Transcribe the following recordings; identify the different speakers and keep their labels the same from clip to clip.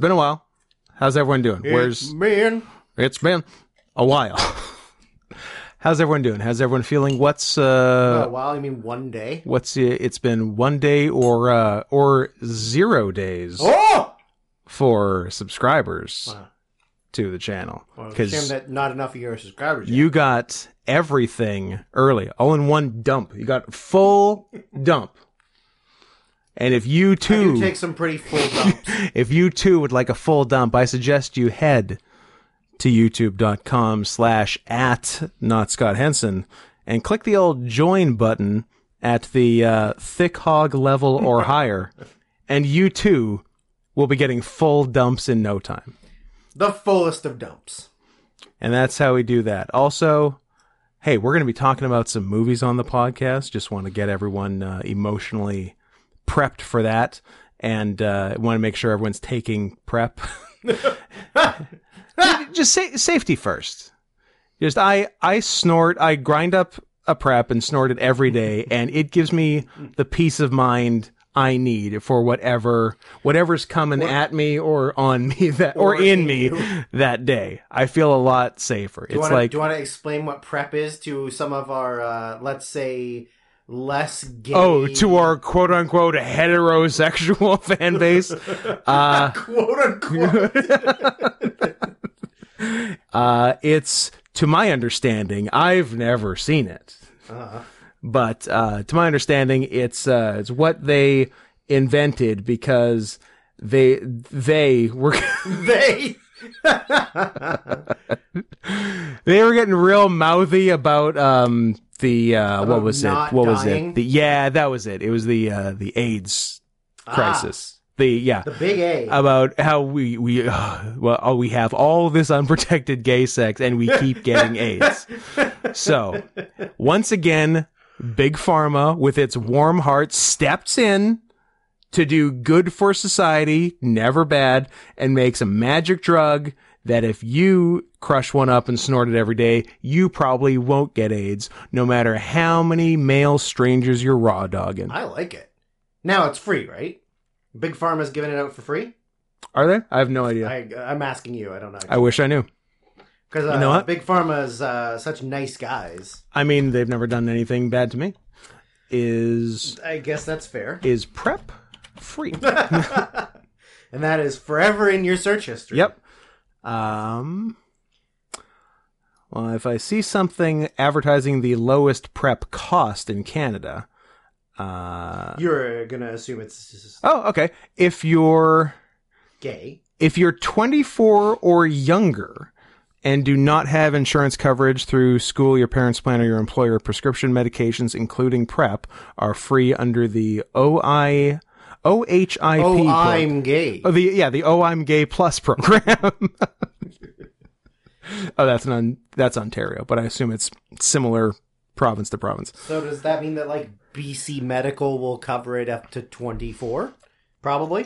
Speaker 1: been a while. How's everyone doing? Where's
Speaker 2: man?
Speaker 1: it's been a while. How's everyone doing? How's everyone feeling? What's uh
Speaker 2: A while, you mean one day?
Speaker 1: what's it- it's been one day or uh or zero days
Speaker 2: Oh!
Speaker 1: for subscribers to the channel
Speaker 2: Well,
Speaker 1: because
Speaker 2: shame that not enough of your subscribers. yet.
Speaker 1: you got everything early, all in one dump. You got full dump. And if you too
Speaker 2: You take some pretty full dumps.
Speaker 1: if you too would like a full dump, I suggest you head to youtube.com slash at not Scott Henson and click the old join button at the uh, thick hog level or higher, and you too will be getting full dumps in no time.
Speaker 2: the fullest of dumps.
Speaker 1: And that's how we do that. Also, hey, we're going to be talking about some movies on the podcast. Just want to get everyone uh, emotionally prepped for that and uh, want to make sure everyone's taking prep. Just sa- safety first. Just I I snort, I grind up a prep and snort it every day and it gives me the peace of mind I need for whatever whatever's coming at me or on me that or,
Speaker 2: or
Speaker 1: in
Speaker 2: in
Speaker 1: me that day. I feel a lot safer.
Speaker 2: Do you
Speaker 1: it's
Speaker 2: wanna,
Speaker 1: like
Speaker 2: do you want to explain what prep is to some of our, uh, let's say, less gay?
Speaker 1: Oh, to our quote unquote heterosexual fan base. Uh,
Speaker 2: quote unquote.
Speaker 1: uh, it's, to my understanding, I've never seen it.
Speaker 2: Uh-huh.
Speaker 1: But uh, to my understanding, it's uh, it's what they invented because they they were
Speaker 2: they.
Speaker 1: they were getting real mouthy about um the uh, what
Speaker 2: About
Speaker 1: was it
Speaker 2: not
Speaker 1: what was
Speaker 2: dying?
Speaker 1: it the, yeah that was it it was the uh, the AIDS
Speaker 2: Ah.
Speaker 1: crisis the yeah
Speaker 2: The big A.
Speaker 1: about how we we uh, well oh, we have all this unprotected gay sex and we keep getting AIDS. So once again, big pharma with its warm heart steps in to do good for society, never bad, and makes a magic drug that if you crush one up and snort it every day, you probably won't get AIDS, no matter how many male strangers you're raw dogging.
Speaker 2: I like it. Now it's free, right? Big Pharma's giving it out for free.
Speaker 1: Are they? I have no idea. I,
Speaker 2: I, I'm asking you. I don't know.
Speaker 1: wish I knew.
Speaker 2: Because uh,
Speaker 1: know what?
Speaker 2: Big Pharma's uh, such nice guys.
Speaker 1: I mean, they've never done anything bad to me. Is
Speaker 2: I guess that's fair.
Speaker 1: is prep free?
Speaker 2: And that is forever in your search history.
Speaker 1: yep. Um. Well, if I see something advertising the lowest prep cost in Canada, uh,
Speaker 2: You're gonna assume it's s- s-
Speaker 1: oh, okay. If you're
Speaker 2: gay.
Speaker 1: if you're 24 or younger and do not have insurance coverage through school, your parents' plan, or your employer, prescription medications, including PrEP, are free under the OI, OHIP.
Speaker 2: Oh,
Speaker 1: program.
Speaker 2: I'm gay.
Speaker 1: Oh, the yeah, the Oh I'm Gay Plus program. oh, that's an un, that's Ontario, but I assume it's similar province to province.
Speaker 2: So does that mean that like BC Medical will cover it up to 24? Probably.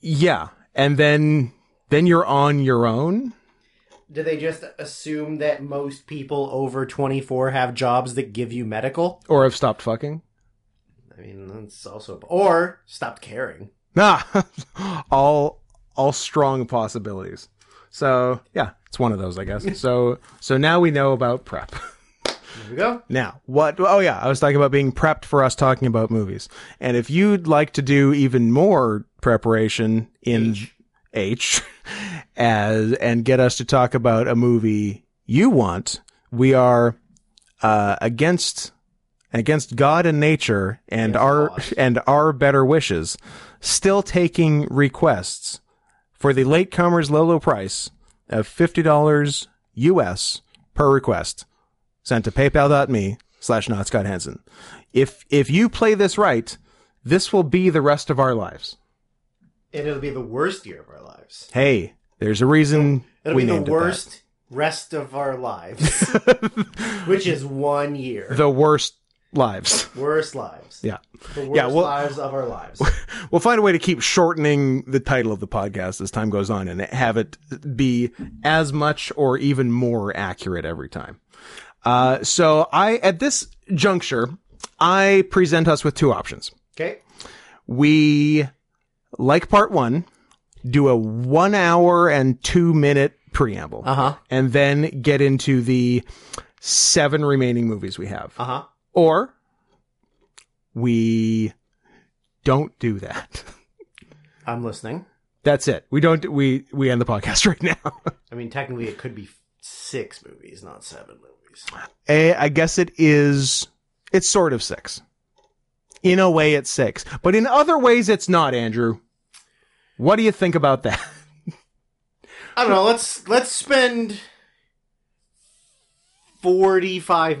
Speaker 1: Yeah, and then then you're on your own.
Speaker 2: Do they just assume that most people over 24 have jobs that give you medical?
Speaker 1: or have stopped fucking.
Speaker 2: I mean, that's also or stopped caring.
Speaker 1: Nah, all all strong possibilities. So yeah, it's one of those, I guess. So so now we know about prep.
Speaker 2: There we go.
Speaker 1: Now, what? Oh, yeah, I was talking about being prepped for us talking about movies. And if you'd like to do even more preparation in H, as and get us to talk about a movie you want, we are uh, against against God and nature and
Speaker 2: Yes,
Speaker 1: our
Speaker 2: God.
Speaker 1: and our better wishes, still taking requests for the latecomers low low price of fifty dollars US per request sent to paypal.me slash not Scott Hansen. If if you play this right, this will be the rest of our lives.
Speaker 2: And it'll be the worst year of our lives.
Speaker 1: Hey, there's a reason
Speaker 2: It'll
Speaker 1: we
Speaker 2: be the
Speaker 1: named it that.
Speaker 2: worst rest of our lives, which is one year.
Speaker 1: The worst lives.
Speaker 2: worst lives.
Speaker 1: Yeah.
Speaker 2: The worst
Speaker 1: Yeah, well-
Speaker 2: lives of our lives.
Speaker 1: We'll find a way to keep shortening the title of the podcast as time goes on and have it be as much or even more accurate every time. Uh, so I, at this juncture, I present us with two options.
Speaker 2: Okay.
Speaker 1: We like part one, do a one hour and two minute preamble,
Speaker 2: Uh huh.
Speaker 1: and then get into the seven remaining movies we have.
Speaker 2: Uh huh.
Speaker 1: Or we don't do that.
Speaker 2: I'm listening.
Speaker 1: That's it. We don't. We we end the podcast right now.
Speaker 2: I mean, technically, it could be six movies, not seven movies.
Speaker 1: Eh, I guess it is. It's sort of six. In a way, it's six, but in other ways, it's not. Andrew, what do you think about that?
Speaker 2: I don't know. Let's let's spend forty-five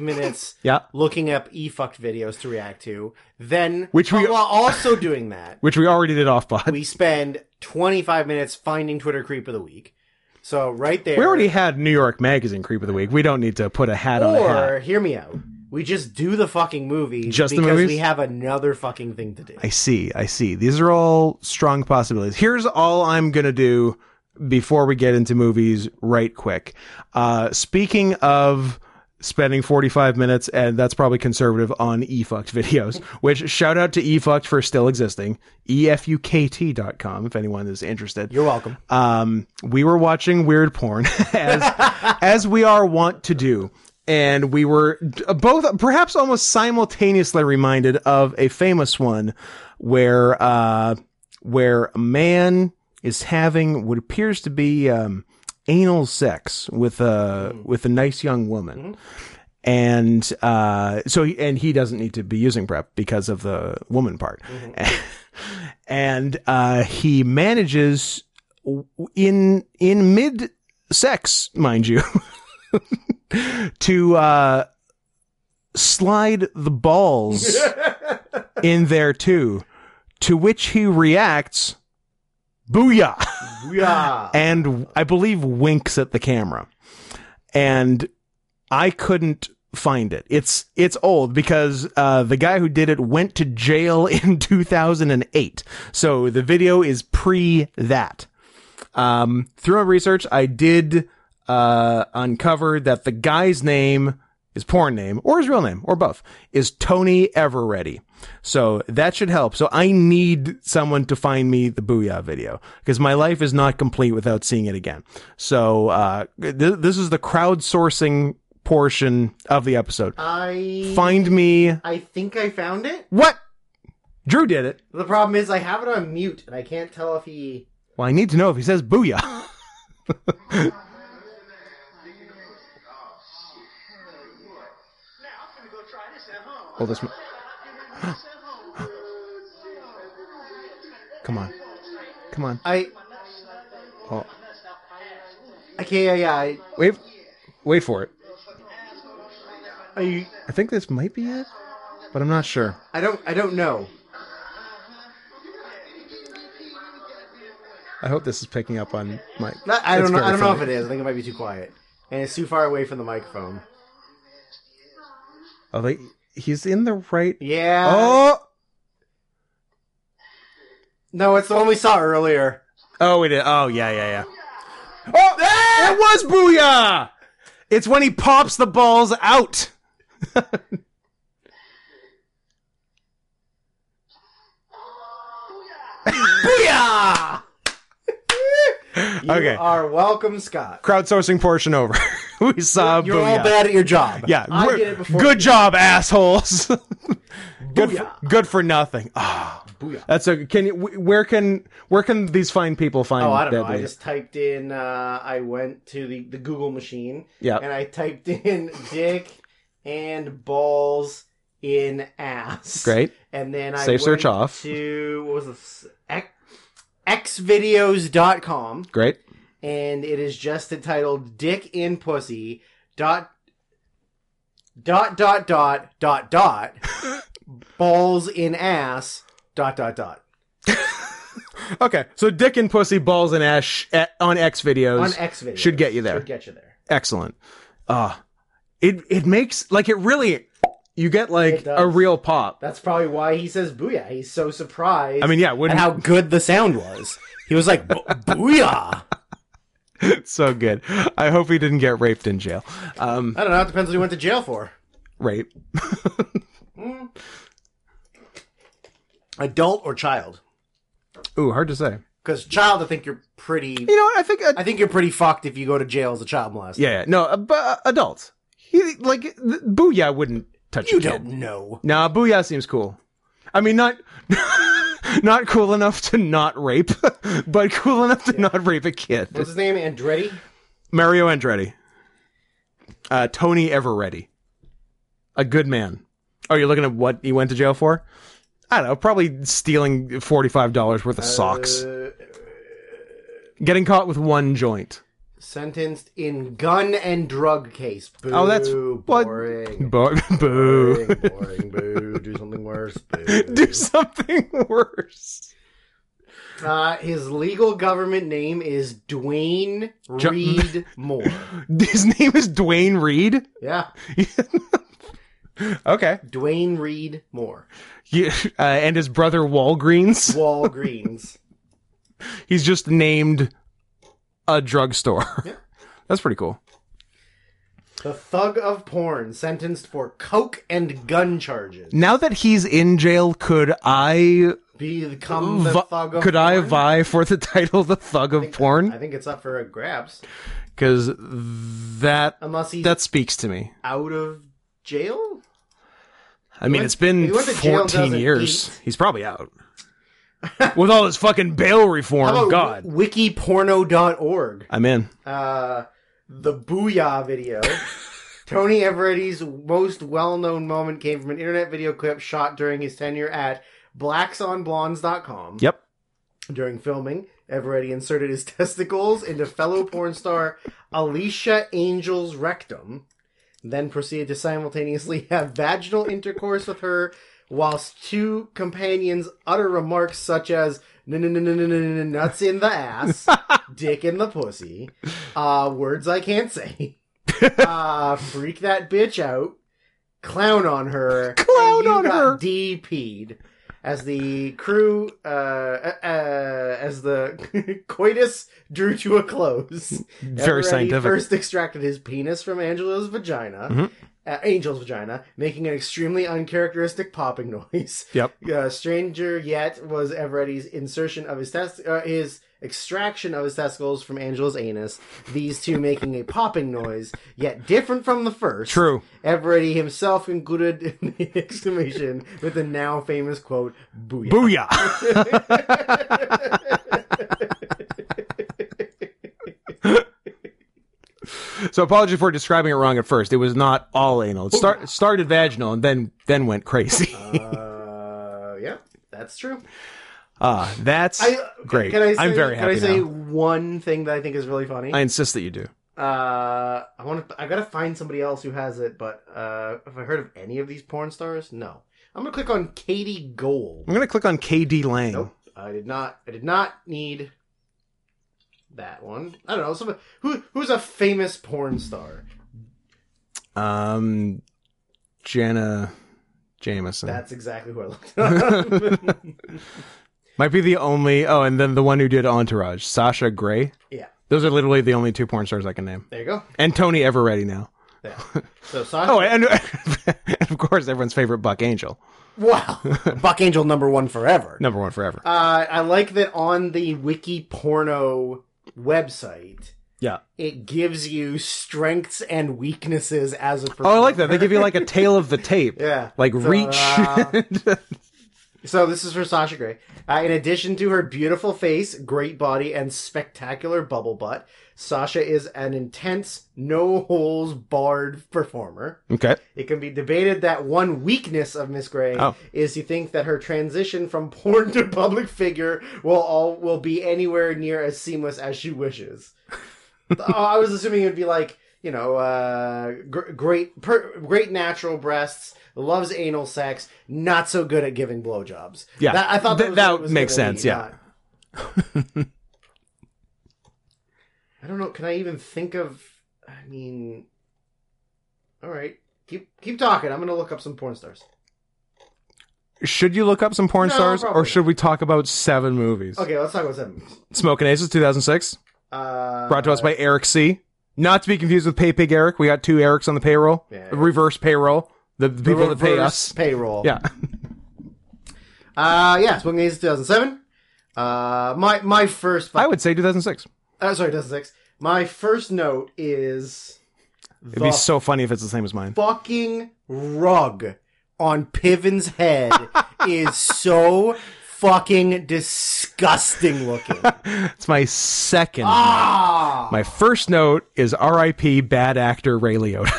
Speaker 2: minutes
Speaker 1: yeah,
Speaker 2: looking up e fucked videos to react to. Then,
Speaker 1: Which we-
Speaker 2: while also doing that,
Speaker 1: which we already did off pod.
Speaker 2: we spend twenty-five minutes finding Twitter creep of the week. So right there,
Speaker 1: We already had New York Magazine Creep of the Week. We don't need to put a hat on a hat.
Speaker 2: Or hear me out. We just do the fucking movie
Speaker 1: Just the
Speaker 2: because
Speaker 1: movies?
Speaker 2: we have another fucking thing to do.
Speaker 1: I see. I see. These are all strong possibilities. Here's all I'm going to do before we get into movies right quick. Uh, speaking of spending 45 minutes, and that's probably conservative on eFucked videos, which shout out to eFucked for still existing, E EFUKT.com if anyone is interested.
Speaker 2: You're welcome.
Speaker 1: um, we were watching weird porn as as we are wont to do. And we were d- both, perhaps almost simultaneously, reminded of a famous one where uh, where a man is having what appears to be um, anal sex with a with a nice young woman, and uh, so he- and he doesn't need to be using prep because of the woman part, and uh, he manages w- in in mid sex, mind you, to uh, slide the balls in there too, to which he reacts, "Booyah!"
Speaker 2: Yeah.
Speaker 1: and I believe winks at the camera. And I couldn't find it. It's it's old because uh, the guy who did it went to jail in 2008. So the video is pre that. Um, through my research, I did uh, uncover that the guy's name, his porn name, or his real name, or both, is Tony Everready. So that should help. So I need someone to find me the Booyah video because my life is not complete without seeing it again. So uh, th- this is the crowdsourcing portion of the episode.
Speaker 2: I
Speaker 1: Find me
Speaker 2: I think I found it.
Speaker 1: what? Drew did it.
Speaker 2: The problem is I have it on mute and I can't tell if he.
Speaker 1: Well, I need to know if he says Booyah.
Speaker 3: Well, this.
Speaker 1: Come on, come on.
Speaker 2: I
Speaker 1: Oh.
Speaker 2: okay. Yeah, yeah. I,
Speaker 1: Wait, wait for it.
Speaker 2: I
Speaker 1: I think this might be it, but I'm not sure.
Speaker 2: I don't I don't know.
Speaker 1: I hope this is picking up on my.
Speaker 2: Not- I
Speaker 1: It's
Speaker 2: don't know.
Speaker 1: very
Speaker 2: I don't know if
Speaker 1: funny.
Speaker 2: it is. I think it might be too quiet and it's too far away from the microphone.
Speaker 1: Oh, they, he's in the right.
Speaker 2: Yeah.
Speaker 1: Oh,
Speaker 2: No, it's the one we saw earlier.
Speaker 1: oh, it is. Oh, yeah, yeah, yeah. Oh, it was booyah. It's when he pops the balls out. booyah.
Speaker 2: You
Speaker 1: Okay.
Speaker 2: Are welcome, Scott.
Speaker 1: Crowdsourcing portion over. we saw
Speaker 2: You're
Speaker 1: Uh, booyah.
Speaker 2: all bad at your job.
Speaker 1: Yeah,
Speaker 2: I
Speaker 1: we're-
Speaker 2: did it before.
Speaker 1: good job, assholes. good, for,
Speaker 2: Booyah.
Speaker 1: good for nothing. Ah,
Speaker 2: Booyah.
Speaker 1: that's a. Can you? wh- Where can? Where can these fine people find?
Speaker 2: Oh, I don't know.
Speaker 1: Deadly?
Speaker 2: I just typed in. Uh, I went to the, the Google machine.
Speaker 1: Yeah.
Speaker 2: And I typed in dick and balls in ass.
Speaker 1: Great.
Speaker 2: And then I
Speaker 1: Safe search
Speaker 2: went
Speaker 1: off.
Speaker 2: to what was this? X, xvideos.com
Speaker 1: Great.
Speaker 2: and it is just entitled dick in pussy dot dot dot dot dot dot balls in ass dot dot dot
Speaker 1: Okay, so dick and pussy balls and ash at, on X videos
Speaker 2: on X video
Speaker 1: should get you there.
Speaker 2: should get you there
Speaker 1: Excellent. Ah, it it makes like it really. You get like
Speaker 2: It does.
Speaker 1: a real pop.
Speaker 2: That's probably why he says booyah. He's so surprised.
Speaker 1: I mean, yeah, wouldn't
Speaker 2: at how good the sound was. He was like, "Bo- booyah.
Speaker 1: it's so good. I hope he didn't get raped in jail. Um,
Speaker 2: I don't know. It depends what he went to jail for.
Speaker 1: rape.
Speaker 2: Adult or child?
Speaker 1: Ooh, hard to say.
Speaker 2: Because child, I think you're pretty.
Speaker 1: You know, what? I think uh,
Speaker 2: I think you're pretty fucked if you go to jail as a child molester.
Speaker 1: yeah, yeah, no, uh, but uh, adults. He like th- Booyah wouldn't touch.
Speaker 2: You
Speaker 1: a kid.
Speaker 2: don't know.
Speaker 1: Nah, Booyah seems cool. I mean, not not cool enough to not rape, but cool enough to not rape a kid.
Speaker 2: What's his name? Andretti.
Speaker 1: Mario Andretti. Uh, Tony Eveready. A good man. Oh, you're looking at what he went to jail for? I don't know. Probably stealing $45 worth of socks.
Speaker 2: Uh,
Speaker 1: Getting caught with one joint.
Speaker 2: sentenced in gun and drug case. Boo,
Speaker 1: Oh, that's- what-
Speaker 2: boring.
Speaker 1: Bo- boo.
Speaker 2: Boring, boring, boo. Do something worse. Boo.
Speaker 1: Do something worse.
Speaker 2: Uh, his legal government name is Dwayne
Speaker 1: Ju-
Speaker 2: Reed Moore.
Speaker 1: His name is Dwayne Reed?
Speaker 2: Yeah,
Speaker 1: Okay.
Speaker 2: Dwayne Reed Moore.
Speaker 1: He- uh, and his brother Walgreens.
Speaker 2: Walgreens.
Speaker 1: He's just named a drugstore.
Speaker 2: Yeah.
Speaker 1: That's pretty cool.
Speaker 2: The thug of porn sentenced for coke and gun charges.
Speaker 1: Now that he's in jail, could I
Speaker 2: Become the
Speaker 1: Vi-
Speaker 2: thug of
Speaker 1: could
Speaker 2: porn.
Speaker 1: I vie for the title "The Thug of
Speaker 2: I
Speaker 1: Porn"?
Speaker 2: think it's up for grabs.
Speaker 1: Because that
Speaker 2: Unless he's
Speaker 1: that speaks to me.
Speaker 2: out of jail?
Speaker 1: I mean,
Speaker 2: went-
Speaker 1: it's been
Speaker 2: he went to jail in
Speaker 1: fourteen years.
Speaker 2: 2008.
Speaker 1: He's probably out with all his fucking bail reform.
Speaker 2: How about
Speaker 1: God,
Speaker 2: wikiporno.org?
Speaker 1: I'm in.
Speaker 2: uh, the Booyah video. Tony Everetti's most well-known moment came from an internet video clip shot during his tenure at blacksonblondes.com.
Speaker 1: Yep.
Speaker 2: During filming, Everetti inserted his testicles into fellow porn star Alicia Angel's rectum, then proceeded to simultaneously have vaginal intercourse with her whilst two companions utter remarks such as "No, no, no, no, no, no, no, nuts in the ass, dick in the pussy, uh, words I can't say, uh, freak that bitch out, clown on her,
Speaker 1: Clown
Speaker 2: and you
Speaker 1: on
Speaker 2: got
Speaker 1: her.
Speaker 2: DP'd as the crew uh, uh, uh as the coitus drew to a close.
Speaker 1: Very
Speaker 2: Everetti
Speaker 1: scientific.
Speaker 2: First extracted his penis from Angela's vagina,
Speaker 1: Mhm.
Speaker 2: uh, Angel's vagina, making an extremely uncharacteristic popping noise.
Speaker 1: Yep.
Speaker 2: Uh, stranger yet was Everetti's insertion of his test, uh, his extraction of his testicles from Angela's anus. These two making a popping noise, yet different from the first.
Speaker 1: True.
Speaker 2: Everetti himself concluded in the exclamation with the now famous quote, "Booyah."
Speaker 1: Booyah! so apology for describing it wrong at first. It was not all anal. It start, started vaginal and then then went crazy.
Speaker 2: uh, yeah, that's true.
Speaker 1: Ah, that's
Speaker 2: I-
Speaker 1: great.
Speaker 2: Can I say,
Speaker 1: I'm very
Speaker 2: can
Speaker 1: happy
Speaker 2: I say
Speaker 1: now.
Speaker 2: one thing that I think is really funny?
Speaker 1: I insist that you do.
Speaker 2: uh, I want to. I gotta find somebody else who has it. But uh, have I heard of any of these porn stars? No. I'm gonna click on Katie Gold.
Speaker 1: I'm going to click on KD Lang.
Speaker 2: Nope. I did not. I did not need that one. I don't know. Somebody, who who's a famous porn star?
Speaker 1: Um, Jana Jameson.
Speaker 2: That's exactly who I looked up.
Speaker 1: Might be the only. Oh, and then the one who did Entourage, Sasha Gray.
Speaker 2: yeah.
Speaker 1: Those are literally the only two porn stars I can name.
Speaker 2: There you go.
Speaker 1: And Tony Eveready now.
Speaker 2: There. So Sasha.
Speaker 1: Oh, and, and of course, everyone's favorite Buck Angel.
Speaker 2: wow. Buck Angel number one forever.
Speaker 1: Number one forever.
Speaker 2: Uh, I like that on the wiki porno website,
Speaker 1: Yeah.
Speaker 2: it gives you strengths and weaknesses as a
Speaker 1: Oh, I like that.
Speaker 2: performer.
Speaker 1: They give you like a tail of the tape.
Speaker 2: Yeah.
Speaker 1: Like
Speaker 2: So,
Speaker 1: reach.
Speaker 2: uh, so this is for Sasha Grey. Uh, in addition to her beautiful face, great body, and spectacular bubble butt, Sasha is an intense, no holes barred performer.
Speaker 1: okay.
Speaker 2: It can be debated that one weakness of Miss Gray
Speaker 1: Oh.
Speaker 2: is you think that her transition from porn to public figure will all will be anywhere near as seamless as she wishes. oh, I was assuming it would be like you know, uh, gr- great per- great natural breasts, loves anal sex, not so good at giving blowjobs.
Speaker 1: Yeah.
Speaker 2: That- I thought that,
Speaker 1: Th-
Speaker 2: was
Speaker 1: that
Speaker 2: what it was
Speaker 1: makes
Speaker 2: gonna
Speaker 1: sense,
Speaker 2: be,
Speaker 1: yeah.
Speaker 2: not- I don't know. Can I even think of? I mean, all right. Keep keep talking. I'm gonna look up some porn stars.
Speaker 1: Should you look up some porn
Speaker 2: No,
Speaker 1: stars
Speaker 2: probably
Speaker 1: or should we talk about seven movies?
Speaker 2: Okay, let's talk about seven.
Speaker 1: Smoke and Aces 2006,
Speaker 2: Uh,
Speaker 1: brought to us by Eric C. Not to be confused with Pay Pig Eric. We got two Erics on the payroll.
Speaker 2: Yeah.
Speaker 1: Reverse payroll. The, the people that pay
Speaker 2: reverse
Speaker 1: us.
Speaker 2: payroll.
Speaker 1: Yeah.
Speaker 2: Uh, yeah, Smoking Aces 2007. Uh, my my first.
Speaker 1: I would say 2006.
Speaker 2: Uh, sorry, 2006. My first note is
Speaker 1: It'd
Speaker 2: the
Speaker 1: be so funny if it's the same as mine.
Speaker 2: fucking rug on Piven's head is so fucking disgusting looking.
Speaker 1: It's my second.
Speaker 2: ah,
Speaker 1: My first note is R.I.P. Bad actor Ray Liotta.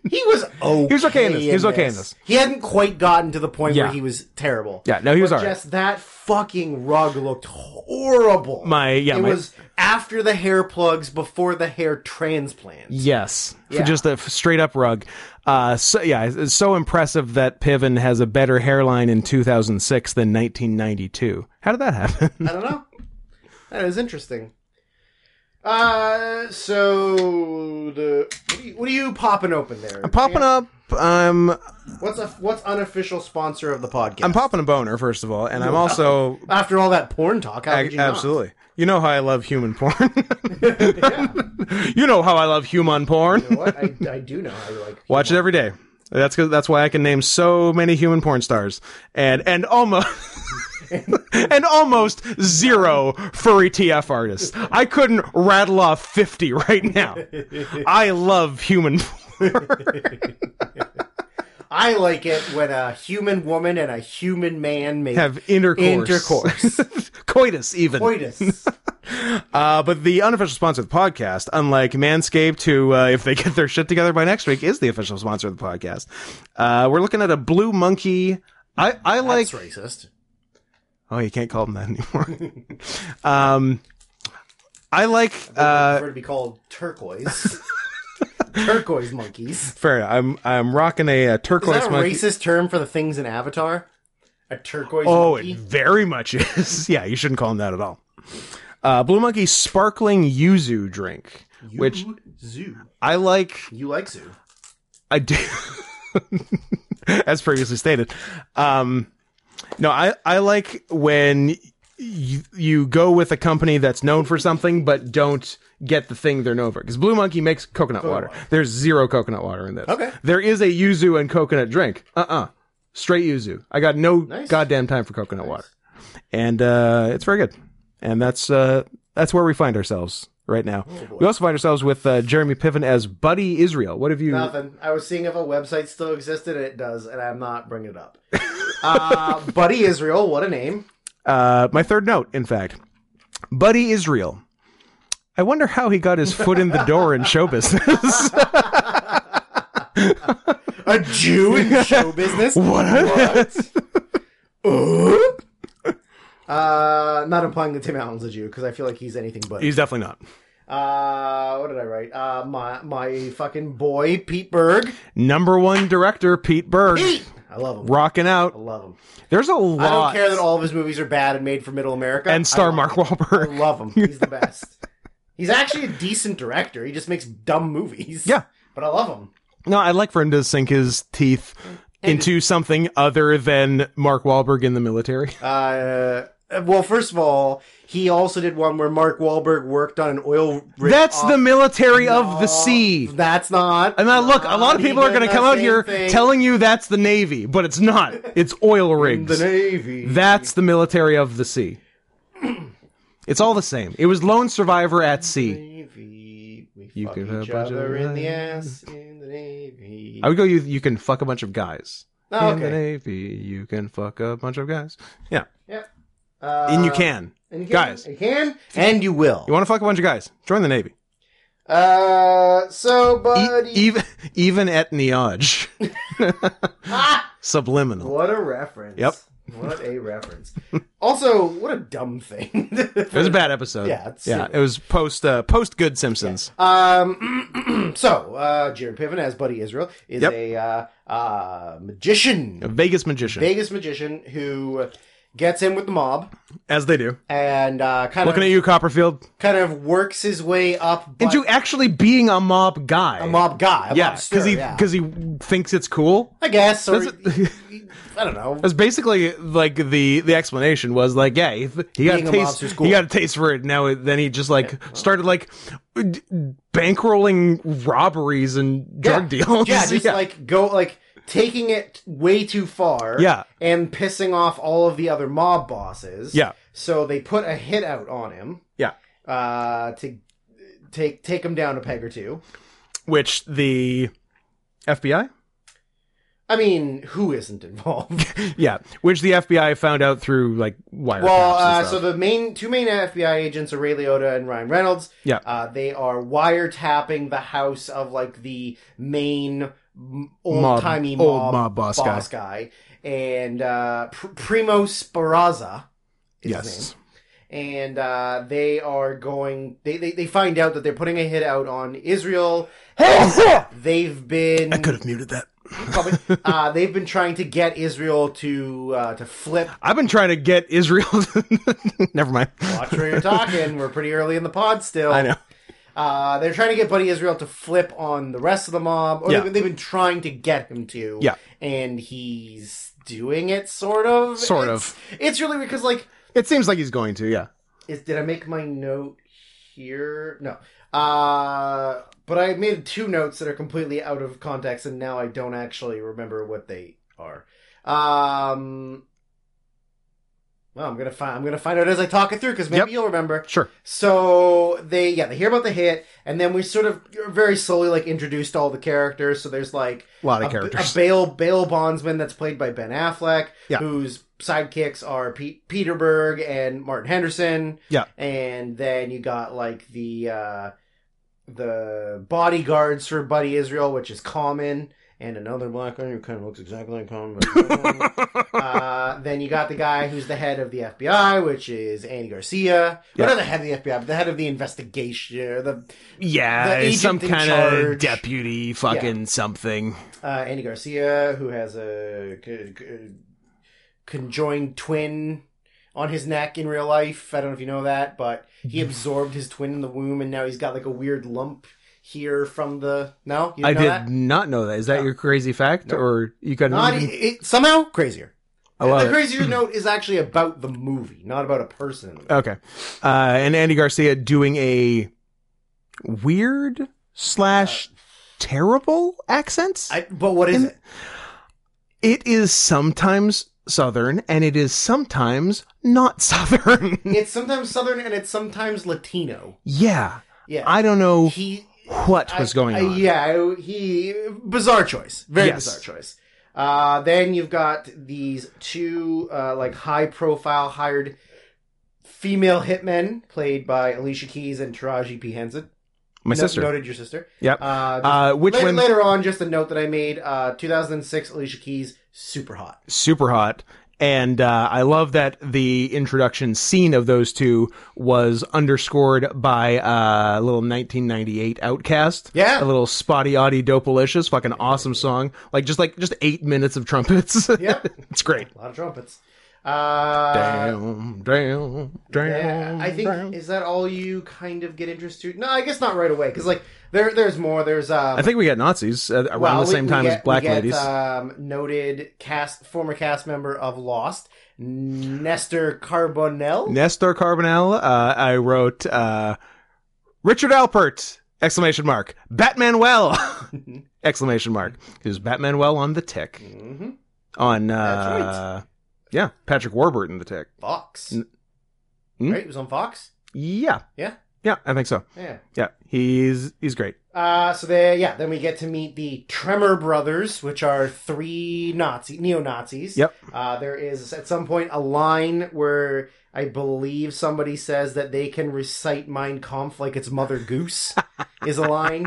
Speaker 2: he was okay.
Speaker 1: was okay in this. He was okay in this.
Speaker 2: He hadn't quite gotten to the point
Speaker 1: Yeah.
Speaker 2: where he was terrible.
Speaker 1: Yeah, no, he was
Speaker 2: But
Speaker 1: alright.
Speaker 2: Just that fucking rug looked horrible.
Speaker 1: My- yeah,
Speaker 2: it
Speaker 1: my-
Speaker 2: was after the hair plugs, before the hair transplant.
Speaker 1: Yes,
Speaker 2: Yeah.
Speaker 1: for just a f- straight up rug. Uh, so yeah, it's, it's so impressive that Piven has a better hairline in 2006 than 1992. How did that happen?
Speaker 2: I don't know. That is interesting. Uh, so the what are you, what are you popping open there?
Speaker 1: I'm popping up. I'm
Speaker 2: What's a what's unofficial sponsor of the podcast?
Speaker 1: I'm popping a boner first of all, and I'm also
Speaker 2: After all that porn talk, how
Speaker 1: Ag-
Speaker 2: could you not?
Speaker 1: absolutely. You know how I love human porn. You know how I love human porn.
Speaker 2: What I, I do know how you like.
Speaker 1: Watch it every day. That's 'cause- that's why I can name so many human porn stars and and almost and almost zero furry TF artists. I couldn't rattle off 50 right now. I love human porn.
Speaker 2: I like it when a human woman and a human man make
Speaker 1: have intercourse.
Speaker 2: Intercourse.
Speaker 1: Coitus even.
Speaker 2: coitus.
Speaker 1: Uh, but the unofficial sponsor of the podcast, unlike Manscaped, who, uh, if they get their shit together by next week, is the official sponsor of the podcast. Uh, we're looking at a blue monkey. I, I like.
Speaker 2: That's racist.
Speaker 1: Oh, you can't call them that anymore. um, I like. Uh,
Speaker 2: prefer to be called turquoise. turquoise monkeys.
Speaker 1: fair. I'm I'm rocking a, uh
Speaker 2: Is
Speaker 1: turquoise
Speaker 2: that a
Speaker 1: monkey.
Speaker 2: racist term for the things in Avatar? A turquoise
Speaker 1: Oh,
Speaker 2: monkey?
Speaker 1: it very much is. yeah, you shouldn't call them that at all. Uh, blue monkey sparkling yuzu drink, which
Speaker 2: You zoo.
Speaker 1: I like.
Speaker 2: You like zoo.
Speaker 1: I do, as previously stated. Um, no, I, I like when you, you go with a company that's known for something, but don't get the thing they're known for. Because Blue Monkey makes coconut water. There's zero coconut water in this.
Speaker 2: Okay.
Speaker 1: There is a yuzu and coconut drink. Uh uh Straight yuzu. I got no
Speaker 2: Nice.
Speaker 1: goddamn time for coconut water. And uh, it's very good. And that's uh, that's where we find ourselves right now.
Speaker 2: Oh,
Speaker 1: we also find ourselves with uh, Jeremy Piven as Buddy Israel. What have you.
Speaker 2: Nothing. I was seeing if a website still existed, and it does, and I'm not bringing it up. uh, Buddy Israel, what a name.
Speaker 1: Uh, my third note, in fact. Buddy Israel. I wonder how he got his foot in the door in show business.
Speaker 2: A Jew in show business.
Speaker 1: What?
Speaker 2: what? Uh, not implying that Tim Allen's a Jew because I feel like he's anything but.
Speaker 1: He's definitely not.
Speaker 2: Uh, what did I write? Uh, my my fucking boy Pete Berg.
Speaker 1: Number one director, Pete Berg.
Speaker 2: Pete, I love him.
Speaker 1: Rocking
Speaker 2: I
Speaker 1: out.
Speaker 2: love him.
Speaker 1: There's a lot.
Speaker 2: I don't care that all of his movies are bad and made for Middle America.
Speaker 1: and star
Speaker 2: I
Speaker 1: Mark
Speaker 2: I
Speaker 1: Wahlberg.
Speaker 2: love him. He's the best. He's actually a decent director. He just makes dumb movies.
Speaker 1: Yeah.
Speaker 2: But I love him.
Speaker 1: No, I'd like for him to sink his teeth into something other than Mark Wahlberg in the military.
Speaker 2: Uh, well, first of all, he also did one where Mark Wahlberg worked on an oil. rig
Speaker 1: That's
Speaker 2: off-
Speaker 1: the military of the sea.
Speaker 2: That's not.
Speaker 1: And now, look, a lot of
Speaker 2: He
Speaker 1: people are
Speaker 2: did
Speaker 1: going to
Speaker 2: the
Speaker 1: come out
Speaker 2: same
Speaker 1: here
Speaker 2: thing
Speaker 1: telling you that's the Navy, but it's not. It's oil
Speaker 2: in
Speaker 1: rigs.
Speaker 2: the Navy.
Speaker 1: That's the military of the sea. It's all the same. It was Lone Survivor at sea.
Speaker 2: Navy. We
Speaker 1: You
Speaker 2: fuck
Speaker 1: could have
Speaker 2: each
Speaker 1: a bunch
Speaker 2: other
Speaker 1: of
Speaker 2: in the
Speaker 1: guys.
Speaker 2: ass in the Navy.
Speaker 1: I would go. You you can fuck a bunch of guys
Speaker 2: Oh,
Speaker 1: in the
Speaker 2: okay.
Speaker 1: navy. You can fuck a bunch of guys. Yeah,
Speaker 2: Yep. Uh,
Speaker 1: and you can.
Speaker 2: and you can,
Speaker 1: Guys.
Speaker 2: You can and you will.
Speaker 1: You want to fuck a bunch of guys? Join the navy.
Speaker 2: Uh, so,
Speaker 1: E-
Speaker 2: buddy.
Speaker 1: even even at Niage.
Speaker 2: Ah!
Speaker 1: Subliminal.
Speaker 2: What a reference.
Speaker 1: Yep.
Speaker 2: What a reference. also, what a dumb thing.
Speaker 1: It was a bad episode.
Speaker 2: Yeah, it's
Speaker 1: yeah.
Speaker 2: stupid.
Speaker 1: It was post uh, post Good Simpsons.
Speaker 2: um, so, uh, Jared Piven, as Buddy Israel, is
Speaker 1: Yep.
Speaker 2: a uh, uh, magician,
Speaker 1: A Vegas magician,
Speaker 2: Vegas magician who gets in with the mob
Speaker 1: as they do.
Speaker 2: and uh, kind
Speaker 1: Looking
Speaker 2: of
Speaker 1: at you, Copperfield,
Speaker 2: kind of works his way up by-
Speaker 1: into actually being a mob guy.
Speaker 2: a mob guy. A
Speaker 1: yeah,
Speaker 2: mobster,
Speaker 1: because he
Speaker 2: yeah.
Speaker 1: because he thinks it's cool.
Speaker 2: I guess. Or,
Speaker 1: That's-
Speaker 2: he- he- I don't know.
Speaker 1: That's basically like the the explanation was like, yeah, he, he got a
Speaker 2: Being a
Speaker 1: taste.
Speaker 2: mobster's cool.
Speaker 1: He got a taste for it. Now then, he just like started like d- bankrolling robberies and drug deals.
Speaker 2: Yeah, just like go like taking it way too far
Speaker 1: Yeah.
Speaker 2: and pissing off all of the other mob bosses.
Speaker 1: Yeah.
Speaker 2: So they put a hit out on him.
Speaker 1: Yeah.
Speaker 2: Uh, to take take him down a peg or two.
Speaker 1: Which the FBI?
Speaker 2: I mean, who isn't involved?
Speaker 1: Yeah. Which the FBI found out through like wiretaps.
Speaker 2: well, uh,
Speaker 1: and
Speaker 2: so
Speaker 1: stuff.
Speaker 2: the main two main FBI agents are Ray Liotta and Ryan Reynolds.
Speaker 1: Yeah.
Speaker 2: Uh, they are wiretapping the house of like the main old timey mob,
Speaker 1: old mob boss, guy.
Speaker 2: boss guy. and uh, Pr- Primo Sparaza. is his
Speaker 1: Yes.
Speaker 2: and uh, they are going. They, they they find out that they're putting a hit out on Israel. They've been
Speaker 1: I could have muted that.
Speaker 2: probably- uh, they've been trying to get Israel to uh, to flip.
Speaker 1: I've been trying to get Israel. to- Never mind.
Speaker 2: Watch where you're talking. We're pretty early in the pod still.
Speaker 1: I know.
Speaker 2: Uh, they're trying to get Buddy Israel to flip on the rest of the mob, or
Speaker 1: Yeah.
Speaker 2: they've, they've been trying to get him to.
Speaker 1: Yeah.
Speaker 2: and he's doing it sort of.
Speaker 1: Sort
Speaker 2: It's- It's really weird because like
Speaker 1: It seems like he's going to. Yeah.
Speaker 2: is did I make my note here? No. Uh but I made two notes that are completely out of context and now I don't actually remember what they are. Um well, I'm gonna find I'm gonna find out as I talk it through because maybe
Speaker 1: Yep.
Speaker 2: you'll remember.
Speaker 1: Sure.
Speaker 2: So they yeah they hear about the hit and then we sort of very slowly like introduced all the characters. So there's like
Speaker 1: A lot of
Speaker 2: a,
Speaker 1: characters.
Speaker 2: a bail bail bondsman that's played by Ben Affleck,
Speaker 1: Yeah.
Speaker 2: whose sidekicks are Pete, Peter Berg and Martin Henderson.
Speaker 1: Yeah.
Speaker 2: and then you got like the uh, the bodyguards for Buddy Israel, which is Common, and another black guy who kind of looks exactly like Common. But uh, then you got the guy who's the head of the FBI, which is Andy Garcia.
Speaker 1: Yeah.
Speaker 2: Well, not the head of the FBI, but the head of the investigation. The the
Speaker 1: yeah,
Speaker 2: agent
Speaker 1: some
Speaker 2: in
Speaker 1: kind
Speaker 2: charge.
Speaker 1: of deputy, fucking something.
Speaker 2: uh, Andy Garcia, who has a c- c- conjoined twin on his neck in real life. I don't know if you know that, but he
Speaker 1: Mm-hmm.
Speaker 2: absorbed his twin in the womb, and now he's got like a weird lump here from the. No, you
Speaker 1: I
Speaker 2: didn't
Speaker 1: did
Speaker 2: know that?
Speaker 1: not know that. Is that
Speaker 2: No.
Speaker 1: your crazy fact,
Speaker 2: Nope.
Speaker 1: or you got
Speaker 2: Not e,
Speaker 1: even...
Speaker 2: it, somehow crazier.
Speaker 1: I love
Speaker 2: the
Speaker 1: it.
Speaker 2: crazier note is actually about the movie, not about a person. In the movie.
Speaker 1: Okay. Uh, and Andy Garcia doing a weird slash terrible accent.
Speaker 2: Uh, I, but what is
Speaker 1: in-
Speaker 2: it?
Speaker 1: it is sometimes southern and it is sometimes not southern.
Speaker 2: It's sometimes southern and it's sometimes Latino.
Speaker 1: yeah.
Speaker 2: Yeah,
Speaker 1: I don't know
Speaker 2: he
Speaker 1: what was
Speaker 2: I-
Speaker 1: going
Speaker 2: I-
Speaker 1: on.
Speaker 2: yeah, I- he bizarre choice, very
Speaker 1: Yes.
Speaker 2: bizarre choice. Uh, then you've got these two uh, like high profile hired female hitmen played by Alicia Keys and Taraji P Henson.
Speaker 1: My
Speaker 2: No-
Speaker 1: sister.
Speaker 2: noted your sister.
Speaker 1: Yep.
Speaker 2: Uh,
Speaker 1: uh, which
Speaker 2: later,
Speaker 1: one?
Speaker 2: later on, just a note that I made. Uh, 2006 Alicia Keys, super hot.
Speaker 1: Super hot. And uh, I love that the introduction scene of those two was underscored by uh, a little 1998 Outcast.
Speaker 2: Yeah.
Speaker 1: a little spotty oddy dopalicious fucking awesome song like just like just eight minutes of trumpets
Speaker 2: Yeah.
Speaker 1: it's great
Speaker 2: A lot of trumpets. Uh,
Speaker 1: damn damn damn
Speaker 2: Yeah, I think
Speaker 1: damn.
Speaker 2: is that all you kind of get interested? No, I guess not right away because like there, there's more. There's um,
Speaker 1: i think we got nazis uh, around
Speaker 2: well,
Speaker 1: the
Speaker 2: we-
Speaker 1: same
Speaker 2: we
Speaker 1: time
Speaker 2: get-
Speaker 1: as black
Speaker 2: we get,
Speaker 1: ladies
Speaker 2: Um, noted cast former cast member of Lost, Nestor Carbonell.
Speaker 1: nestor carbonell uh, i wrote uh, richard alpert exclamation mark batman well exclamation mark who's batman well on the tick
Speaker 2: Mhm.
Speaker 1: on uh,
Speaker 2: That's
Speaker 1: yeah patrick warburton the tick
Speaker 2: Fox.
Speaker 1: N- Hmm?
Speaker 2: Right, it was on Fox.
Speaker 1: yeah
Speaker 2: Yeah.
Speaker 1: yeah i think so
Speaker 2: Yeah.
Speaker 1: yeah he's he's great
Speaker 2: Uh, so there, yeah. Then we get to meet the Tremor brothers, which are three Nazi neo Nazis.
Speaker 1: Yep.
Speaker 2: Uh, there is at some point a line where I believe somebody says that they can recite Mein Kampf like it's Mother Goose. is a line.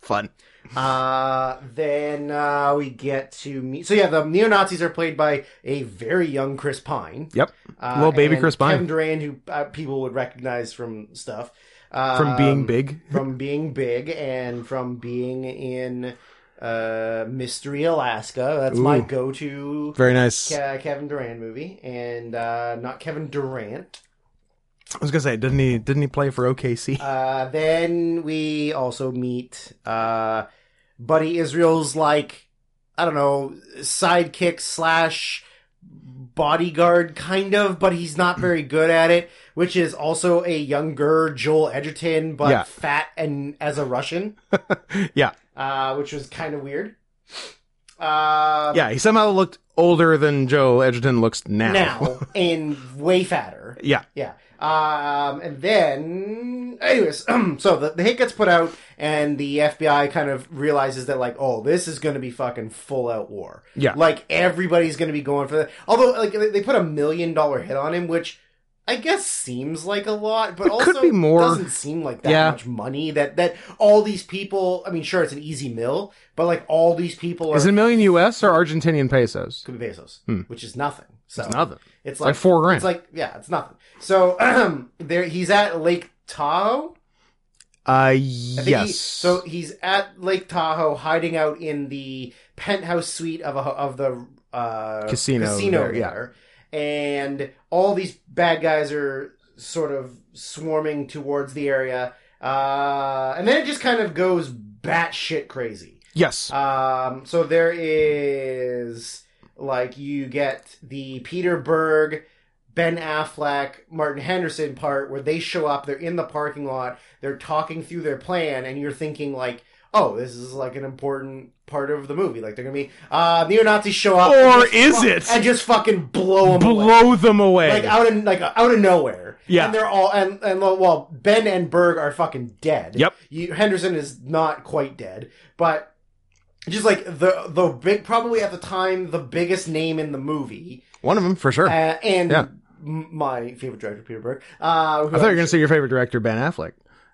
Speaker 1: fun
Speaker 2: Uh, then uh, we get to meet. So yeah, the neo Nazis are played by a very young Chris Pine.
Speaker 1: Yep.
Speaker 2: Uh,
Speaker 1: Little baby
Speaker 2: and
Speaker 1: Chris Pine.
Speaker 2: Kevin Durant, who uh, people would recognize from stuff. Uh,
Speaker 1: from being big.
Speaker 2: from being big and from being in uh, Mystery Alaska. That's my
Speaker 1: Ooh.
Speaker 2: go-to
Speaker 1: Very nice.
Speaker 2: Ke- Kevin Durant movie, and uh, not Kevin Durant.
Speaker 1: I was gonna say, didn't he? Didn't he play for OKC?
Speaker 2: Uh, then we also meet uh, Buddy Israel's like I don't know sidekick slash bodyguard kind of, but he's not very good at it. Which is also a younger Joel Edgerton, but
Speaker 1: Yeah.
Speaker 2: fat and as a Russian.
Speaker 1: yeah,
Speaker 2: uh, which was kind of weird. Uh,
Speaker 1: Yeah, he somehow looked older than Joe Edgerton looks now.
Speaker 2: now and way fatter.
Speaker 1: yeah.
Speaker 2: Yeah. Um, and then, anyways, so the, the hit gets put out, and the FBI kind of realizes that, like, oh, this is going to be fucking full out war.
Speaker 1: Yeah.
Speaker 2: Like, everybody's going to be going for that. Although, like, they they put a million dollar hit on him, which I guess seems like a lot, but
Speaker 1: It
Speaker 2: also
Speaker 1: could be more.
Speaker 2: doesn't seem like that
Speaker 1: Yeah.
Speaker 2: much money that, that all these people, I mean, sure, it's an easy mill, but, like, all these people are.
Speaker 1: Is it a million US or Argentinian pesos?
Speaker 2: could be pesos,
Speaker 1: Hmm.
Speaker 2: which is nothing. So
Speaker 1: It's nothing.
Speaker 2: It's
Speaker 1: It's
Speaker 2: like
Speaker 1: like four grand.
Speaker 2: it's like yeah, it's nothing. So there he's at Lake Tahoe.
Speaker 1: uh,
Speaker 2: I
Speaker 1: yes.
Speaker 2: think he- so he's at Lake Tahoe, hiding out in the penthouse suite of a, ho- of the uh,
Speaker 1: Casino
Speaker 2: Casino
Speaker 1: there, yeah.
Speaker 2: there. and all these bad guys are sort of swarming towards the area. Uh, and then it just kind of goes batshit crazy.
Speaker 1: yes.
Speaker 2: Um, so there is like you get the Peter Berg, Ben Affleck, Martin Henderson part where they show up. They're in the parking lot. They're talking through their plan, and you're thinking like, "Oh, this is like an important part of the movie. Like they're gonna be uh, neo Nazis show up, and
Speaker 1: Or
Speaker 2: just
Speaker 1: is
Speaker 2: fu-
Speaker 1: it?
Speaker 2: and just fucking blow them away
Speaker 1: Blow them away.
Speaker 2: like out of like out of nowhere.
Speaker 1: Yeah.
Speaker 2: and they're all and and well, Ben and Berg are fucking dead.
Speaker 1: Yep.
Speaker 2: you, Henderson is not quite dead, but just like the the big probably at the time the biggest name in the movie
Speaker 1: One of them, for sure.
Speaker 2: uh, and.
Speaker 1: Yeah.
Speaker 2: m- My favorite director, Peter Berg. Uh, who
Speaker 1: I thought you were going to say your favorite director, Ben Affleck.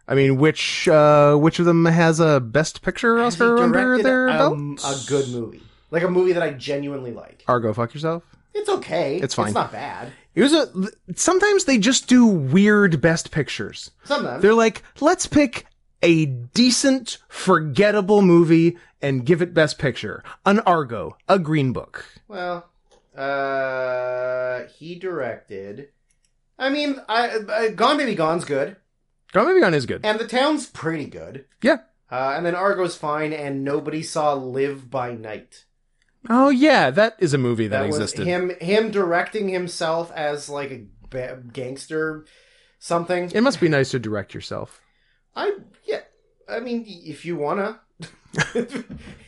Speaker 1: I mean, which uh, which of them has a Best Picture
Speaker 2: Has he
Speaker 1: Oscar under
Speaker 2: directed,
Speaker 1: their
Speaker 2: um,
Speaker 1: belt?
Speaker 2: a good movie, like a movie that I genuinely like.
Speaker 1: Argo, fuck yourself.
Speaker 2: It's okay.
Speaker 1: It's fine.
Speaker 2: It's not bad.
Speaker 1: It was a. Sometimes they just do weird Best Pictures.
Speaker 2: Sometimes
Speaker 1: They're like, let's pick a decent, forgettable movie and give it Best Picture. An Argo, a Green Book.
Speaker 2: Well, uh, he directed. I mean, I, I Gone Baby Gone's good,
Speaker 1: Gone Baby Oh, Gone is good.
Speaker 2: and The Town's pretty good.
Speaker 1: Yeah.
Speaker 2: Uh, and then Argo's fine, and nobody saw Live by Night.
Speaker 1: Oh yeah, that is a movie that,
Speaker 2: was
Speaker 1: existed.
Speaker 2: him him directing himself as like a ba- gangster something.
Speaker 1: It must be nice to direct yourself.
Speaker 2: I yeah. I mean, if you wanna. do, do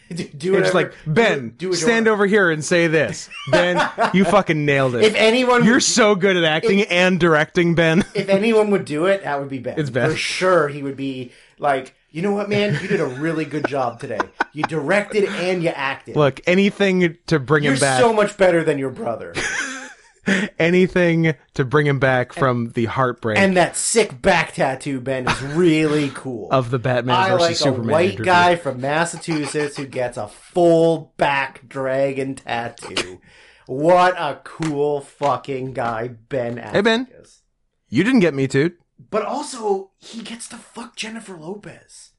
Speaker 1: It's
Speaker 2: whatever-
Speaker 1: like Ben,
Speaker 2: do- do what you
Speaker 1: stand
Speaker 2: wanna."
Speaker 1: over here and say this. Ben, you fucking nailed it.
Speaker 2: If anyone
Speaker 1: You're so good at acting and directing, Ben.
Speaker 2: if anyone would do it, that would be Ben.
Speaker 1: It's Ben.
Speaker 2: For sure, he would be like, you know what, man? You did a really good job today. You directed and you acted.
Speaker 1: Look, anything to bring
Speaker 2: You're
Speaker 1: him back.
Speaker 2: so much better than your brother.
Speaker 1: anything to bring him back from the heartbreak
Speaker 2: and that sick back tattoo, Ben, is really cool.
Speaker 1: of the Batman
Speaker 2: I
Speaker 1: versus
Speaker 2: like
Speaker 1: Superman
Speaker 2: a white
Speaker 1: interview.
Speaker 2: guy from Massachusetts who gets a full back dragon tattoo. What a cool fucking guy Ben Affleck
Speaker 1: Hey, Ben.
Speaker 2: is.
Speaker 1: You didn't get me too.
Speaker 2: But also, he gets to fuck Jennifer Lopez.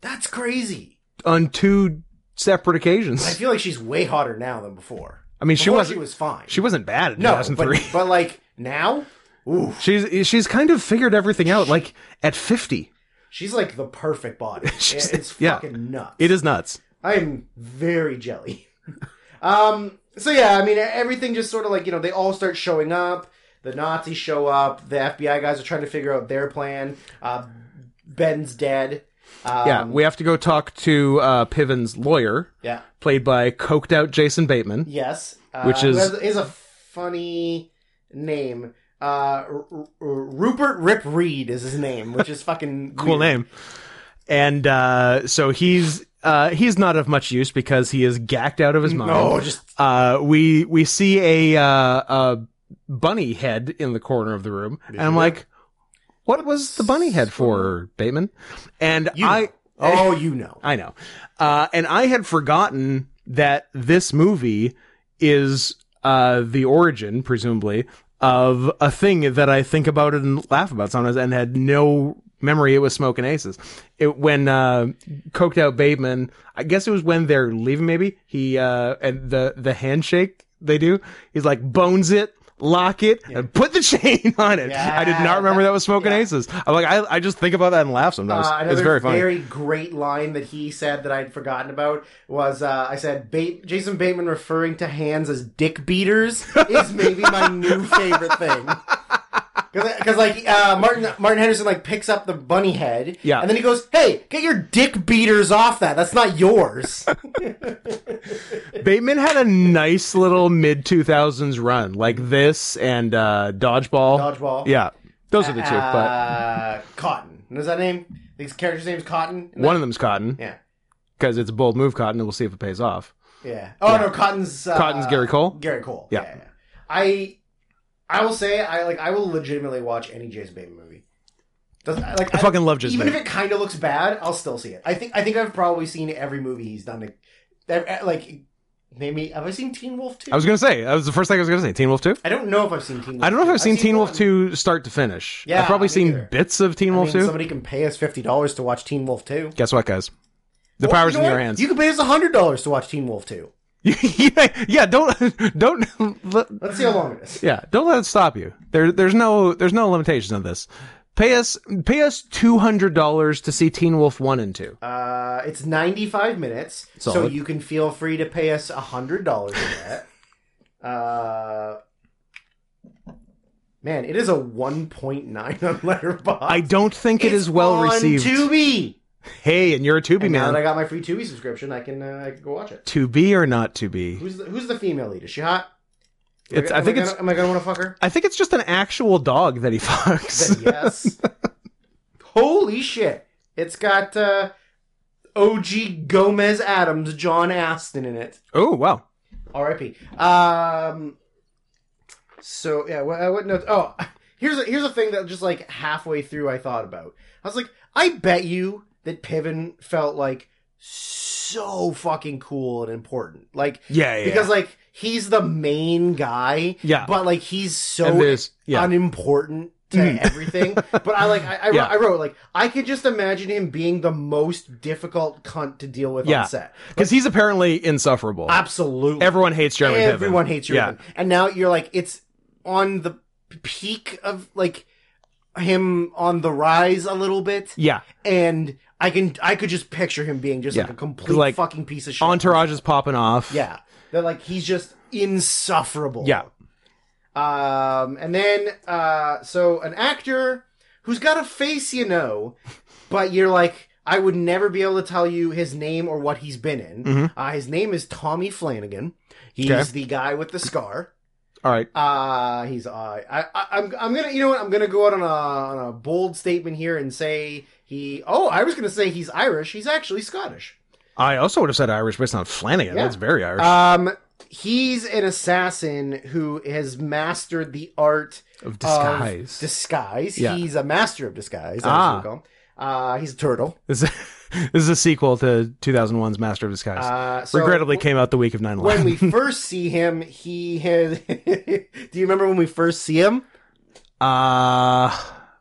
Speaker 2: That's crazy.
Speaker 1: on two separate
Speaker 2: I
Speaker 1: occasions.
Speaker 2: feel like she's way hotter now than before.
Speaker 1: I mean, she
Speaker 2: Before
Speaker 1: wasn't
Speaker 2: She was fine.
Speaker 1: she wasn't bad in
Speaker 2: no, but,
Speaker 1: 2003.
Speaker 2: but like now, ooh,
Speaker 1: she's she's kind of figured everything out. Like at 50,
Speaker 2: she's like the perfect body.
Speaker 1: She's-
Speaker 2: it's
Speaker 1: yeah.
Speaker 2: fucking nuts.
Speaker 1: it is nuts.
Speaker 2: I'm very jelly. um. So yeah, I mean, everything just sort of like you know they all start showing up. The Nazis show up. The FBI guys are trying to figure out their plan. Uh, Ben's dead. Um,
Speaker 1: yeah, we have to go talk to uh, Piven's lawyer,
Speaker 2: yeah.
Speaker 1: played by coked out Jason Bateman.
Speaker 2: Yes, uh,
Speaker 1: Which
Speaker 2: who
Speaker 1: is-
Speaker 2: has- is a funny name. Uh, R- R- Rupert Rip Reed is his name, which is fucking
Speaker 1: Cool
Speaker 2: weird.
Speaker 1: name. And uh, so he's uh, he's not of much use because he is gacked out of his mind.
Speaker 2: No, just
Speaker 1: uh, we we see a uh, a bunny head in the corner of the room, and I'm like, "What was the bunny head for, Bateman?" And
Speaker 2: You
Speaker 1: I
Speaker 2: oh, you know,
Speaker 1: I know, uh, and I had forgotten that this movie is uh, the origin, presumably, of a thing that I think about and laugh about sometimes, and had no memory it was smoking aces it when uh coked out bateman i guess it was when they're leaving maybe he uh and the the handshake they do he's like bones it lock it and put the chain on it i did
Speaker 2: Yeah,
Speaker 1: not remember
Speaker 2: that-
Speaker 1: that, was smoking
Speaker 2: yeah.
Speaker 1: aces i'm like I, I just think about that and laugh sometimes
Speaker 2: uh,
Speaker 1: it's
Speaker 2: another
Speaker 1: very funny
Speaker 2: very great line that he said that I'd forgotten about was uh, I said ba- Jason Bateman referring to hands as dick beaters is maybe my new favorite thing. Because like uh, Martin Martin Henderson like picks up the bunny head,
Speaker 1: Yeah.
Speaker 2: and then he goes, "Hey, get your dick beaters off that. That's not yours."
Speaker 1: Bateman had a nice little mid 2000s run, like this and uh, Dodgeball.
Speaker 2: Dodgeball.
Speaker 1: Yeah, those are the two. but
Speaker 2: Uh, Cotton. What is that name? These character's name's Cotton.
Speaker 1: one of them's Cotton
Speaker 2: Yeah.
Speaker 1: because it's a bold move, Cotton, and we'll see if it pays off.
Speaker 2: Yeah. Oh no, Cotton's uh,
Speaker 1: Cotton's Gary Cole?
Speaker 2: Gary Cole.
Speaker 1: Yeah.
Speaker 2: Yeah. yeah, yeah. I I will say I like I will legitimately watch any Jason Bateman movie. Doesn't like
Speaker 1: I fucking love Jason
Speaker 2: even
Speaker 1: Bateman.
Speaker 2: if it kind of looks bad, I'll still see it. I think I think I've probably seen every movie he's done. Like, like maybe have I seen Teen Wolf two?
Speaker 1: I was gonna say that was the first thing I was gonna say. Teen Wolf Two.
Speaker 2: I don't know if I've seen Teen. Wolf
Speaker 1: I don't know if
Speaker 2: 2.
Speaker 1: I've seen Teen Wolf
Speaker 2: one.
Speaker 1: Two start to finish.
Speaker 2: Yeah,
Speaker 1: I've probably
Speaker 2: me
Speaker 1: seen
Speaker 2: neither.
Speaker 1: bits of Teen
Speaker 2: I
Speaker 1: Wolf
Speaker 2: mean,
Speaker 1: Two.
Speaker 2: Somebody can pay us fifty dollars to watch Teen Wolf two.
Speaker 1: Guess what, guys? The
Speaker 2: Well,
Speaker 1: power's
Speaker 2: you know
Speaker 1: in your
Speaker 2: what?
Speaker 1: hands.
Speaker 2: You can pay us hundred dollars to watch Teen Wolf two.
Speaker 1: yeah, yeah, don't don't let-
Speaker 2: Let's see how long it is.
Speaker 1: yeah, don't let it stop you. There there's no there's no limitations on this. Pay us pay us two hundred dollars to see Teen Wolf One and Two.
Speaker 2: Uh, it's ninety five minutes, so
Speaker 1: Solid.
Speaker 2: you can feel free to pay us hundred dollars for that. uh, man, it is a one point nine on Letterboxd.
Speaker 1: I don't think it is well
Speaker 2: on
Speaker 1: received.
Speaker 2: Tubi.
Speaker 1: hey, and you're a Tubi
Speaker 2: And now
Speaker 1: man.
Speaker 2: that I got my free Tubi subscription, I can uh, I can go watch it.
Speaker 1: to be or not to be.
Speaker 2: Who's the Who's the female lead? Is she hot? Am
Speaker 1: It's I
Speaker 2: am
Speaker 1: think
Speaker 2: gonna,
Speaker 1: it's
Speaker 2: Am I gonna want to fuck her?
Speaker 1: I think it's just an actual dog that he fucks.
Speaker 2: Then yes. Holy shit! It's got uh, OG Gomez Adams, John Aston in it.
Speaker 1: oh wow.
Speaker 2: R.I.P. Um. So yeah, what, uh, what notes? Oh, here's a, here's a thing that just like halfway through I thought about. I was like, I bet you that Piven felt like so fucking cool and important. Like
Speaker 1: Yeah, yeah.
Speaker 2: because like he's the main guy
Speaker 1: Yeah.
Speaker 2: but like he's
Speaker 1: and
Speaker 2: so
Speaker 1: there's yeah.
Speaker 2: unimportant to
Speaker 1: Mm.
Speaker 2: everything but i like I, I, wrote-
Speaker 1: Yeah.
Speaker 2: I wrote like i could just imagine him being the most difficult cunt to deal with
Speaker 1: Yeah.
Speaker 2: on set
Speaker 1: Because he's apparently insufferable.
Speaker 2: absolutely
Speaker 1: Everyone hates Jeremy Piven.
Speaker 2: everyone hates your
Speaker 1: Yeah.
Speaker 2: and now you're like it's on the peak of like him on the rise a little bit
Speaker 1: Yeah.
Speaker 2: and i can i could just picture him being just like
Speaker 1: Yeah.
Speaker 2: a complete
Speaker 1: Like,
Speaker 2: fucking piece of shit
Speaker 1: Entourage is popping off.
Speaker 2: yeah. They're like he's just insufferable.
Speaker 1: Yeah.
Speaker 2: Um and then uh so an actor who's got a face you know, but you're like I would never be able to tell you his name or what he's been in.
Speaker 1: Mhm.
Speaker 2: Uh, his name is Tommy Flanagan. He's
Speaker 1: Okay.
Speaker 2: the guy with the scar.
Speaker 1: All right.
Speaker 2: Uh he's uh, I, I I'm I'm gonna you know what I'm gonna go out on a on a bold statement here and say he oh I was gonna say he's Irish he's actually Scottish.
Speaker 1: I also would have said Irish based on Flanagan.
Speaker 2: Yeah.
Speaker 1: That's very Irish.
Speaker 2: Um, he's an assassin who has mastered the art
Speaker 1: of
Speaker 2: of
Speaker 1: disguise.
Speaker 2: disguise.
Speaker 1: Yeah.
Speaker 2: He's a master of disguise.
Speaker 1: Ah.
Speaker 2: Ah. Uh, he's a turtle.
Speaker 1: this, is, this is a sequel to 2001's Master of Disguise.
Speaker 2: Uh, so
Speaker 1: Regrettably
Speaker 2: w-
Speaker 1: came out the week of 9
Speaker 2: When
Speaker 1: 11.
Speaker 2: we first see him, he has. Do you remember when we first see him?
Speaker 1: uh,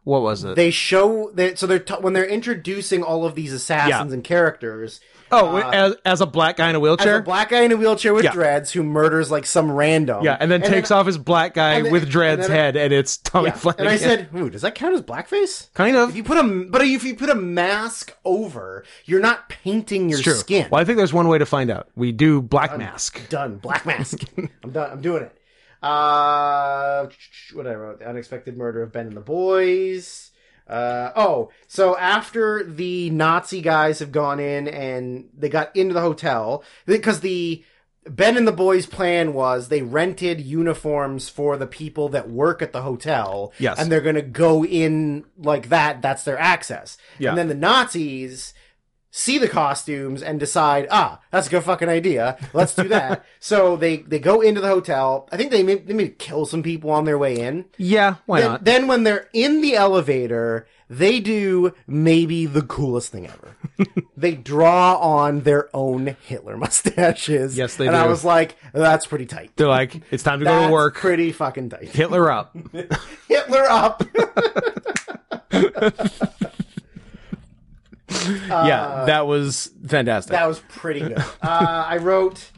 Speaker 1: what was it?
Speaker 2: They show that so they're t- when they're introducing all of these assassins and characters.
Speaker 1: oh,
Speaker 2: uh,
Speaker 1: as, as a black guy in a
Speaker 2: As
Speaker 1: wheelchair?
Speaker 2: a black guy in a wheelchair with
Speaker 1: Yeah.
Speaker 2: dreads who murders like some random.
Speaker 1: yeah, and then takes off his black guy
Speaker 2: and then-
Speaker 1: with dreads
Speaker 2: and then-
Speaker 1: head, and it's Tommy Flanagan.
Speaker 2: And I said, "Ooh, does that count as blackface?"
Speaker 1: kind
Speaker 2: If
Speaker 1: of.
Speaker 2: you put a but if you put a mask over, you're not painting your
Speaker 1: It's true.
Speaker 2: skin. Um,
Speaker 1: Well, I think there's one way to find out. We do Black Mask.
Speaker 2: Done. Black mask. I'm done. I'm doing it. Uh, what I wrote: the unexpected murder of Ben and the boys. Uh, oh, so after the Nazi guys have gone in and they got into the hotel because the Ben and the boys' plan was they rented uniforms for the people that work at the hotel.
Speaker 1: Yes.
Speaker 2: and they're gonna go in like that. That's their access.
Speaker 1: Yeah.
Speaker 2: and then the Nazis see the costumes and decide, ah, that's a good fucking idea. Let's do that. so they they go into the hotel. I think they maybe, they maybe kill some people on their way in.
Speaker 1: Yeah, why
Speaker 2: Then,
Speaker 1: not?
Speaker 2: then when they're in the elevator, they do maybe the coolest thing ever. they draw on their own Hitler mustaches.
Speaker 1: Yes, they
Speaker 2: and I
Speaker 1: do.
Speaker 2: was like, that's pretty tight.
Speaker 1: They're like, it's time to go
Speaker 2: That's Uh,
Speaker 1: to work.
Speaker 2: pretty fucking tight.
Speaker 1: Hitler up.
Speaker 2: Hitler up.
Speaker 1: yeah, that was fantastic.
Speaker 2: That was pretty good. Uh, I wrote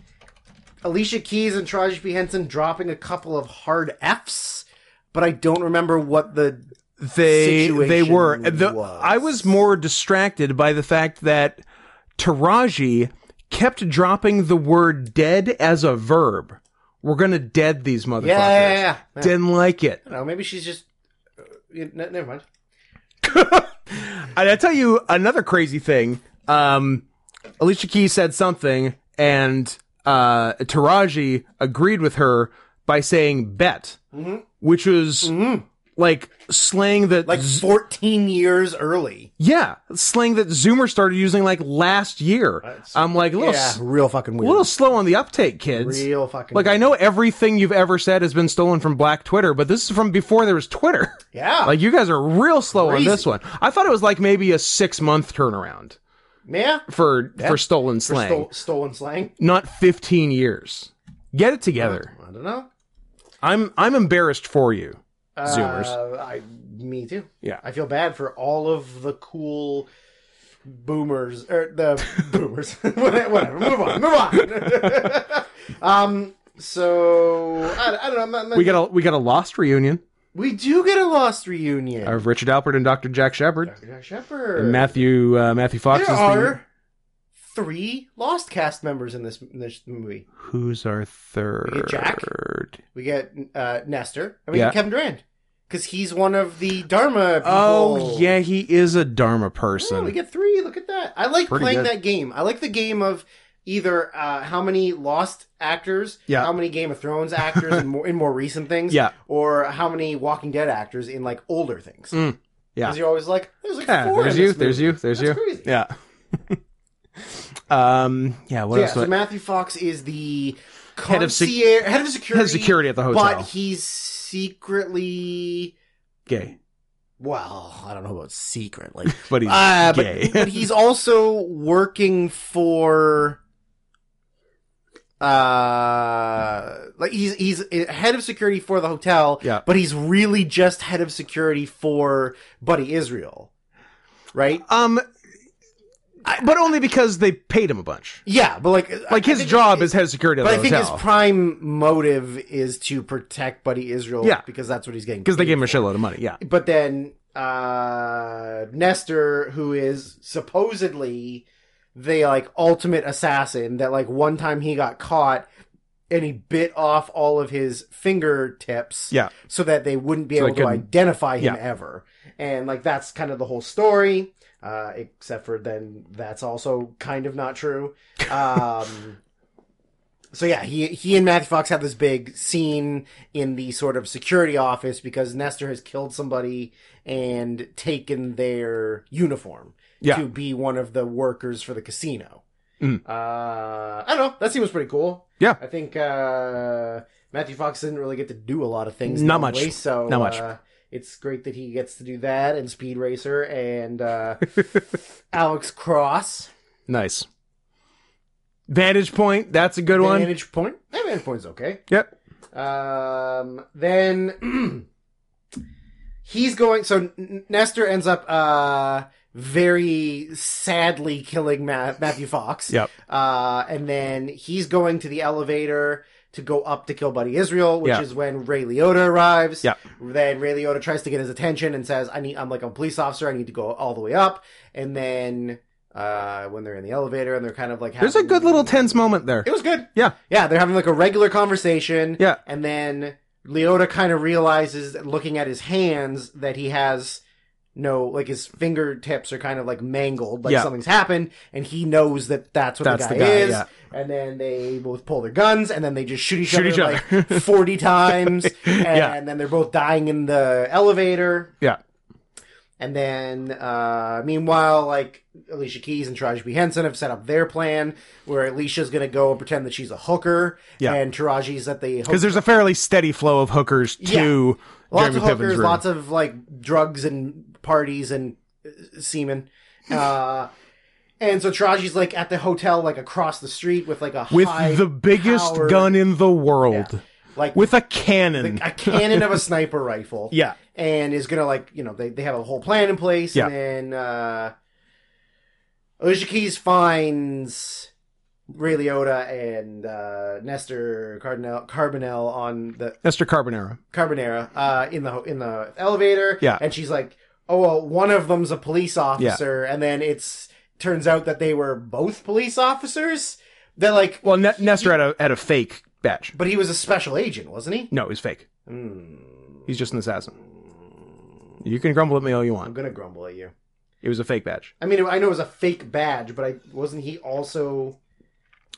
Speaker 2: Alicia Keys and Taraji P Henson dropping a couple of hard Fs, but I don't remember what the
Speaker 1: they they
Speaker 2: situation
Speaker 1: were the,
Speaker 2: was.
Speaker 1: I was more distracted by the fact that Taraji kept dropping the word dead as a verb. We're gonna dead these motherfuckers.
Speaker 2: yeah, yeah, yeah.
Speaker 1: Didn't like it.
Speaker 2: I don't know, maybe she's just N- never mind.
Speaker 1: And I'll tell you another crazy thing. Um, Alicia Keys said something, and uh, Taraji agreed with her by saying bet,
Speaker 2: Mm-hmm.
Speaker 1: which was like slang that
Speaker 2: Like 14 years early.
Speaker 1: yeah, slang that Zoomer started using like last year. I'm like, a little,
Speaker 2: Yeah,
Speaker 1: s-
Speaker 2: real fucking
Speaker 1: a
Speaker 2: weird.
Speaker 1: little slow on the uptake, kids.
Speaker 2: real fucking
Speaker 1: Like I know everything you've ever said has been stolen from Black Twitter, but this is from before there was Twitter.
Speaker 2: Yeah.
Speaker 1: Like you guys are real slow
Speaker 2: Crazy.
Speaker 1: on this one. I thought it was like maybe a six month turnaround
Speaker 2: yeah.
Speaker 1: for for stolen
Speaker 2: For
Speaker 1: slang,
Speaker 2: stol- stolen slang.
Speaker 1: not fifteen years. Get it together.
Speaker 2: I don't know.
Speaker 1: I'm I'm embarrassed for you. Zoomers.
Speaker 2: Uh, I, me too.
Speaker 1: Yeah.
Speaker 2: I feel bad for all of the cool boomers or the boomers. Whatever. Move on. Move on. um. So I, I don't know. I'm not- I'm not-
Speaker 1: We got a we got a lost reunion
Speaker 2: we do get a lost reunion.
Speaker 1: of Richard Alpert and Dr. Jack Shepard.
Speaker 2: Dr. Jack Shepard.
Speaker 1: And Matthew uh, Matthew Fox
Speaker 2: there
Speaker 1: is
Speaker 2: are
Speaker 1: the
Speaker 2: three lost cast members in this in this movie.
Speaker 1: who's our
Speaker 2: We
Speaker 1: third.
Speaker 2: get Jack. We get uh, Nestor and we
Speaker 1: Yeah.
Speaker 2: get Kevin Durant because he's one of the Dharma. People.
Speaker 1: Oh yeah, he is a Dharma
Speaker 2: Oh, we
Speaker 1: person.
Speaker 2: get three. Look at that. I like
Speaker 1: Pretty
Speaker 2: playing
Speaker 1: good.
Speaker 2: that game. I like the game of either uh, how many Lost actors,
Speaker 1: Yeah.
Speaker 2: how many Game of Thrones actors in, more, in more recent things,
Speaker 1: Yeah.
Speaker 2: or how many Walking Dead actors in like older things.
Speaker 1: Mm. Yeah.
Speaker 2: because you're always like, there's like
Speaker 1: Yeah,
Speaker 2: four.
Speaker 1: there's
Speaker 2: in
Speaker 1: you,
Speaker 2: this
Speaker 1: there's
Speaker 2: movie.
Speaker 1: you, there's
Speaker 2: That's
Speaker 1: you.
Speaker 2: crazy.
Speaker 1: Yeah. um. Yeah. What
Speaker 2: yeah,
Speaker 1: else?
Speaker 2: so
Speaker 1: do I-
Speaker 2: Matthew Fox is the
Speaker 1: Head of sec-
Speaker 2: concierge, head of security,
Speaker 1: Head of security at the hotel.
Speaker 2: but he's secretly.
Speaker 1: gay,
Speaker 2: Well, I don't know about secretly.
Speaker 1: but he's
Speaker 2: Uh, but,
Speaker 1: gay.
Speaker 2: but he's also working for uh like he's he's head of security for the hotel
Speaker 1: Yeah.
Speaker 2: but he's really just head of security for buddy israel right
Speaker 1: um, I- but only because they paid him a bunch.
Speaker 2: yeah but like
Speaker 1: Like
Speaker 2: I
Speaker 1: his
Speaker 2: think-
Speaker 1: job is head of security at
Speaker 2: but
Speaker 1: the
Speaker 2: i think his
Speaker 1: hotel
Speaker 2: prime motive is to protect buddy israel
Speaker 1: Yeah.
Speaker 2: because that's what he's getting
Speaker 1: because they gave
Speaker 2: paid
Speaker 1: him a
Speaker 2: for.
Speaker 1: shitload of money. Yeah.
Speaker 2: but then uh Nestor, who is supposedly the like ultimate assassin, that like one time he got caught and he bit off all of his fingertips
Speaker 1: Yeah.
Speaker 2: so that they wouldn't be
Speaker 1: So they
Speaker 2: able to
Speaker 1: couldn't-
Speaker 2: identify him
Speaker 1: Yeah.
Speaker 2: ever. And like that's kind of the whole story. Uh, except for then that's also kind of not true. Um So yeah, he he and Matthew Fox have this big scene in the sort of security office because Nestor has killed somebody and taken their uniform
Speaker 1: Yeah.
Speaker 2: to be one of the workers for the casino.
Speaker 1: Mm.
Speaker 2: Uh, I don't know. That scene was pretty cool.
Speaker 1: Yeah.
Speaker 2: I think uh, Matthew Fox didn't really get to do a lot of things.
Speaker 1: Not
Speaker 2: normally,
Speaker 1: much.
Speaker 2: So
Speaker 1: Not much.
Speaker 2: Uh, it's great that he gets to do that and Speed Racer and uh, Alex Cross.
Speaker 1: Nice. Vantage point. That's a good one.
Speaker 2: Vantage point. That vantage point's okay.
Speaker 1: Yep.
Speaker 2: Um, then he's going. So N- Nestor ends up uh, very sadly killing Ma- Matthew Fox.
Speaker 1: Yep.
Speaker 2: Uh, and then he's going to the elevator to go up to kill Buddy Israel, which
Speaker 1: Yeah.
Speaker 2: is when Ray Liotta arrives.
Speaker 1: Yep.
Speaker 2: Then Ray Liotta tries to get his attention and says, "I need. I'm like a police officer. I need to go all the way up." And then uh, when they're in the elevator and they're kind of like,
Speaker 1: There's a
Speaker 2: having-
Speaker 1: good little tense moment there.
Speaker 2: It was good.
Speaker 1: Yeah.
Speaker 2: Yeah, they're having like a regular conversation.
Speaker 1: Yeah.
Speaker 2: And then Leota kind of realizes, looking at his hands, that he has no, like his fingertips are kind of like mangled, like
Speaker 1: Yeah.
Speaker 2: something's happened, and he knows that that's what
Speaker 1: That's
Speaker 2: the
Speaker 1: the
Speaker 2: guy,
Speaker 1: guy,
Speaker 2: is.
Speaker 1: yeah.
Speaker 2: And then they both pull their guns, and then they just shoot each
Speaker 1: Shoot
Speaker 2: other
Speaker 1: each
Speaker 2: like 40 times, and,
Speaker 1: Yeah.
Speaker 2: and then they're both dying in the elevator.
Speaker 1: Yeah.
Speaker 2: And then, uh, meanwhile, like Alicia Keys and Taraji P Henson have set up their plan, where Alicia's going to go and pretend that she's a hooker,
Speaker 1: Yeah.
Speaker 2: and Taraji's at the
Speaker 1: Because there's a fairly steady flow of hookers to
Speaker 2: Yeah. lots
Speaker 1: Jeremy
Speaker 2: of hookers,
Speaker 1: Piven's room.
Speaker 2: lots of like drugs and parties and uh, semen. Uh, and so Taraji's like at the hotel, like across the street, with like a
Speaker 1: with
Speaker 2: high
Speaker 1: the biggest
Speaker 2: powered-
Speaker 1: gun in the world,
Speaker 2: like
Speaker 1: with a cannon.
Speaker 2: a cannon of a sniper rifle.
Speaker 1: yeah.
Speaker 2: and is gonna like you know they, they have a whole plan in place
Speaker 1: Yeah.
Speaker 2: and then uh Alicia Keys finds Ray Liotta and uh Nestor Cardinal Carbonell on the
Speaker 1: Esther Carbonara.
Speaker 2: Carbonera uh in the in the elevator
Speaker 1: Yeah.
Speaker 2: and she's like oh well one of them's a police officer and then it's turns out that they were both police officers they're like
Speaker 1: Well, N- Nestor had a had a fake badge.
Speaker 2: but he was a special agent wasn't he
Speaker 1: No, he's fake.
Speaker 2: Hmm.
Speaker 1: He's just an assassin. You can grumble at me all you
Speaker 2: I'm
Speaker 1: want.
Speaker 2: gonna grumble at you.
Speaker 1: It was a fake badge.
Speaker 2: I mean, I know it was a fake badge, but I wasn't he also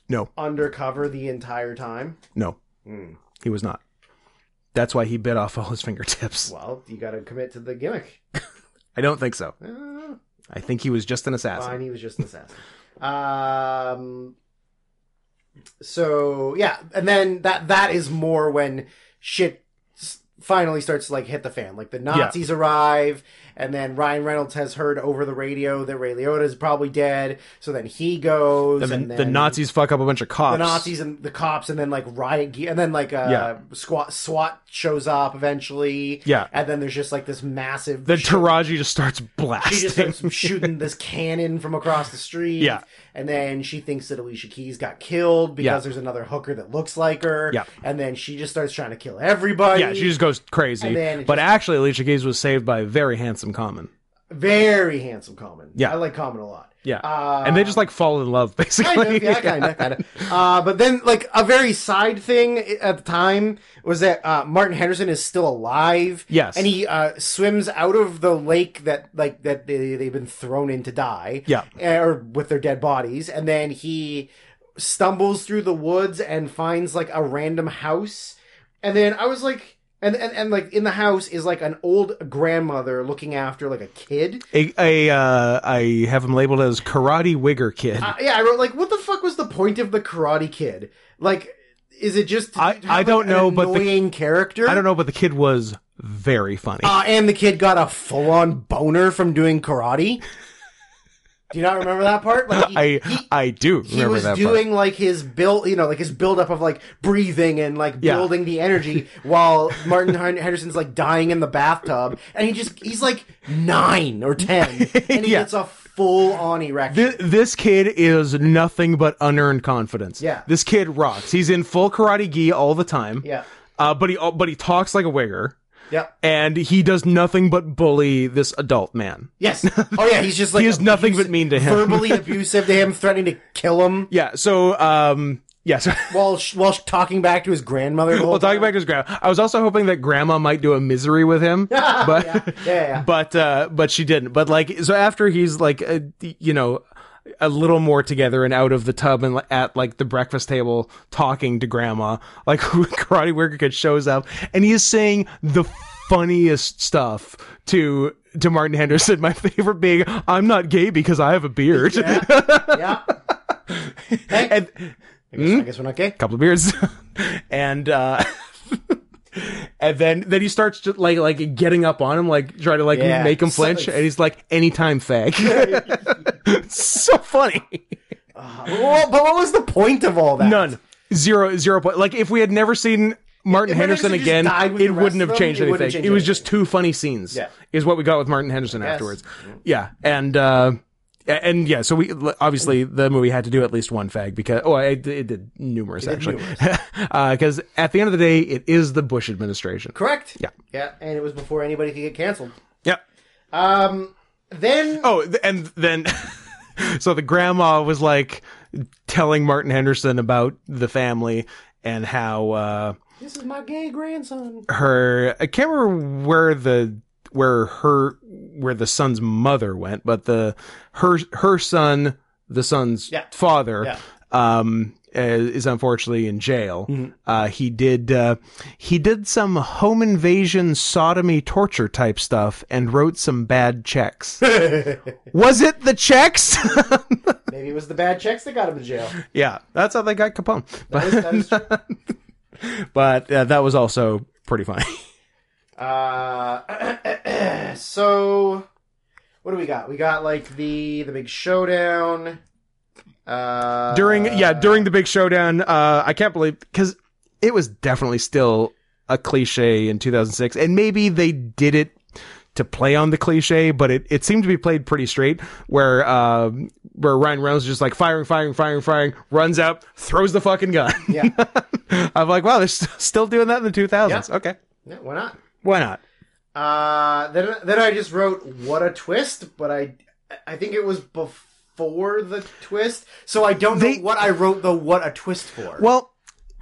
Speaker 1: No.
Speaker 2: undercover the entire time.
Speaker 1: No,
Speaker 2: Hmm.
Speaker 1: he was not. That's why he bit off all his fingertips.
Speaker 2: Well, you got to commit to the gimmick.
Speaker 1: I don't think so.
Speaker 2: Uh,
Speaker 1: I think he was just an assassin.
Speaker 2: fine, he was just an assassin. um, so yeah, and then that that is more when shit s- finally starts to like hit the fan. Like the Nazis arrive, and then Ryan Reynolds has heard over the radio that Ray Liotta is probably dead. So then he goes,
Speaker 1: The,
Speaker 2: and
Speaker 1: the
Speaker 2: then-
Speaker 1: Nazis fuck up a bunch of cops.
Speaker 2: the Nazis and the cops, and then like riot gear, and then like uh,
Speaker 1: Yeah.
Speaker 2: squat SWAT shows up eventually.
Speaker 1: Yeah.
Speaker 2: and then there's just like this massive.
Speaker 1: The
Speaker 2: sh-
Speaker 1: Taraji just starts
Speaker 2: she just
Speaker 1: blasting.
Speaker 2: starts shooting this cannon from across the street.
Speaker 1: Yeah.
Speaker 2: and then she thinks that Alicia Keys got killed because
Speaker 1: Yeah.
Speaker 2: there's another hooker that looks like her.
Speaker 1: Yeah.
Speaker 2: and then she just starts trying to kill everybody.
Speaker 1: yeah, she just goes crazy.
Speaker 2: And then it
Speaker 1: But
Speaker 2: just-
Speaker 1: actually, Alicia Keys was saved by a very handsome Common.
Speaker 2: very handsome Common.
Speaker 1: Yeah.
Speaker 2: I like Common a lot.
Speaker 1: Yeah.
Speaker 2: Uh,
Speaker 1: and they just like fall in love, basically.
Speaker 2: kind of, yeah, kind of, kind of. Uh, but then, like a very side thing at the time was that uh, Martin Henderson is still alive.
Speaker 1: Yes.
Speaker 2: and he uh, swims out of the lake that like that they, they've been thrown in to die.
Speaker 1: Yeah.
Speaker 2: eh, or with their dead bodies, and then he stumbles through the woods and finds like a random house, and then I was like. And, and, and like in the house is like an old grandmother looking after like a kid.
Speaker 1: A, a, uh, I have him labeled as Karate Wigger Kid.
Speaker 2: Uh, yeah, I wrote like, what the fuck was the point of the Karate Kid? Like, is it just to
Speaker 1: I-
Speaker 2: have,
Speaker 1: I
Speaker 2: like,
Speaker 1: don't
Speaker 2: an
Speaker 1: know, but the-
Speaker 2: annoying character.
Speaker 1: I don't know, but the kid was very funny.
Speaker 2: Uh, and the kid got a full-on boner from doing karate. Do you not remember that part? Like, he,
Speaker 1: I
Speaker 2: he-
Speaker 1: I do
Speaker 2: he
Speaker 1: remember
Speaker 2: was
Speaker 1: that part.
Speaker 2: doing like his build, you know, like his build-up of like breathing and like
Speaker 1: Yeah.
Speaker 2: building the energy while Martin Hen- Henderson's like dying in the bathtub, and he just he's like nine or ten, and he
Speaker 1: Yeah.
Speaker 2: gets a full-on
Speaker 1: Th-
Speaker 2: erection.
Speaker 1: this kid is nothing but unearned confidence.
Speaker 2: Yeah.
Speaker 1: this kid rocks. He's in full karate gi all the time.
Speaker 2: yeah,
Speaker 1: uh, but he oh, but he talks like a wigger,
Speaker 2: yeah.
Speaker 1: and he does nothing but bully this adult man.
Speaker 2: Yes. Oh yeah, he's just like
Speaker 1: He is nothing but mean to him.
Speaker 2: verbally abusive to him, threatening to kill him
Speaker 1: Yeah. So um. Yeah. So
Speaker 2: while sh- while sh- talking back to his grandmother. The whole
Speaker 1: well, talking
Speaker 2: time.
Speaker 1: back to his grandma, I was also hoping that grandma might do a misery with him, but
Speaker 2: yeah, yeah, yeah.
Speaker 1: but uh, but she didn't. But like, so after he's like, uh, you know, a little more together and out of the tub and at like the breakfast table talking to grandma, like Karate Worker Kid shows up and he is saying the funniest stuff to to Martin Henderson. My favorite being, "I'm not gay because I have a beard."
Speaker 2: yeah. Hey, I, guess, I guess we're not gay.
Speaker 1: couple of beers, and uh, and then then he starts to like like getting up on him, like try to like
Speaker 2: Yeah.
Speaker 1: make him
Speaker 2: So-
Speaker 1: flinch, and he's like, "Anytime, fag." so funny.
Speaker 2: Well, but what was the point of all that?
Speaker 1: None. Zero. Zero point. Like if we had never seen. Martin
Speaker 2: If Martin
Speaker 1: Henderson
Speaker 2: Henderson just
Speaker 1: again,
Speaker 2: died with the
Speaker 1: it
Speaker 2: rest
Speaker 1: wouldn't
Speaker 2: of
Speaker 1: have
Speaker 2: them,
Speaker 1: changed
Speaker 2: it
Speaker 1: anything.
Speaker 2: wouldn't change
Speaker 1: it was just
Speaker 2: anything.
Speaker 1: two funny scenes,
Speaker 2: Yeah.
Speaker 1: is what we got with Martin Henderson
Speaker 2: guess.
Speaker 1: afterwards. Yeah, and uh, a- and yeah, so we obviously the movie had to do at least one fag because oh, it, it did numerous actually, because at the end of the day, it is the Bush administration.
Speaker 2: Correct.
Speaker 1: Yeah.
Speaker 2: Yeah, and it was before anybody could get canceled.
Speaker 1: Yeah.
Speaker 2: Um. Then
Speaker 1: Oh, th- and then so the grandma was like telling Martin Henderson about the family and how uh,
Speaker 2: this is my gay grandson.
Speaker 1: her I can't remember where the where her where the son's mother went, but the her her son, the son's
Speaker 2: Yeah.
Speaker 1: father,
Speaker 2: Yeah.
Speaker 1: um, is, is unfortunately in jail. Uh, he did uh, he did some home invasion, sodomy, torture type stuff, and wrote some bad checks. Was it the checks?
Speaker 2: Maybe it was the bad checks that got him in jail.
Speaker 1: yeah, that's how they got Capone.
Speaker 2: That is, that is true.
Speaker 1: But uh, that was also pretty funny.
Speaker 2: Uh, so what do we got? We got like the the big showdown. Uh,
Speaker 1: during yeah during the big showdown uh i can't believe because it was definitely still a cliche in 2006 and maybe they did it to play on the cliche but it, it seemed to be played pretty straight where um where ryan reynolds is just like firing firing firing firing runs up throws the fucking gun
Speaker 2: Yeah.
Speaker 1: i'm like wow they're st- still doing that in the 2000s okay
Speaker 2: yeah, why not?
Speaker 1: why not
Speaker 2: Uh, then then I just wrote what a twist, but I I think it was before the twist, so I don't
Speaker 1: They-
Speaker 2: know what I wrote the what a twist for.
Speaker 1: Well,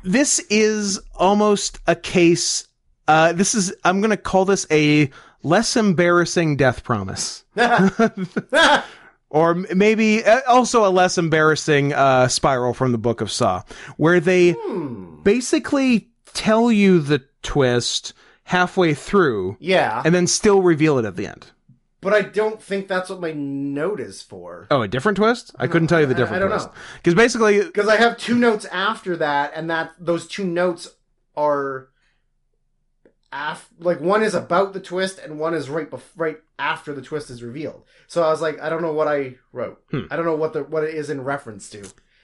Speaker 1: this is almost a case. Uh, this is I'm going to call this a less embarrassing death promise.
Speaker 2: yeah,
Speaker 1: Or m- maybe uh, also a less embarrassing uh, spiral from the Book of Saw, where they
Speaker 2: Hmm.
Speaker 1: basically tell you the twist halfway through and then still reveal it at the end.
Speaker 2: but I don't think that's what my note is for.
Speaker 1: Oh, a different twist? I couldn't tell you the
Speaker 2: I-
Speaker 1: different
Speaker 2: I don't
Speaker 1: twist.
Speaker 2: know.
Speaker 1: Because basically,
Speaker 2: Because I have two notes after that, and that those two notes are, af- like one is about the twist, and one is right bef- right after the twist is revealed. So I was like, I don't know what I wrote.
Speaker 1: Hmm.
Speaker 2: I don't know what the what it is in reference to.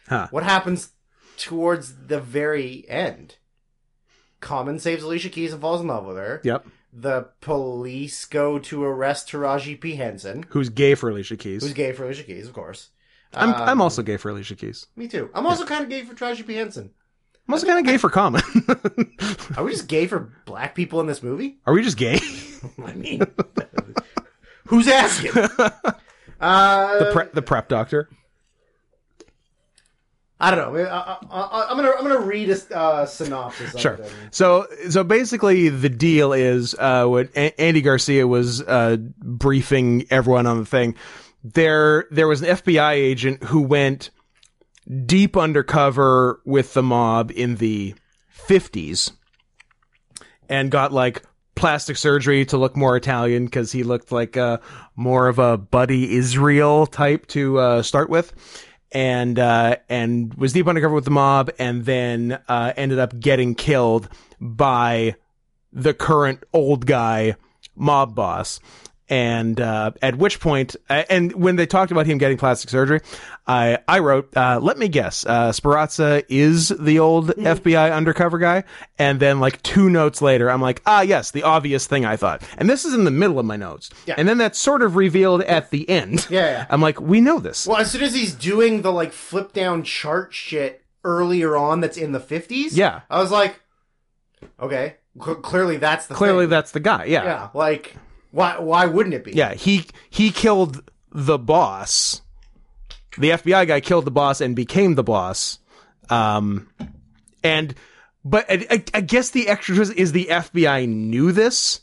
Speaker 1: Huh.
Speaker 2: What happens towards the very end? Common saves Alicia Keys and falls in love with her.
Speaker 1: yep,
Speaker 2: The police go to arrest Taraji P Henson,
Speaker 1: who's gay for Alicia Keys?
Speaker 2: who's gay for Alicia Keys, of course.
Speaker 1: I'm, I'm
Speaker 2: Um,
Speaker 1: also gay for Alicia Keys.
Speaker 2: me too. I'm also kind of gay for Taraji P Henson.
Speaker 1: I'm also kind of gay for Common.
Speaker 2: Are we just gay for black people in this movie?
Speaker 1: Are we just gay?
Speaker 2: I mean, who's asking?
Speaker 1: the,
Speaker 2: Uh,
Speaker 1: pre- the prep doctor.
Speaker 2: I don't know. I, I, I, I'm gonna I'm gonna read a s- uh, synopsis. of
Speaker 1: Sure.
Speaker 2: it.
Speaker 1: So, so basically, the deal is uh, what a- Andy Garcia was uh, briefing everyone on the thing. There, there was an FBI agent who went deep undercover with the mob in the fifties, and got like plastic surgery to look more Italian because he looked like uh, more of a Buddy Israel type to uh, start with, and uh, and was deep undercover with the mob, and then uh, ended up getting killed by the current old guy mob boss. And uh, at which point, a- and when they talked about him getting plastic surgery, I I wrote, uh, let me guess, uh, Sparazza is the old
Speaker 2: Hmm.
Speaker 1: FBI undercover guy. And then like two notes later, I'm like, ah, yes, the obvious thing I thought. And this is in the middle of my notes.
Speaker 2: Yeah.
Speaker 1: And then that's sort of revealed at the end.
Speaker 2: Yeah, yeah.
Speaker 1: I'm like, we know this.
Speaker 2: Well, as soon as he's doing the like flip down chart shit earlier on, that's in the fifties.
Speaker 1: Yeah.
Speaker 2: I was like, okay, cl- clearly that's the
Speaker 1: Clearly,
Speaker 2: thing.
Speaker 1: that's the guy. Yeah.
Speaker 2: yeah. Like, why why wouldn't it be?
Speaker 1: Yeah, he he killed the boss. The FBI guy killed the boss and became the boss. Um, and but I, I- I guess the extra twist is the FBI knew this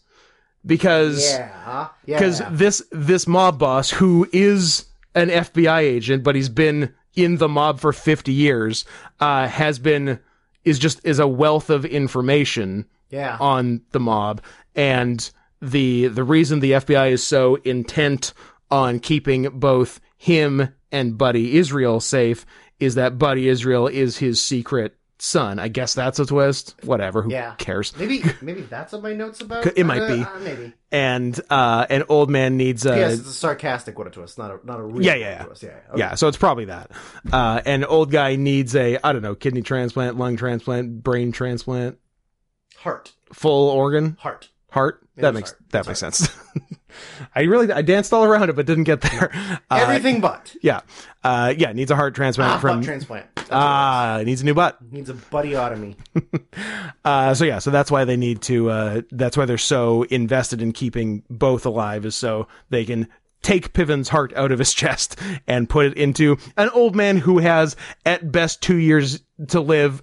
Speaker 1: because
Speaker 2: yeah, yeah.
Speaker 1: because this this mob boss who is an FBI agent but he's been in the mob for 50 years uh, has been is just is a wealth of information
Speaker 2: yeah.
Speaker 1: on the mob and the the reason the FBI is so intent on keeping both him and Buddy Israel safe is that Buddy Israel is his secret son. I guess that's a twist. Whatever, who
Speaker 2: Yeah.
Speaker 1: cares?
Speaker 2: Maybe maybe that's what my notes about.
Speaker 1: It might
Speaker 2: Uh,
Speaker 1: be.
Speaker 2: uh, maybe.
Speaker 1: And uh an old man needs a
Speaker 2: yes, it's a sarcastic what a twist, not a not a real
Speaker 1: Yeah,
Speaker 2: what a
Speaker 1: yeah,
Speaker 2: twist. yeah. okay.
Speaker 1: Yeah, so it's probably that. Uh an old guy needs a I don't know, kidney transplant, lung transplant, brain transplant,
Speaker 2: Heart,
Speaker 1: full organ,
Speaker 2: heart.
Speaker 1: heart.
Speaker 2: Yeah,
Speaker 1: that
Speaker 2: it's
Speaker 1: makes
Speaker 2: heart.
Speaker 1: that makes sense. I really I danced all around it but didn't get there. Uh,
Speaker 2: Everything but
Speaker 1: Yeah. Uh, yeah, needs a heart transplant
Speaker 2: ah,
Speaker 1: from
Speaker 2: butt transplant. That's what it
Speaker 1: ah, needs a new butt.
Speaker 2: is. needs a buddyotomy.
Speaker 1: Uh, so yeah, so that's why they need to uh, that's why they're so invested in keeping both alive is so they can take Piven's heart out of his chest and put it into an old man who has at best 2 years to live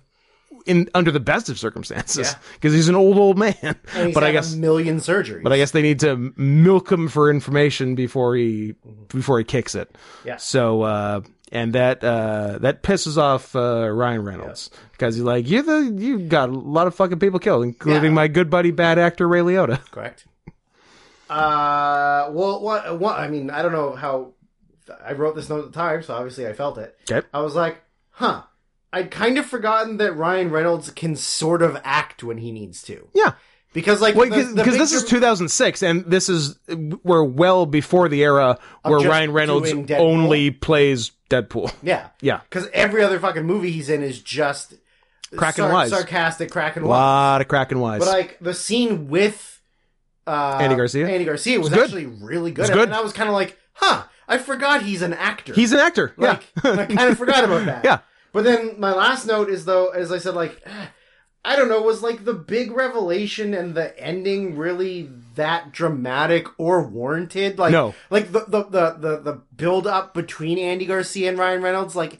Speaker 1: in under the best of circumstances
Speaker 2: Yeah.
Speaker 1: because he's an old old man.
Speaker 2: And he's
Speaker 1: But I
Speaker 2: had
Speaker 1: guess
Speaker 2: a million surgeries.
Speaker 1: but I guess they need to milk him for information before he before he kicks it.
Speaker 2: Mm-hmm. Yeah.
Speaker 1: So uh, and that uh, that pisses off uh, Ryan Reynolds because he's like, you're the you got a lot of fucking people killed, including
Speaker 2: Yeah.
Speaker 1: my good buddy bad actor Ray Liotta.
Speaker 2: correct. Uh, well, what, what? I mean, I don't know how. I wrote this note at the time, so obviously I felt it.
Speaker 1: Okay.
Speaker 2: I was like, huh. I'd kind of forgotten that Ryan Reynolds can sort of act when he needs to.
Speaker 1: Yeah.
Speaker 2: Because like, the-
Speaker 1: Because
Speaker 2: the big
Speaker 1: this is
Speaker 2: dr-
Speaker 1: 2006, and this is we're well before the era
Speaker 2: Of
Speaker 1: where
Speaker 2: just
Speaker 1: Ryan Reynolds
Speaker 2: doing Deadpool.
Speaker 1: only plays Deadpool.
Speaker 2: yeah,
Speaker 1: Yeah,
Speaker 2: Because every other fucking movie he's in is just
Speaker 1: Cracking wise.
Speaker 2: sarcastic, cracking
Speaker 1: a
Speaker 2: wise.
Speaker 1: lot of cracking wise.
Speaker 2: But like the scene with uh,
Speaker 1: Andy Garcia?
Speaker 2: Andy Garcia was
Speaker 1: It's good.
Speaker 2: actually really good.
Speaker 1: It's
Speaker 2: at it,
Speaker 1: good.
Speaker 2: and I was kind of like, huh, I forgot he's an actor.
Speaker 1: he's an actor.
Speaker 2: like,
Speaker 1: yeah,
Speaker 2: I kind of forgot about that.
Speaker 1: Yeah.
Speaker 2: But then my last note is though, as I said, like. ah, I don't know, was like the big revelation and the ending really that dramatic or warranted? Like
Speaker 1: No.
Speaker 2: like the the the the, the build up between Andy Garcia and Ryan Reynolds like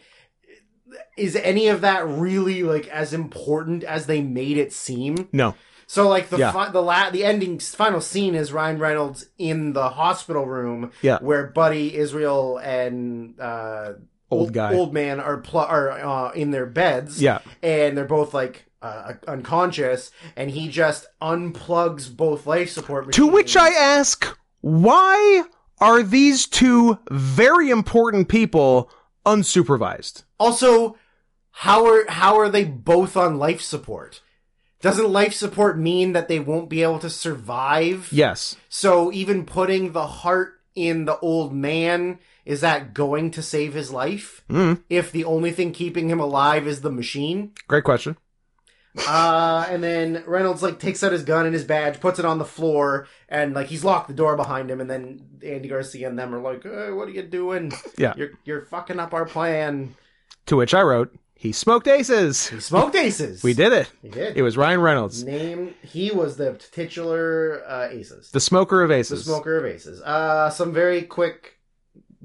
Speaker 2: is any of that really like as important as they made it seem?
Speaker 1: no.
Speaker 2: So like the
Speaker 1: Yeah.
Speaker 2: fi- the la- the ending s- final scene is Ryan Reynolds in the hospital room
Speaker 1: Yeah.
Speaker 2: where Buddy Israel and uh,
Speaker 1: Old guy.
Speaker 2: old man are pl- are uh, in their beds
Speaker 1: Yeah.
Speaker 2: and they're both like uh, unconscious and he just unplugs both life support
Speaker 1: To
Speaker 2: machines.
Speaker 1: which I ask, why are these two very important people unsupervised?
Speaker 2: also how are how are they both on life support? Doesn't life support mean that they won't be able to survive?
Speaker 1: Yes.
Speaker 2: So even putting the heart in the old man, is that going to save his life?
Speaker 1: Mm,
Speaker 2: If the only thing keeping him alive is the machine?
Speaker 1: great question.
Speaker 2: Uh, and then Reynolds like takes out his gun and his badge, puts it on the floor, and like he's locked the door behind him. And then Andy Garcia and them are like, "Uh, "What are you doing?
Speaker 1: Yeah.
Speaker 2: you're you're fucking up our plan."
Speaker 1: To which I wrote, he smoked aces.
Speaker 2: He smoked aces.
Speaker 1: We did it.
Speaker 2: He did.
Speaker 1: It was Ryan Reynolds,
Speaker 2: Name. He was the titular uh, aces.
Speaker 1: the smoker of
Speaker 2: the
Speaker 1: aces.
Speaker 2: smoker of aces. Uh, some very quick,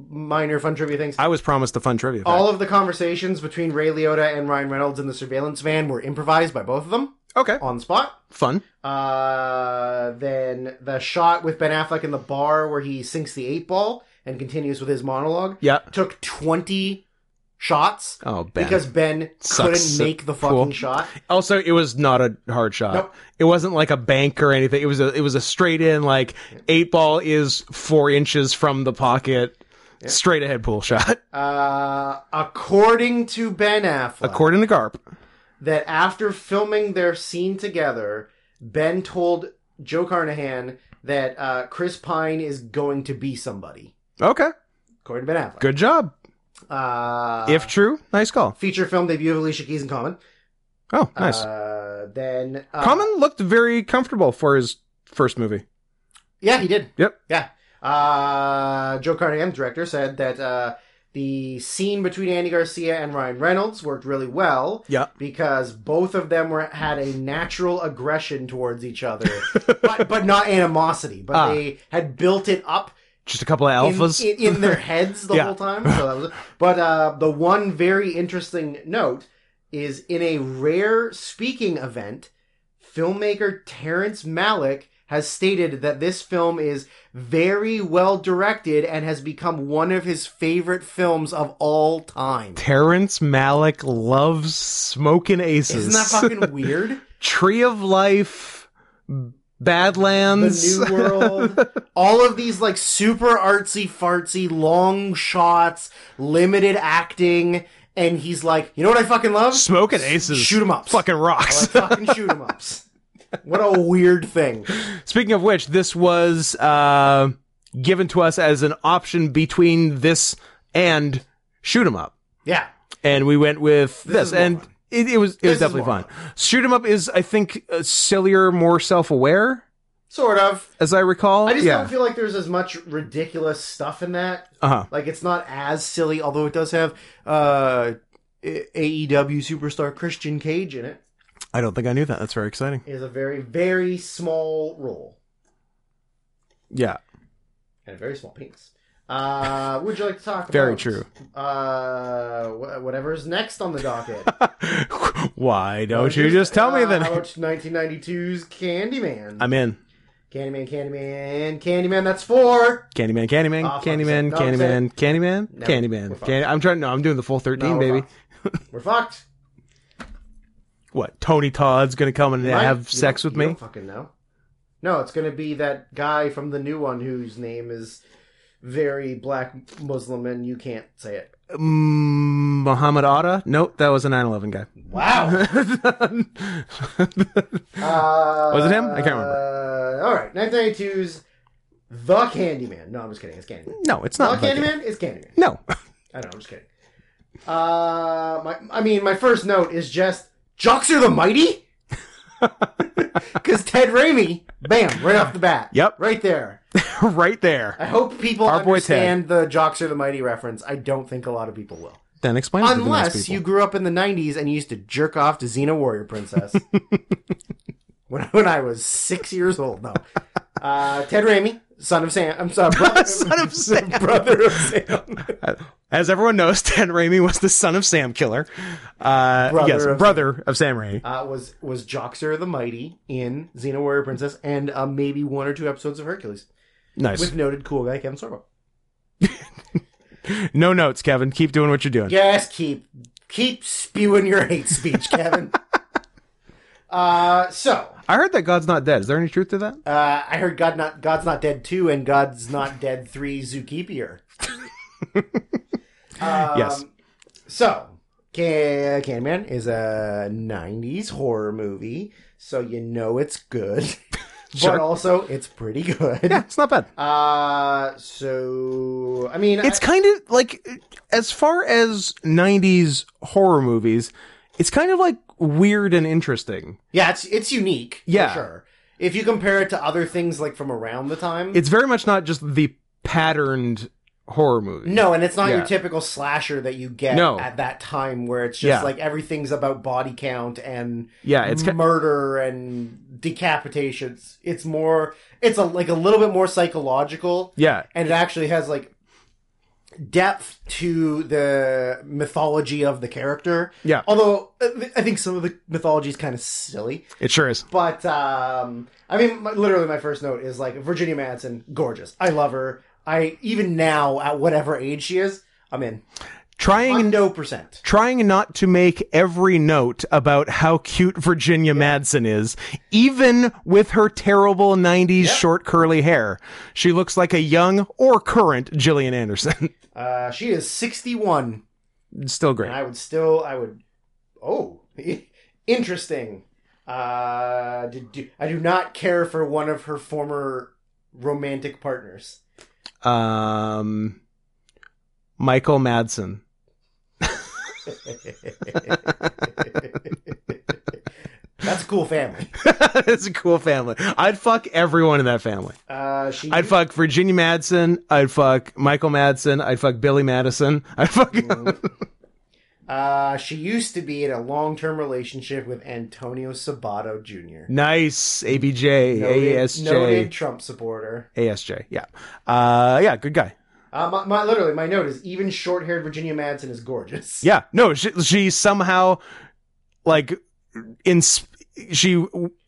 Speaker 2: minor fun trivia things.
Speaker 1: I was promised a fun trivia. fact.
Speaker 2: All of the conversations between Ray Liotta and Ryan Reynolds in the surveillance van were improvised by both of them
Speaker 1: okay.
Speaker 2: on the spot.
Speaker 1: Fun.
Speaker 2: Uh, then the shot with Ben Affleck in the bar where he sinks the eight ball and continues with his monologue
Speaker 1: Yeah.
Speaker 2: took 20 shots
Speaker 1: Oh, Ben.
Speaker 2: because Ben
Speaker 1: Sucks
Speaker 2: couldn't
Speaker 1: so-
Speaker 2: make the fucking
Speaker 1: cool.
Speaker 2: shot.
Speaker 1: also, it was not a hard shot.
Speaker 2: Nope.
Speaker 1: It wasn't like a bank or anything. It was a it was a straight in like eight ball is four inches from the pocket, straight ahead pool shot.
Speaker 2: Uh, according to Ben Affleck,
Speaker 1: According to Garp,
Speaker 2: that after filming their scene together, Ben told Joe Carnahan that uh, Chris Pine is going to be somebody.
Speaker 1: okay,
Speaker 2: According to Ben Affleck.
Speaker 1: good job.
Speaker 2: Uh,
Speaker 1: if true, nice call.
Speaker 2: feature film debut of Alicia Keys in Common.
Speaker 1: Oh, nice.
Speaker 2: Uh, then uh,
Speaker 1: Common looked very comfortable for his first movie.
Speaker 2: Yeah, he did.
Speaker 1: Yep.
Speaker 2: Yeah. Uh, Joe Carnahan, director, said that uh, the scene between Andy Garcia and Ryan Reynolds worked really well.
Speaker 1: Yeah.
Speaker 2: Because both of them were had a natural aggression towards each other, but, but not animosity. But
Speaker 1: Ah.
Speaker 2: they had built it up
Speaker 1: Just a couple of
Speaker 2: in,
Speaker 1: alphas.
Speaker 2: in, in their heads the
Speaker 1: Yeah.
Speaker 2: whole time. So that was, but uh, the one very interesting note is in a rare speaking event, filmmaker Terrence Malick has stated that this film is very well directed and has become one of his favorite films of all time.
Speaker 1: Terrence Malick loves smoking aces.
Speaker 2: Isn't that fucking weird?
Speaker 1: Tree of Life, Badlands.
Speaker 2: The New World. All of these like super artsy fartsy long shots, limited acting, and he's like, you know what I fucking love?
Speaker 1: Smoking aces.
Speaker 2: Shoot 'em ups.
Speaker 1: Fucking
Speaker 2: I
Speaker 1: rocks.
Speaker 2: like fucking shoot 'em ups. What a weird thing.
Speaker 1: Speaking of which, this was uh, given to us as an option between this and shoot 'em up.
Speaker 2: Yeah.
Speaker 1: and we went with
Speaker 2: This
Speaker 1: this,
Speaker 2: is
Speaker 1: and
Speaker 2: more fun.
Speaker 1: it, it was it
Speaker 2: This
Speaker 1: was
Speaker 2: is
Speaker 1: definitely
Speaker 2: more
Speaker 1: fun. Shoot 'em up is I think uh, sillier, more self aware,
Speaker 2: Sort of.
Speaker 1: as I recall.
Speaker 2: I just
Speaker 1: yeah.
Speaker 2: don't feel like there's as much ridiculous stuff in that.
Speaker 1: uh-huh.
Speaker 2: Like it's not as silly, although it does have uh A- AEW superstar Christian Cage in it.
Speaker 1: I don't think I knew that. That's very exciting.
Speaker 2: It is a very, very small role.
Speaker 1: Yeah,
Speaker 2: and a very small penis. Uh, would you like to talk?
Speaker 1: Very
Speaker 2: about,
Speaker 1: true.
Speaker 2: Uh, wh- whatever's next on the docket.
Speaker 1: why don't you Oh, just tell me
Speaker 2: Uh, how
Speaker 1: then?
Speaker 2: about 1992's Candyman.
Speaker 1: I'm in.
Speaker 2: Candyman, Candyman, Candyman. That's four.
Speaker 1: Candyman, Candyman,
Speaker 2: Oh, fuck,
Speaker 1: Candyman,
Speaker 2: no, I'm saying-
Speaker 1: Candyman, Candyman,
Speaker 2: No, we're
Speaker 1: Candyman.
Speaker 2: fucked.
Speaker 1: Candy- I'm trying. No, I'm doing the full
Speaker 2: No,
Speaker 1: thirteen,
Speaker 2: we're
Speaker 1: baby.
Speaker 2: fucked. We're fucked.
Speaker 1: What? Tony Todd's gonna come and
Speaker 2: Right? You
Speaker 1: have
Speaker 2: don't-
Speaker 1: sex with
Speaker 2: you
Speaker 1: me?
Speaker 2: Don't fucking know. No, it's gonna be that guy from the new one whose name is very black Muslim, and you can't say it.
Speaker 1: Mm, Muhammad Atta? Nope, that was a 9/11 guy.
Speaker 2: Wow. Uh,
Speaker 1: Was it him? I can't remember.
Speaker 2: Uh, all right, 1992's The Candyman. No, I'm just kidding. It's Candyman.
Speaker 1: no, it's not.
Speaker 2: The
Speaker 1: like it.
Speaker 2: Candyman is Candyman.
Speaker 1: No.
Speaker 2: I know. I'm just kidding. Uh, my, I mean, my first note is just Joxer the Mighty, because Ted Raimi, bam, right off the bat.
Speaker 1: Yep.
Speaker 2: right there.
Speaker 1: right there.
Speaker 2: I hope people
Speaker 1: Our boy Ted.
Speaker 2: understand the Joxer the Mighty reference. I don't think a lot of people will,
Speaker 1: Then explain it to the nice
Speaker 2: unless you
Speaker 1: people.
Speaker 2: grew up in the '90s and you used to jerk off to Xena Warrior Princess. when when I was six years old, no. Uh, Ted Raimi, son of Sam. I'm sorry, brother,
Speaker 1: Son of Sam.
Speaker 2: brother of Sam.
Speaker 1: I, As everyone knows, Stan Raimi was the son of Sam Killer. Uh,
Speaker 2: Brother
Speaker 1: yes,
Speaker 2: of-
Speaker 1: brother of Sam Raimi.
Speaker 2: Uh, was was Joxer the Mighty in Xena Warrior Princess and uh, maybe one or two episodes of Hercules
Speaker 1: nice.
Speaker 2: with noted cool guy Kevin Sorbo.
Speaker 1: no notes, Kevin. Keep doing what you're doing.
Speaker 2: Just keep keep spewing your hate speech, Kevin. uh, so
Speaker 1: I heard that God's not dead. Is there any truth to that?
Speaker 2: uh, I heard God not God's not dead two and God's not dead three zookeeper. um,
Speaker 1: Yes.
Speaker 2: So Can- Candyman is a '90s horror movie, so you know it's good.
Speaker 1: Sure.
Speaker 2: But also, it's pretty good.
Speaker 1: Yeah, it's not bad.
Speaker 2: Uh, so I mean,
Speaker 1: It's kind of like, as far as 90s horror movies, it's kind of like weird and interesting.
Speaker 2: I- yeah, it's it's unique. for
Speaker 1: Yeah.
Speaker 2: sure. If you compare it to other things like from around the time,
Speaker 1: It's very much not just the patterned horror movie.
Speaker 2: no, and it's not
Speaker 1: Yeah.
Speaker 2: your typical slasher that you get
Speaker 1: No.
Speaker 2: at that time, where it's just
Speaker 1: Yeah.
Speaker 2: like everything's about body count and
Speaker 1: Yeah, it's kind
Speaker 2: murder and decapitations. It's more, it's a like a little bit more psychological,
Speaker 1: yeah,
Speaker 2: and it actually has like depth to the mythology of the character.
Speaker 1: yeah.
Speaker 2: Although I th- I think some of the mythology is kind of silly,
Speaker 1: It sure is.
Speaker 2: but um, I mean, my, literally, my first note is like Virginia Madsen, gorgeous. I love her. I even now, at whatever age she is, I'm in.
Speaker 1: Trying
Speaker 2: No percent.
Speaker 1: trying not to make every note about how cute Virginia Madsen is, even with her terrible 90s short curly hair. She looks like a young or current Gillian Anderson.
Speaker 2: Uh, she is 61,
Speaker 1: Still great.
Speaker 2: and I would still, I would. Oh, interesting. Uh, did, do, I do not care for one of her former romantic partners.
Speaker 1: Um, Michael Madsen.
Speaker 2: That's a cool family.
Speaker 1: it's a cool family. I'd fuck everyone in that family.
Speaker 2: Uh, she
Speaker 1: I'd fuck Virginia Madsen. I'd fuck Michael Madsen. I'd fuck Billy Madison. I'd fuck.
Speaker 2: Uh, she used to be in a long-term relationship with Antonio Sabato Jr.
Speaker 1: nice. ABJ.
Speaker 2: Noted-
Speaker 1: ASJ.
Speaker 2: noted Trump supporter.
Speaker 1: ASJ. Yeah. Uh, yeah. Good guy.
Speaker 2: Uh, my, my literally, my note is even short-haired Virginia Madsen is gorgeous.
Speaker 1: Yeah. No, she, she somehow like in she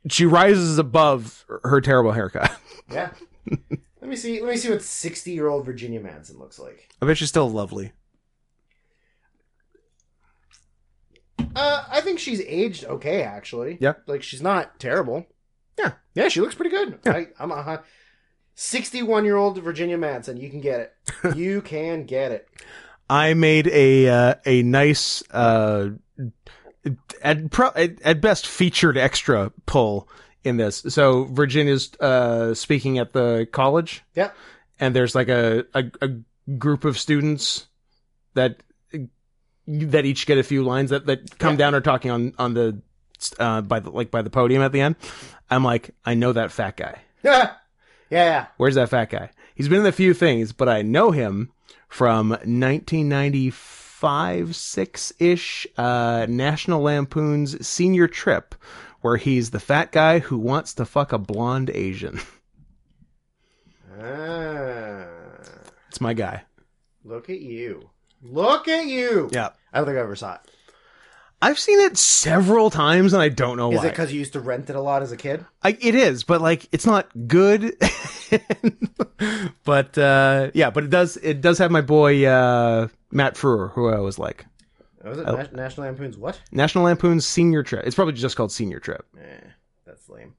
Speaker 1: she rises above her terrible haircut.
Speaker 2: yeah. let me see. Let me see what sixty-year-old Virginia Madsen looks like.
Speaker 1: I bet she's still lovely.
Speaker 2: Uh, I think she's aged okay, actually.
Speaker 1: Yeah.
Speaker 2: Like she's not terrible.
Speaker 1: Yeah.
Speaker 2: Yeah, she looks pretty good.
Speaker 1: Yeah.
Speaker 2: I, I'm a sixty-one-year-old Virginia Madsen. You can get it. you can get it.
Speaker 1: I made a uh, a nice uh at, pro- at at best featured extra pull in this. So Virginia's uh speaking at the college.
Speaker 2: Yeah.
Speaker 1: And there's like a a, a group of students that that each get a few lines that that come
Speaker 2: Yeah.
Speaker 1: down or talking on on the uh by the like by the podium at the end. I'm like, I know that fat guy.
Speaker 2: yeah. Yeah.
Speaker 1: Where's that fat guy? He's been in a few things, but I know him from 1995, six ish, uh, National Lampoon's Senior Trip, where he's the fat guy who wants to fuck a blonde Asian.
Speaker 2: Ah,
Speaker 1: It's my guy.
Speaker 2: look at you. Look at you.
Speaker 1: Yeah.
Speaker 2: I don't think I ever saw it.
Speaker 1: I've seen it several times and I don't know
Speaker 2: Is
Speaker 1: why.
Speaker 2: it because you used to rent it a lot as a kid?
Speaker 1: I, it is, but like it's not good. but uh, yeah, but it does it does have my boy uh, Matt Frewer, who I always like.
Speaker 2: Or was Oh, it Na- National Lampoon's what?
Speaker 1: National Lampoon's Senior Trip. It's probably just called Senior Trip.
Speaker 2: Eh, that's lame.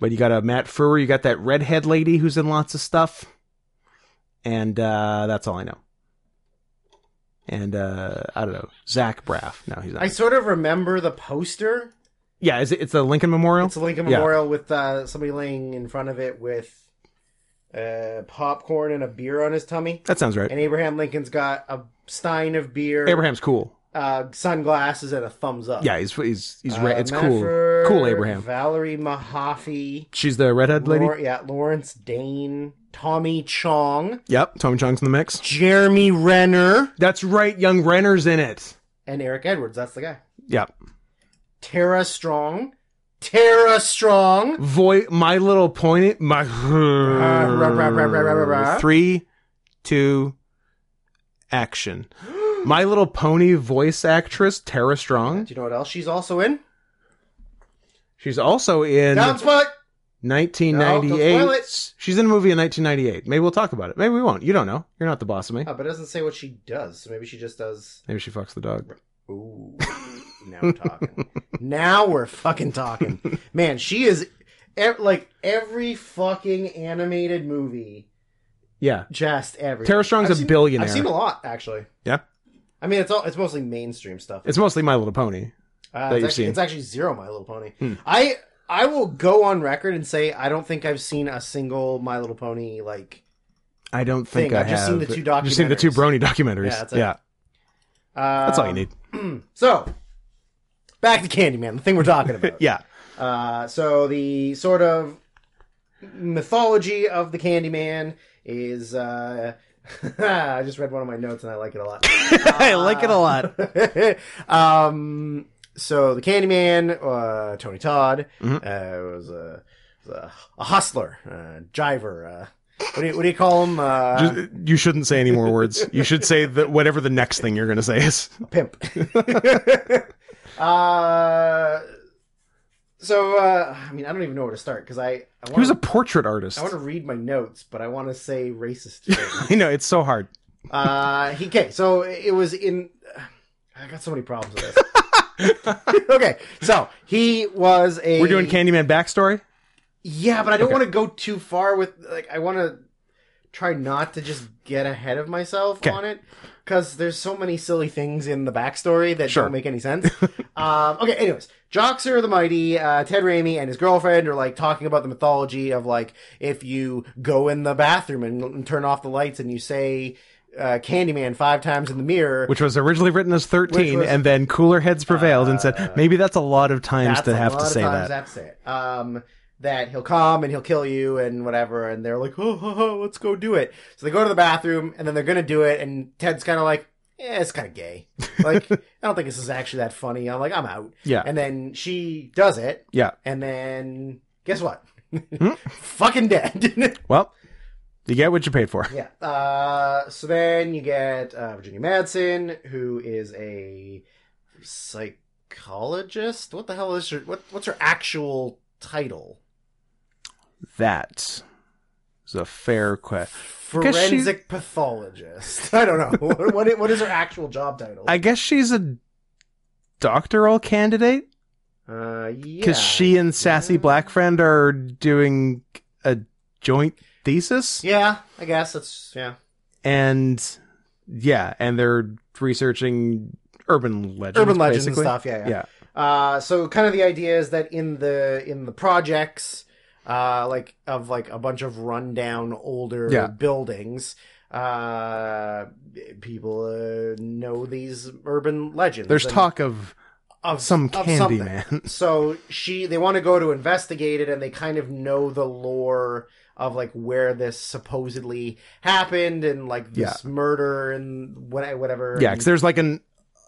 Speaker 1: But you got a Matt Furrer, you got that redhead lady who's in lots of stuff, and uh, that's all I know. And uh, I don't know Zach Braff. No, he's not.
Speaker 2: I sort of remember the poster.
Speaker 1: yeah, is it, it's the Lincoln Memorial.
Speaker 2: It's a Lincoln
Speaker 1: Yeah.
Speaker 2: Memorial with uh, somebody laying in front of it with uh, popcorn and a beer on his tummy.
Speaker 1: that sounds right.
Speaker 2: And Abraham Lincoln's got a stein of beer,
Speaker 1: Abraham's cool.
Speaker 2: Uh, sunglasses, and a thumbs up.
Speaker 1: Yeah, he's he's he's
Speaker 2: Uh,
Speaker 1: re- it's cool.
Speaker 2: Manfred,
Speaker 1: Cool Abraham.
Speaker 2: Valerie Mahaffey.
Speaker 1: She's the redhead lady.
Speaker 2: Lor- yeah, Lawrence Dane, Tommy Chong,
Speaker 1: Yep, Tommy Chong's in the mix.
Speaker 2: Jeremy Renner,
Speaker 1: That's right. Young Renner's in it.
Speaker 2: and Eric Edwards. That's the guy.
Speaker 1: Yep.
Speaker 2: Tara Strong, Tara Strong.
Speaker 1: Voy my little pointed
Speaker 2: Uh,
Speaker 1: my
Speaker 2: rah, rah, rah, rah, rah, rah, rah.
Speaker 1: three, two, action. My Little Pony voice actress Tara Strong.
Speaker 2: Do you know what else she's also in?
Speaker 1: She's also in
Speaker 2: Down spot.
Speaker 1: 1998.
Speaker 2: No, don't spoil it.
Speaker 1: She's in a movie in 1998. Maybe we'll talk about it. Maybe we won't. You don't know. You're not the boss of me.
Speaker 2: Oh, but it doesn't say what she does. So maybe she just does.
Speaker 1: Maybe she fucks the dog.
Speaker 2: Ooh. Now we're talking. now we're fucking talking. Man, she is ev- like every fucking animated movie.
Speaker 1: Yeah.
Speaker 2: Just every.
Speaker 1: Tara Strong's a billionaire.
Speaker 2: I've seen a lot actually.
Speaker 1: Yeah.
Speaker 2: I mean, it's all it's mostly mainstream stuff.
Speaker 1: It's mostly My Little Pony.
Speaker 2: Uh,
Speaker 1: that
Speaker 2: it's,
Speaker 1: you've
Speaker 2: actually,
Speaker 1: seen.
Speaker 2: it's actually zero My Little Pony.
Speaker 1: Hmm.
Speaker 2: I I will go on record and say I don't think I've seen a single My Little Pony like.
Speaker 1: I don't think
Speaker 2: Thing.
Speaker 1: I
Speaker 2: I've just seen
Speaker 1: have.
Speaker 2: the two
Speaker 1: I've Just seen the two
Speaker 2: documentaries.
Speaker 1: Brony documentaries.
Speaker 2: Yeah,
Speaker 1: Yeah, that's,
Speaker 2: that's it. Uh,
Speaker 1: all you need.
Speaker 2: So, back to Candyman, the thing we're talking about.
Speaker 1: Yeah,
Speaker 2: Uh, so the sort of mythology of the Candyman is. Uh, I just read one of my notes and I like it a lot.
Speaker 1: I like it a lot.
Speaker 2: um, so the Candyman, uh, Tony Todd,
Speaker 1: Mhm.
Speaker 2: uh, was a, was a, a hustler, uh, driver. Uh, what do you, what do you call him? Uh,
Speaker 1: Just- you shouldn't say any more words. You should say that whatever the next thing you're going to say is.
Speaker 2: pimp. uh, so uh, I mean, I don't even know where to start because I I
Speaker 1: He was a
Speaker 2: want
Speaker 1: portrait artist.
Speaker 2: I want to read my notes, but I want to say racist. things.
Speaker 1: I know it's so hard.
Speaker 2: uh, he, okay, so it was in. I got so many problems with this. okay, so he was a.
Speaker 1: We're doing Candyman backstory.
Speaker 2: Yeah, but I don't
Speaker 1: Okay.
Speaker 2: want to go too far with like I want to try not to just get ahead of myself
Speaker 1: Okay.
Speaker 2: on it because there's so many silly things in the backstory that
Speaker 1: Sure.
Speaker 2: don't make any sense. um, okay, anyways, Joxer the Mighty, uh, Ted Raimi, and his girlfriend are like talking about the mythology of like if you go in the bathroom and, and turn off the lights and you say uh, Candyman five times in the mirror.
Speaker 1: which was originally written as 13
Speaker 2: Which was- Uh,
Speaker 1: and then cooler heads prevailed and said maybe that's a lot of times
Speaker 2: That's
Speaker 1: to
Speaker 2: a
Speaker 1: have
Speaker 2: lot
Speaker 1: to
Speaker 2: of
Speaker 1: say
Speaker 2: times
Speaker 1: that
Speaker 2: I have to say it. Um, that he'll come and he'll kill you and whatever. And they're like, oh, oh, oh, let's go do it. So they go to the bathroom and then they're going to do it. And Ted's kind of like, yeah, it's kind of gay. Like, I don't think this is actually that funny. I'm like, I'm out.
Speaker 1: yeah
Speaker 2: And then she does it.
Speaker 1: yeah Hmm?
Speaker 2: And then guess what? Fucking dead.
Speaker 1: well you get what you paid for
Speaker 2: yeah. Uh, so then you get uh, Virginia Madsen, who is a psychologist. What the hell is her? What, what's her actual title?
Speaker 1: that is a fair question guess Uh, she-
Speaker 2: forensic pathologist. I don't know what, what i- what is her actual job title.
Speaker 1: i guess she's a doctoral candidate
Speaker 2: uh, yeah,
Speaker 1: because she and sassy
Speaker 2: Yeah.
Speaker 1: black friend are doing a joint thesis
Speaker 2: Yeah, I guess that's yeah.
Speaker 1: and yeah and they're researching urban legends
Speaker 2: Urban legends and
Speaker 1: basically.
Speaker 2: stuff. Yeah, yeah.
Speaker 1: yeah
Speaker 2: Uh, so kind of the idea is that in the in the projects, uh, like of like a bunch of rundown older
Speaker 1: Yeah.
Speaker 2: buildings, uh, people uh, know these urban legends.
Speaker 1: there's
Speaker 2: and
Speaker 1: talk of
Speaker 2: of
Speaker 1: some
Speaker 2: of something.
Speaker 1: candy man
Speaker 2: so she they want to go to investigate it and they kind of know the lore of like where this supposedly happened and like this murder and what whatever
Speaker 1: Yeah,
Speaker 2: and,
Speaker 1: because there's like an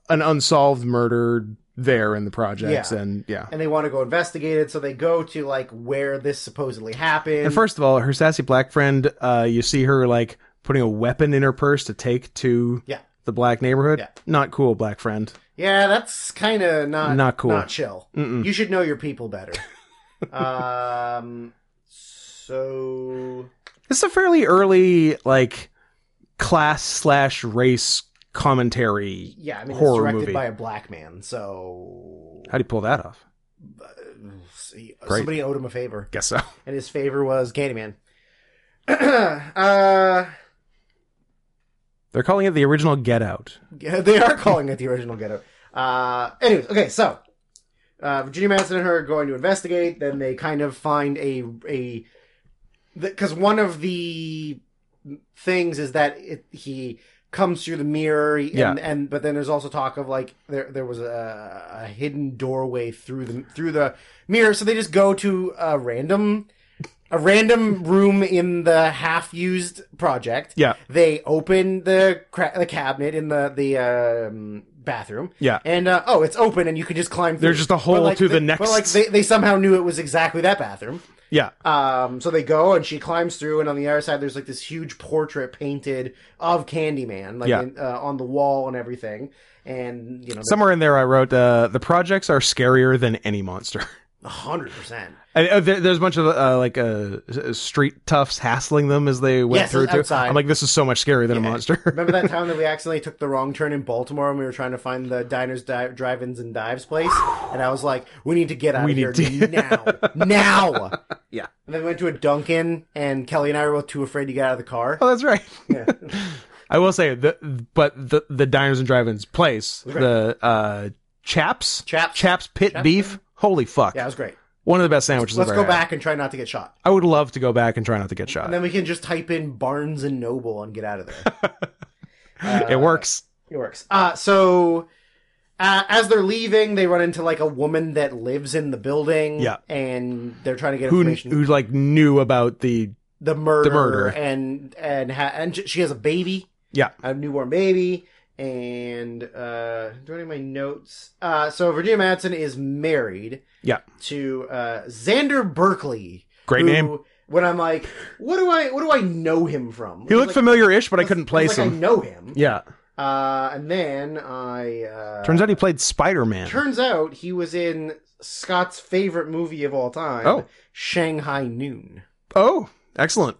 Speaker 1: an unsolved murder there in the projects,
Speaker 2: Yeah.
Speaker 1: and yeah.
Speaker 2: and they want to go investigate it so they go to like where this supposedly happened
Speaker 1: And first of all, her sassy black friend, uh, you see her like putting a weapon in her purse to take to
Speaker 2: Yeah.
Speaker 1: the black neighborhood.
Speaker 2: Yeah.
Speaker 1: Not cool, black friend.
Speaker 2: yeah that's kind of not
Speaker 1: Not cool. Hmm.
Speaker 2: not chill
Speaker 1: Mm-mm.
Speaker 2: you should know your people better um so
Speaker 1: It's a fairly early like class slash race commentary.
Speaker 2: yeah i mean it's
Speaker 1: Horror
Speaker 2: directed
Speaker 1: movie.
Speaker 2: by a black man so
Speaker 1: How do you pull that off?
Speaker 2: uh, see,
Speaker 1: Great.
Speaker 2: somebody owed him a favor,
Speaker 1: Guess so.
Speaker 2: and his favor was Candyman. uh,
Speaker 1: They're calling it the original Get Out.
Speaker 2: they are calling it the original Ghetto. Uh, anyways, okay, so uh, Virginia Madsen and her are going to investigate. Then they kind of find a a because one of the things is that it, he comes through the mirror and,
Speaker 1: Yeah.
Speaker 2: and but then there's also talk of like there there was a, a hidden doorway through the through the mirror so they just go to a random a random room in the half used project
Speaker 1: Yeah.
Speaker 2: they open the cra- the cabinet in the the um, bathroom
Speaker 1: Yeah.
Speaker 2: and uh, oh, it's open, and you can just climb. through.
Speaker 1: There's just a hole
Speaker 2: like,
Speaker 1: to the
Speaker 2: they-
Speaker 1: next-
Speaker 2: But like they, they somehow knew it was exactly that bathroom.
Speaker 1: Yeah.
Speaker 2: Um, so they go and she climbs through, and on the other side, there's like this huge portrait painted of Candyman, like
Speaker 1: Yeah.
Speaker 2: in, uh, on the wall and everything. And you know,
Speaker 1: Somewhere in there, I wrote uh, the projects are scarier than any monster.
Speaker 2: hundred percent.
Speaker 1: I, uh, there, there's a bunch of uh, like uh, s- uh, street toughs hassling them as they went
Speaker 2: Yes,
Speaker 1: through. too.
Speaker 2: outside.
Speaker 1: I'm like, this is so much scarier than a
Speaker 2: Yeah.
Speaker 1: monster.
Speaker 2: Remember that time that we accidentally took the wrong turn in Baltimore and we were trying to find the diners, di- drive-ins, and dives place? And I was like, "We need to get out
Speaker 1: We
Speaker 2: of here
Speaker 1: need to-
Speaker 2: now, now!"
Speaker 1: Yeah.
Speaker 2: And then we went to a Dunkin', and Kelly and I were both too afraid to get out of the car.
Speaker 1: oh, that's right.
Speaker 2: Yeah.
Speaker 1: I will say, the, but the the diners and drive-ins place,
Speaker 2: Right.
Speaker 1: the uh, Chaps,
Speaker 2: Chaps.
Speaker 1: Chaps Pit
Speaker 2: Chaps.
Speaker 1: Beef. Holy fuck!
Speaker 2: Yeah, it was great.
Speaker 1: One of the best sandwiches.
Speaker 2: Let's
Speaker 1: I've
Speaker 2: go
Speaker 1: ever had.
Speaker 2: back and try not to get shot.
Speaker 1: I would love to go back and try not to get shot.
Speaker 2: And then we can just type in Barnes and Noble and get out of there. Uh,
Speaker 1: it works.
Speaker 2: It works. Uh, so uh, as they're leaving, they run into like a woman that lives in the building.
Speaker 1: Yeah.
Speaker 2: And they're trying to get
Speaker 1: Who
Speaker 2: information.
Speaker 1: who like knew about the
Speaker 2: the murder,
Speaker 1: The murder.
Speaker 2: and and ha- and j- she has a baby.
Speaker 1: Yeah.
Speaker 2: a newborn baby. And uh, doing my notes. Uh, so Virginia Madsen is married.
Speaker 1: Yeah.
Speaker 2: To uh, Xander Berkeley.
Speaker 1: great
Speaker 2: who-
Speaker 1: name?
Speaker 2: When I'm like, what do I what do I know him from?
Speaker 1: He looked
Speaker 2: like,
Speaker 1: familiar-ish, but I
Speaker 2: it's-
Speaker 1: couldn't
Speaker 2: it's
Speaker 1: place
Speaker 2: like
Speaker 1: him.
Speaker 2: I know him.
Speaker 1: yeah,
Speaker 2: Uh, and then I uh,
Speaker 1: turns out he played Spider-Man.
Speaker 2: turns out he was in Scott's favorite movie of all time.
Speaker 1: Oh.
Speaker 2: Shanghai Noon.
Speaker 1: oh, excellent.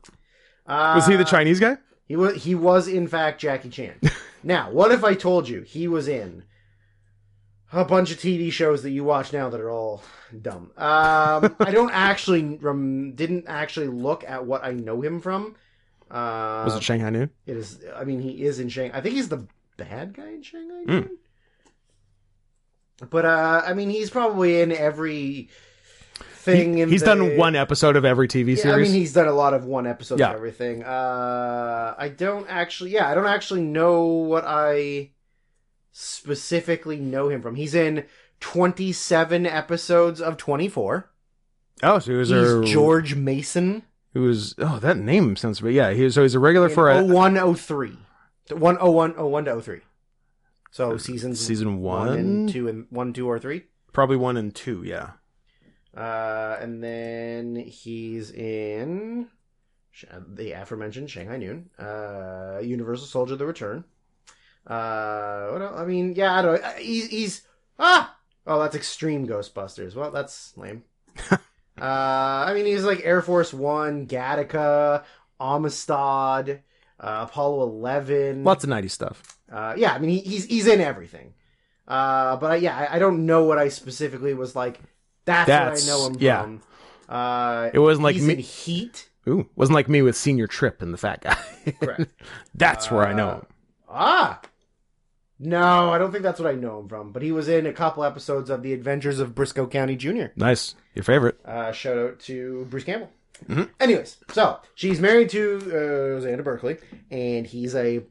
Speaker 2: Uh,
Speaker 1: Was he the Chinese guy?
Speaker 2: He was he was in fact Jackie Chan. now, what if I told you he was in a bunch of TV shows that you watch now that are all dumb? Um, I don't actually rem- didn't actually look at what I know him from. Uh,
Speaker 1: Was it Shanghai Noon?
Speaker 2: it is. I mean, he is in Shanghai. I think he's the bad guy in Shanghai.
Speaker 1: Mm.
Speaker 2: dude. But uh, I mean, he's probably in every thing.
Speaker 1: He-
Speaker 2: in
Speaker 1: he's
Speaker 2: the-
Speaker 1: done one episode of every TV
Speaker 2: yeah, I
Speaker 1: series.
Speaker 2: mean, he's done a lot of one episodes
Speaker 1: Yeah.
Speaker 2: of everything. Uh, I don't actually, yeah, I don't actually know what I specifically know him from. He's in 27 episodes of 24.
Speaker 1: oh, so he was
Speaker 2: He's
Speaker 1: a
Speaker 2: George Mason
Speaker 1: He was oh that name sounds but yeah he was, so he's a regular
Speaker 2: in
Speaker 1: for a
Speaker 2: 0103. 101, 01 to 03. So seasons
Speaker 1: Uh, season one,
Speaker 2: and two and one, two or three.
Speaker 1: probably one and two yeah
Speaker 2: Uh, and then he's in Sh- uh, the aforementioned Shanghai Noon, uh, Universal Soldier: The Return. Uh, what else? I mean, yeah, I don't. uh, He's, he's ah, oh, that's Extreme Ghostbusters. Well, that's lame. uh, I mean, he's like Air Force One, Gattaca, Amistad, uh, Apollo Eleven.
Speaker 1: lots of '90s stuff.
Speaker 2: Uh, yeah, I mean, he, he's he's in everything. Uh, but I, yeah, I, I don't know what I specifically was like. That's,
Speaker 1: That's-
Speaker 2: what I know him
Speaker 1: yeah.
Speaker 2: from. Uh,
Speaker 1: It wasn't like
Speaker 2: he's in
Speaker 1: me.
Speaker 2: Heat.
Speaker 1: Ooh, wasn't like me with Senior Trip and the Fat Guy.
Speaker 2: Correct.
Speaker 1: That's where I know him.
Speaker 2: Ah, no, I don't think that's what I know him from. But he was in a couple episodes of The Adventures of Briscoe County Jr.
Speaker 1: Nice, your favorite.
Speaker 2: Uh, shout out to Bruce Campbell.
Speaker 1: Mhm.
Speaker 2: Anyways, so she's married to uh, Xander Berkeley, and he's a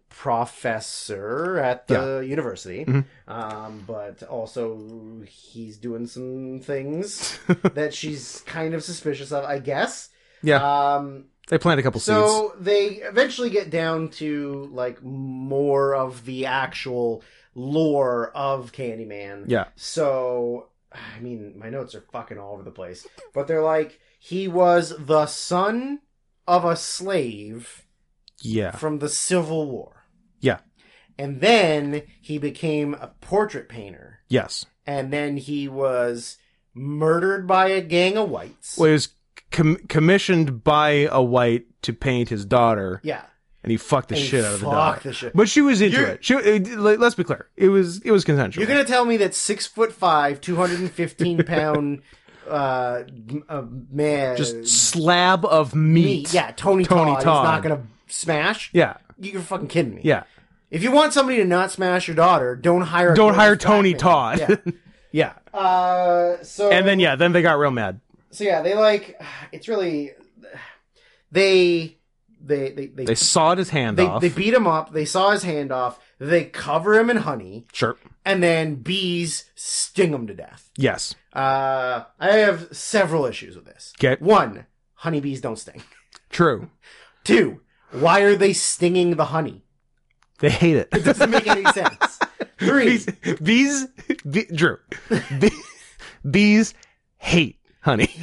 Speaker 2: professor at the university.
Speaker 1: Mhm.
Speaker 2: Um, but also, he's doing some things that she's kind of suspicious of, I guess.
Speaker 1: Yeah,
Speaker 2: Um,
Speaker 1: they planted a couple seeds.
Speaker 2: so they eventually get down to like more of the actual lore of Candyman.
Speaker 1: Yeah,
Speaker 2: So, I mean, my notes are fucking all over the place. But they're like, he was the son of a slave
Speaker 1: yeah,
Speaker 2: from the Civil War.
Speaker 1: Yeah.
Speaker 2: And then he became a portrait painter.
Speaker 1: yes.
Speaker 2: And then he was murdered by a gang of whites.
Speaker 1: Well, he was com- commissioned by a white to paint his daughter,
Speaker 2: Yeah.
Speaker 1: and he fucked the
Speaker 2: And
Speaker 1: shit out of the
Speaker 2: fuck
Speaker 1: daughter.
Speaker 2: the shit.
Speaker 1: But she was into
Speaker 2: You're-
Speaker 1: it. She, it. let- Let's be clear. It was it was consensual.
Speaker 2: You're gonna tell me that six foot five, two hundred and fifteen pound uh, m- uh, man,
Speaker 1: just slab of meat.
Speaker 2: yeah, Tony,
Speaker 1: Tony
Speaker 2: Todd,
Speaker 1: Todd.
Speaker 2: is not gonna smash.
Speaker 1: yeah,
Speaker 2: You're fucking kidding me.
Speaker 1: yeah.
Speaker 2: If you want somebody to not smash your daughter, don't hire. a
Speaker 1: Don't
Speaker 2: gorgeous
Speaker 1: hire
Speaker 2: fat
Speaker 1: Tony
Speaker 2: man.
Speaker 1: Todd.
Speaker 2: Yeah.
Speaker 1: yeah.
Speaker 2: Uh, so
Speaker 1: And then yeah, then they got real mad.
Speaker 2: so yeah, they like it's really they they they they
Speaker 1: They sawed his hand
Speaker 2: they,
Speaker 1: off.
Speaker 2: they beat him up. They saw his hand off. They cover him in honey,
Speaker 1: sure.
Speaker 2: and then bees sting him to death.
Speaker 1: Yes.
Speaker 2: Uh, I have several issues with this.
Speaker 1: Okay.
Speaker 2: One, honeybees don't sting.
Speaker 1: True.
Speaker 2: Two, why are they stinging the honey?
Speaker 1: They hate it.
Speaker 2: It doesn't make any sense. Three,
Speaker 1: Bees, bees be, Drew. Be- bees hate honey.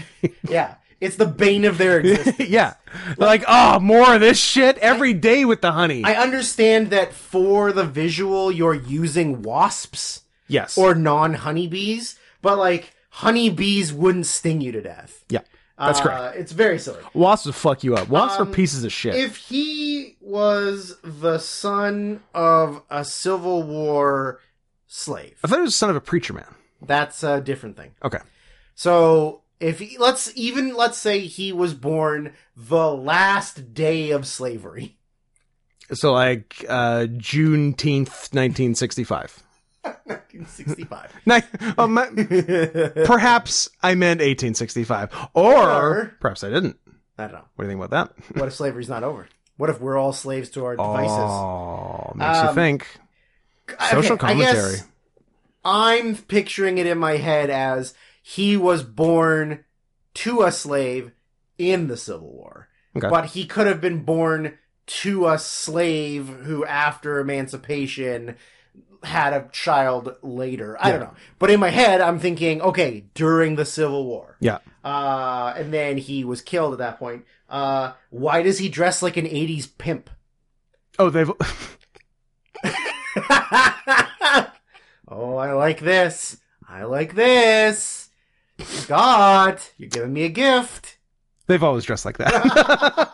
Speaker 2: Yeah. It's the bane of their existence.
Speaker 1: yeah. They're like, oh, more of this shit every day with the honey.
Speaker 2: I understand that for the visual, you're using wasps
Speaker 1: yes.
Speaker 2: or non honeybees, but like honeybees wouldn't sting you to death.
Speaker 1: yeah. That's
Speaker 2: Uh,
Speaker 1: correct.
Speaker 2: It's very silly.
Speaker 1: Wasps will fuck you up. Wasps
Speaker 2: um,
Speaker 1: are pieces of shit.
Speaker 2: If he was the son of a Civil War slave,
Speaker 1: I thought it was the son of a preacher man.
Speaker 2: that's a different thing.
Speaker 1: Okay.
Speaker 2: So if he, let's even let's say he was born the last day of slavery.
Speaker 1: So like uh Juneteenth, nineteen sixty-five.
Speaker 2: 1965.
Speaker 1: Ni- oh, my-
Speaker 2: I
Speaker 1: perhaps I meant eighteen sixty-five, or,
Speaker 2: Or-
Speaker 1: perhaps I didn't.
Speaker 2: don't know.
Speaker 1: What do you think about that?
Speaker 2: What if slavery's not over? What if we're all slaves to our devices?
Speaker 1: Oh, makes you
Speaker 2: Um,
Speaker 1: think.
Speaker 2: Okay,
Speaker 1: Social
Speaker 2: I guess
Speaker 1: commentary.
Speaker 2: I'm picturing it in my head as he was born to a slave in the Civil War.
Speaker 1: Okay.
Speaker 2: But he could have been born to a slave who, after emancipation, had a child later. I don't
Speaker 1: Yeah.
Speaker 2: know. But in my head, I'm thinking, okay, during the Civil War.
Speaker 1: Yeah.
Speaker 2: Uh, and then he was killed at that point. Uh, why does he dress like an 80s pimp?
Speaker 1: Oh, they've.
Speaker 2: oh, I like this. I like this. God, you're giving me a gift.
Speaker 1: They've always dressed like that.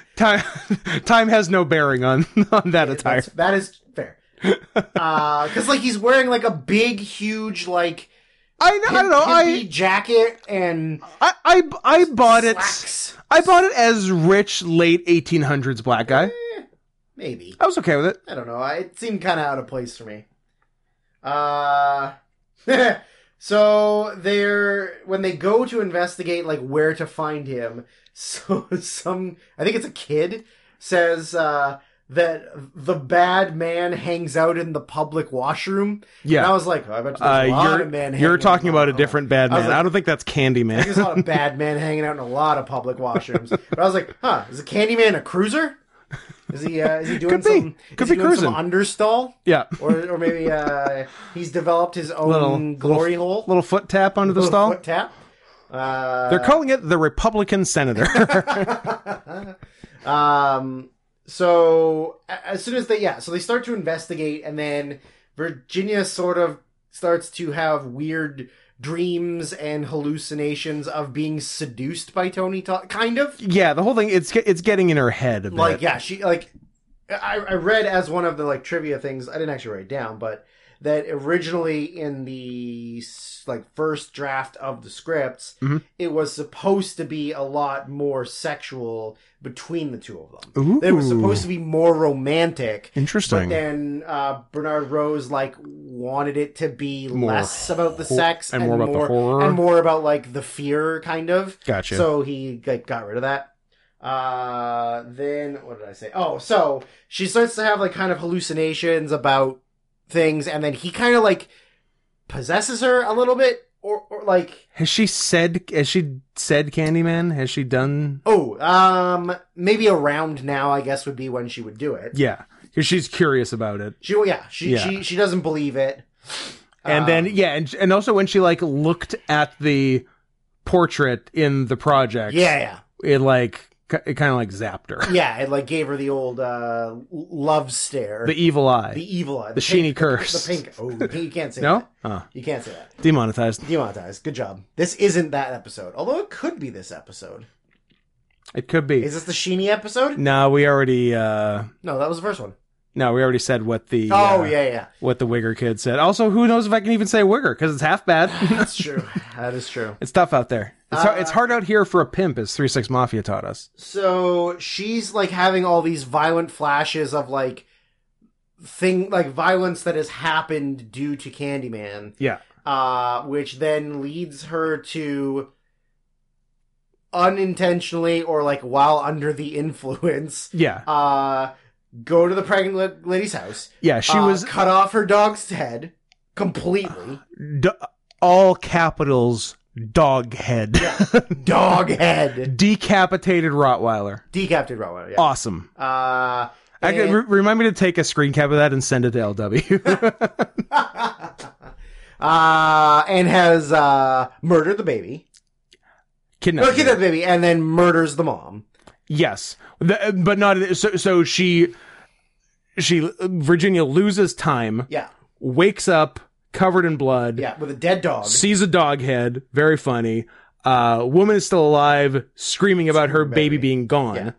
Speaker 1: time, time has no bearing on on that attire.
Speaker 2: That's, that is fair. Because like he's wearing like a big, huge like
Speaker 1: I, I don't know.
Speaker 2: pimpy
Speaker 1: I,
Speaker 2: jacket and
Speaker 1: I I I bought it.
Speaker 2: slacks.
Speaker 1: I bought it as rich late 1800s black guy.
Speaker 2: Maybe
Speaker 1: I was okay with it.
Speaker 2: I don't know. I- It seemed kind of out of place for me. Uh, so they're when they go to investigate like where to find him. So some, I think it's a kid, says uh, that the bad man hangs out in the public washroom. And I
Speaker 1: Yeah.
Speaker 2: was like, oh, I bet you
Speaker 1: Uh,
Speaker 2: there's a lot of men.
Speaker 1: you're
Speaker 2: hanging
Speaker 1: you're
Speaker 2: out
Speaker 1: talking
Speaker 2: in
Speaker 1: about a
Speaker 2: the-
Speaker 1: different bad
Speaker 2: I was
Speaker 1: man.
Speaker 2: like-
Speaker 1: I don't think that's
Speaker 2: There's a
Speaker 1: Candyman.
Speaker 2: lot of bad men hanging out in a lot of public washrooms. But I was like, huh, is the Candyman a cruiser? Is he? Uh, is he doing
Speaker 1: Could be.
Speaker 2: some?
Speaker 1: Could
Speaker 2: is he
Speaker 1: be
Speaker 2: doing
Speaker 1: cruising.
Speaker 2: some understall?
Speaker 1: yeah.
Speaker 2: or or maybe uh, he's developed his own
Speaker 1: Little-
Speaker 2: glory hole,
Speaker 1: Little foot tap under the
Speaker 2: Little
Speaker 1: stall.
Speaker 2: foot tap. Uh,
Speaker 1: They're calling it the Republican Senator.
Speaker 2: um, so a- as soon as they yeah, so they start to investigate, and then Virginia sort of starts to have weird dreams and hallucinations of being seduced by Tony, Ta- kind of.
Speaker 1: yeah, the whole thing it's ge- it's getting in her head a bit.
Speaker 2: like yeah she like I, I read as one of the like trivia things i didn't actually write it down but that originally in the s- like first draft of the scripts
Speaker 1: Mhm.
Speaker 2: it was supposed to be a lot more sexual between the two of them
Speaker 1: Ooh,
Speaker 2: it was supposed to be more romantic but
Speaker 1: interesting.
Speaker 2: then uh, Bernard Rose like wanted it to be
Speaker 1: More
Speaker 2: less about the
Speaker 1: hor-
Speaker 2: sex
Speaker 1: and more about the horror.
Speaker 2: and more about like the fear kind of.
Speaker 1: Gotcha.
Speaker 2: So he like got rid of that. Uh, then what did I say? Oh, so she starts to have like kind of hallucinations about things, and then he kind of like possesses her a little bit, or, or like
Speaker 1: has she said? Has she said Candyman? Has she done?
Speaker 2: oh, um, maybe around now I guess would be when she would do it.
Speaker 1: Yeah, 'Cause she's curious about it.
Speaker 2: She yeah she
Speaker 1: Yeah.
Speaker 2: she she doesn't believe it.
Speaker 1: And then
Speaker 2: Um,
Speaker 1: yeah, and and also when she like looked at the portrait in the project,
Speaker 2: yeah yeah.
Speaker 1: it like ki- it kind of like zapped her.
Speaker 2: Yeah, it like gave her the old uh, l- love stare,
Speaker 1: The evil eye,
Speaker 2: the evil eye,
Speaker 1: the Sheeny
Speaker 2: pink-
Speaker 1: curse.
Speaker 2: the pink. Oh, you can't- you can't say
Speaker 1: no,
Speaker 2: that.
Speaker 1: uh,
Speaker 2: You can't say that.
Speaker 1: demonetized.
Speaker 2: Demonetized. Good job. This isn't that episode, although it could be this episode.
Speaker 1: It could be.
Speaker 2: Is this the Sheeny episode?
Speaker 1: No, we already uh
Speaker 2: No, that was the first one.
Speaker 1: no, we already said what the
Speaker 2: Oh
Speaker 1: uh,
Speaker 2: yeah, yeah,
Speaker 1: what the Wigger kid said. Also, who knows if I can even say Wigger because it's half bad.
Speaker 2: that's true. that is true.
Speaker 1: it's tough out there. It's, har-
Speaker 2: Uh,
Speaker 1: it's hard out here for a pimp, as Three Six Mafia taught us.
Speaker 2: So she's like having all these violent flashes of like thing, like violence that has happened due to Candyman.
Speaker 1: Yeah,
Speaker 2: uh, which then leads her to unintentionally or like while under the influence
Speaker 1: yeah,
Speaker 2: uh, go to the pregnant la- lady's house.
Speaker 1: yeah. She
Speaker 2: uh,
Speaker 1: was
Speaker 2: cut off her dog's head completely.
Speaker 1: d- all capitals dog head,
Speaker 2: Dog head,
Speaker 1: decapitated Rottweiler.
Speaker 2: decapitated Rottweiler. Yeah.
Speaker 1: Awesome.
Speaker 2: Uh,
Speaker 1: I could,
Speaker 2: and-
Speaker 1: re- remind me to take a screen cap of that and send it to LW.
Speaker 2: uh, and has uh, murdered the baby.
Speaker 1: kidnaps.
Speaker 2: No, kidnaps the baby and then murders the mom.
Speaker 1: Yes, The- but not so. So she, she Virginia loses time,
Speaker 2: Yeah,
Speaker 1: wakes up covered in blood,
Speaker 2: yeah, with a dead dog.
Speaker 1: sees a dog head. Very funny. Uh, woman is still alive, screaming about her baby, being gone.
Speaker 2: Yeah.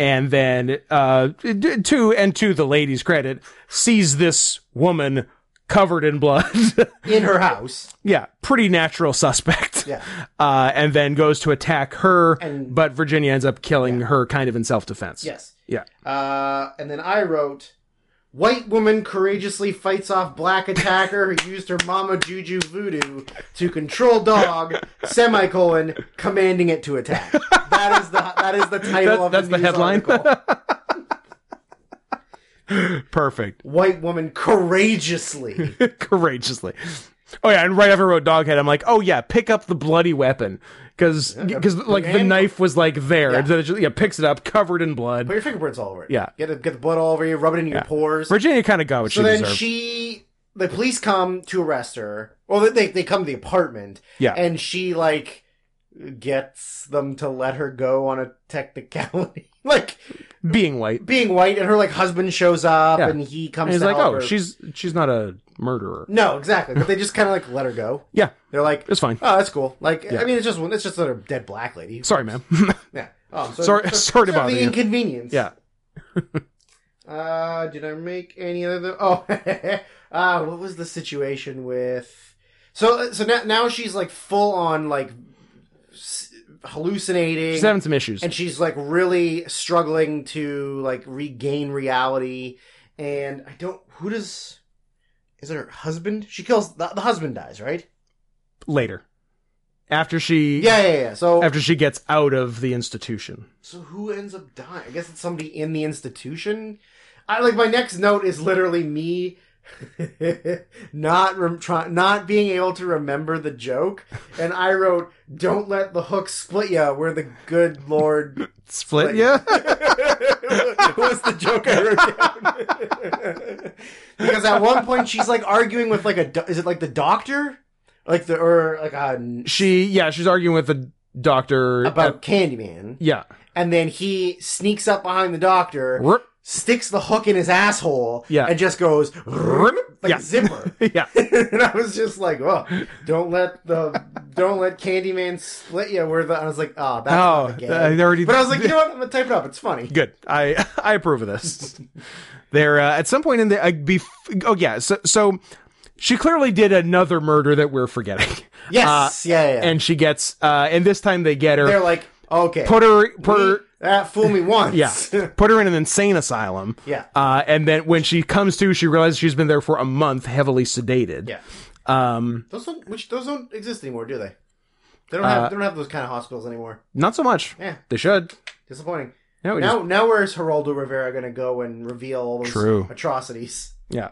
Speaker 1: And then, uh, d- to and to the lady's credit, sees this woman covered in blood.
Speaker 2: in her house.
Speaker 1: yeah, pretty natural suspect.
Speaker 2: Yeah.
Speaker 1: Uh, and then goes to attack her,
Speaker 2: And-
Speaker 1: but Virginia ends up killing her kind of in self defense.
Speaker 2: Yes.
Speaker 1: Yeah.
Speaker 2: Uh, and then I wrote, "White woman courageously fights off black attacker who used her mama juju voodoo to control dog semicolon commanding it to attack." That is the that is the title
Speaker 1: That-
Speaker 2: of
Speaker 1: that's the
Speaker 2: news
Speaker 1: headline.
Speaker 2: article.
Speaker 1: Perfect.
Speaker 2: White woman courageously.
Speaker 1: Courageously. Oh yeah, and right after I wrote Doghead, I'm like, oh yeah, pick up the bloody weapon. Cause, cause like the
Speaker 2: and-
Speaker 1: knife was like there.
Speaker 2: Yeah.
Speaker 1: And then it just, yeah, picks it up, covered in
Speaker 2: Put
Speaker 1: blood.
Speaker 2: your fingerprints all over it.
Speaker 1: Yeah.
Speaker 2: Get the, get the blood all over you. Rub it in your pores.
Speaker 1: Virginia kind of got what
Speaker 2: So
Speaker 1: she
Speaker 2: then
Speaker 1: deserved.
Speaker 2: she, the police come to arrest her. Well, they they come to the apartment.
Speaker 1: Yeah.
Speaker 2: and she like gets them to let her go on a technicality, like
Speaker 1: Being white.
Speaker 2: being white, and her like husband shows up,
Speaker 1: Yeah.
Speaker 2: and he comes.
Speaker 1: And he's
Speaker 2: to
Speaker 1: like,
Speaker 2: help
Speaker 1: oh,
Speaker 2: her.
Speaker 1: she's she's not a murderer.
Speaker 2: no, exactly. But they just kind of like let her go.
Speaker 1: Yeah,
Speaker 2: They're like,
Speaker 1: it's fine.
Speaker 2: oh, that's cool. Like,
Speaker 1: Yeah.
Speaker 2: I mean, it's just it's just a dead black lady.
Speaker 1: Sorry, ma'am.
Speaker 2: Yeah. Oh,
Speaker 1: Sorry- sorry to
Speaker 2: so
Speaker 1: bother
Speaker 2: the
Speaker 1: you.
Speaker 2: inconvenience.
Speaker 1: yeah.
Speaker 2: Uh, did I make any other? Oh, uh, what was the situation with? So, so now, now she's like full on like s- hallucinating,
Speaker 1: She's having some issues.
Speaker 2: and she's like really struggling to like regain reality. And I don't. Who does? Is it her husband? She kills the, the husband. Dies right?
Speaker 1: Later. After she
Speaker 2: Yeah, yeah, yeah. So,
Speaker 1: after she gets out of the institution.
Speaker 2: so who ends up dying? I guess it's somebody in the institution. I like my next note is literally me not rem- try- not being able to remember the joke, and I wrote, "Don't let the hook split ya." Where the good Lord,
Speaker 1: Split, yeah.
Speaker 2: What was the joke I wrote down. because at one point she's like arguing with like a do- is it like the doctor, like the or like a
Speaker 1: She yeah, she's arguing with the doctor
Speaker 2: about
Speaker 1: at-
Speaker 2: Candyman,
Speaker 1: yeah.
Speaker 2: and then he sneaks up behind the doctor.
Speaker 1: Rup.
Speaker 2: sticks the hook in his asshole
Speaker 1: Yeah.
Speaker 2: and just goes like
Speaker 1: Yeah.
Speaker 2: a zipper.
Speaker 1: Yeah.
Speaker 2: and I was just like, "Oh, don't let the don't let Candyman split you." Where the I was like, "Oh, that's
Speaker 1: Oh,
Speaker 2: not the game."
Speaker 1: uh, they already-
Speaker 2: but I was like, "You know what? I'm gonna type it up. It's funny."
Speaker 1: Good. I I approve of this. there uh, at some point in the uh, bef- oh yeah, so so she clearly did another murder that we're forgetting. Uh,
Speaker 2: Yes, yeah, yeah, yeah.
Speaker 1: And she gets uh and this time they get her
Speaker 2: they're like, "Okay,
Speaker 1: put her put her
Speaker 2: that fool me once."
Speaker 1: yeah, put her in an insane asylum.
Speaker 2: Yeah.
Speaker 1: Uh, and then when she comes to, she realizes she's been there for a month, heavily sedated.
Speaker 2: yeah.
Speaker 1: Um,
Speaker 2: Those don't, which those don't exist anymore, do they? They don't have they don't have those kind of hospitals anymore.
Speaker 1: not so much.
Speaker 2: Yeah.
Speaker 1: They should.
Speaker 2: Disappointing.
Speaker 1: No, we
Speaker 2: Now, now where's Geraldo Rivera gonna go and reveal all those
Speaker 1: True.
Speaker 2: atrocities?
Speaker 1: Yeah.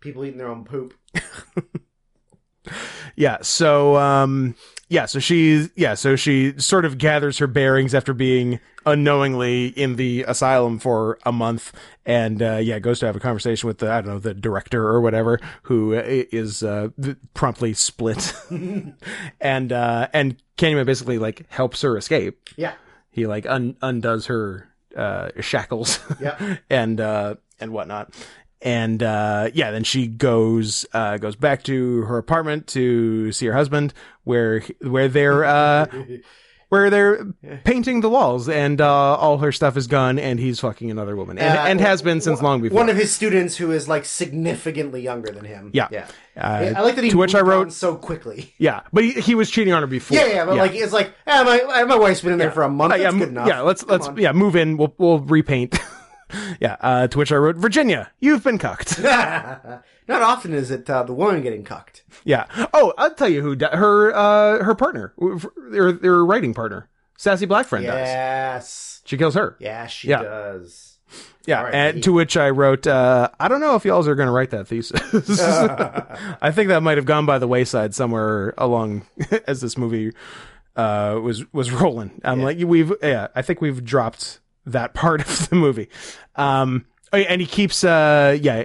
Speaker 2: People eating their own poop.
Speaker 1: Yeah. So, um, yeah. So she's, yeah. So she sort of gathers her bearings after being unknowingly in the asylum for a month and, uh, yeah, goes to have a conversation with the, I don't know, the director or whatever who i- is, uh, th- promptly split. and, uh, and Candyman basically like helps her escape.
Speaker 2: Yeah.
Speaker 1: He like un- undoes her, uh, shackles.
Speaker 2: Yeah.
Speaker 1: and uh and whatnot and uh yeah then she goes uh goes back to her apartment to see her husband where where they're uh where they're painting the walls and uh all her stuff is gone and he's fucking another woman and,
Speaker 2: Uh,
Speaker 1: and has been since long before
Speaker 2: One of his students who is like significantly younger than him.
Speaker 1: Yeah.
Speaker 2: Yeah.
Speaker 1: Uh,
Speaker 2: I like that he
Speaker 1: to which I
Speaker 2: moved
Speaker 1: wrote-
Speaker 2: on so quickly.
Speaker 1: yeah but he, he was cheating on her before
Speaker 2: Yeah, yeah, but like it's like ah, my my wife's been in there for a month.
Speaker 1: Uh, yeah,
Speaker 2: That's good
Speaker 1: m-
Speaker 2: enough.
Speaker 1: yeah, let's let's yeah, move in. We'll we'll repaint. yeah, uh, to which I wrote, Virginia, you've been cucked.
Speaker 2: Not often is it uh, the woman getting cucked.
Speaker 1: Yeah. Oh, I'll tell you who di- her uh her partner, their their writing partner, sassy black friend dies.
Speaker 2: Yes.
Speaker 1: She kills her.
Speaker 2: Yeah, she
Speaker 1: Yeah.
Speaker 2: does.
Speaker 1: Yeah.
Speaker 2: Alright,
Speaker 1: and
Speaker 2: he-
Speaker 1: to which I wrote, uh, I don't know if y'all are going to write that thesis. I think that might have gone by the wayside somewhere along as this movie uh was was rolling. I'm like we've yeah, I think we've dropped that part of the movie. Um oh, yeah, and he keeps uh yeah,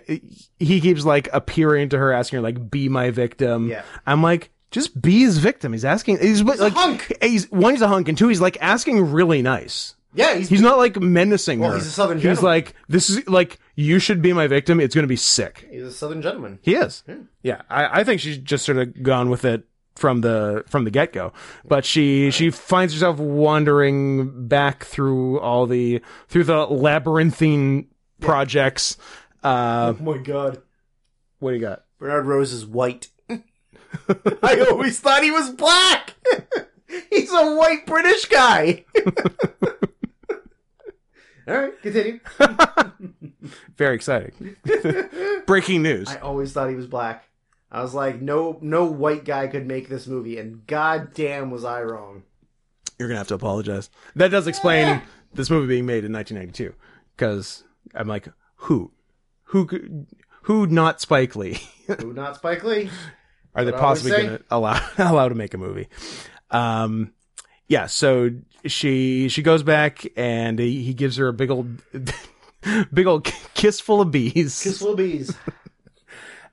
Speaker 1: he keeps like appearing to her asking her like be my victim.
Speaker 2: Yeah.
Speaker 1: I'm like Just be his victim. He's asking. He's,
Speaker 2: a
Speaker 1: like
Speaker 2: hunk.
Speaker 1: He's one. He's a hunk, and two, he's like asking really nice.
Speaker 2: Yeah, he's,
Speaker 1: He's not like menacing
Speaker 2: Well,
Speaker 1: her.
Speaker 2: he's a Southern
Speaker 1: He's
Speaker 2: gentleman.
Speaker 1: like this is like you should be my victim. It's gonna be sick.
Speaker 2: he's a southern gentleman.
Speaker 1: He is.
Speaker 2: Yeah.
Speaker 1: Yeah, I, I think she's just sort of gone with it from the from the get go. But she she finds herself wandering back through all the through the labyrinthine projects. Uh,
Speaker 2: oh my god,
Speaker 1: what do you got?
Speaker 2: Bernard Rose is white. I always thought he was black. he's a white British guy. All right, continue.
Speaker 1: Very exciting. Breaking news.
Speaker 2: I always thought he was black. I was like, no, no white guy could make this movie, and goddamn was I wrong.
Speaker 1: You're gonna have to apologize. That does explain this movie being made in 1992. Because I'm like, who, who, could- who not Spike Lee?
Speaker 2: Who not Spike Lee?
Speaker 1: Are they
Speaker 2: What I always
Speaker 1: possibly
Speaker 2: say.
Speaker 1: going to allow allow to make a movie? Um, yeah. So she she goes back and he, he gives her a big old big old kiss full of bees.
Speaker 2: Kiss Will Bees.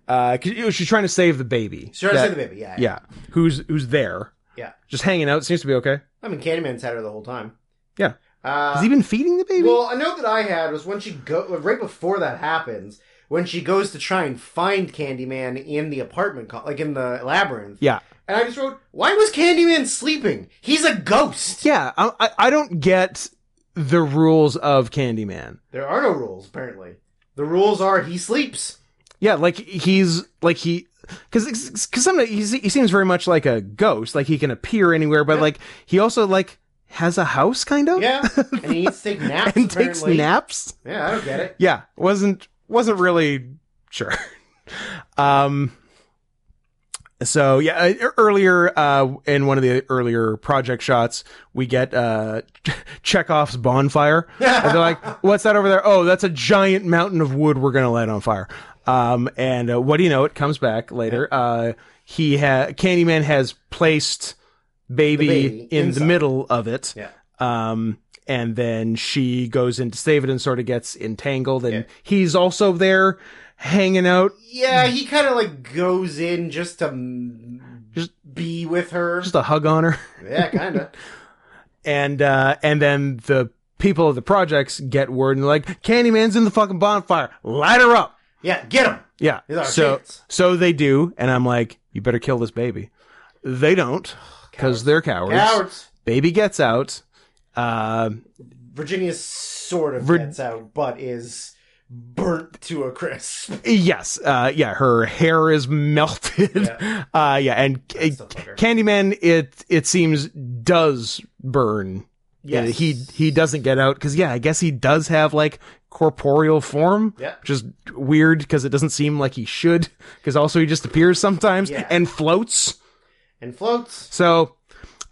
Speaker 1: Uh, 'cause, you know, she's trying to save the baby.
Speaker 2: Sure, I
Speaker 1: That-
Speaker 2: said the baby. Yeah,
Speaker 1: Yeah. Who's who's there?
Speaker 2: Yeah.
Speaker 1: Just hanging out. Seems to be okay.
Speaker 2: I mean, Candyman's had her the whole time.
Speaker 1: Yeah.
Speaker 2: Uh,
Speaker 1: Is he been feeding the baby?
Speaker 2: well, a note that I had was when she go right before that happens, when she goes to try and find Candyman in the apartment, co- like in the labyrinth.
Speaker 1: yeah.
Speaker 2: And I just wrote, "Why was Candyman sleeping? He's a ghost."
Speaker 1: Yeah. I, I I don't get the rules of Candyman.
Speaker 2: There are no rules apparently. The rules are he sleeps.
Speaker 1: Yeah, like he's like he because because sometimes he, se- he seems very much like a ghost, like he can appear anywhere, but
Speaker 2: Yeah.
Speaker 1: like he also like has a house kind of
Speaker 2: Yeah, and he needs to take naps.
Speaker 1: and takes
Speaker 2: apparently.
Speaker 1: naps.
Speaker 2: Yeah, I don't get it.
Speaker 1: Yeah, wasn't wasn't really sure. um. So yeah, uh, e- earlier uh, in one of the earlier project shots, we get uh, Chekhov's bonfire. And they're like, "What's that over there?" Oh, that's a giant mountain of wood we're gonna light on fire. Um, and uh, what do you know? It comes back later. Uh, he ha- Candyman has placed baby,
Speaker 2: The baby
Speaker 1: in
Speaker 2: inside.
Speaker 1: the middle of it.
Speaker 2: Yeah.
Speaker 1: Um, and then she goes in to save it and sort of gets entangled, and he's also there hanging out,
Speaker 2: Yeah, he kind of like goes in just to mm,
Speaker 1: Just-
Speaker 2: be with her.
Speaker 1: just a hug on her.
Speaker 2: yeah, kind of.
Speaker 1: and uh, and then the people of the projects get word and they're like, "Candyman's in the fucking bonfire, light her up."
Speaker 2: Yeah, get him.
Speaker 1: Yeah.
Speaker 2: He's our
Speaker 1: So
Speaker 2: chance.
Speaker 1: so they do, and I'm like, you better kill this baby. They don't because they're cowards.
Speaker 2: Cowards.
Speaker 1: Baby gets out. Uh,
Speaker 2: Virginia sort of
Speaker 1: Vir-
Speaker 2: gets out, but is burnt to a crisp.
Speaker 1: yes, uh, yeah, her hair is melted.
Speaker 2: Yeah.
Speaker 1: Uh, yeah, and uh,
Speaker 2: That's the fucker.
Speaker 1: Candyman, it it seems does burn. Yeah,
Speaker 2: Yes.
Speaker 1: he he doesn't get out because yeah, I guess he does have like corporeal form.
Speaker 2: Yeah.
Speaker 1: which is weird because it doesn't seem like he should. Because also he just appears sometimes
Speaker 2: Yeah.
Speaker 1: and floats.
Speaker 2: and floats.
Speaker 1: So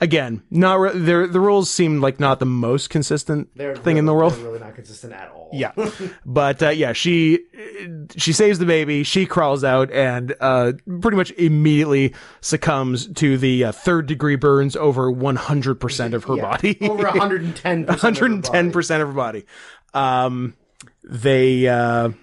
Speaker 1: again, not re- the the rules seem like not the most consistent
Speaker 2: They're
Speaker 1: thing
Speaker 2: really-
Speaker 1: in the world.
Speaker 2: They're really not consistent at all.
Speaker 1: Yeah, but uh, yeah, she she saves the baby. She crawls out and uh, pretty much immediately succumbs to the uh, third degree burns over one hundred percent of her
Speaker 2: Yeah.
Speaker 1: body.
Speaker 2: Over 110
Speaker 1: percent of her body. Um, they uh, and,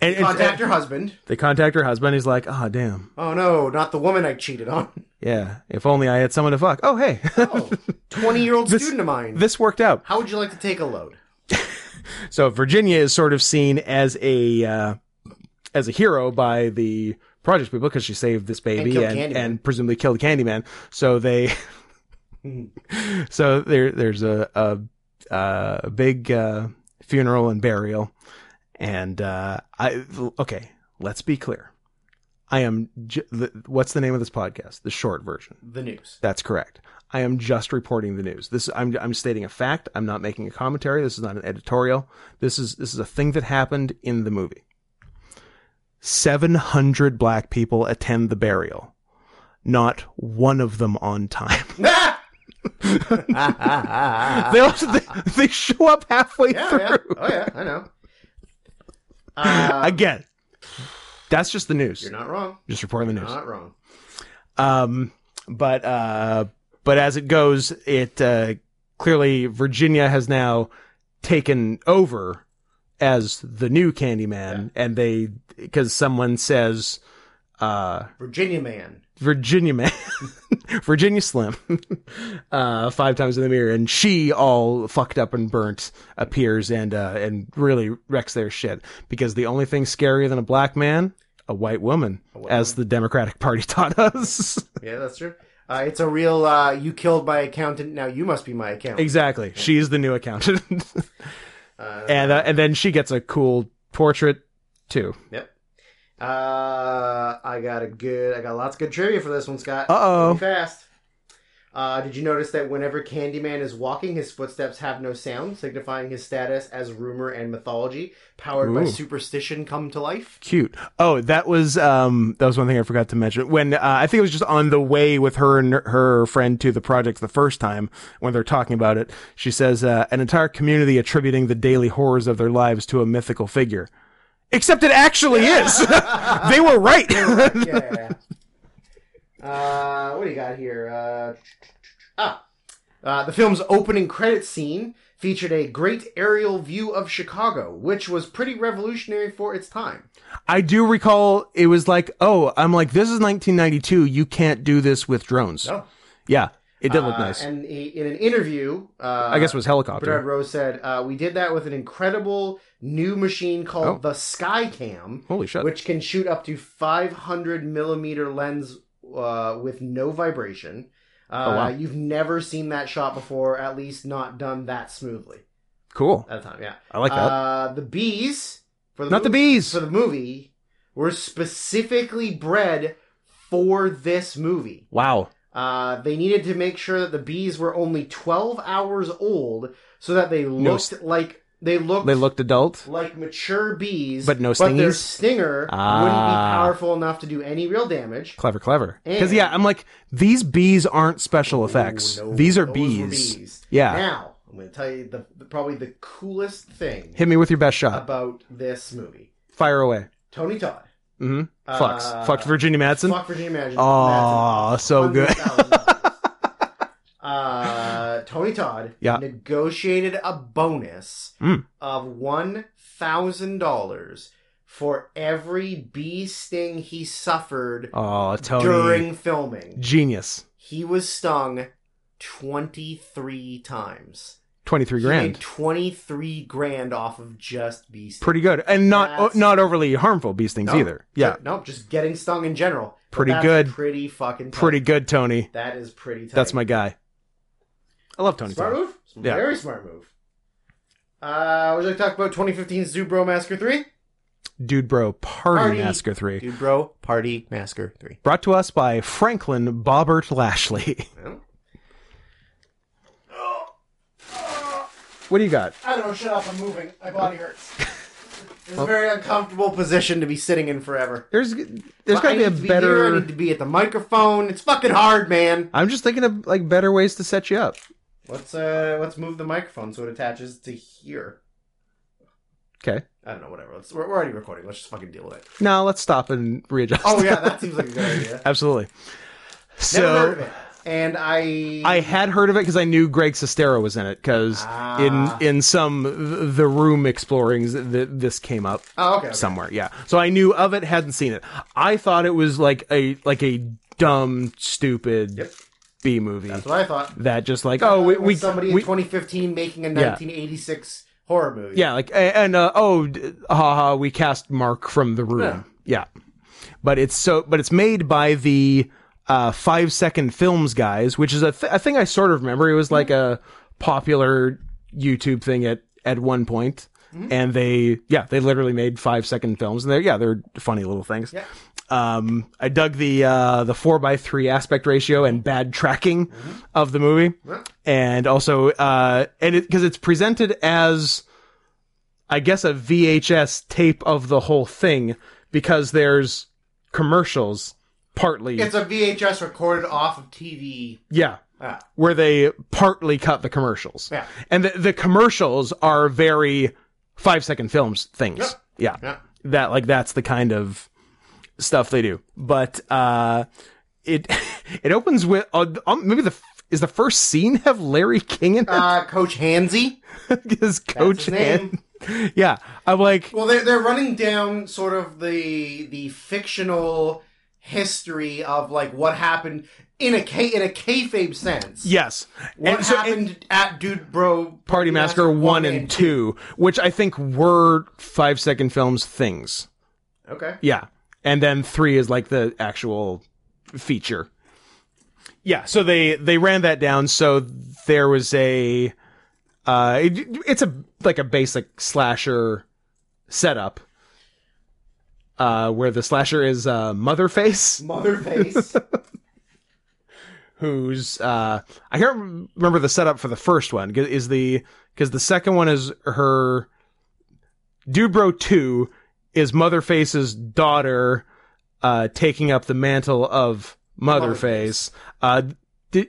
Speaker 1: and-
Speaker 2: Contact your husband.
Speaker 1: they contact her husband. He's like, "Ah, damn,
Speaker 2: Oh no, not the woman I cheated on.
Speaker 1: yeah. If only I had someone to fuck. Oh, hey,
Speaker 2: Oh, 20 year old student of mine.
Speaker 1: this worked out."
Speaker 2: How would you like to take a load?
Speaker 1: So Virginia is sort of seen as a uh, as a hero by the project people because she saved this baby
Speaker 2: killed
Speaker 1: and,
Speaker 2: Candyman.
Speaker 1: and, presumably killed Candyman. So they so there there's a a, uh, a big uh, funeral and burial, and uh, I okay. Let's be clear. I am. Ju- the, what's the name of this podcast? The short version.
Speaker 2: The news.
Speaker 1: That's correct. I am just reporting the news. This I'm I'm stating a fact. I'm not making a commentary. This is not an editorial. This is this is a thing that happened in the movie. 700 black people attend the burial. Not one of them on time.
Speaker 2: yeah,
Speaker 1: they, also, they, they show up halfway through.
Speaker 2: yeah. Oh yeah, I know. Uh,
Speaker 1: Again, that's just the news.
Speaker 2: you're not wrong.
Speaker 1: Just reporting the
Speaker 2: You're
Speaker 1: news.
Speaker 2: not wrong.
Speaker 1: Um, but uh, but as it goes, it uh, clearly Virginia has now taken over as the new Candyman, and they because someone says uh,
Speaker 2: Virginia man.
Speaker 1: Virginia man, Virginia Slim, uh, five times in the mirror, and she all fucked up and burnt appears and uh, and really wrecks their shit because the only thing scarier than a black man, a white woman,
Speaker 2: A white
Speaker 1: as the Democratic Party taught us.
Speaker 2: Yeah, that's true. Uh, it's a real. Uh, you killed my accountant. Now you must be my accountant.
Speaker 1: exactly, she's the new accountant,
Speaker 2: Uh,
Speaker 1: and uh, and then she gets a cool portrait too.
Speaker 2: Yep. Uh, I got a good. I got lots of good trivia for this one, Scott.
Speaker 1: Uh-oh.
Speaker 2: Be Fast. Uh, did you notice that whenever Candyman is walking, his footsteps have no sound, signifying his status as rumor and mythology, powered by
Speaker 1: Ooh.
Speaker 2: superstition come to life?
Speaker 1: cute. Oh, that was um that was one thing I forgot to mention. When uh, I think it was just on the way with her and her friend to the project the first time when they're talking about it, she says uh, an entire community attributing the daily horrors of their lives to a mythical figure. Except it actually is. they were right.
Speaker 2: yeah. Uh, what do you got here? Uh, ah, uh, the film's opening credit scene featured a great aerial view of Chicago, which was pretty revolutionary for its time.
Speaker 1: I do recall it was like, oh, I'm like this is 1992. You can't do this with drones.
Speaker 2: No.
Speaker 1: Yeah, it did look
Speaker 2: Uh,
Speaker 1: nice.
Speaker 2: And he, in an interview, uh,
Speaker 1: I guess it was
Speaker 2: Bernard
Speaker 1: helicopter.
Speaker 2: Rose said, uh, "We did that with an incredible new machine called
Speaker 1: Oh.
Speaker 2: the Skycam,
Speaker 1: Holy shit!
Speaker 2: which can shoot up to 500 millimeter lens uh, with no vibration. Uh,
Speaker 1: Oh, wow.
Speaker 2: You've never seen that shot before, at least not done that smoothly
Speaker 1: cool.
Speaker 2: at the time. Yeah,
Speaker 1: I like that.
Speaker 2: Uh, the bees for the
Speaker 1: Not the
Speaker 2: movie-
Speaker 1: bees.
Speaker 2: for the movie were specifically bred for this movie."
Speaker 1: Wow.
Speaker 2: Uh, they needed to make sure that the bees were only 12 hours old so that they looked like they looked,
Speaker 1: They looked adult.
Speaker 2: like mature bees
Speaker 1: But no
Speaker 2: but their
Speaker 1: stingies?
Speaker 2: stinger wouldn't be
Speaker 1: Ah.
Speaker 2: powerful enough to do any real damage
Speaker 1: Clever, clever. Because
Speaker 2: And-
Speaker 1: yeah, I'm like these bees aren't special effects.
Speaker 2: Ooh, no,
Speaker 1: these are
Speaker 2: those were
Speaker 1: bees. Ah.
Speaker 2: bees.
Speaker 1: Yeah.
Speaker 2: now i'm going to tell you the, the- probably the coolest thing
Speaker 1: Hit me with your best shot.
Speaker 2: about this movie
Speaker 1: Fire away.
Speaker 2: tony todd
Speaker 1: hmm
Speaker 2: uh,
Speaker 1: Fucks. Fucked Virginia Madsen.
Speaker 2: Fuck Virginia Madsen.
Speaker 1: Aw,
Speaker 2: Madsen.
Speaker 1: so good.
Speaker 2: $100,000. uh, Tony Todd
Speaker 1: Yeah.
Speaker 2: negotiated a bonus
Speaker 1: Mm.
Speaker 2: of one thousand dollars for every bee sting he suffered
Speaker 1: Oh, Tony.
Speaker 2: during filming.
Speaker 1: Genius.
Speaker 2: He was stung twenty three times.
Speaker 1: Twenty-three grand.
Speaker 2: Twenty three grand off of just bee stings.
Speaker 1: Pretty good, and not
Speaker 2: That's-
Speaker 1: oh, not overly harmful bee stings
Speaker 2: No.
Speaker 1: either. Yeah,
Speaker 2: no, just getting stung in general. But
Speaker 1: Pretty
Speaker 2: that's
Speaker 1: good.
Speaker 2: Pretty fucking. tight.
Speaker 1: pretty good, Tony.
Speaker 2: That is pretty tight.
Speaker 1: That's my guy. I love Tony.
Speaker 2: smart
Speaker 1: Todd.
Speaker 2: move. Sm-
Speaker 1: Yeah.
Speaker 2: Very smart move. Uh, would you like to talk about 2015's Dude Bro Massacre 3?
Speaker 1: Dude, bro, party,
Speaker 2: Party.
Speaker 1: masker three.
Speaker 2: Dude Bro Party Massacre 3.
Speaker 1: Brought to us by Franklin Bobbert Lashley. what do you got?
Speaker 2: I don't know, shut up, I'm moving. My body hurts. It's a very uncomfortable position to be sitting in forever.
Speaker 1: There's there's got
Speaker 2: I
Speaker 1: to be a
Speaker 2: need to here, I
Speaker 1: better.
Speaker 2: need to be at the microphone. It's fucking hard, man.
Speaker 1: I'm just thinking of like better ways to set you up.
Speaker 2: Let's uh let's move the microphone so it attaches to here.
Speaker 1: Okay.
Speaker 2: I don't know, whatever. Let's, we're, we're already recording. Let's just fucking deal with it.
Speaker 1: Now let's stop and readjust.
Speaker 2: Oh yeah, that seems like a good idea.
Speaker 1: absolutely. So
Speaker 2: Never heard of it. And I
Speaker 1: I had heard of it because I knew Greg Sestero was in it because
Speaker 2: Ah.
Speaker 1: in in some th- the room explorings th- this came up
Speaker 2: Oh, okay. okay.
Speaker 1: somewhere. Yeah, so I knew of it, hadn't seen it. I thought it was like a like a dumb, stupid
Speaker 2: Yep.
Speaker 1: B movie
Speaker 2: That's what I thought.
Speaker 1: that just like oh we
Speaker 2: With
Speaker 1: we
Speaker 2: somebody
Speaker 1: we-
Speaker 2: in 2015 making a
Speaker 1: Yeah.
Speaker 2: 1986 horror movie.
Speaker 1: Yeah, like a- and uh, oh, d- haha, we cast Mark from the room. Yeah. but it's so, but it's made by the uh, Five Second Films guys, which is a, th- a thing I sort of remember. It was like a popular YouTube thing at at one point. And they, yeah, they literally made five second films, and they're yeah, they're funny little things.
Speaker 2: Yeah.
Speaker 1: Um, I dug the uh, the four by three aspect ratio and bad tracking of the movie,
Speaker 2: Yeah.
Speaker 1: and also uh, and it because it's presented as I guess a VHS tape of the whole thing because there's commercials partly
Speaker 2: It's a VHS recorded off of TV.
Speaker 1: yeah
Speaker 2: Ah,
Speaker 1: where they partly cut the commercials
Speaker 2: Yeah.
Speaker 1: and the, the commercials are very five second films things yeah
Speaker 2: yeah.
Speaker 1: that like that's the kind of stuff they do but uh it it opens with uh, um, maybe the f- is the first scene have larry king in it
Speaker 2: Uh, Coach Hansy.
Speaker 1: his coach
Speaker 2: his name.
Speaker 1: and- yeah i'm like
Speaker 2: Well, they're, they're running down sort of the the fictional history of like what happened in a K in a kayfabe sense.
Speaker 1: Yes.
Speaker 2: What
Speaker 1: and so and
Speaker 2: happened at Dude Bro
Speaker 1: Party Massacre 1 and 2, which I think were 5 second films things.
Speaker 2: Okay.
Speaker 1: Yeah. And then 3 is like the actual feature. Yeah, so they they ran that down so there was a uh it, it's a like a basic slasher setup. Uh, where the slasher is uh, Motherface,
Speaker 2: Motherface.
Speaker 1: who's uh I can't remember the setup for the first one 'cause- is the because the second one is her Dude Bro Two is Motherface's daughter uh taking up the mantle of Motherface. Uh, di-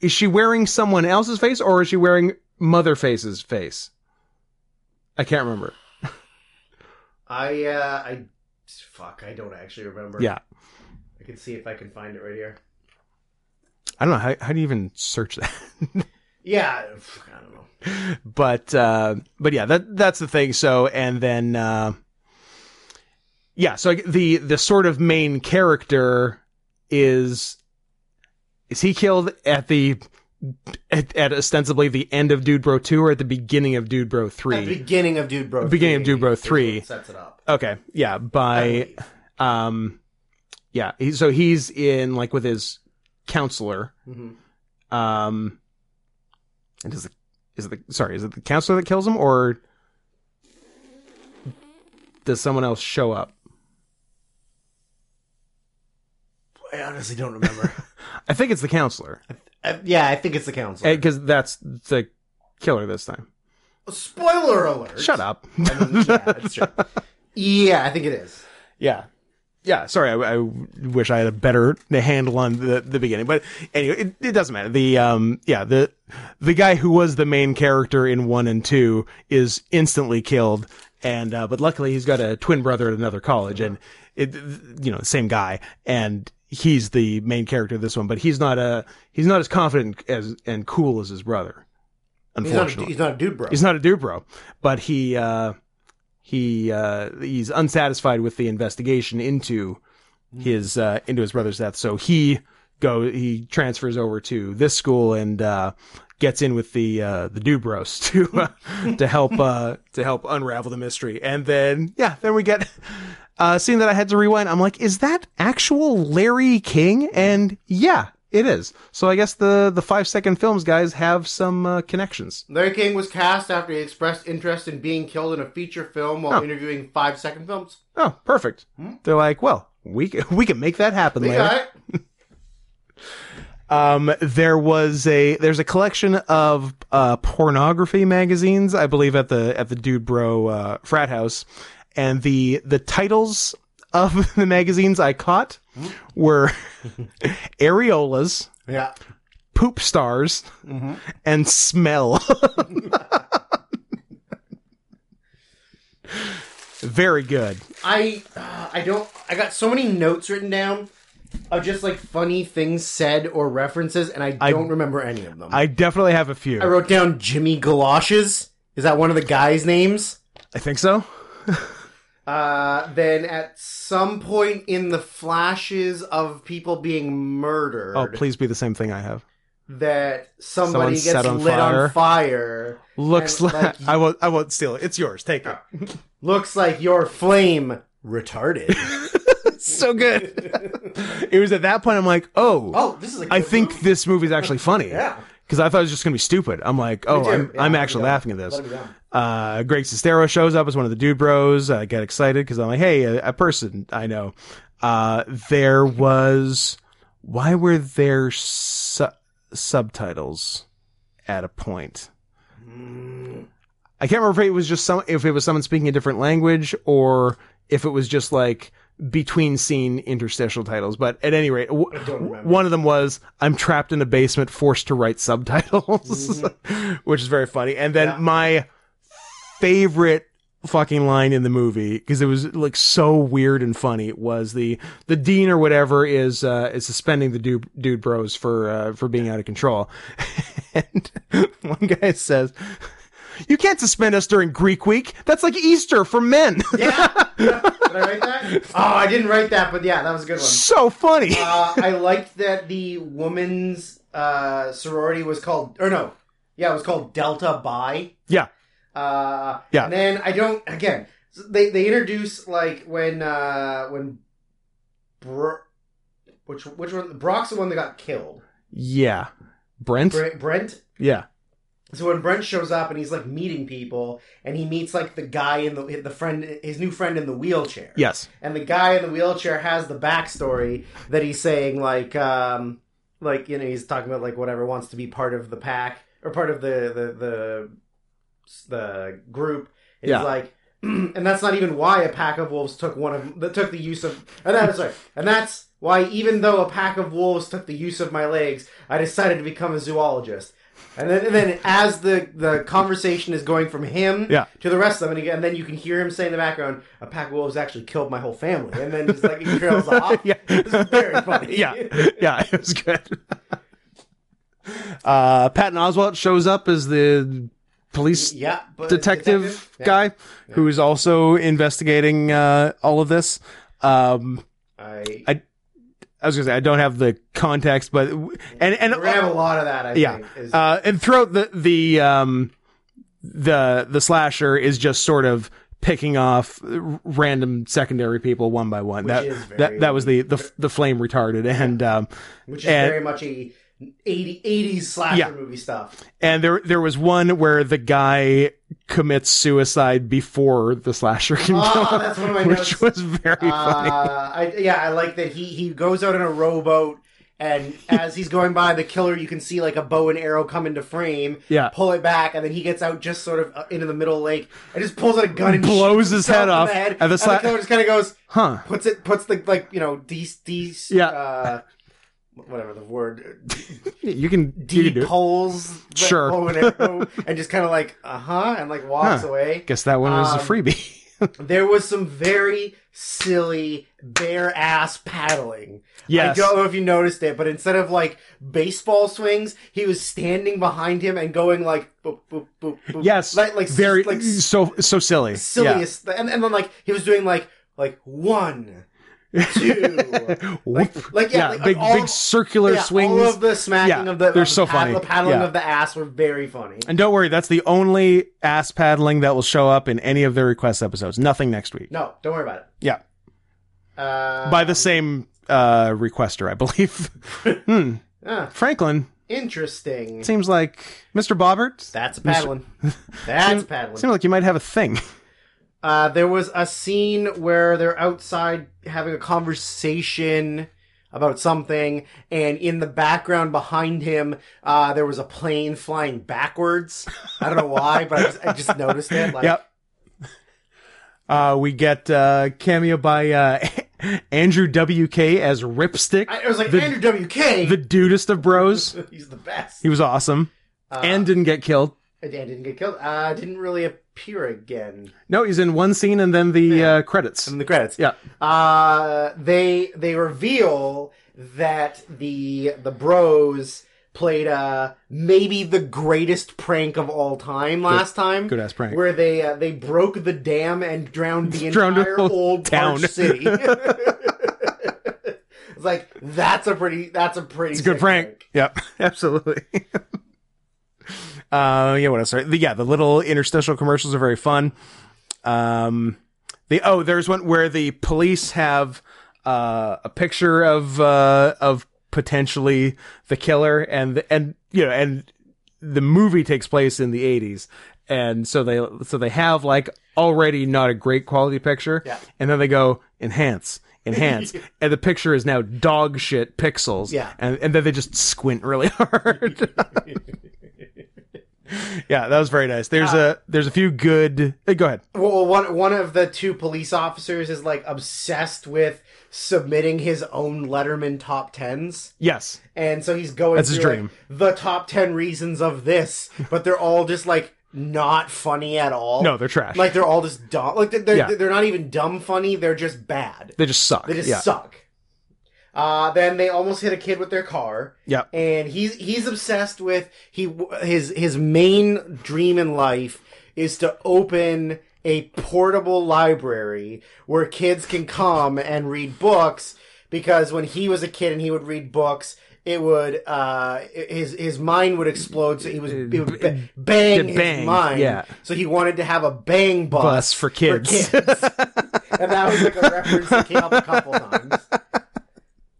Speaker 1: is she wearing someone else's face or is she wearing Motherface's face? I can't remember.
Speaker 2: I uh I fuck, I don't actually remember.
Speaker 1: Yeah,
Speaker 2: I can see if I can find it right here.
Speaker 1: I don't know how, how do you even search that.
Speaker 2: Yeah, fuck, I don't know.
Speaker 1: but uh but yeah that that's the thing so and then uh yeah so like, the the sort of main character is is he killed at the at, at ostensibly the end of dude bro 2 or at the beginning of dude bro
Speaker 2: At the
Speaker 1: 3
Speaker 2: beginning of Dude Bro.
Speaker 1: Beginning of
Speaker 2: 3
Speaker 1: Dude Bro
Speaker 2: is what
Speaker 1: 3.
Speaker 2: sets it up.
Speaker 1: okay yeah by
Speaker 2: believe.
Speaker 1: um yeah he, so he's in like with his counselor
Speaker 2: Mhm.
Speaker 1: um and is it is it the sorry is it the counselor that kills him or does someone else show up
Speaker 2: I honestly don't remember.
Speaker 1: i think it's the counselor
Speaker 2: Uh, yeah, I think it's the council.
Speaker 1: because that's the killer this time
Speaker 2: Spoiler alert.
Speaker 1: shut up
Speaker 2: I mean, yeah, that's true. yeah, I think it is.
Speaker 1: yeah yeah sorry I, I wish i had a better handle on the, the beginning but anyway it, it doesn't matter the um yeah the the guy who was the main character in one and two is instantly killed and uh, but luckily he's got a twin brother at another college and it you know the same guy and he's the main character of this one but he's not a he's not as confident as and cool as his brother
Speaker 2: He's not,
Speaker 1: unfortunately
Speaker 2: a, he's not a dude, bro.
Speaker 1: He's not a dude bro, but he uh, he uh, he's unsatisfied with the investigation into his uh, into his brother's death. So he go he transfers over to this school and uh, gets in with the uh, the dude bros to uh, to help uh, to help unravel the mystery. And then yeah, then we get. Uh, scene that I had to rewind, I'm like, is that actual Larry King? And yeah, it is. So I guess the the five second films guys have some uh, connections.
Speaker 2: Larry King was cast after he expressed interest in being killed in a feature film while
Speaker 1: Oh.
Speaker 2: interviewing five second films.
Speaker 1: Oh, perfect. They're like, well, we c- we can make that happen
Speaker 2: Hmm? We
Speaker 1: later.
Speaker 2: got it.
Speaker 1: Um, there was a there's a collection of uh, pornography magazines, I believe, at the at the Dude Bro uh, frat house, and the the titles of the magazines I caught
Speaker 2: Hmm?
Speaker 1: were areolas,
Speaker 2: Yeah.
Speaker 1: poop stars,
Speaker 2: Mm-hmm.
Speaker 1: and smell. Very good.
Speaker 2: I uh, I don't I got so many notes written down of just like funny things said or references, and I don't remember any of them. I,
Speaker 1: I definitely have a few.
Speaker 2: wrote down Jimmy Galoshes. Is that one of the guys' names?
Speaker 1: I think so.
Speaker 2: Uh, then at some point in the flashes of people being murdered,
Speaker 1: Oh, please be the same thing I have.
Speaker 2: that
Speaker 1: Someone
Speaker 2: somebody
Speaker 1: set
Speaker 2: gets
Speaker 1: on
Speaker 2: lit
Speaker 1: fire.
Speaker 2: on fire.
Speaker 1: Looks
Speaker 2: And,
Speaker 1: like,
Speaker 2: like,
Speaker 1: I won't. I won't steal it. It's yours. Take it.
Speaker 2: Looks like your flame retarded.
Speaker 1: so good. it was at that point I'm like, oh,
Speaker 2: oh, this is. A
Speaker 1: I
Speaker 2: good
Speaker 1: think
Speaker 2: movie.
Speaker 1: this movie's actually funny.
Speaker 2: Yeah.
Speaker 1: Because I thought it was just gonna be stupid. I'm like, oh,
Speaker 2: too.
Speaker 1: I'm,
Speaker 2: Yeah,
Speaker 1: I'm
Speaker 2: let
Speaker 1: actually
Speaker 2: me know.
Speaker 1: laughing at this.
Speaker 2: Let me know.
Speaker 1: Uh, Greg Sestero shows up as one of the dude bros. I get excited because I'm like, hey, a, a person I know. Uh, there was why were there su- subtitles at a point?
Speaker 2: Mm.
Speaker 1: I can't remember if it was just some if it was someone speaking a different language or if it was just like between scene interstitial titles. But at any rate, w-
Speaker 2: remember.
Speaker 1: one of them was I'm trapped in a basement, forced to write subtitles, which is very funny. And then
Speaker 2: Mm-hmm. Yeah.
Speaker 1: my favorite fucking line in the movie because it was like so weird and funny was the the dean or whatever is uh is suspending the dude dude bros for uh for being out of control and one guy says you can't suspend us during greek week that's like easter for men
Speaker 2: Yeah. Did I write that? Oh, I didn't write that, but yeah, that was a good one.
Speaker 1: So funny.
Speaker 2: Uh, I liked that the woman's uh, sorority was called, or no, yeah, it was called Delta Bi.
Speaker 1: Yeah.
Speaker 2: Uh,
Speaker 1: Yeah.
Speaker 2: And then I don't. Again, so they they introduce like when uh, when Bro, which which one? Brock's the one that got killed.
Speaker 1: Yeah. Brent?
Speaker 2: Brent, Brent
Speaker 1: Yeah.
Speaker 2: so when Brent shows up and he's like meeting people, and he meets like the guy in the the friend his new friend in the wheelchair.
Speaker 1: Yes.
Speaker 2: And the guy in the wheelchair has the backstory that he's saying like um like you know he's talking about like whatever wants to be part of the pack or part of the the the the group. And
Speaker 1: Yeah.
Speaker 2: He's like and that's not even why a pack of wolves took one of that took the use of and that, sorry, and that's why even though a pack of wolves took the use of my legs, I decided to become a zoologist. And then, and then as the, the conversation is going from him
Speaker 1: Yeah.
Speaker 2: to the rest of them, and, again, and then you can hear him say in the background, "A pack of wolves actually killed my whole family," and then just like he trails off.
Speaker 1: Yeah.
Speaker 2: It's Ah, very funny.
Speaker 1: yeah, yeah, it was good. Uh, Patton Oswalt shows up as the police
Speaker 2: yeah, but
Speaker 1: detective,
Speaker 2: Yeah.
Speaker 1: guy who is also investigating uh, all of this. Um,
Speaker 2: I,
Speaker 1: I- I was gonna say I don't have the context, but and and
Speaker 2: we're gonna have a lot of that. I
Speaker 1: yeah,
Speaker 2: think. Is,
Speaker 1: uh, and throughout the the um, the the slasher is just sort of picking off r- random secondary people one by one. that
Speaker 2: is very-
Speaker 1: that that was the the, the flame retarded and. Um,
Speaker 2: which is
Speaker 1: and-
Speaker 2: very much a 80, 80s slasher
Speaker 1: Yeah.
Speaker 2: movie stuff.
Speaker 1: And there there was one where the guy commits suicide before the slasher can
Speaker 2: Oh,
Speaker 1: kill him,
Speaker 2: that's one of my
Speaker 1: which
Speaker 2: notes.
Speaker 1: was very funny.
Speaker 2: Uh, I, yeah, I like that he he goes out in a rowboat, and as he's going by the killer, you can see like a bow and arrow come into frame.
Speaker 1: Yeah.
Speaker 2: pull it back, and then he gets out just sort of uh, into the middle of the lake and just pulls out a gun and
Speaker 1: Blows
Speaker 2: shoots
Speaker 1: his
Speaker 2: himself
Speaker 1: head
Speaker 2: in
Speaker 1: off,
Speaker 2: The head,
Speaker 1: and the
Speaker 2: and the
Speaker 1: sla-
Speaker 2: killer just kind of goes,
Speaker 1: Huh.
Speaker 2: puts it puts the like you know these these
Speaker 1: Yeah.
Speaker 2: Uh, Whatever the word,
Speaker 1: You can, you can do it.
Speaker 2: depoles the
Speaker 1: Sure.
Speaker 2: bow and arrow, and just kind of like uh huh, and like walks
Speaker 1: Huh.
Speaker 2: away.
Speaker 1: Guess that one was a
Speaker 2: Um,
Speaker 1: freebie.
Speaker 2: There was some very silly bare ass paddling.
Speaker 1: yes.
Speaker 2: I don't know if you noticed it, but instead of like baseball swings, he was standing behind him and going like boop boop boop boop.
Speaker 1: Yes.
Speaker 2: like like
Speaker 1: very
Speaker 2: like
Speaker 1: so so silly.
Speaker 2: silliest, and and then like he was doing like like one, two,
Speaker 1: Yeah. Whoop.
Speaker 2: like, like yeah, like,
Speaker 1: big
Speaker 2: all,
Speaker 1: big circular
Speaker 2: yeah,
Speaker 1: swings.
Speaker 2: All of the smacking
Speaker 1: Yeah,
Speaker 2: of the
Speaker 1: they're
Speaker 2: of the
Speaker 1: so funny.
Speaker 2: The paddling
Speaker 1: Yeah.
Speaker 2: of the ass were very funny.
Speaker 1: and don't worry, that's the only ass paddling that will show up in any of their request episodes. Nothing next week.
Speaker 2: No, don't worry about it.
Speaker 1: Yeah.
Speaker 2: Uh,
Speaker 1: By the same uh requester, I believe. hmm.
Speaker 2: ah,
Speaker 1: Franklin
Speaker 2: interesting.
Speaker 1: seems like Mr. Bobbert.
Speaker 2: That's paddling. That's paddling.
Speaker 1: Seems like you might have a thing.
Speaker 2: Uh, there was a scene where they're outside having a conversation about something, and in the background behind him, uh, there was a plane flying backwards. I don't know why, but I just, I just noticed it. Like,
Speaker 1: Yep. Uh, we get uh, cameo by uh, Andrew WK as Ripstick,
Speaker 2: I, I was like,
Speaker 1: The-
Speaker 2: Andrew WK,
Speaker 1: the dudest of bros.
Speaker 2: he's the best.
Speaker 1: He was awesome
Speaker 2: Uh,
Speaker 1: and didn't get killed.
Speaker 2: and Dan didn't get killed. Uh, didn't really appear again
Speaker 1: No, he's in one scene and then the uh, credits.
Speaker 2: in the credits.
Speaker 1: Yeah.
Speaker 2: Uh, they they reveal that the the bros played uh maybe the greatest prank of all time last time
Speaker 1: Good ass prank.
Speaker 2: where they uh, they broke the dam and drowned the
Speaker 1: Drowned
Speaker 2: entire
Speaker 1: the whole
Speaker 2: old
Speaker 1: town.
Speaker 2: Parch city it's like that's a pretty that's a pretty
Speaker 1: It's a good
Speaker 2: sick
Speaker 1: prank. Yep, absolutely. uh, yeah, what else? The, yeah, the little interstitial commercials are very fun. Um, the oh, there's one where the police have uh, a picture of uh, of potentially the killer, and the, and you know, and the movie takes place in the 80s, and so they so they have like already not a great quality picture,
Speaker 2: Yeah.
Speaker 1: and then they go enhance. Enhance, and the picture is now dog shit pixels.
Speaker 2: Yeah.
Speaker 1: and, and then they just squint really hard. yeah, that was very nice. There's
Speaker 2: Uh,
Speaker 1: a there's a few good. eh, go ahead.
Speaker 2: Well, one one of the two police officers is like obsessed with submitting his own Letterman top tens,
Speaker 1: Yes,
Speaker 2: and so he's going.
Speaker 1: That's his
Speaker 2: through,
Speaker 1: dream.
Speaker 2: like, the top ten reasons of this, but they're all just like not funny at all.
Speaker 1: No, they're trash.
Speaker 2: Like they're all just dumb. Like they're they're,
Speaker 1: Yeah.
Speaker 2: they're not even dumb funny. They're just bad.
Speaker 1: they just suck.
Speaker 2: They just
Speaker 1: yeah.
Speaker 2: suck. Uh, then they almost hit a kid with their car
Speaker 1: Yeah.
Speaker 2: and he's he's obsessed with he his his main dream in life is to open a portable library where kids can come and read books because when he was a kid and he would read books it would uh his his mind would explode so he was it would ba- bang,
Speaker 1: bang,
Speaker 2: his mind
Speaker 1: yeah.
Speaker 2: so he wanted to have a bang bus,
Speaker 1: Bus for kids.
Speaker 2: kids. and that was like a reference that came up a couple times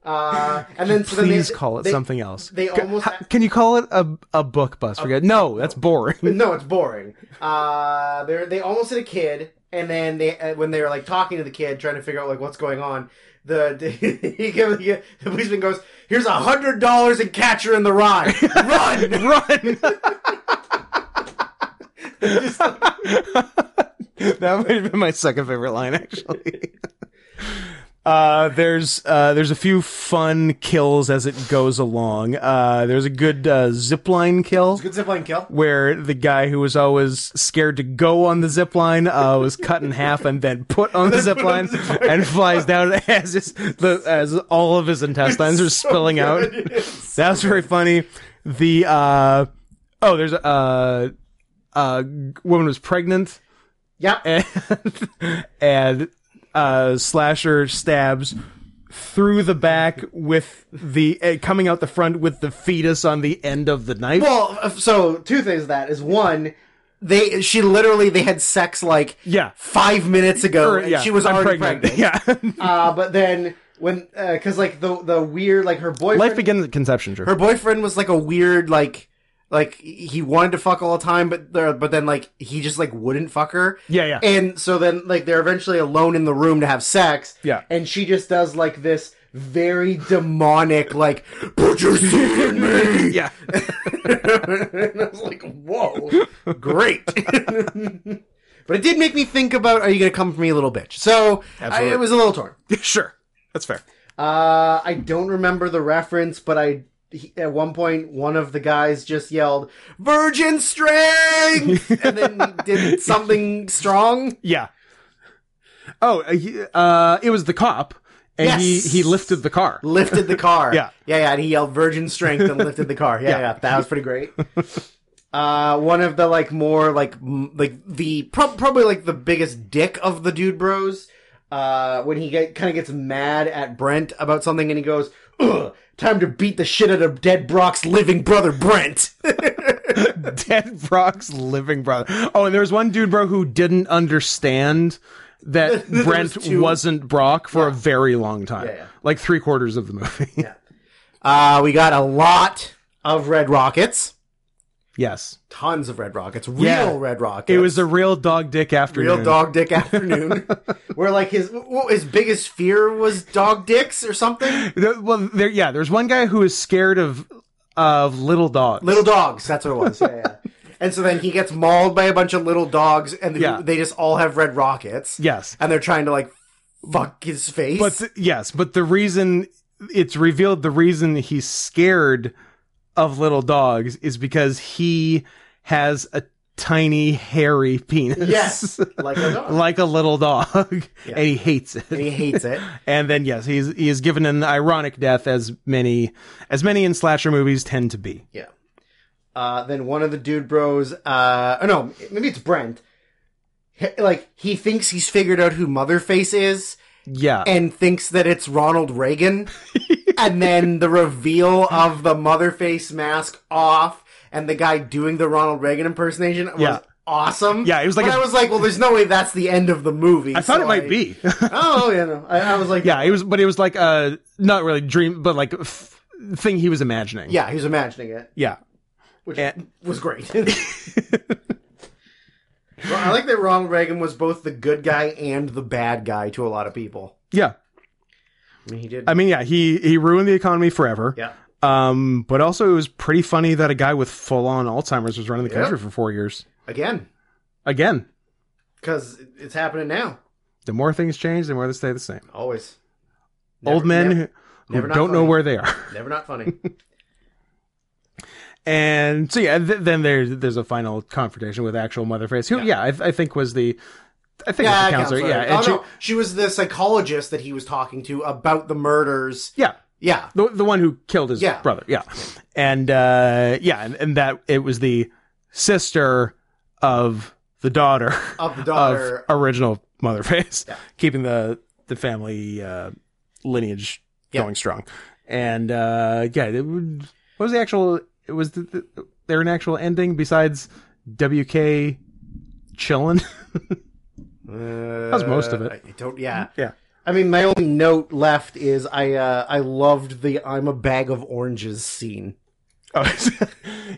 Speaker 2: uh and then so then they-
Speaker 1: Please call it
Speaker 2: they-
Speaker 1: something else.
Speaker 2: they
Speaker 1: C-
Speaker 2: almost-
Speaker 1: ha- can you call it a a book bus? Forget. No, that's boring.
Speaker 2: But no, it's boring. Uh, they they almost hit a kid, and then they uh, when they were like talking to the kid, trying to figure out like what's going on. The the, he give, the policeman goes, "Here's a hundred dollars and catcher in the rye. Run!"
Speaker 1: Run. that might have been my second favorite line, actually. Uh, there's uh, there's a few fun kills as it goes along. Uh, there's a good uh, zipline kill
Speaker 2: Good zipline kill.
Speaker 1: where the guy who was always scared to go on the zip line uh, was cut in half and then put on the zip
Speaker 2: put on
Speaker 1: line
Speaker 2: the zip line.
Speaker 1: and flies down as his, the, as all of his intestines are spilling out. That was very funny. The uh, oh, there's a uh, uh, woman was pregnant
Speaker 2: Yep.
Speaker 1: and and uh, slasher stabs through the back with the uh, coming out the front with the fetus on the end of the knife.
Speaker 2: Well, uh, so two things of that is one, they she literally they had sex like
Speaker 1: yeah.
Speaker 2: five minutes ago,
Speaker 1: Or,
Speaker 2: and
Speaker 1: yeah,
Speaker 2: she was
Speaker 1: I'm
Speaker 2: already
Speaker 1: pregnant.
Speaker 2: pregnant.
Speaker 1: Yeah.
Speaker 2: Uh, but then when because like the the weird like her boyfriend
Speaker 1: Life begins at conception, Drew.
Speaker 2: her boyfriend was like a weird like like he wanted to fuck all the time but there but then like he just like wouldn't fuck her
Speaker 1: Yeah, yeah.
Speaker 2: and so then like they're eventually alone in the room to have sex
Speaker 1: Yeah.
Speaker 2: and she just does like this very demonic like put your dick in me
Speaker 1: yeah.
Speaker 2: and i was like whoa great but it did make me think about are you gonna come for me little bitch so I,
Speaker 1: Absolutely.
Speaker 2: it was a little torn
Speaker 1: sure. That's fair.
Speaker 2: uh, I don't remember the reference, but I he, at one point one of the guys just yelled "Virgin strength" and then did something strong.
Speaker 1: Yeah. Oh, uh, he- uh, it was the cop, and he,
Speaker 2: Yes.
Speaker 1: he lifted the car.
Speaker 2: Lifted the car.
Speaker 1: Yeah.
Speaker 2: yeah, yeah. And he yelled "Virgin strength" and lifted the car. Yeah,
Speaker 1: Yeah.
Speaker 2: yeah. that was pretty great. Uh, one of the like more like m- like the prob- probably like the biggest dick of the dude bros. Uh, when he get, kind of gets mad at Brent about something, and he goes, Ugh, "Time to beat the shit out of dead Brock's living brother Brent."
Speaker 1: Dead Brock's living brother. Oh, and there was one dude, bro, who didn't understand that
Speaker 2: There
Speaker 1: Brent
Speaker 2: was two.
Speaker 1: wasn't Brock for a very long time.
Speaker 2: Yeah, yeah.
Speaker 1: Like three quarters of the movie.
Speaker 2: Uh, we got a lot of red rockets.
Speaker 1: yes.
Speaker 2: Tons of red rockets. Real
Speaker 1: Yeah.
Speaker 2: red rockets.
Speaker 1: It was a real dog dick afternoon.
Speaker 2: real dog dick afternoon. where like his what, his biggest fear was dog dicks or something.
Speaker 1: There- well, there, yeah, there's one guy who is scared of of little dogs.
Speaker 2: Little dogs. That's what it was. Yeah. yeah. And so then he gets mauled by a bunch of little dogs, and
Speaker 1: Yeah.
Speaker 2: they just all have red rockets.
Speaker 1: yes.
Speaker 2: And they're trying to like fuck his face.
Speaker 1: But th- yes, but the reason it's revealed the reason he's scared of little dogs is because he has a tiny hairy penis.
Speaker 2: yes, like a dog.
Speaker 1: like a little dog, and he hates
Speaker 2: and
Speaker 1: it.
Speaker 2: he hates it.
Speaker 1: And then yes, he's he is given an ironic death, as many as many in slasher movies tend to be.
Speaker 2: Yeah. Uh, then one of the dude bros, uh, oh no, maybe it's Brent. He- Like he thinks he's figured out who Motherface is,
Speaker 1: Yeah,
Speaker 2: and thinks that it's Ronald Reagan. and then the reveal of the Motherface mask off, and the guy doing the Ronald Reagan impersonation was
Speaker 1: Yeah.
Speaker 2: awesome.
Speaker 1: Yeah, it was like
Speaker 2: But
Speaker 1: a-
Speaker 2: I was like, well, there's no way that's the end of the movie.
Speaker 1: I thought
Speaker 2: so
Speaker 1: it might be.
Speaker 2: Oh yeah, no. I, I was like,
Speaker 1: yeah, it was, but it was like a not really dream, but like f- thing he was imagining.
Speaker 2: yeah, he was imagining it.
Speaker 1: yeah.
Speaker 2: which
Speaker 1: And-
Speaker 2: was great. Well, I like that Ronald Reagan was both the good guy and the bad guy to a lot of people.
Speaker 1: Yeah.
Speaker 2: I mean, he did.
Speaker 1: I mean, yeah, he he ruined the economy forever.
Speaker 2: yeah.
Speaker 1: Um, but also it was pretty funny that a guy with full on Alzheimer's was running the
Speaker 2: Yeah.
Speaker 1: country for four years.
Speaker 2: Again,
Speaker 1: Again,
Speaker 2: because it's happening now.
Speaker 1: the more things change, the more they stay the same.
Speaker 2: Always.
Speaker 1: Old men
Speaker 2: Never,
Speaker 1: who, who
Speaker 2: never not
Speaker 1: don't know
Speaker 2: funny.
Speaker 1: where they are.
Speaker 2: never not funny.
Speaker 1: And so yeah, th- then there's there's a final confrontation with actual Motherface, who yeah, I, th- I think was the I think was
Speaker 2: yeah,
Speaker 1: the counselor. Yeah,
Speaker 2: Oh,
Speaker 1: and she,
Speaker 2: no. she was the psychologist that he was talking to about the murders.
Speaker 1: yeah,
Speaker 2: Yeah.
Speaker 1: the the one who killed his
Speaker 2: Yeah.
Speaker 1: brother. Yeah, and uh, yeah, and, and that it was the sister of. the daughter
Speaker 2: Of the
Speaker 1: of
Speaker 2: daughter.
Speaker 1: original Motherface,
Speaker 2: Yeah.
Speaker 1: keeping the the family uh, lineage
Speaker 2: Yeah.
Speaker 1: going strong. And uh, yeah, it would, what was the actual? It was the, the, there an actual ending besides WK chilling?
Speaker 2: Uh,
Speaker 1: was most of it.
Speaker 2: I don't. Yeah.
Speaker 1: Yeah.
Speaker 2: I mean, my only note left is I uh, I loved the I'm a bag of oranges scene.
Speaker 1: Oh,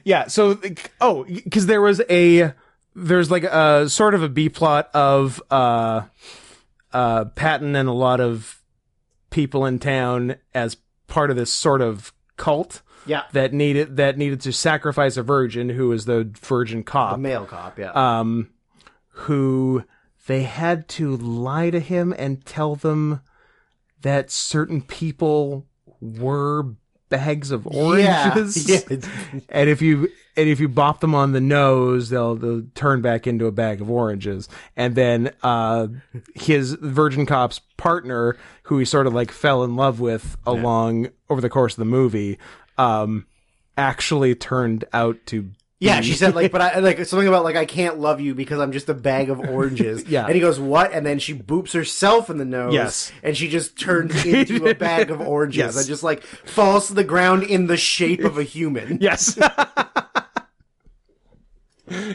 Speaker 1: yeah. So, like, oh, because there was a there's like a sort of a B plot of uh, uh, Patton and a lot of people in town as part of this sort of cult
Speaker 2: Yeah.
Speaker 1: that needed that needed to sacrifice a virgin who is the virgin
Speaker 2: A
Speaker 1: cop,
Speaker 2: male cop. Yeah.
Speaker 1: um, who they had to lie to him and tell them that certain people were bags of oranges
Speaker 2: Yeah. yeah.
Speaker 1: and if you and if you bop them on the nose, they'll, they'll turn back into a bag of oranges. And then uh, his Virgin Cop's partner, who he sort of like fell in love with along over the course of the movie, um, actually turned out to
Speaker 2: Yeah, she said like, but I like something about like I can't love you because I'm just a bag of oranges.
Speaker 1: Yeah.
Speaker 2: and he goes what? And then she boops herself in the nose.
Speaker 1: Yes.
Speaker 2: and she just turns into a bag of oranges
Speaker 1: Yes.
Speaker 2: and just like falls to the ground in the shape of a human.
Speaker 1: yes.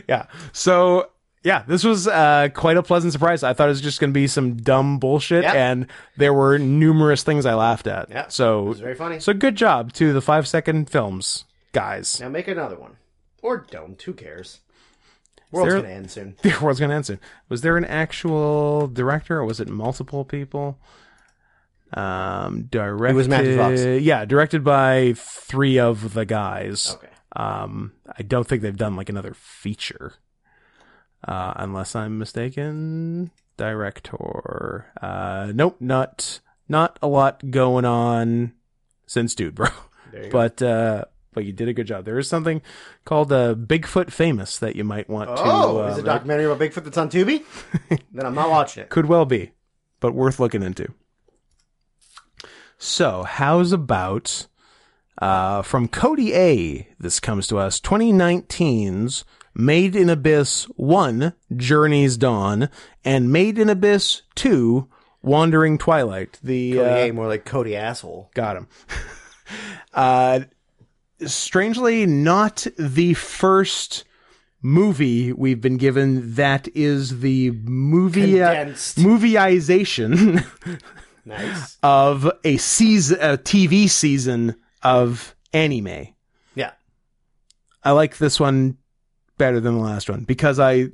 Speaker 1: yeah. So yeah, this was uh, quite a pleasant surprise. I thought it was just going to be some dumb bullshit,
Speaker 2: Yeah.
Speaker 1: and there were numerous things I laughed at.
Speaker 2: Yeah.
Speaker 1: So
Speaker 2: It was very funny.
Speaker 1: So good job to the five second films guys.
Speaker 2: now make another one or don't. Who cares? World's
Speaker 1: there-
Speaker 2: gonna end soon.
Speaker 1: The world's gonna end soon. Was there an actual director or was it multiple people? Um, directed.
Speaker 2: was Matthew Fox.
Speaker 1: Yeah, directed by three of the guys.
Speaker 2: Okay.
Speaker 1: Um, I don't think they've done like another feature, uh, unless I'm mistaken. Director. Uh, nope, not not a lot going on since Dude Bro.
Speaker 2: There you go.
Speaker 1: but uh but you did a good job. There is something called uh, Bigfoot Famous that you might want to.
Speaker 2: Oh,
Speaker 1: uh,
Speaker 2: is it a
Speaker 1: look-
Speaker 2: documentary about Bigfoot that's on Tubi? then I'm not watching it.
Speaker 1: Could well be, but worth looking into. So, how's about uh, from Cody A? This comes to us 2019's Made in Abyss 1 Journey's Dawn and Made in Abyss 2 Wandering Twilight. The
Speaker 2: Cody
Speaker 1: uh,
Speaker 2: A, more like Cody asshole.
Speaker 1: Got him. uh, strangely, not the first movie we've been given that is the movie uh,
Speaker 2: Condensed.
Speaker 1: movieization
Speaker 2: Nice.
Speaker 1: of a season, a TV season of anime.
Speaker 2: Yeah.
Speaker 1: I like this one better than the last one because I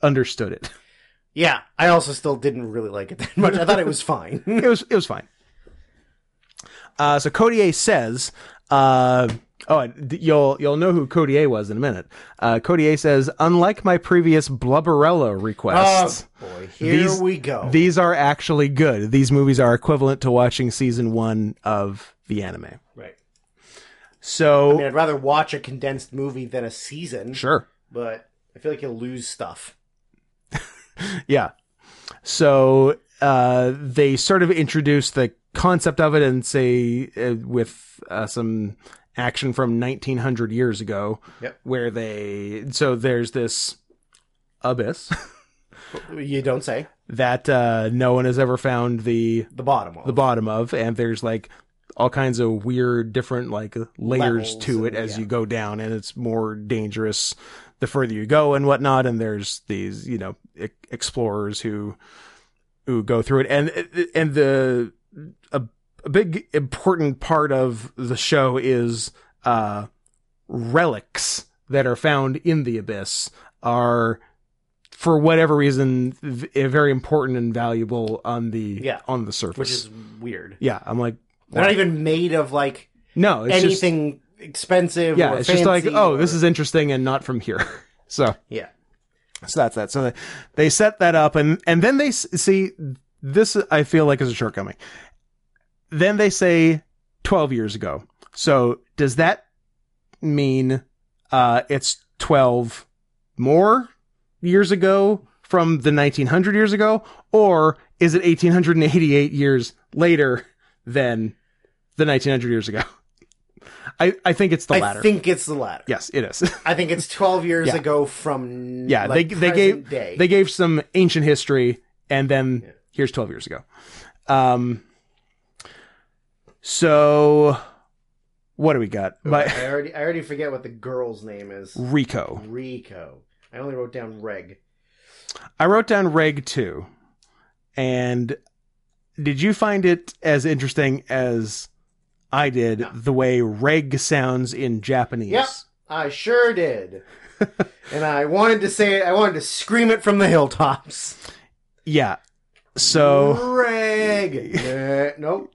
Speaker 1: understood it.
Speaker 2: Yeah, I also still didn't really like it that much. I thought it was fine.
Speaker 1: it was it was fine. Uh, so Cody A says, uh, "Oh, and th- you'll you'll know who Cody A was in a minute." Uh, Cody A says, "Unlike my previous Blubberella
Speaker 2: Oh
Speaker 1: requests,
Speaker 2: boy, here
Speaker 1: These-
Speaker 2: we go.
Speaker 1: these are actually good. These movies are equivalent to watching season one of the anime."
Speaker 2: right.
Speaker 1: So
Speaker 2: I mean, I'd rather watch a condensed movie than a season,
Speaker 1: sure,
Speaker 2: but I feel like you'll lose stuff.
Speaker 1: yeah. So uh, they sort of introduce the concept of it and say uh, with uh, some action from 1900 years ago
Speaker 2: Yep.
Speaker 1: where they so there's this abyss
Speaker 2: You don't say
Speaker 1: that uh, no one has ever found the
Speaker 2: the bottom one.
Speaker 1: the bottom of and there's like all kinds of weird different like layers
Speaker 2: Levels
Speaker 1: to it
Speaker 2: and-
Speaker 1: as
Speaker 2: yeah.
Speaker 1: you go down and it's more dangerous the further you go and whatnot and there's these you know e- explorers who who go through it and and the a, a big important part of the show is uh relics that are found in the abyss are for whatever reason v- very important and valuable on the
Speaker 2: Yeah.
Speaker 1: on the surface
Speaker 2: which is weird.
Speaker 1: yeah i'm like
Speaker 2: They're not even made of like
Speaker 1: no it's just-
Speaker 2: anything expensive.
Speaker 1: yeah
Speaker 2: or
Speaker 1: it's just like
Speaker 2: fancy
Speaker 1: oh
Speaker 2: or-
Speaker 1: this is interesting and not from here so
Speaker 2: yeah.
Speaker 1: so that's that so they, they set that up and and then they s- see this i feel like is a shortcoming then they say 12 years ago so does that mean uh it's 12 more years ago from the 1900 years ago or is it 1888 years later than the 1900 years ago I, I think it's the latter.
Speaker 2: I think it's the latter.
Speaker 1: yes, it is.
Speaker 2: I think it's 12 years
Speaker 1: Yeah.
Speaker 2: ago from
Speaker 1: yeah,
Speaker 2: like,
Speaker 1: they they gave
Speaker 2: present day.
Speaker 1: they gave some ancient history, and then here's twelve years ago. Um, so what do we got? My
Speaker 2: I already I already forget what the girl's name is.
Speaker 1: Rico.
Speaker 2: Rico. I only wrote down Reg.
Speaker 1: I wrote down Reg two, and did you find it as interesting as I did?
Speaker 2: No.
Speaker 1: The way Reg sounds in Japanese.
Speaker 2: Yep. I sure did. and I wanted to say it. I wanted to scream it from the hilltops.
Speaker 1: Yeah. So.
Speaker 2: Reg. Nah, nope.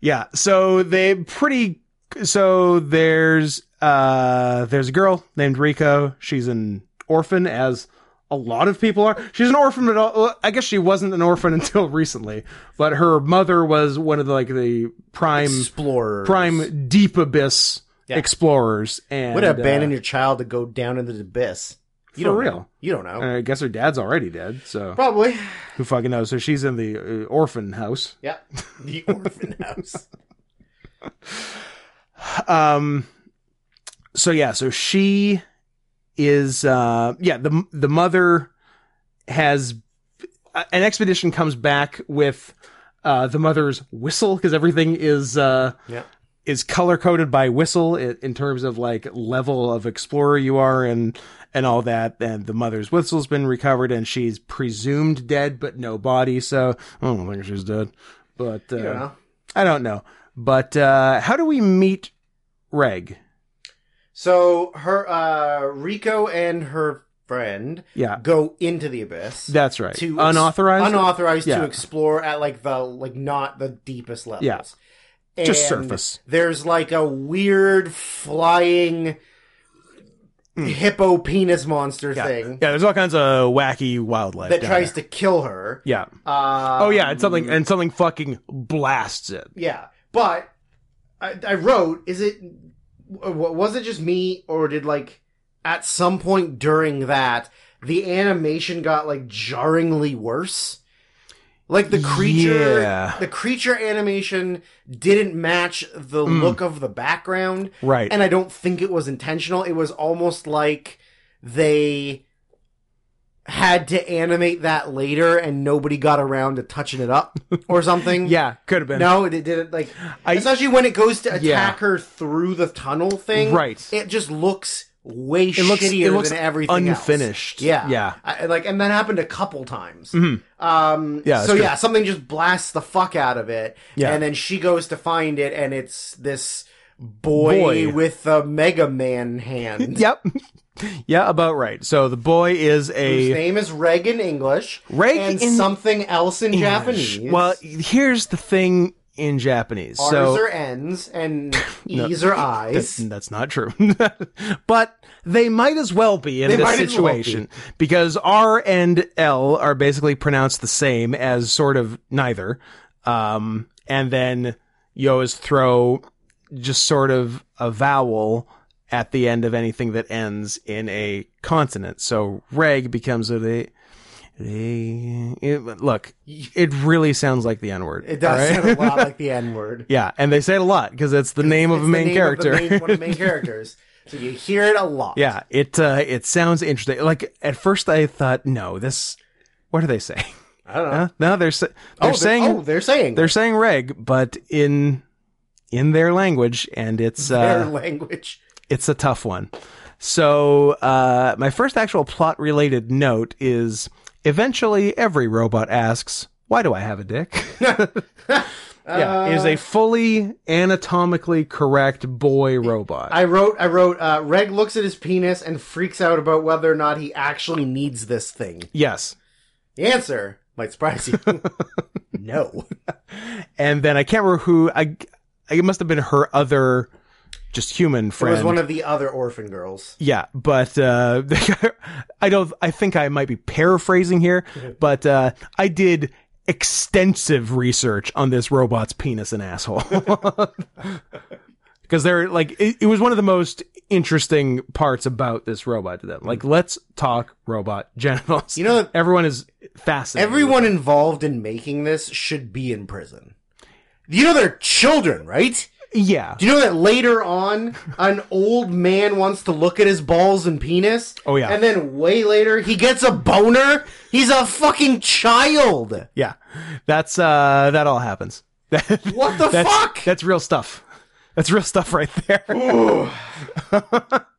Speaker 1: Yeah, so they pretty so there's uh there's a girl named Rico. She's an orphan as a lot of people are. She's an orphan but uh, I guess she wasn't an orphan until recently, but her mother was one of the like the prime
Speaker 2: Explorer.
Speaker 1: prime deep abyss
Speaker 2: Yeah.
Speaker 1: explorers and
Speaker 2: Would abandon
Speaker 1: uh,
Speaker 2: your child to go down into the abyss. You
Speaker 1: For
Speaker 2: don't
Speaker 1: real. Uh,
Speaker 2: know. You don't know.
Speaker 1: I guess her dad's already dead, so
Speaker 2: Probably.
Speaker 1: who fucking knows? So she's in the uh, orphan house.
Speaker 2: Yeah. The orphan house.
Speaker 1: um so yeah so she is uh yeah the the mother has uh, an expedition comes back with uh the mother's whistle because everything is uh
Speaker 2: Yeah.
Speaker 1: is color coded by whistle in, in terms of like level of explorer you are and and all that and the mother's whistle's been recovered and she's presumed dead but no body so i don't think she's dead but uh,
Speaker 2: You don't know.
Speaker 1: I don't know. But uh, how do we meet Reg?
Speaker 2: So her uh Rico and her friend
Speaker 1: Yeah,
Speaker 2: go into the abyss.
Speaker 1: that's right.
Speaker 2: To ex-
Speaker 1: Unauthorized.
Speaker 2: unauthorized
Speaker 1: Yeah.
Speaker 2: to explore at like the like not the deepest levels.
Speaker 1: Yeah.
Speaker 2: And
Speaker 1: Just surface.
Speaker 2: There's like a weird flying hippo penis monster
Speaker 1: Hmm. yeah.
Speaker 2: thing
Speaker 1: yeah, there's all kinds of wacky wildlife
Speaker 2: that
Speaker 1: down
Speaker 2: tries
Speaker 1: there.
Speaker 2: to kill her.
Speaker 1: Yeah.
Speaker 2: Uh,
Speaker 1: Oh yeah, and something and something fucking blasts it.
Speaker 2: Yeah, but I, I wrote. Is it w- was it just me, or did like at some point during that the animation got like jarringly worse? Like the creature,
Speaker 1: Yeah.
Speaker 2: the creature animation didn't match the
Speaker 1: Mm.
Speaker 2: look of the background,
Speaker 1: Right.
Speaker 2: and I don't think it was intentional. It was almost like they had to animate that later, and nobody got around to touching it up or something.
Speaker 1: yeah, could have been.
Speaker 2: No, it did it like
Speaker 1: I-
Speaker 2: especially when it goes to attack
Speaker 1: Yeah.
Speaker 2: her through the tunnel thing.
Speaker 1: Right.
Speaker 2: It just looks way
Speaker 1: it looks
Speaker 2: shittier
Speaker 1: it looks
Speaker 2: than everything else.
Speaker 1: unfinished.
Speaker 2: Yeah.
Speaker 1: yeah, Mm-hmm.
Speaker 2: I, and, like and that happened a couple times. Um
Speaker 1: Yeah,
Speaker 2: so
Speaker 1: that's
Speaker 2: yeah, something just blasts the fuck out of it.
Speaker 1: Yeah.
Speaker 2: And then she goes to find it and it's this boy,
Speaker 1: Boy.
Speaker 2: with a Mega Man hand.
Speaker 1: yep, yeah. About right. So the boy is
Speaker 2: Whose
Speaker 1: a
Speaker 2: name is Reg in English.
Speaker 1: Reg
Speaker 2: and
Speaker 1: in
Speaker 2: something else in Japanese.
Speaker 1: Well, here's the thing in Japanese.
Speaker 2: R's
Speaker 1: so
Speaker 2: are N's and E's are I's.
Speaker 1: That- that's not true. but they might as well be in
Speaker 2: They
Speaker 1: this
Speaker 2: might as well be.
Speaker 1: situation because R and L are basically pronounced the same as sort of neither. Um, and then you always throw just sort of a vowel at the end of anything that ends in a consonant. So reg becomes a. a- it- look, it really sounds like the N word.
Speaker 2: It does sound a lot like the N word.
Speaker 1: Yeah, and they say it a lot because it's the name of a main character.
Speaker 2: one of the main characters. So you hear it a lot.
Speaker 1: Yeah, it uh, it sounds interesting. Like at first, I thought, no, this. What are they saying?
Speaker 2: I don't know.
Speaker 1: Huh? No, they're sa- they're
Speaker 2: oh,
Speaker 1: saying
Speaker 2: oh, they're saying
Speaker 1: they're saying reg, but in in their language, and it's
Speaker 2: their
Speaker 1: uh,
Speaker 2: language.
Speaker 1: it's a tough one. So uh, my first actual plot related note is: eventually, every robot asks, "Why do I have a dick?" yeah, it is
Speaker 2: Uh.
Speaker 1: a fully anatomically correct boy robot.
Speaker 2: I wrote. I wrote. Uh, Reg looks at his penis and freaks out about whether or not he actually needs this thing.
Speaker 1: yes,
Speaker 2: The answer might surprise you. no.
Speaker 1: and then I can't remember who I. I- It must have been her other, just human
Speaker 2: It
Speaker 1: friend.
Speaker 2: was one of the other orphan girls.
Speaker 1: yeah, but uh, I don't. I think I might be paraphrasing here, but uh, I did extensive research on this robot's penis and asshole because they're like it, it was one of the most interesting parts about this robot to them. Like, let's talk robot genitals.
Speaker 2: Mm-hmm. You know,
Speaker 1: everyone is fascinated. with
Speaker 2: everyone involved in making this should be in prison. You know they're children, right?
Speaker 1: Yeah.
Speaker 2: Do you know that later on, an old man wants to look at his balls and penis?
Speaker 1: Oh, yeah.
Speaker 2: And then way later, he gets a boner? He's a fucking child!
Speaker 1: Yeah. That's uh that all happens.
Speaker 2: What the
Speaker 1: that's,
Speaker 2: fuck?
Speaker 1: That's real stuff. That's real stuff right there.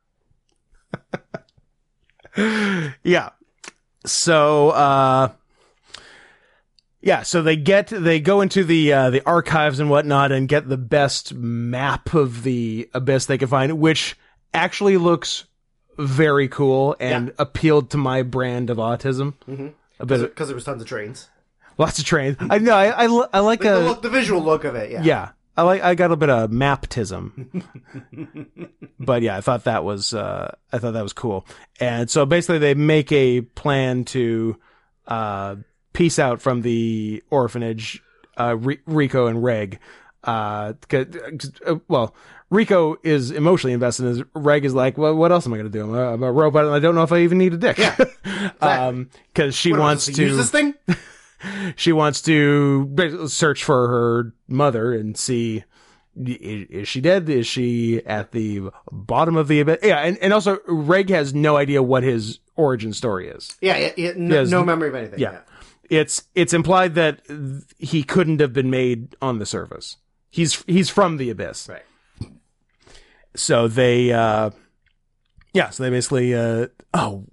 Speaker 1: yeah. So uh yeah, so they get they go into the uh, the archives and whatnot and get the best map of the abyss they can find, which actually looks very cool and appealed to my brand of autism. Mm-hmm. A bit of,
Speaker 2: Because there was tons of trains.
Speaker 1: lots of trains. I know. I, I, li- I like
Speaker 2: The,
Speaker 1: a
Speaker 2: look, the visual look of it, yeah.
Speaker 1: yeah i like i got a bit of maptism but yeah i thought that was uh i thought that was cool and so basically they make a plan to uh peace out from the orphanage uh Ri- rico and reg uh, 'cause- uh, well, Rico is emotionally invested. In his, Reg is like, well, what else am I going to do? I'm a, I'm a robot, and I don't know if I even need a dick. Yeah, because she
Speaker 2: What, am I
Speaker 1: wants
Speaker 2: supposed
Speaker 1: to
Speaker 2: use this thing?
Speaker 1: she wants to basically search for her mother and see i- is she dead? Is she at the bottom of the abyss? Yeah, and, and also Reg has no idea what his origin story is.
Speaker 2: Yeah, yeah, yeah, no,
Speaker 1: Yes.
Speaker 2: no memory of anything.
Speaker 1: Yeah.
Speaker 2: yeah.
Speaker 1: It's it's implied that th- he couldn't have been made on the surface. He's he's from the abyss.
Speaker 2: Right.
Speaker 1: So they uh yeah, so they basically uh oh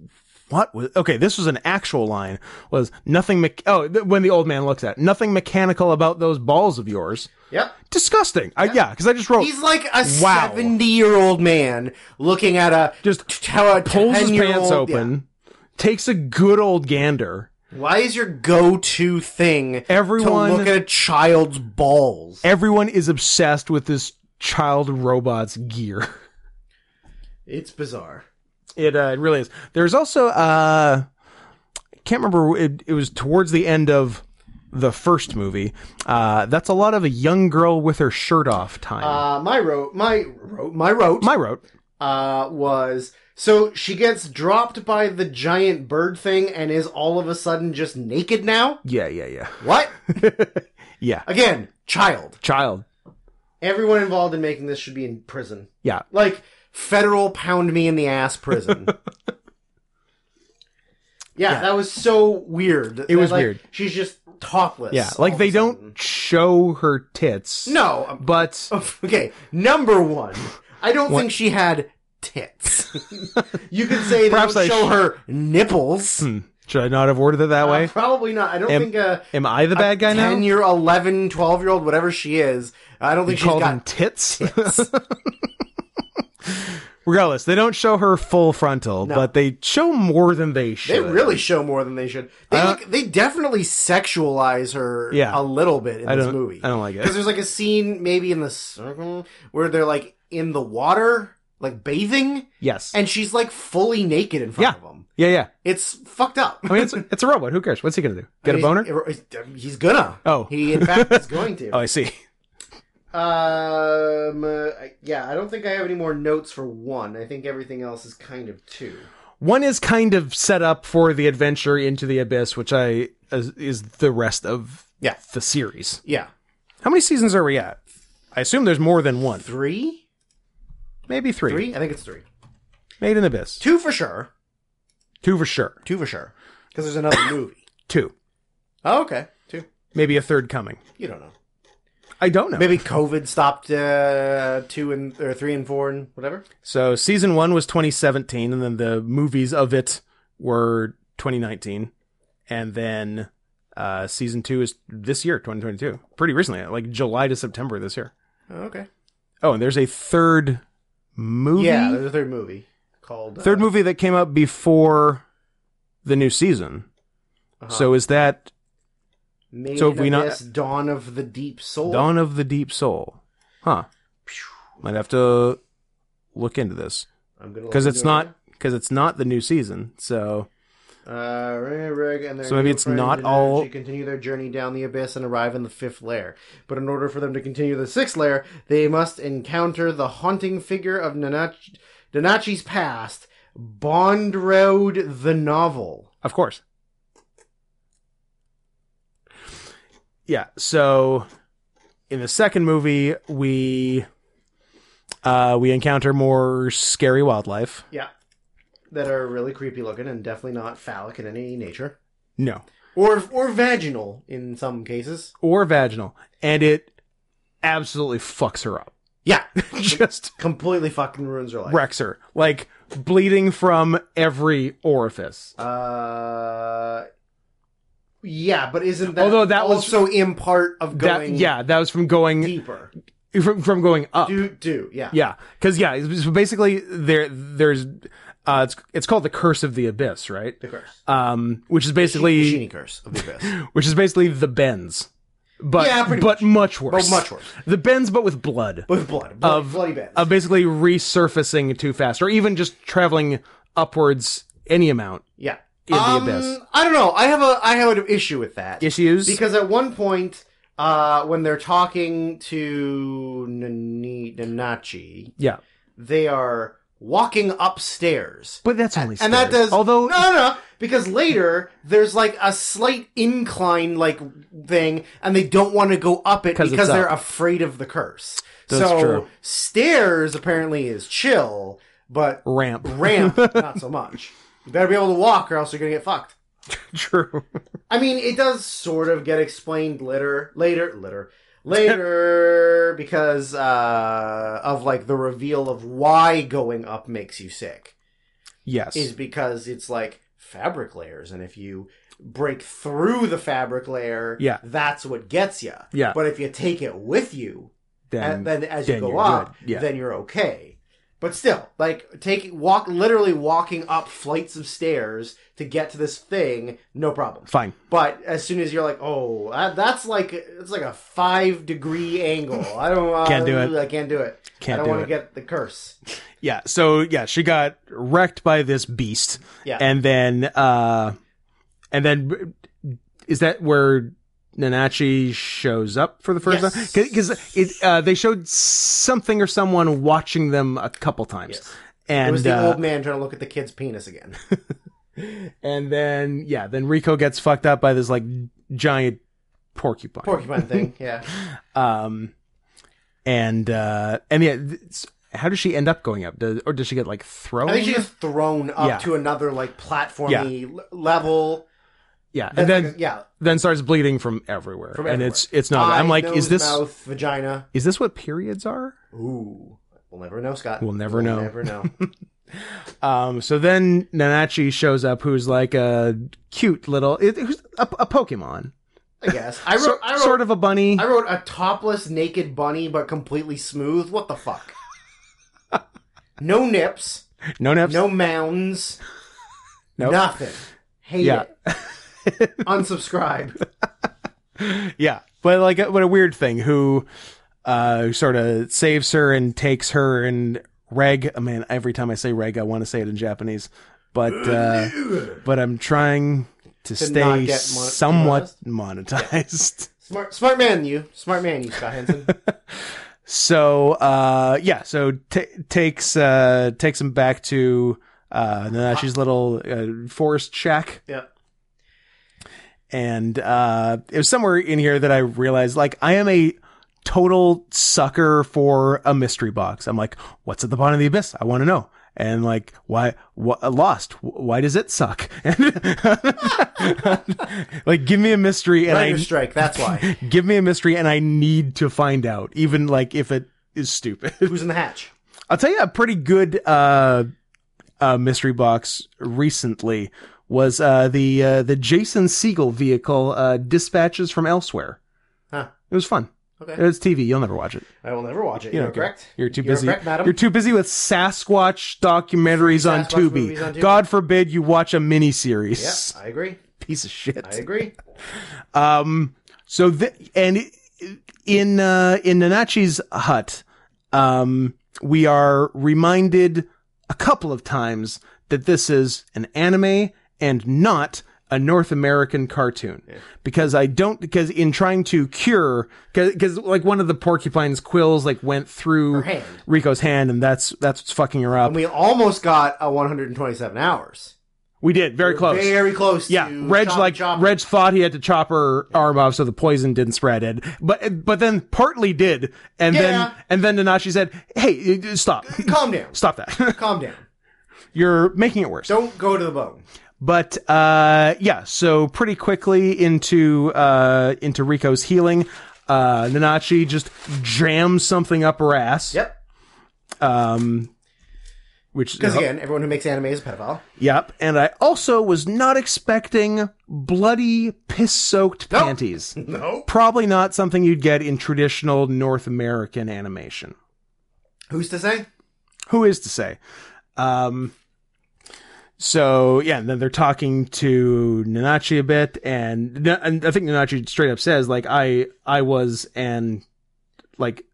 Speaker 1: what was okay, this was an actual line was nothing me- oh th- when the old man looks at it, nothing mechanical about those balls of yours.
Speaker 2: Yep.
Speaker 1: disgusting. I, yeah, because I just wrote
Speaker 2: He's like a
Speaker 1: Oh, Wow.
Speaker 2: 70 year old man looking at a.
Speaker 1: Just
Speaker 2: t- how a
Speaker 1: pulls his
Speaker 2: 10-year-old
Speaker 1: pants open, takes a good old gander.
Speaker 2: yeah. Why is your go to thing
Speaker 1: Everyone-
Speaker 2: to look at a child's balls?
Speaker 1: Everyone is obsessed with this child robot's gear.
Speaker 2: It's bizarre.
Speaker 1: It uh, it really is. There's also uh, can't remember. It, it was towards the end of the first movie. Uh, that's a lot of a young girl with her shirt off time.
Speaker 2: Uh, my wrote, my wrote, my wrote,
Speaker 1: My wrote.
Speaker 2: uh, was so she gets dropped by the giant bird thing and is all of a sudden just naked now.
Speaker 1: Yeah, yeah, yeah,
Speaker 2: What?
Speaker 1: yeah.
Speaker 2: Again, child.
Speaker 1: Child.
Speaker 2: Everyone involved in making this should be in prison.
Speaker 1: Yeah.
Speaker 2: Like federal pound me in the ass prison. yeah, that was so weird. It
Speaker 1: was weird.
Speaker 2: She's just topless.
Speaker 1: Yeah,
Speaker 2: all
Speaker 1: like
Speaker 2: of
Speaker 1: they
Speaker 2: a
Speaker 1: don't show her tits.
Speaker 2: sudden. No, um,
Speaker 1: but
Speaker 2: Okay, number one, I don't think she had tits. you could say they
Speaker 1: Perhaps
Speaker 2: don't
Speaker 1: I
Speaker 2: show
Speaker 1: sh-
Speaker 2: her nipples.
Speaker 1: hmm, should I not have ordered it that
Speaker 2: Uh,
Speaker 1: way?
Speaker 2: probably not. I don't
Speaker 1: Am-
Speaker 2: think a
Speaker 1: Am I the bad guy now?
Speaker 2: 10 year, 11, 12 year old, whatever she is, I don't think she's
Speaker 1: called them
Speaker 2: got.
Speaker 1: tits. Regardless, they don't show her full frontal, but they show more than they should.
Speaker 2: They really show more than they should. They, look, they definitely sexualize her
Speaker 1: Yeah.
Speaker 2: a little bit in
Speaker 1: I
Speaker 2: this
Speaker 1: don't-
Speaker 2: movie.
Speaker 1: I don't like it.
Speaker 2: Because there's like a scene maybe in the circle where they're like in the water, like bathing,
Speaker 1: Yes.
Speaker 2: and she's like fully naked in front
Speaker 1: Yeah.
Speaker 2: of them.
Speaker 1: yeah, yeah.
Speaker 2: It's fucked up.
Speaker 1: I mean, it's it's a robot. Who cares? What's he gonna do? Get a
Speaker 2: He's- er,
Speaker 1: boner?
Speaker 2: He's, um, he's gonna.
Speaker 1: Oh.
Speaker 2: He, in fact, is going to.
Speaker 1: Oh, I see.
Speaker 2: Um, uh, yeah, I don't think I have any more notes for one. I think everything else is kind of two.
Speaker 1: One is kind of set up for the adventure into the abyss, which I is, is the rest of
Speaker 2: Yeah.
Speaker 1: the series.
Speaker 2: Yeah.
Speaker 1: How many seasons are we at? I assume there's more than one.
Speaker 2: Three?
Speaker 1: Maybe three.
Speaker 2: Three? I think it's three.
Speaker 1: Made in Abyss.
Speaker 2: Two for sure.
Speaker 1: Two for sure.
Speaker 2: Two for sure. Because there's another movie.
Speaker 1: Two.
Speaker 2: Oh, okay. Two.
Speaker 1: Maybe a third coming.
Speaker 2: You don't know.
Speaker 1: I don't know.
Speaker 2: Maybe COVID stopped uh, two and or three and four and whatever.
Speaker 1: So season one was 2017, and then the movies of it were 2019, and then uh, season two is this year, 2022. Pretty recently, like July to September this year.
Speaker 2: Okay.
Speaker 1: Oh, and there's a third movie.
Speaker 2: Yeah, there's a third movie called
Speaker 1: third
Speaker 2: uh,
Speaker 1: movie that came out before the new season. So is that
Speaker 2: uh-huh. Made
Speaker 1: so
Speaker 2: so
Speaker 1: have we not-
Speaker 2: Dawn of the Deep Soul.
Speaker 1: Dawn of the Deep Soul? Huh. Might have to look into this
Speaker 2: I'm gonna
Speaker 1: because
Speaker 2: look
Speaker 1: it's
Speaker 2: into it right
Speaker 1: not because it's not the new season. So
Speaker 2: Uh, Reg and their
Speaker 1: So maybe
Speaker 2: new
Speaker 1: it's
Speaker 2: friend
Speaker 1: not
Speaker 2: in
Speaker 1: all-
Speaker 2: energy continue their journey down the abyss and arrive in the fifth layer. But in order for them to continue the sixth layer, they must encounter the haunting figure of Nanachi, Nanachi's past, Bond Road the novel.
Speaker 1: Of course. Yeah, so in the second movie, we uh, we encounter more scary wildlife.
Speaker 2: Yeah. That are really creepy looking and definitely not phallic in any nature.
Speaker 1: No,
Speaker 2: Or or vaginal in some cases.
Speaker 1: or vaginal, and it absolutely fucks her up.
Speaker 2: Yeah.
Speaker 1: Just
Speaker 2: Completely fucking ruins her life.
Speaker 1: wrecks her, like bleeding from every orifice.
Speaker 2: Uh yeah, but isn't that
Speaker 1: Although that was-
Speaker 2: also in part of
Speaker 1: That,
Speaker 2: going
Speaker 1: yeah, that was from going
Speaker 2: deeper?
Speaker 1: from, from going up.
Speaker 2: Do do yeah.
Speaker 1: Yeah, because yeah, it's- so basically there there's uh, it's it's called the curse of the abyss, right?
Speaker 2: The curse.
Speaker 1: Um, which is
Speaker 2: The
Speaker 1: basically
Speaker 2: Sheeney curse of the abyss.
Speaker 1: which is basically the bends, but
Speaker 2: Yeah, pretty
Speaker 1: but much. worse,
Speaker 2: but much worse.
Speaker 1: The bends, but with blood,
Speaker 2: With blood. Bloody,
Speaker 1: Of-
Speaker 2: bloody bad.
Speaker 1: uh, basically resurfacing too fast, or even just traveling upwards any amount.
Speaker 2: yeah.
Speaker 1: in the
Speaker 2: Um,
Speaker 1: abyss.
Speaker 2: I don't know. I have a I have an issue with that.
Speaker 1: Issues
Speaker 2: Because at one point, uh, when they're talking to Nani- Nanachi,
Speaker 1: yeah,
Speaker 2: they are walking upstairs.
Speaker 1: but that's only
Speaker 2: And that
Speaker 1: stairs.
Speaker 2: does
Speaker 1: although
Speaker 2: no, no, no, because later there's like a slight incline like thing, and they don't want to go up it
Speaker 1: 'Cause it's
Speaker 2: because they're
Speaker 1: up.
Speaker 2: afraid of the curse.
Speaker 1: That's
Speaker 2: so
Speaker 1: true.
Speaker 2: stairs apparently is chill, but
Speaker 1: ramp
Speaker 2: ramp not so much. You better be able to walk, or else you're gonna get fucked.
Speaker 1: true.
Speaker 2: I mean, it does sort of get explained later, later, later, later, because uh, of like the reveal of why going up makes you sick
Speaker 1: yes,
Speaker 2: is because it's like fabric layers, and if you break through the fabric layer,
Speaker 1: Yeah.
Speaker 2: that's what gets you.
Speaker 1: Yeah.
Speaker 2: But if you take it with you,
Speaker 1: then,
Speaker 2: and then as
Speaker 1: then
Speaker 2: you go
Speaker 1: you're
Speaker 2: up,
Speaker 1: good. Yeah.
Speaker 2: then you're okay. But still, like taking walk, literally walking up flights of stairs to get to this thing, no problem.
Speaker 1: fine.
Speaker 2: But as soon as you're like, oh, that- that's like it's like a five degree angle. I don't uh,
Speaker 1: Can't do it.
Speaker 2: I can't do it.
Speaker 1: Can't
Speaker 2: I don't
Speaker 1: do
Speaker 2: want
Speaker 1: it.
Speaker 2: to get the curse.
Speaker 1: Yeah. So yeah, she got wrecked by this beast.
Speaker 2: Yeah.
Speaker 1: And then uh and then is that where Nanachi shows up for the first
Speaker 2: Yes.
Speaker 1: time? Because it uh, they showed something or someone watching them a couple times.
Speaker 2: Yes.
Speaker 1: And
Speaker 2: it was the
Speaker 1: uh,
Speaker 2: old man trying to look at the kid's penis again.
Speaker 1: and then yeah, then Rico gets fucked up by this like giant porcupine.
Speaker 2: Porcupine thing. Yeah.
Speaker 1: um and uh and yeah, it's- how does she end up going up? Does, or does she get like thrown?
Speaker 2: I think she gets thrown up
Speaker 1: Yeah.
Speaker 2: to another like platformy l level.
Speaker 1: yeah, and then
Speaker 2: yeah,
Speaker 1: then starts bleeding from everywhere,
Speaker 2: From
Speaker 1: and
Speaker 2: everywhere.
Speaker 1: it's it's not. I'm
Speaker 2: Eye,
Speaker 1: like,
Speaker 2: nose,
Speaker 1: is this
Speaker 2: mouth, vagina?
Speaker 1: is this what periods are?
Speaker 2: Ooh, we'll never know, Scott.
Speaker 1: We'll never know.
Speaker 2: Never know.
Speaker 1: Um, so then Nanachi shows up, who's like a cute little, it, who's a, a Pokemon,
Speaker 2: I guess I wrote.
Speaker 1: So-
Speaker 2: I wrote
Speaker 1: sort of a bunny.
Speaker 2: I wrote a topless naked bunny, but completely smooth. What the fuck? no nips,
Speaker 1: no nips.
Speaker 2: no mounds,
Speaker 1: Nope.
Speaker 2: nothing. Hate
Speaker 1: Yeah.
Speaker 2: it. Unsubscribe.
Speaker 1: Yeah, but like, a, what a weird thing. Who, uh, sort of saves her and takes her and Reg. Oh, man, every time I say Reg, I want to say it in Japanese, but uh, but I'm trying to,
Speaker 2: To
Speaker 1: stay
Speaker 2: not get mon-
Speaker 1: somewhat monetized.
Speaker 2: Smart, smart man, you. Smart man, you, Scott Henson.
Speaker 1: So uh, yeah, so t- takes uh, takes him back to uh, Nanashi's little uh, forest shack,
Speaker 2: yeah.
Speaker 1: and uh, it was somewhere in here that I realized like I am a total sucker for a mystery box. I'm like, what's at the bottom of the abyss? I want to know. And like, why, why lost? Why does it suck? like, give me a mystery, and
Speaker 2: Writer
Speaker 1: I
Speaker 2: strike. That's why.
Speaker 1: give me a mystery, and I need to find out, even like if it is stupid.
Speaker 2: Who's in the hatch?
Speaker 1: I'll tell you a pretty good uh, uh, mystery box recently was uh, the uh, the Jason Siegel vehicle uh, dispatches from elsewhere.
Speaker 2: Huh.
Speaker 1: It was fun.
Speaker 2: Okay.
Speaker 1: It was TV. You'll never watch it.
Speaker 2: I will never watch it.
Speaker 1: You
Speaker 2: You're
Speaker 1: don't care.
Speaker 2: correct.
Speaker 1: You're too busy.
Speaker 2: correct, madam.
Speaker 1: You're too busy with Sasquatch documentaries on,
Speaker 2: Sasquatch
Speaker 1: Tubi.
Speaker 2: movies on Tubi.
Speaker 1: God forbid you watch a miniseries.
Speaker 2: yeah, I agree.
Speaker 1: Piece of shit.
Speaker 2: I agree.
Speaker 1: Um, so th- and i- in uh, in Nanachi's hut, um, we are reminded a couple of times that this is an anime and not a North American cartoon because I don't because in trying to cure because like one of the porcupine's quills like went through
Speaker 2: Her hand.
Speaker 1: Rico's hand and that's that's what's fucking her up.
Speaker 2: And we almost got a 127 hours.
Speaker 1: We did very close.
Speaker 2: Very close.
Speaker 1: yeah,
Speaker 2: to
Speaker 1: Reg
Speaker 2: chop-
Speaker 1: like
Speaker 2: chopping.
Speaker 1: Reg thought he had to chop her arm off so the poison didn't spread it, but but then partly did, and
Speaker 2: Yeah.
Speaker 1: then and then Nanashi said, "Hey, uh, stop,
Speaker 2: Calm down.
Speaker 1: stop that!
Speaker 2: Calm down.
Speaker 1: You're making it worse."
Speaker 2: Don't go to the bone.
Speaker 1: But uh, yeah, so pretty quickly into uh, into Rico's healing, uh, Nanachi just jams something up her ass.
Speaker 2: Yep.
Speaker 1: Um, which uh,
Speaker 2: Because again, everyone who makes anime is a pedophile.
Speaker 1: Yep. And I also was not expecting bloody piss soaked
Speaker 2: Nope.
Speaker 1: panties.
Speaker 2: No.
Speaker 1: Probably not something you'd get in traditional North American animation.
Speaker 2: Who's to say?
Speaker 1: Who is to say? Um, so yeah, and then they're talking to Nanachi a bit, and, and I think Nanachi straight up says like I I was an like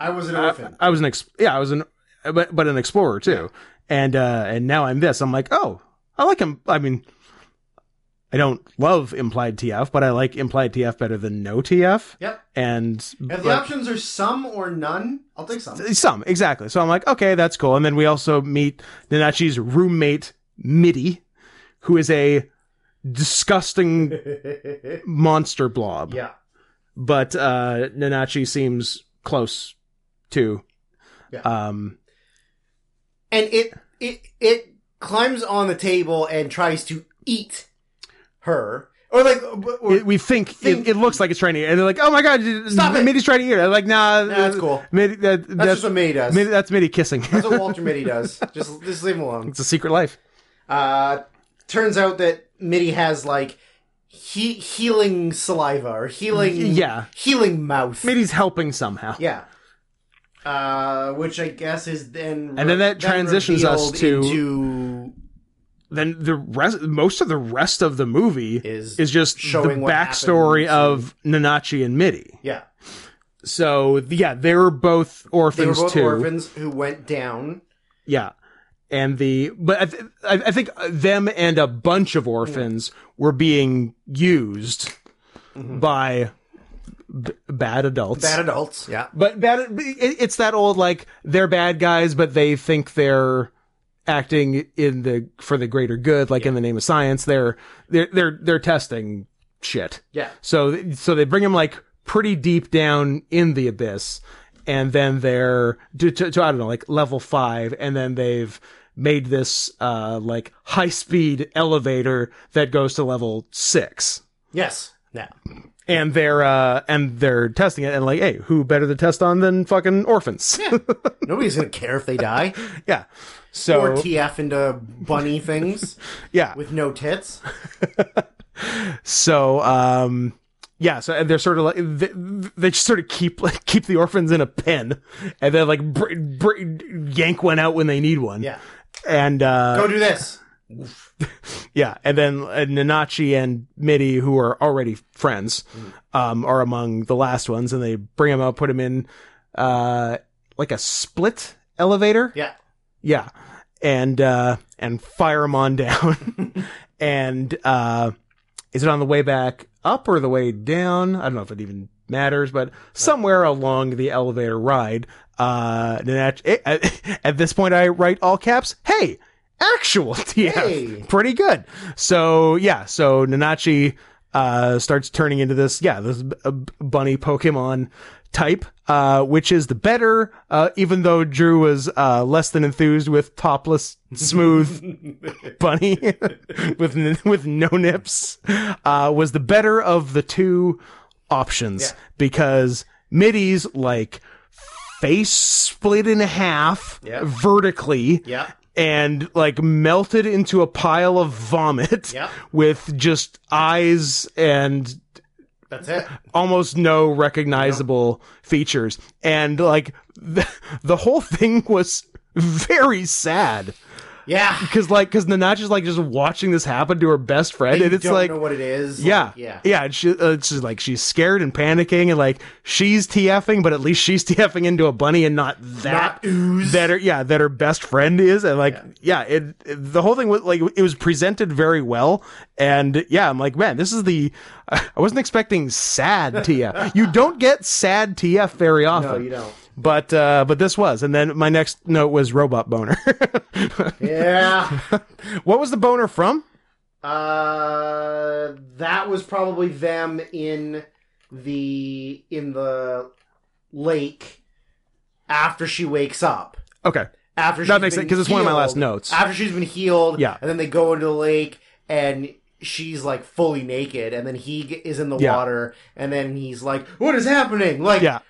Speaker 2: I was an
Speaker 1: I,
Speaker 2: orphan.
Speaker 1: I was an ex- yeah I was an but but an explorer too, and uh and now I'm this. I'm like oh I like him. I mean, I don't love implied TF, but I like implied TF better than no TF.
Speaker 2: Yep.
Speaker 1: And
Speaker 2: If the
Speaker 1: but-
Speaker 2: options are some or none, I'll take some.
Speaker 1: some exactly. So I'm like, okay, that's cool. And then we also meet Nanachi's roommate Mitty, who is a disgusting monster blob.
Speaker 2: yeah.
Speaker 1: But uh, Nanachi seems close to.
Speaker 2: Yeah.
Speaker 1: Um,
Speaker 2: And it it it climbs on the table and tries to eat her. Or like or,
Speaker 1: it- we think,
Speaker 2: Think-
Speaker 1: it, it looks like it's trying to eat, and they're like, "Oh my god,
Speaker 2: Stop it.
Speaker 1: Mitty's trying to eat." Her. I'm like, nah,
Speaker 2: Nah, that's cool.
Speaker 1: Mitty, that, that's
Speaker 2: that's,
Speaker 1: that's,
Speaker 2: just what Mitty does.
Speaker 1: Mitty, that's Mitty kissing.
Speaker 2: That's what Walter Mitty does. Just just leave him alone.
Speaker 1: it's a secret life.
Speaker 2: Uh, turns out that Mitty has like he- healing saliva or healing
Speaker 1: Yeah.
Speaker 2: healing mouth.
Speaker 1: Mitty's helping somehow.
Speaker 2: Yeah. Uh, which I guess is then
Speaker 1: And then that transitions us
Speaker 2: revealed
Speaker 1: to-
Speaker 2: into
Speaker 1: Then the rest, most of the rest of the movie
Speaker 2: is,
Speaker 1: is just
Speaker 2: showing
Speaker 1: the
Speaker 2: what
Speaker 1: backstory
Speaker 2: happens
Speaker 1: of Nanachi and Mitty.
Speaker 2: yeah
Speaker 1: So th- yeah, they were both
Speaker 2: they were
Speaker 1: orphans
Speaker 2: both
Speaker 1: too.
Speaker 2: orphans who went down
Speaker 1: Yeah, and the but I, th- I I think them and a bunch of orphans were being used by b- bad adults.
Speaker 2: Mm-hmm. bad adults yeah
Speaker 1: but bad. but it- It's that old like they're bad guys, but they think they're acting in the for the greater good, like in the name of science. They're they're they're they're testing shit.
Speaker 2: yeah
Speaker 1: So so they bring him like pretty deep down in the abyss, and then they're to, to, to I don't know like level five, and then they've made this uh like high speed elevator that goes to level six.
Speaker 2: yes yeah
Speaker 1: And they're uh and they're testing it and like, hey, who better to test on than fucking orphans? Yeah.
Speaker 2: nobody's gonna care if they die
Speaker 1: So
Speaker 2: or TF into bunny things
Speaker 1: yeah.
Speaker 2: with no tits
Speaker 1: So um yeah, so they're sort of like they, they just sort of keep like keep the orphans in a pen, and then like br- br- yank one out when they need one.
Speaker 2: yeah
Speaker 1: and uh,
Speaker 2: go do this
Speaker 1: yeah, and then uh, Nanachi and Mitty, who are already friends,
Speaker 2: Mm-hmm.
Speaker 1: um, are among the last ones, and they bring him out, put him in uh, like a split elevator,
Speaker 2: yeah
Speaker 1: yeah, and uh, and fire him on down, and uh, is it on the way back up or the way down? I don't know if it even matters, but somewhere along the elevator ride, uh, Nanachi, at, at this point, I write all caps. Hey, actual TF,
Speaker 2: Hey.
Speaker 1: pretty good. So yeah, so Nanachi uh, starts turning into this yeah this b- uh, b- bunny Pokemon type, uh, which is the better. Uh, even though Drew was uh, less than enthused with topless smooth bunny with n- with no nips uh, was the better of the two options because Middy's like face split in half
Speaker 2: Yeah.
Speaker 1: vertically
Speaker 2: yeah
Speaker 1: and like melted into a pile of vomit
Speaker 2: Yeah.
Speaker 1: with just eyes and
Speaker 2: that's it
Speaker 1: almost no recognizable features and like the, the whole thing was very sad
Speaker 2: yeah
Speaker 1: because like because Nanachi's like just watching this happen to her best friend, and it's
Speaker 2: don't
Speaker 1: like.
Speaker 2: know what it is
Speaker 1: Yeah,
Speaker 2: Like, yeah
Speaker 1: yeah. and She, uh, she's like she's scared and panicking, and like she's TFing, but at least she's TFing into a bunny and not that
Speaker 2: Not ooze.
Speaker 1: that her yeah that her best friend is, and like yeah, it, it- the whole thing was like it was presented very well, and yeah, I'm like man, this is the I wasn't expecting sad TF. you don't get sad TF very often.
Speaker 2: no you don't
Speaker 1: But uh, but this was, and then my next note was robot boner.
Speaker 2: Yeah.
Speaker 1: what was the boner from?
Speaker 2: uh, that was probably them in the in the lake after she wakes up.
Speaker 1: Okay,
Speaker 2: After she's
Speaker 1: that makes sense
Speaker 2: been
Speaker 1: because it's one of my last
Speaker 2: healed.
Speaker 1: notes.
Speaker 2: After she's been healed,
Speaker 1: Yeah.
Speaker 2: and then they go into the lake and she's like fully naked, and then he g- is in the
Speaker 1: Yeah.
Speaker 2: water, and then he's like, "What is happening? Like,
Speaker 1: yeah,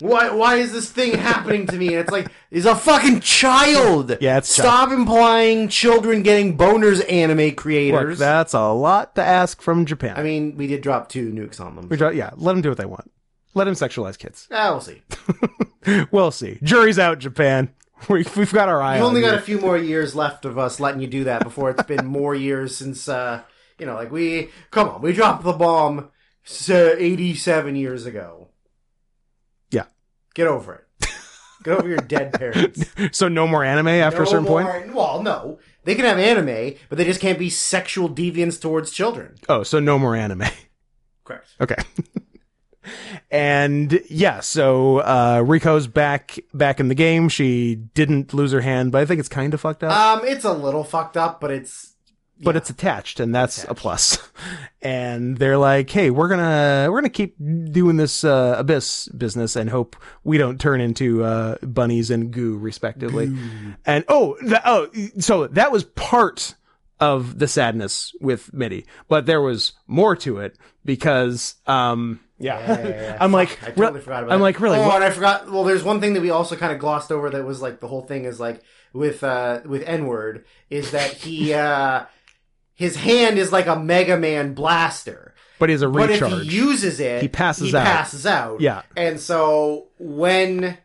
Speaker 2: why why is this thing happening to me?" And it's like he's a fucking child.
Speaker 1: Yeah, it's a
Speaker 2: stop implying children getting boners, anime
Speaker 1: Look,
Speaker 2: creators.
Speaker 1: that's a lot to ask from Japan.
Speaker 2: I mean, we did drop two nukes on them.
Speaker 1: We dr- yeah, let them do what they want. Let them sexualize kids.
Speaker 2: Ah, we'll see.
Speaker 1: We'll see. Jury's out, Japan. We, we've got our eye
Speaker 2: We've
Speaker 1: on
Speaker 2: only
Speaker 1: you.
Speaker 2: got a few more years left of us letting you do that before it's been more years since, uh, you know, like we, come on, we dropped the bomb s- uh, 87 years ago.
Speaker 1: Yeah.
Speaker 2: Get over it. Get over your dead parents.
Speaker 1: so no more anime after a certain point.
Speaker 2: point? Well, no. They can have anime, but they just can't be sexual deviants towards children.
Speaker 1: Oh, so no more anime.
Speaker 2: Correct.
Speaker 1: Okay. and yeah, so uh, Rico's back back in the game. She didn't lose her hand, but I think it's kind of fucked up.
Speaker 2: Um, it's a little fucked up, but it's.
Speaker 1: but
Speaker 2: yeah.
Speaker 1: it's attached and that's a plus and they're like hey we're gonna we're gonna keep doing this uh, abyss business and hope we don't turn into uh, bunnies and goo respectively and oh the, oh so that was part of the sadness with midi but there was more to it because um yeah, i'm like
Speaker 2: I totally
Speaker 1: re-
Speaker 2: forgot about
Speaker 1: i'm
Speaker 2: that.
Speaker 1: like really
Speaker 2: Oh,
Speaker 1: what-
Speaker 2: and I forgot. Well, there's one thing that we also kind of glossed over that was like the whole thing is like with uh with N word is that he uh his hand is like a Mega Man blaster,
Speaker 1: but it's a
Speaker 2: but
Speaker 1: recharge
Speaker 2: if he uses it,
Speaker 1: He passes
Speaker 2: he
Speaker 1: out.
Speaker 2: Passes out.
Speaker 1: Yeah.
Speaker 2: And so when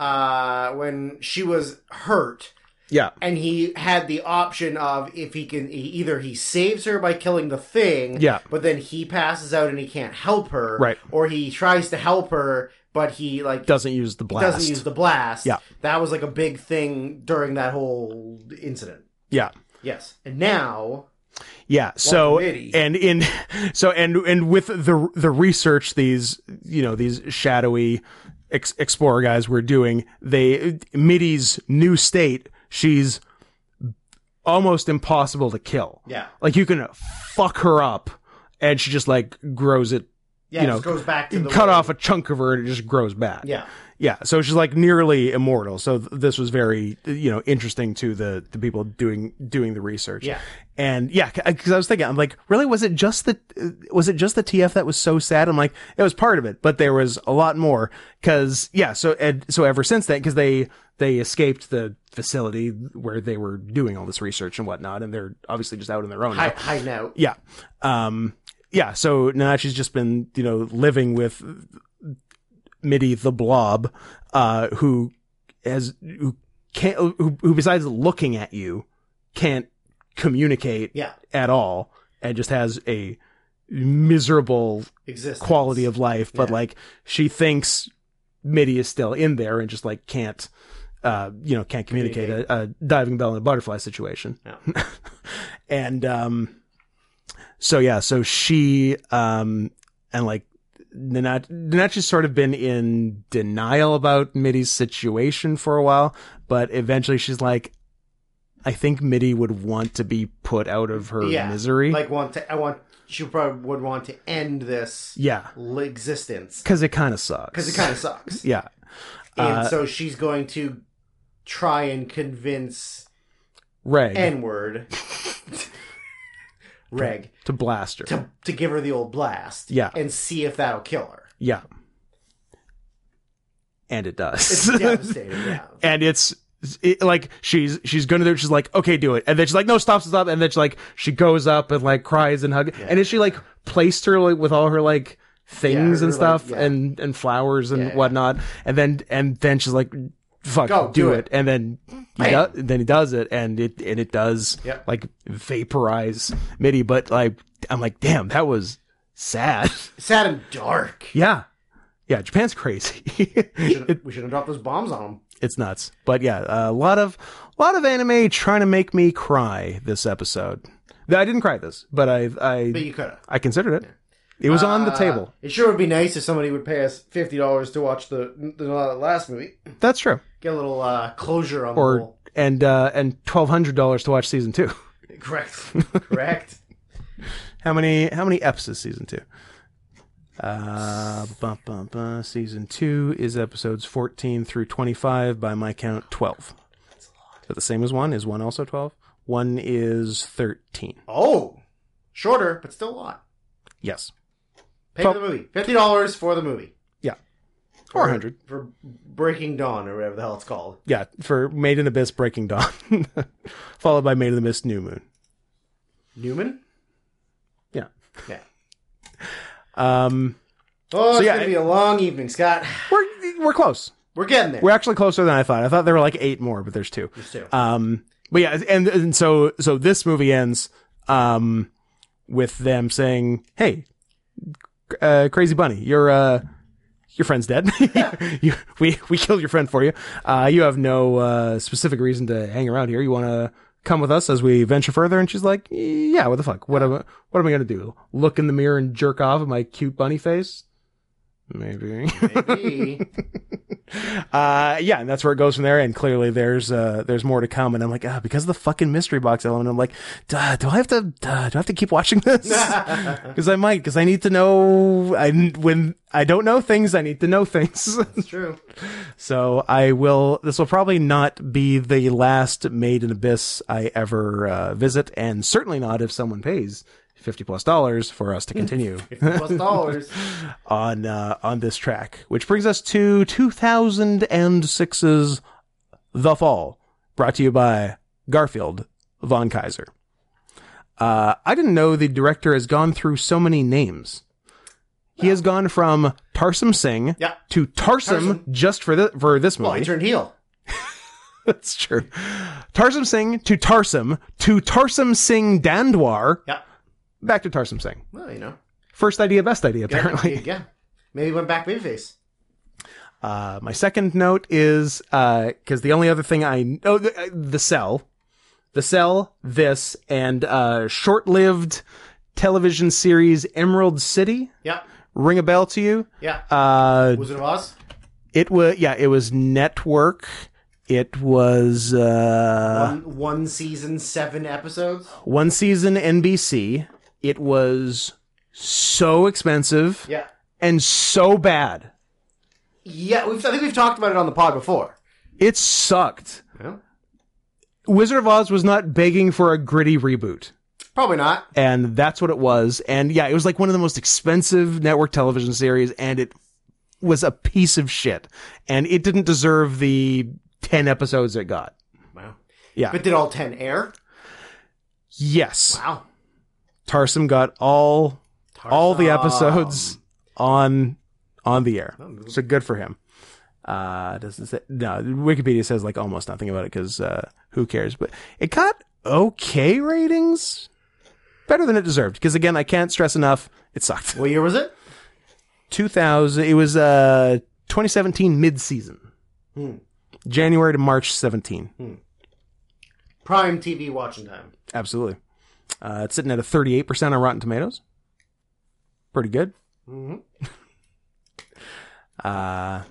Speaker 2: uh when she was hurt,
Speaker 1: yeah
Speaker 2: and he had the option of if he can he, either he saves her by killing the thing
Speaker 1: Yeah.
Speaker 2: but then he passes out and he can't help her
Speaker 1: Right.
Speaker 2: or he tries to help her but he like
Speaker 1: doesn't use the blast
Speaker 2: doesn't use the blast
Speaker 1: Yeah.
Speaker 2: that was like a big thing during that whole incident
Speaker 1: yeah
Speaker 2: yes and now
Speaker 1: Yeah. So
Speaker 2: committee.
Speaker 1: and in so and and with the the research these you know these shadowy ex- explorer guys were doing, they Middy's new state. She's almost impossible to kill.
Speaker 2: yeah
Speaker 1: Like you can fuck her up, and she just like grows it.
Speaker 2: yeah
Speaker 1: You
Speaker 2: it
Speaker 1: know,
Speaker 2: just goes back to the
Speaker 1: cut
Speaker 2: way-
Speaker 1: off a chunk of her, and it just grows back.
Speaker 2: yeah
Speaker 1: Yeah, so she's like nearly immortal. So th- this was very, you know, interesting to the the people doing doing the research.
Speaker 2: Yeah.
Speaker 1: and yeah, because I was thinking, I'm like, really, was it just the uh, was it just the TF that was so sad? I'm like, it was part of it, but there was a lot more. Because yeah, so and so ever since then, because they they escaped the facility where they were doing all this research and whatnot, and they're obviously just out on their own.
Speaker 2: hi,
Speaker 1: now.
Speaker 2: hi now
Speaker 1: Yeah. Um, yeah. So now she's just been, you know, living with Mitty the Blob, uh, who has, who can't, who, who besides looking at you can't communicate
Speaker 2: yeah
Speaker 1: at all and just has a miserable
Speaker 2: exists
Speaker 1: quality of life, but
Speaker 2: Yeah.
Speaker 1: like she thinks Mitty is still in there and just like can't, uh, you know, can't communicate, A, a diving bell and a butterfly situation. and, um, so yeah, so she, um, and like, Nanat, Nanat's sort of been in denial about Mitty's situation for a while, but eventually she's like, I think Mitty would want to be put out of her
Speaker 2: Yeah,
Speaker 1: misery.
Speaker 2: like want to i want she probably would want to end this
Speaker 1: yeah.
Speaker 2: l- existence
Speaker 1: Cause it kind of sucks.
Speaker 2: because it kind of sucks
Speaker 1: yeah.
Speaker 2: and
Speaker 1: Uh,
Speaker 2: so she's going to try and convince
Speaker 1: Reg.
Speaker 2: N word Reg
Speaker 1: to blast her.
Speaker 2: to to give her the old blast,
Speaker 1: Yeah.
Speaker 2: and see if that'll kill her.
Speaker 1: yeah. And it does.
Speaker 2: It's devastating. Yeah,
Speaker 1: and it's it, like she's she's gonna do it. She's like, okay, do it. And then she's like, no, stop, stop. And then she's like, she goes up and like cries and hug. And is she like placed her like with all her like things
Speaker 2: Yeah, her,
Speaker 1: and stuff
Speaker 2: like, yeah.
Speaker 1: and and flowers and
Speaker 2: Yeah, yeah.
Speaker 1: whatnot. And then and then she's like, fuck,
Speaker 2: Go,
Speaker 1: do,
Speaker 2: do
Speaker 1: it.
Speaker 2: it.
Speaker 1: And then he
Speaker 2: Bam.
Speaker 1: do- then he does it, and it and it does
Speaker 2: Yep.
Speaker 1: like vaporize Mitty. But like, I'm like, damn, that was sad.
Speaker 2: sad and dark.
Speaker 1: Yeah. Yeah, Japan's crazy.
Speaker 2: We shouldn't- we shouldn't drop those bombs on them.
Speaker 1: it's nuts. But yeah, a lot of a lot of anime trying to make me cry this episode. No, I didn't cry this, but I I
Speaker 2: But you could have.
Speaker 1: I considered it. It was on the
Speaker 2: Uh,
Speaker 1: table.
Speaker 2: It sure would be nice if somebody would pay us fifty dollars to watch the the last movie.
Speaker 1: That's true.
Speaker 2: Get a little uh, closure on
Speaker 1: Or
Speaker 2: the whole.
Speaker 1: and uh, and twelve hundred dollars to watch season two.
Speaker 2: Correct. Correct.
Speaker 1: How many how many eps is season two? Uh, bum, bum, bum. season two is episodes fourteen through twenty five by my count twelve. Is that the same as one? Is one also twelve? One is thirteen.
Speaker 2: Oh, shorter, but still a lot.
Speaker 1: Yes,
Speaker 2: Pay
Speaker 1: Well-
Speaker 2: for the movie. Fifty dollars for the movie.
Speaker 1: Yeah.
Speaker 2: For-
Speaker 1: Or 100.
Speaker 2: for Breaking Dawn or whatever the hell it's called.
Speaker 1: yeah. For Made in Abyss, Breaking Dawn, followed by Made in Abyss, New Moon.
Speaker 2: Newman.
Speaker 1: Yeah.
Speaker 2: Yeah.
Speaker 1: Um,
Speaker 2: Oh,
Speaker 1: So
Speaker 2: it's
Speaker 1: yeah,
Speaker 2: gonna
Speaker 1: I-
Speaker 2: be a long evening, Scott.
Speaker 1: we're we're close.
Speaker 2: We're getting there.
Speaker 1: We're actually closer than I thought. I thought there were like eight more, but there's two.
Speaker 2: Just two.
Speaker 1: Um, but yeah, and and so so this movie ends um with them saying, "Hey, uh, Crazy Bunny, your uh your friend's dead. you, we we killed your friend for you. Uh, you have no uh, specific reason to hang around here. You want to." Come with us as we venture further, and she's like, "Yeah, what the fuck? What am I, what am I gonna do? Look in the mirror and jerk off at my cute bunny face? Maybe."
Speaker 2: Maybe.
Speaker 1: Uh, yeah, and that's where it goes from there. And clearly, there's uh, there's more to come. And I'm like, ah, because of the fucking mystery box element, I'm like, duh, do I have to duh, do I have to keep watching this? Because I might, because I need to know. I when I don't know things, I need to know things.
Speaker 2: it's true.
Speaker 1: so I will. This will probably not be the last Made in Abyss I ever uh, visit, and certainly not if someone pays fifty plus dollars for us to continue
Speaker 2: Plus dollars.
Speaker 1: on uh, on this track, which brings us to 2006's The Fall, brought to you by Garfield Von Kaiser. Uh, I didn't know the director has gone through so many names. He has gone from Tarsum Singh
Speaker 2: Yeah.
Speaker 1: to Tarsum,
Speaker 2: Tarsem.
Speaker 1: just for the, for this
Speaker 2: Well,
Speaker 1: movie.
Speaker 2: he turned heel.
Speaker 1: That's true. Tarsum Singh to Tarsum to Tarsum Singh Dandwar
Speaker 2: Yeah.
Speaker 1: back to Tarsum Singh.
Speaker 2: Well, you know.
Speaker 1: First idea, best idea. Apparently,
Speaker 2: Yeah. Maybe went back babyface.
Speaker 1: Uh, my second note is because the only other thing I oh the, uh, the cell, the cell, this and uh, short-lived television series Emerald City
Speaker 2: Yeah.
Speaker 1: ring a bell to you.
Speaker 2: Yeah.
Speaker 1: Uh,
Speaker 2: Wizard of Oz.
Speaker 1: it was yeah, it was Network. It was uh,
Speaker 2: one, one season, seven episodes.
Speaker 1: one season NBC. It was so expensive
Speaker 2: Yeah.
Speaker 1: and so bad.
Speaker 2: Yeah. We've, I think we've talked about it on the pod before.
Speaker 1: It sucked.
Speaker 2: Well,
Speaker 1: Wizard of Oz was not begging for a gritty reboot.
Speaker 2: probably not.
Speaker 1: and that's what it was. And yeah, it was like one of the most expensive network television series, and it was a piece of shit. And it didn't deserve the ten episodes it got.
Speaker 2: Wow.
Speaker 1: Yeah.
Speaker 2: But did all 10 air?
Speaker 1: Yes,
Speaker 2: Wow.
Speaker 1: Tarsum got all all the
Speaker 2: Tarzan.
Speaker 1: episodes on on the air.
Speaker 2: Oh,
Speaker 1: So good for him. Uh, doesn't say no. Wikipedia says like almost nothing about it because uh, who cares? But it got okay ratings, better than it deserved. Because again, I can't stress enough, it sucked.
Speaker 2: What year was it?
Speaker 1: 2000 it was uh 2017 mid-season january to march 17
Speaker 2: Prime TV watching time.
Speaker 1: absolutely uh it's sitting at a 38% on rotten tomatoes pretty good
Speaker 2: Mhm.
Speaker 1: uh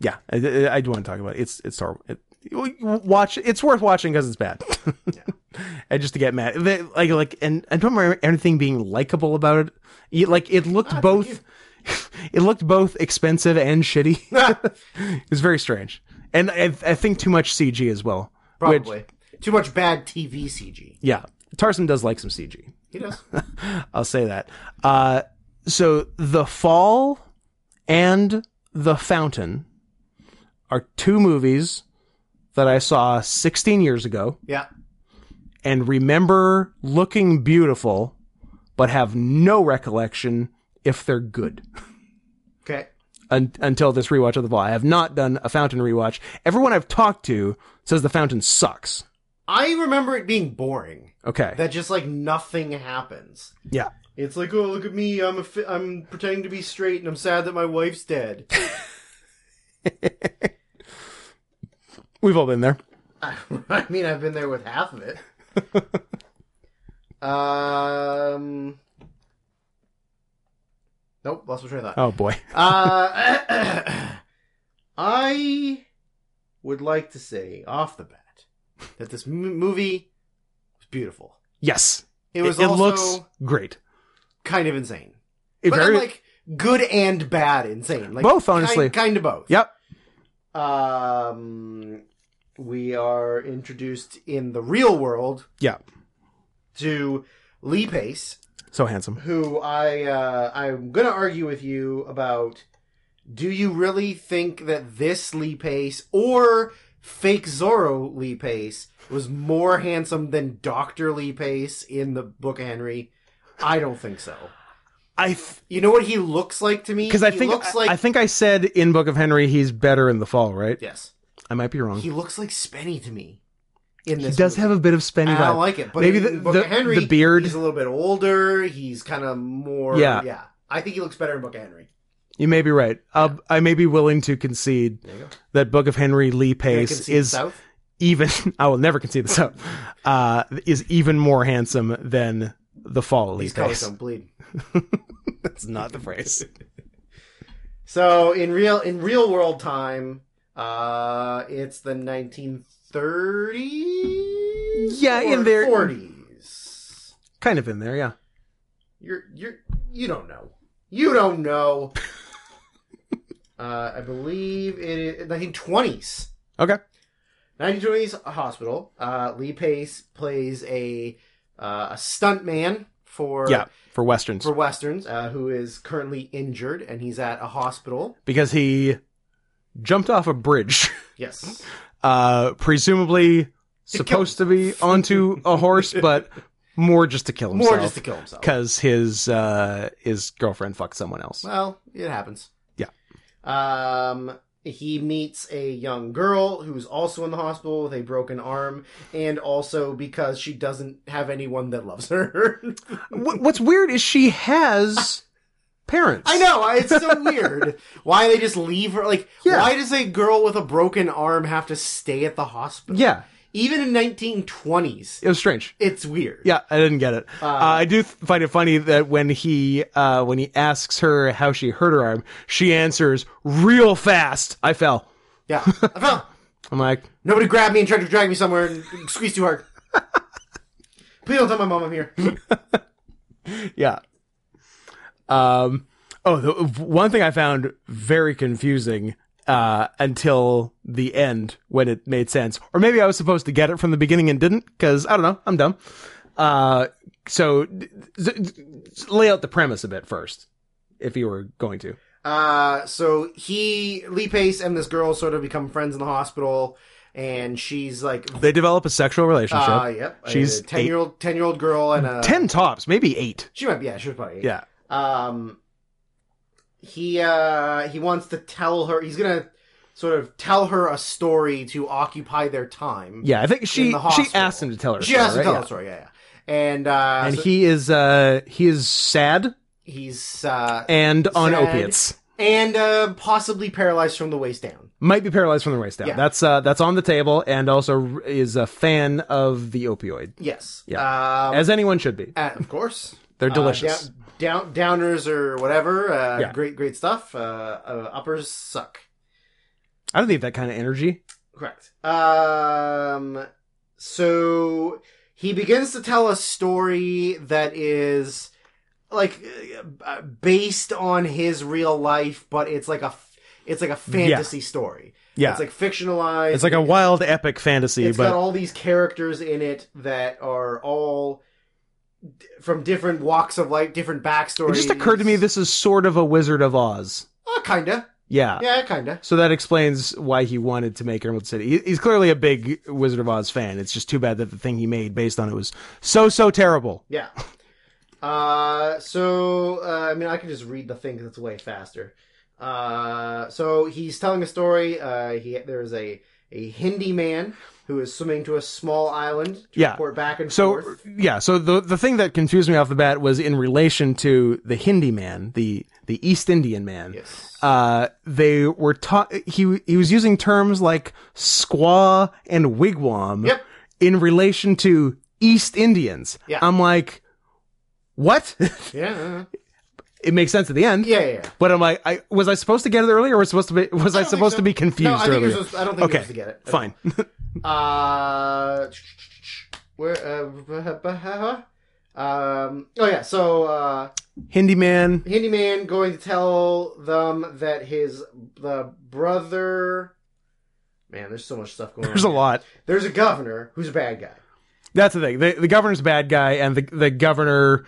Speaker 1: yeah i, I- I do want to talk about it. it's it's horrible it, watch it's worth watching because it's bad and just to get mad They- like like and i don't remember anything being likable about it You- like it looked both it looked both expensive and shitty It was very strange, and I, I think too much CG as well. Which-
Speaker 2: Probably. Too much bad TV CG.
Speaker 1: yeah, Tarsum does like some CG.
Speaker 2: He does.
Speaker 1: I'll say that. Uh, so the fall and the fountain are two movies that I saw 16 years ago
Speaker 2: yeah.
Speaker 1: and remember looking beautiful, but have no recollection if they're good.
Speaker 2: Okay.
Speaker 1: un- until this rewatch of the fall. I have not done a Fountain rewatch. Everyone I've talked to says the Fountain sucks.
Speaker 2: I remember it being boring.
Speaker 1: Okay.
Speaker 2: That just like nothing happens.
Speaker 1: yeah.
Speaker 2: It's like, oh, look at me. I'm a fi- I'm pretending to be straight, and I'm sad that my wife's dead.
Speaker 1: We've all been there.
Speaker 2: I mean, I've been there with half of it. um, Nope, lost my train of thought.
Speaker 1: Oh boy.
Speaker 2: Uh, I would like to say off the bat that this m- movie was beautiful.
Speaker 1: Yes.
Speaker 2: It was also
Speaker 1: looks great.
Speaker 2: kind of insane,
Speaker 1: It
Speaker 2: but
Speaker 1: very
Speaker 2: like good and bad insane. Like
Speaker 1: both
Speaker 2: kind-
Speaker 1: honestly.
Speaker 2: kind, of both.
Speaker 1: Yep.
Speaker 2: Um, we are introduced in the real world.
Speaker 1: Yeah.
Speaker 2: To Lee Pace,
Speaker 1: So handsome.
Speaker 2: who I uh, I'm gonna argue with you about. Do you really think that this Lee Pace or fake Zorro Lee Pace was more handsome than Doctor Lee Pace in the Book of Henry? I don't think so.
Speaker 1: I
Speaker 2: You know what he looks like to me?
Speaker 1: because I
Speaker 2: He
Speaker 1: think
Speaker 2: looks like
Speaker 1: I think I said in Book of Henry he's better in the fall, right?
Speaker 2: yes,
Speaker 1: I might be wrong.
Speaker 2: he looks like Spenny to me. In
Speaker 1: He
Speaker 2: this,
Speaker 1: does
Speaker 2: movie.
Speaker 1: have a bit of spenny
Speaker 2: And I don't
Speaker 1: vibe.
Speaker 2: like it. But
Speaker 1: Maybe
Speaker 2: in
Speaker 1: the-
Speaker 2: Book
Speaker 1: the-
Speaker 2: of Henry,
Speaker 1: the beard.
Speaker 2: He's a little bit older. He's kind of more.
Speaker 1: Yeah.
Speaker 2: yeah. I think he looks better in Book of Henry.
Speaker 1: You may be right. Uh, I may be willing to concede
Speaker 2: There you go.
Speaker 1: that Book of Henry Lee
Speaker 2: Gonna
Speaker 1: Pace
Speaker 2: concede
Speaker 1: is
Speaker 2: South.
Speaker 1: even. I will never concede this up. Uh, is even more handsome than the fall Lee
Speaker 2: These
Speaker 1: Pace.
Speaker 2: colors don't bleed.
Speaker 1: That's not the phrase.
Speaker 2: So in real in real world time, uh, it's the 1930s.
Speaker 1: Yeah, in
Speaker 2: or
Speaker 1: there-
Speaker 2: 40s.
Speaker 1: kind of in there, yeah.
Speaker 2: You're you're you don't know. You don't know. uh, I believe it is 1920s.
Speaker 1: Okay.
Speaker 2: 1920s hospital. Uh, Lee Pace plays a uh, a stunt man for
Speaker 1: Yeah, for westerns
Speaker 2: for westerns uh, who is currently injured and he's at a hospital.
Speaker 1: because he jumped off a bridge,
Speaker 2: Yes.
Speaker 1: uh, presumably
Speaker 2: To
Speaker 1: supposed to be onto a horse, but more just to kill
Speaker 2: More just
Speaker 1: himself
Speaker 2: to kill himself.
Speaker 1: because his uh, his girlfriend fucked someone else.
Speaker 2: Well, it happens.
Speaker 1: Yeah.
Speaker 2: Um, he meets a young girl who's also in the hospital with a broken arm, and also because she doesn't have anyone that loves her.
Speaker 1: Wh- What's weird is she has parents.
Speaker 2: I know it's so weird. Why they just leave her? Like,
Speaker 1: Yeah.
Speaker 2: why does a girl with a broken arm have to stay at the hospital?
Speaker 1: Yeah,
Speaker 2: Even in 1920s,
Speaker 1: it was strange.
Speaker 2: it's weird.
Speaker 1: Yeah, I didn't get it. Uh, I do th- find it funny that when he uh, when he asks her how she hurt her arm, she answers real fast. I fell.
Speaker 2: yeah. I felt-
Speaker 1: I'm like,
Speaker 2: Nobody grabbed me and tried to drag me somewhere and squeeze too hard. Please don't tell my mom I'm here.
Speaker 1: yeah. Um. Oh, the, one thing I found very confusing uh, until the end when it made sense, or maybe I was supposed to get it from the beginning and didn't because I don't know. I'm dumb. Uh. So d- d- d- lay out the premise a bit first, if you were going to.
Speaker 2: Uh, so he, Lee Pace, and this girl sort of become friends in the hospital, and she's like,
Speaker 1: They develop a sexual relationship.
Speaker 2: uh, yep,
Speaker 1: She's
Speaker 2: a ten year old, ten year old girl, and a
Speaker 1: Ten tops, maybe eight.
Speaker 2: She might be, yeah, she was probably. eight.
Speaker 1: Yeah.
Speaker 2: Um, he uh he wants to tell her. He's gonna sort of tell her a story to occupy their time.
Speaker 1: Yeah, I think she
Speaker 2: the
Speaker 1: she
Speaker 2: hospital.
Speaker 1: asked him to tell her.
Speaker 2: she
Speaker 1: story,
Speaker 2: has to
Speaker 1: right?
Speaker 2: tell
Speaker 1: Yeah.
Speaker 2: a story. Yeah, yeah. And uh,
Speaker 1: And
Speaker 2: so
Speaker 1: he is uh he is sad
Speaker 2: he's uh
Speaker 1: and on
Speaker 2: Sad.
Speaker 1: opiates.
Speaker 2: and uh possibly paralyzed from the waist down.
Speaker 1: Might be paralyzed from the waist down.
Speaker 2: Yeah.
Speaker 1: That's uh that's on the table and also is a fan of the opioid.
Speaker 2: Yes.
Speaker 1: Yeah.
Speaker 2: Um,
Speaker 1: As anyone should be.
Speaker 2: uh, of course.
Speaker 1: They're
Speaker 2: Uh,
Speaker 1: delicious.
Speaker 2: down, down, downers or whatever. Uh,
Speaker 1: Yeah.
Speaker 2: Great, great stuff. Uh, uh, uppers suck.
Speaker 1: I don't need that kind of energy.
Speaker 2: Correct. Um, so he begins to tell a story that is like uh, based on his real life, but it's like a f- it's like a fantasy story.
Speaker 1: Yeah.
Speaker 2: It's like fictionalized.
Speaker 1: It's like a wild epic fantasy,
Speaker 2: It's
Speaker 1: but
Speaker 2: got all these characters in it that are all d- from different walks of life, different backstories.
Speaker 1: it just occurred to me this is sort of a Wizard of Oz.
Speaker 2: Oh, kinda.
Speaker 1: Yeah.
Speaker 2: Yeah, kinda.
Speaker 1: So that explains why he wanted to make Emerald City. He- He's clearly a big Wizard of Oz fan. It's just too bad that the thing he made based on it was so so terrible.
Speaker 2: Yeah. Uh, so uh, I mean, I can just read the thing 'cause it's way faster. Uh, so he's telling a story. Uh, he there's a a Hindi man who is swimming to a small island to
Speaker 1: Yeah.
Speaker 2: report back and
Speaker 1: So
Speaker 2: forth.
Speaker 1: yeah, so the the thing that confused me off the bat was in relation to the Hindi man, the the East Indian man.
Speaker 2: Yes.
Speaker 1: Uh, they were taught. He he was using terms like squaw and wigwam.
Speaker 2: Yep.
Speaker 1: In relation to East Indians.
Speaker 2: Yeah.
Speaker 1: I'm like, what?
Speaker 2: yeah.
Speaker 1: it makes sense at the end.
Speaker 2: uh-huh. Yeah, yeah, yeah.
Speaker 1: But I'm like, I was I supposed to get it earlier, or was supposed to be was I,
Speaker 2: don't think
Speaker 1: supposed
Speaker 2: so.
Speaker 1: to be confused
Speaker 2: No, I think
Speaker 1: earlier?
Speaker 2: you're supposed- I don't think
Speaker 1: Okay.
Speaker 2: you're supposed to get
Speaker 1: Fine.
Speaker 2: it. Uh, where? Uh, um. Oh yeah. So uh,
Speaker 1: Hindi man.
Speaker 2: handyman going to tell them that his the brother. Man, there's so much stuff going on.
Speaker 1: There's a
Speaker 2: here.
Speaker 1: lot.
Speaker 2: There's a governor who's a bad guy.
Speaker 1: That's the thing. The, the governor's a bad guy, and the the governor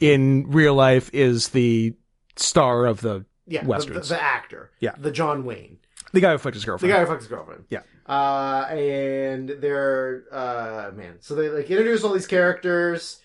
Speaker 1: in real life is the star of the
Speaker 2: Yeah, the-
Speaker 1: Westerns.
Speaker 2: The, the actor.
Speaker 1: Yeah.
Speaker 2: the John Wayne,
Speaker 1: the guy who fucked his
Speaker 2: the
Speaker 1: girlfriend.
Speaker 2: guy who fucks his girlfriend.
Speaker 1: Yeah.
Speaker 2: uh, and they're uh, man. So they like introduce all these characters.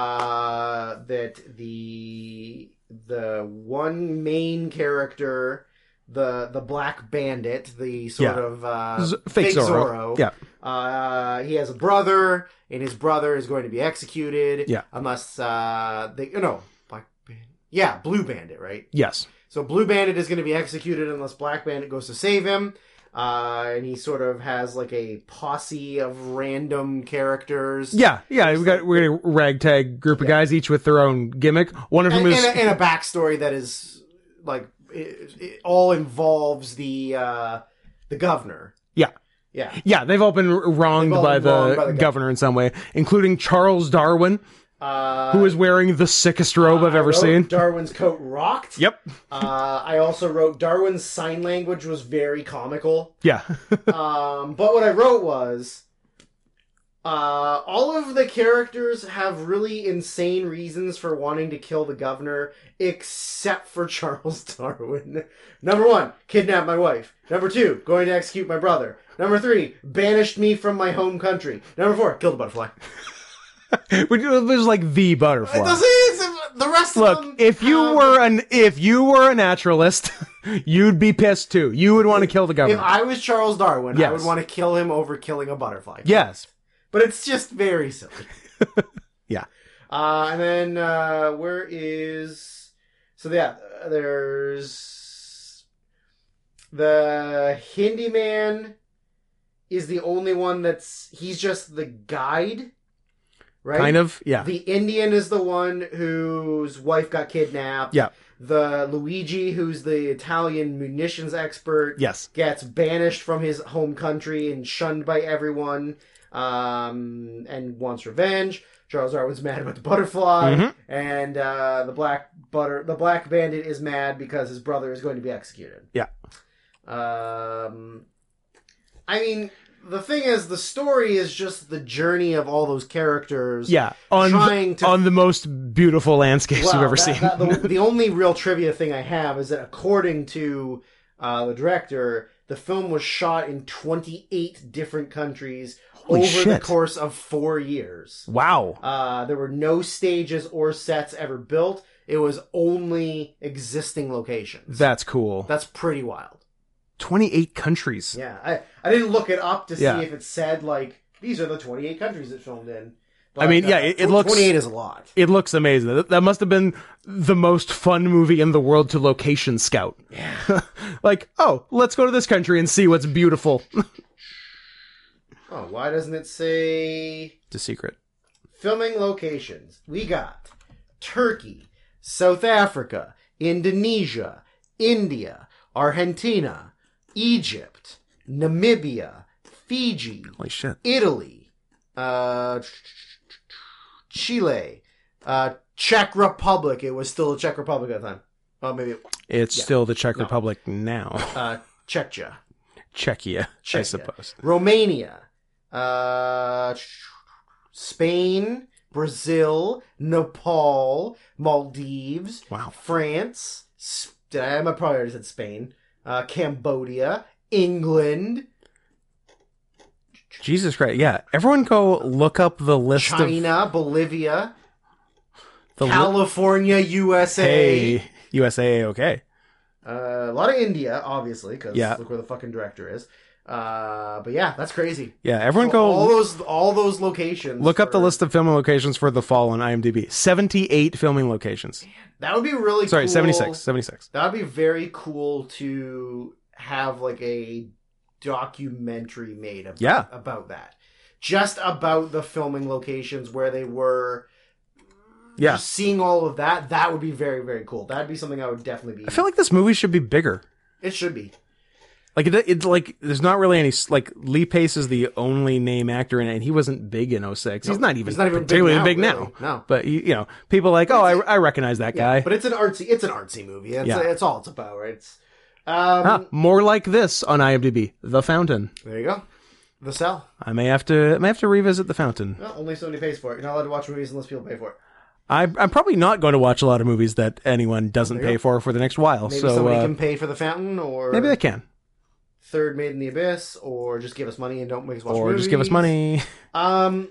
Speaker 2: Uh, that the the one main character, the the black bandit, the sort
Speaker 1: Yeah.
Speaker 2: of uh,
Speaker 1: Z- fake Zorro. Yeah.
Speaker 2: Uh, he has a brother, and his brother is going to be executed.
Speaker 1: Yeah.
Speaker 2: Unless uh, they, you know, Black Bandit. Yeah, Blue Bandit, right?
Speaker 1: Yes.
Speaker 2: So Blue Bandit is going to be executed unless Black Bandit goes to save him. Uh, and he sort of has like a posse of random characters.
Speaker 1: Yeah. Yeah. We got we're gonna ragtag group of guys, each with their own gimmick. One of
Speaker 2: And,
Speaker 1: them is
Speaker 2: and, a, and a backstory that is like it, it all involves the uh, the governor.
Speaker 1: Yeah.
Speaker 2: Yeah.
Speaker 1: yeah. They've all been wronged,
Speaker 2: They've all
Speaker 1: by,
Speaker 2: been
Speaker 1: the
Speaker 2: wronged by the guy.
Speaker 1: governor in some way, including Charles Darwin,
Speaker 2: Uh,
Speaker 1: who is wearing the sickest robe I've
Speaker 2: I
Speaker 1: ever
Speaker 2: wrote
Speaker 1: seen.
Speaker 2: Darwin's coat rocked.
Speaker 1: Yep.
Speaker 2: Uh, I also wrote Darwin's sign language was very comical.
Speaker 1: Yeah.
Speaker 2: um, but what I wrote was uh, all of the characters have really insane reasons for wanting to kill the governor, except for Charles Darwin. Number one, kidnap my wife. Number two, going to execute my brother. Number three, banished me from my home country. Number four, killed a butterfly.
Speaker 1: Which was like the
Speaker 2: It
Speaker 1: butterfly.
Speaker 2: doesn't- it's- the rest of them.
Speaker 1: Look, if you
Speaker 2: have-
Speaker 1: were an if you were a naturalist, you'd be pissed too. You would want to kill the
Speaker 2: If
Speaker 1: governor.
Speaker 2: I was Charles Darwin, I
Speaker 1: Yes.
Speaker 2: would want to kill him over killing a butterfly.
Speaker 1: yes.
Speaker 2: But it's just very silly.
Speaker 1: Yeah.
Speaker 2: Uh, and then uh, where is so yeah? uh, There's the Hindi man is the only one that's he's just the guide, right?
Speaker 1: Kind of. Yeah.
Speaker 2: The Indian is the one whose wife got kidnapped.
Speaker 1: Yeah.
Speaker 2: The Luigi, who's the Italian munitions expert
Speaker 1: yes.
Speaker 2: gets banished from his home country and shunned by everyone um, and wants revenge. Charles Darwin's mad about the butterfly,
Speaker 1: Mhm.
Speaker 2: and uh, the black butter the black bandit is mad because his brother is going to be executed.
Speaker 1: Yeah.
Speaker 2: Um, I mean, the thing is, the story is just the journey of all those characters.
Speaker 1: Yeah. On
Speaker 2: trying to
Speaker 1: on the most beautiful landscapes
Speaker 2: well,
Speaker 1: you've ever
Speaker 2: that-
Speaker 1: seen.
Speaker 2: that- the, the only real trivia thing I have is that according to uh, the director, the film was shot in 28 different countries
Speaker 1: Holy
Speaker 2: over the
Speaker 1: shit.
Speaker 2: course of four years.
Speaker 1: wow.
Speaker 2: Uh, there were no stages or sets ever built. It was only existing locations.
Speaker 1: That's cool.
Speaker 2: That's pretty wild.
Speaker 1: 28 countries.
Speaker 2: Yeah, I, I didn't look it up to
Speaker 1: Yeah.
Speaker 2: see if it said like these are the 28 countries it filmed in.
Speaker 1: I mean,
Speaker 2: But,
Speaker 1: yeah, it- it
Speaker 2: tw-
Speaker 1: looks-
Speaker 2: 28 is a lot.
Speaker 1: It looks amazing. That, that must have been the most fun movie in the world to location scout. Yeah. like, oh, let's go to this country and see what's beautiful.
Speaker 2: Oh, why doesn't it say?
Speaker 1: it's a secret.
Speaker 2: Filming locations. We got Turkey, South Africa, Indonesia, India, Argentina, Egypt, Namibia, Fiji,
Speaker 1: Holy shit.
Speaker 2: Italy, uh, Chile, uh, Czech Republic. It was still the Czech Republic at the time. Oh, maybe
Speaker 1: It's
Speaker 2: Yeah.
Speaker 1: still the Czech
Speaker 2: No.
Speaker 1: Republic now.
Speaker 2: uh, Czechia.
Speaker 1: Czechia, I
Speaker 2: Czechia.
Speaker 1: suppose.
Speaker 2: Romania, uh, Spain, Brazil, Nepal, Maldives,
Speaker 1: Wow.
Speaker 2: France. S- Did I? I probably already said Spain. Uh, Cambodia, England,
Speaker 1: Jesus Christ. Yeah. Everyone go look up the list of
Speaker 2: China, Bolivia,
Speaker 1: the li-
Speaker 2: California, USA.
Speaker 1: Hey, USA, okay.
Speaker 2: Uh, a lot of India, obviously, because
Speaker 1: Yeah.
Speaker 2: look where the fucking director is. Uh, but yeah, that's crazy.
Speaker 1: Yeah, everyone
Speaker 2: So all
Speaker 1: go
Speaker 2: those all those locations.
Speaker 1: look up the
Speaker 2: are-
Speaker 1: list of filming locations for The Fall on IMDb. 78 filming locations.
Speaker 2: That would be really
Speaker 1: Sorry,
Speaker 2: cool.
Speaker 1: 76. 76.
Speaker 2: That'd be very cool to have like a documentary made about,
Speaker 1: Yeah.
Speaker 2: about that. Just about the filming locations where they were
Speaker 1: Yeah.
Speaker 2: Just seeing all of that, that would be very, very cool. That'd be something I would definitely be.
Speaker 1: I feel like this movie should be bigger.
Speaker 2: it should be.
Speaker 1: Like it, it's like there's not really any s- like Lee Pace is the only name actor in it, and he wasn't big in 06. he's not even
Speaker 2: he's not even big
Speaker 1: particularly
Speaker 2: now,
Speaker 1: big now.
Speaker 2: really. No.
Speaker 1: but you, you know, people are like, oh, I, I recognize that guy.
Speaker 2: But it's an artsy. It's an artsy movie. That's,
Speaker 1: Yeah.
Speaker 2: that's all it's about, right? It's, um,
Speaker 1: Ah, more like this on IMDb, The Fountain.
Speaker 2: There you go. The cell.
Speaker 1: I may have to I may have to revisit The Fountain.
Speaker 2: Well, only somebody pays for it. You're not allowed to watch movies unless people pay for it.
Speaker 1: I, I'm probably not going to watch a lot of movies that anyone doesn't
Speaker 2: you
Speaker 1: pay for for the next while.
Speaker 2: Maybe
Speaker 1: so
Speaker 2: somebody
Speaker 1: uh,
Speaker 2: can pay for the fountain, or
Speaker 1: maybe they can,
Speaker 2: third made in the abyss, or just give us money and don't make us watch
Speaker 1: or
Speaker 2: movies.
Speaker 1: just give us money.
Speaker 2: Um.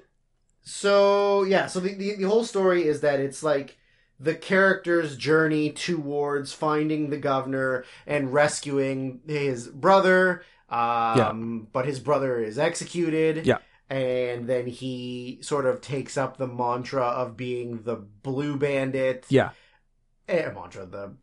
Speaker 2: So yeah, so the, the the whole story is that it's like the character's journey towards finding the governor and rescuing his brother. Um, But his brother is executed.
Speaker 1: Yeah.
Speaker 2: And then he sort of takes up the mantra of being the blue bandit.
Speaker 1: Yeah.
Speaker 2: Eh, mantra the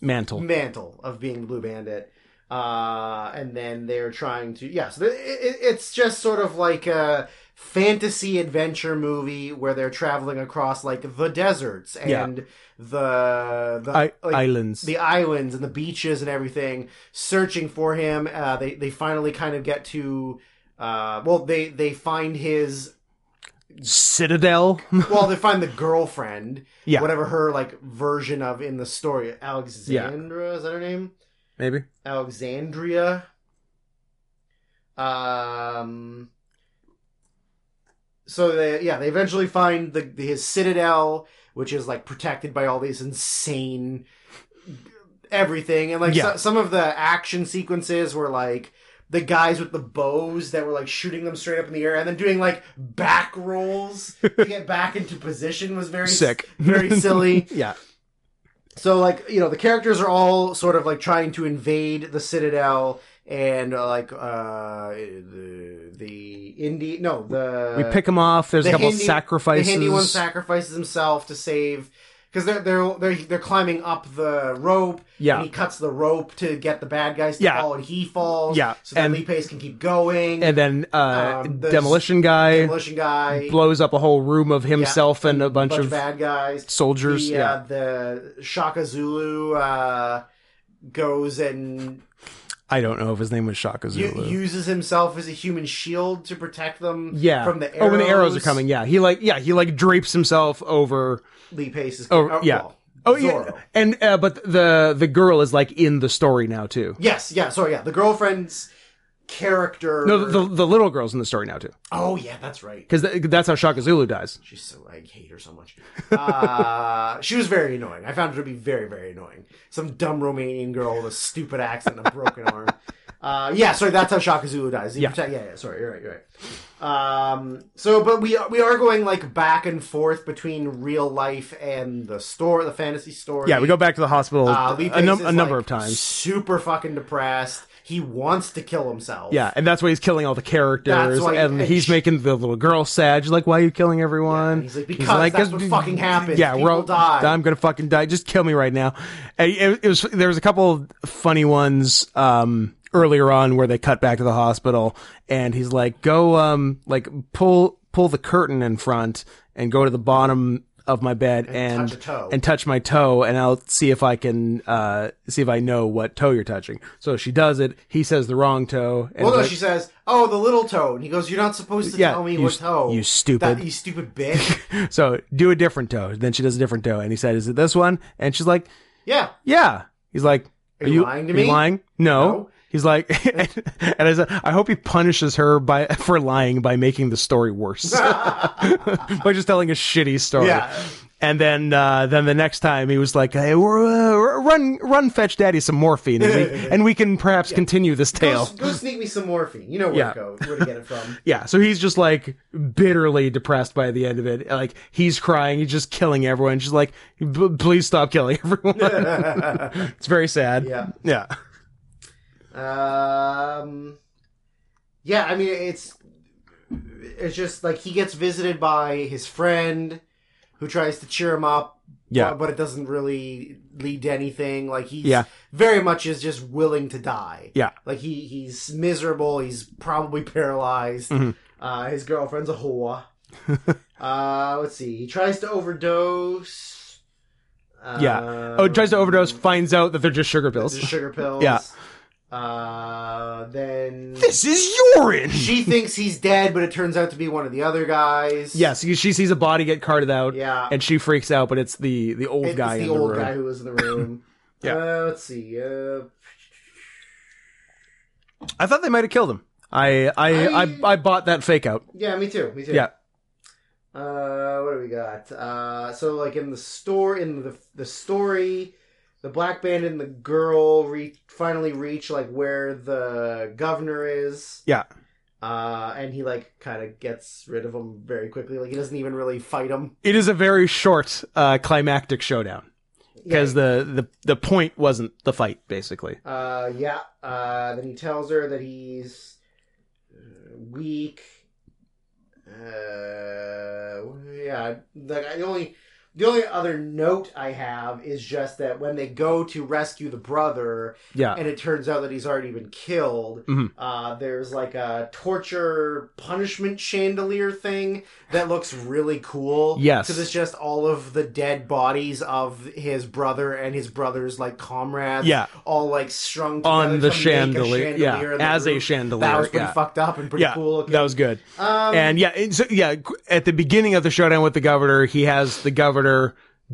Speaker 1: Mantle.
Speaker 2: mantle of being Blue Bandit. Uh, and then they're trying to, yeah, so it, it, it's just sort of like a fantasy adventure movie where they're traveling across like the deserts and the, the,
Speaker 1: I-
Speaker 2: uh, like,
Speaker 1: islands.
Speaker 2: the islands and the beaches and everything, searching for him. Uh, they, they finally kind of get to, uh, well, they, they find his,
Speaker 1: Citadel.
Speaker 2: well, they find the girlfriend,
Speaker 1: Yeah.
Speaker 2: whatever her like version of in the story, Alexandra, is that her name?
Speaker 1: maybe.
Speaker 2: Alexandria. Um. So they yeah they eventually find the his citadel, which is like protected by all these insane everything, and like
Speaker 1: Yeah.
Speaker 2: so- some of the action sequences were like the guys with the bows that were like shooting them straight up in the air and then doing like back rolls to get back into position was very
Speaker 1: Sick.
Speaker 2: very silly.
Speaker 1: Yeah.
Speaker 2: So like you know the characters are all sort of like trying to invade the citadel and uh, like uh the the Indi no the
Speaker 1: we pick them off. There's a
Speaker 2: the
Speaker 1: couple
Speaker 2: Hindi- the
Speaker 1: sacrifices.
Speaker 2: Hindi one sacrifices himself to save because they're they're they're they're climbing up the rope
Speaker 1: Yeah.
Speaker 2: and he cuts the rope to get the bad guys to
Speaker 1: Yeah.
Speaker 2: fall and he falls
Speaker 1: Yeah,
Speaker 2: so that
Speaker 1: and-
Speaker 2: Lee Pace can keep going
Speaker 1: and then uh,
Speaker 2: Um, the
Speaker 1: demolition guy
Speaker 2: demolition guy
Speaker 1: blows up a whole room of himself and a bunch,
Speaker 2: bunch
Speaker 1: of
Speaker 2: of bad guys
Speaker 1: soldiers.
Speaker 2: the,
Speaker 1: yeah.
Speaker 2: uh, the Shaka Zulu uh, goes and
Speaker 1: I don't know if his name was Shaka
Speaker 2: u-
Speaker 1: Zulu.
Speaker 2: uses himself as a human shield to protect them
Speaker 1: yeah.
Speaker 2: from the arrows.
Speaker 1: Oh, when the arrows are coming. Yeah. He like yeah, he like drapes himself over
Speaker 2: Lee Pace is
Speaker 1: Oh, yeah.
Speaker 2: well,
Speaker 1: Oh
Speaker 2: Zorro.
Speaker 1: yeah. And uh, but the the girl is like in the story now too.
Speaker 2: Yes, yeah, sorry, yeah. The girlfriend's character
Speaker 1: No, the the little girl's in the story now too.
Speaker 2: Oh yeah, that's right.
Speaker 1: Cuz that's how Shaka Zulu dies.
Speaker 2: She's so I hate her so much. Uh, she was very annoying. I found her to be very, very annoying. Some dumb Romanian girl with a stupid accent and a broken arm. Uh, yeah, sorry, that's how Shaka Zulu dies. He
Speaker 1: Yeah.
Speaker 2: protect- yeah, yeah, sorry, you're right, you're right. Um, so, but we we are going like back and forth between real life and the store, the fantasy story.
Speaker 1: Yeah, we go back to the hospital
Speaker 2: Uh, Lee
Speaker 1: a, num-
Speaker 2: Pace
Speaker 1: a
Speaker 2: is,
Speaker 1: number
Speaker 2: like,
Speaker 1: of times.
Speaker 2: Super fucking depressed. He wants to kill himself.
Speaker 1: Yeah, and that's why he's killing all the characters,
Speaker 2: That's why-
Speaker 1: and he's
Speaker 2: and-
Speaker 1: making the little girl sad. She's like, "Why are you killing everyone?"
Speaker 2: Yeah, he's like, "Because that's what fucking happens.
Speaker 1: Yeah, we're all,
Speaker 2: People die."
Speaker 1: I'm gonna fucking die. Just kill me right now." And it, it was there was a couple of funny ones um, earlier on where they cut back to the hospital, and he's like, "Go, um, like pull pull the curtain in front and go to the bottom." Of my bed and
Speaker 2: touch a toe.
Speaker 1: and touch my toe and I'll see if I can uh see if I know what toe you're touching. So she does it. He says the wrong toe. And
Speaker 2: Well, no,
Speaker 1: like-
Speaker 2: she says, "Oh, the little toe," and he goes, "You're not supposed to
Speaker 1: Yeah,
Speaker 2: tell me
Speaker 1: you
Speaker 2: what
Speaker 1: s-
Speaker 2: toe."
Speaker 1: you stupid.
Speaker 2: That, you stupid bitch.
Speaker 1: So do a different toe. Then she does a different toe, and he said, "Is it this one?" And she's like,
Speaker 2: yeah,
Speaker 1: "Yeah." He's like, "Are,
Speaker 2: you lying to
Speaker 1: are you
Speaker 2: me?"
Speaker 1: lying? No.
Speaker 2: No.
Speaker 1: He's like, and, I said, "I hope he punishes her by for lying by making the story worse by just telling a shitty story."
Speaker 2: Yeah.
Speaker 1: And then, uh, then the next time he was like, "Hey, we're, uh, run, run, fetch daddy some morphine, and we, and we can perhaps continue this
Speaker 2: go,
Speaker 1: tale."
Speaker 2: go sneak me some morphine. You know where
Speaker 1: Yeah.
Speaker 2: to go, where to get it from.
Speaker 1: Yeah, so he's just like bitterly depressed by the end of it. Like he's crying, he's just killing everyone. She's like, "B- please stop killing everyone. it's very sad.
Speaker 2: Yeah.
Speaker 1: yeah,
Speaker 2: Um, yeah, I mean, it's it's just like he gets visited by his friend, who tries to cheer him up.
Speaker 1: Yeah.
Speaker 2: but, but it doesn't really lead to anything. Like he's
Speaker 1: Yeah.
Speaker 2: very much is just willing to die.
Speaker 1: Yeah.
Speaker 2: like he he's miserable. He's probably paralyzed.
Speaker 1: Mhm.
Speaker 2: Uh, his girlfriend's a whore. Uh, let's see. He tries to overdose.
Speaker 1: Yeah. oh, tries to overdose, finds out that they're just sugar
Speaker 2: Pills.
Speaker 1: pills.
Speaker 2: Sugar pills.
Speaker 1: Yeah.
Speaker 2: Uh, then
Speaker 1: This is urine.
Speaker 2: she thinks he's dead, but it turns out to be one of the other guys.
Speaker 1: Yes, you- she sees a body get carted out,
Speaker 2: Yeah.
Speaker 1: and she freaks out. But it's the the old
Speaker 2: It- it's
Speaker 1: guy
Speaker 2: the
Speaker 1: in
Speaker 2: old
Speaker 1: the room.
Speaker 2: guy who was in the room.
Speaker 1: Yeah.
Speaker 2: Uh, let's see. Uh,
Speaker 1: I thought they might have killed him. I I, I
Speaker 2: I-
Speaker 1: I bought that fake out.
Speaker 2: yeah, me too. Me too.
Speaker 1: Yeah.
Speaker 2: Uh, what do we got? Uh, so like in the store, in the the story, the black band and the girl re- finally reach like where the governor is.
Speaker 1: Yeah.
Speaker 2: Uh, and he like kind of gets rid of him very quickly. Like he doesn't even really fight him
Speaker 1: It is a very short uh, climactic showdown because the, the the point wasn't the fight basically.
Speaker 2: Uh, yeah. Uh, then he tells her that he's uh, weak. Uh, yeah. The, the only the only other note I have is just that when they go to rescue the brother,
Speaker 1: Yeah.
Speaker 2: and it turns out that he's already been killed.
Speaker 1: Mhm.
Speaker 2: Uh, there's like a torture punishment chandelier thing that looks really cool.
Speaker 1: Yes.
Speaker 2: because it's just all of the dead bodies of his brother and his brother's like comrades
Speaker 1: yeah,
Speaker 2: all like strung
Speaker 1: on
Speaker 2: together
Speaker 1: the
Speaker 2: to make a
Speaker 1: chandelier,
Speaker 2: in
Speaker 1: yeah,
Speaker 2: the
Speaker 1: as a
Speaker 2: roof.
Speaker 1: chandelier.
Speaker 2: That was pretty
Speaker 1: yeah.
Speaker 2: fucked up and pretty
Speaker 1: Yeah,
Speaker 2: cool looking.
Speaker 1: That was good.
Speaker 2: um,
Speaker 1: and yeah, and so, yeah. qu- At the beginning of the showdown with the governor, he has the governor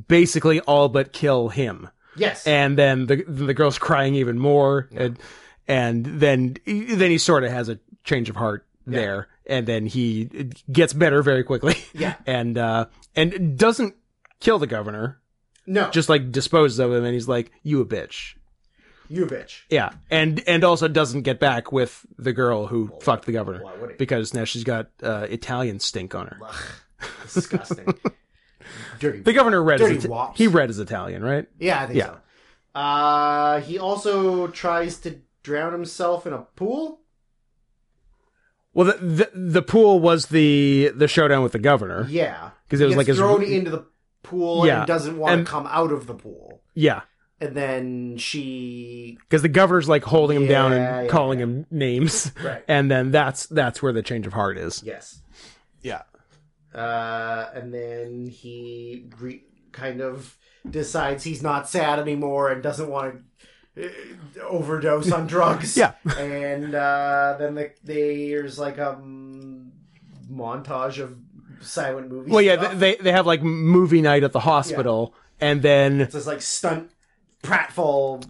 Speaker 1: basically all but kill him,
Speaker 2: yes,
Speaker 1: and then the the girl's crying even more,
Speaker 2: Yeah.
Speaker 1: and and then then he sort of has a change of heart
Speaker 2: Yeah.
Speaker 1: there, and then he gets better very quickly,
Speaker 2: yeah,
Speaker 1: and uh and doesn't kill the governor,
Speaker 2: no,
Speaker 1: just like disposes of him, and he's like, "You a bitch."
Speaker 2: you bitch.
Speaker 1: Yeah, and and also doesn't get back with the girl who fucked the governor
Speaker 2: Why would it?
Speaker 1: because now she's got uh, Italian stink on her.
Speaker 2: Ugh, disgusting, dirty.
Speaker 1: The governor read
Speaker 2: Dirty
Speaker 1: as Ita-
Speaker 2: wops.
Speaker 1: he read as Italian, right?
Speaker 2: yeah, I think
Speaker 1: Yeah.
Speaker 2: so. Uh, he also tries to drown himself in a pool.
Speaker 1: Well, the, the the pool was the the showdown with the governor
Speaker 2: Yeah,
Speaker 1: because it was
Speaker 2: gets
Speaker 1: like his
Speaker 2: thrown into the pool
Speaker 1: Yeah,
Speaker 2: and doesn't want
Speaker 1: and-
Speaker 2: to come out of the pool.
Speaker 1: yeah
Speaker 2: And then she
Speaker 1: because the governor's like holding him down
Speaker 2: Yeah,
Speaker 1: and
Speaker 2: yeah,
Speaker 1: calling him names,
Speaker 2: right.
Speaker 1: and then that's that's where the change of heart is.
Speaker 2: Yes.
Speaker 1: Yeah.
Speaker 2: Uh, and then he re- kind of decides he's not sad anymore and doesn't want to uh, overdose on drugs.
Speaker 1: Yeah.
Speaker 2: And uh, then the, there's like a um, montage of silent movies.
Speaker 1: Well, yeah, th- they they have like movie night at the hospital, and then
Speaker 2: it's this like stunt pratfall.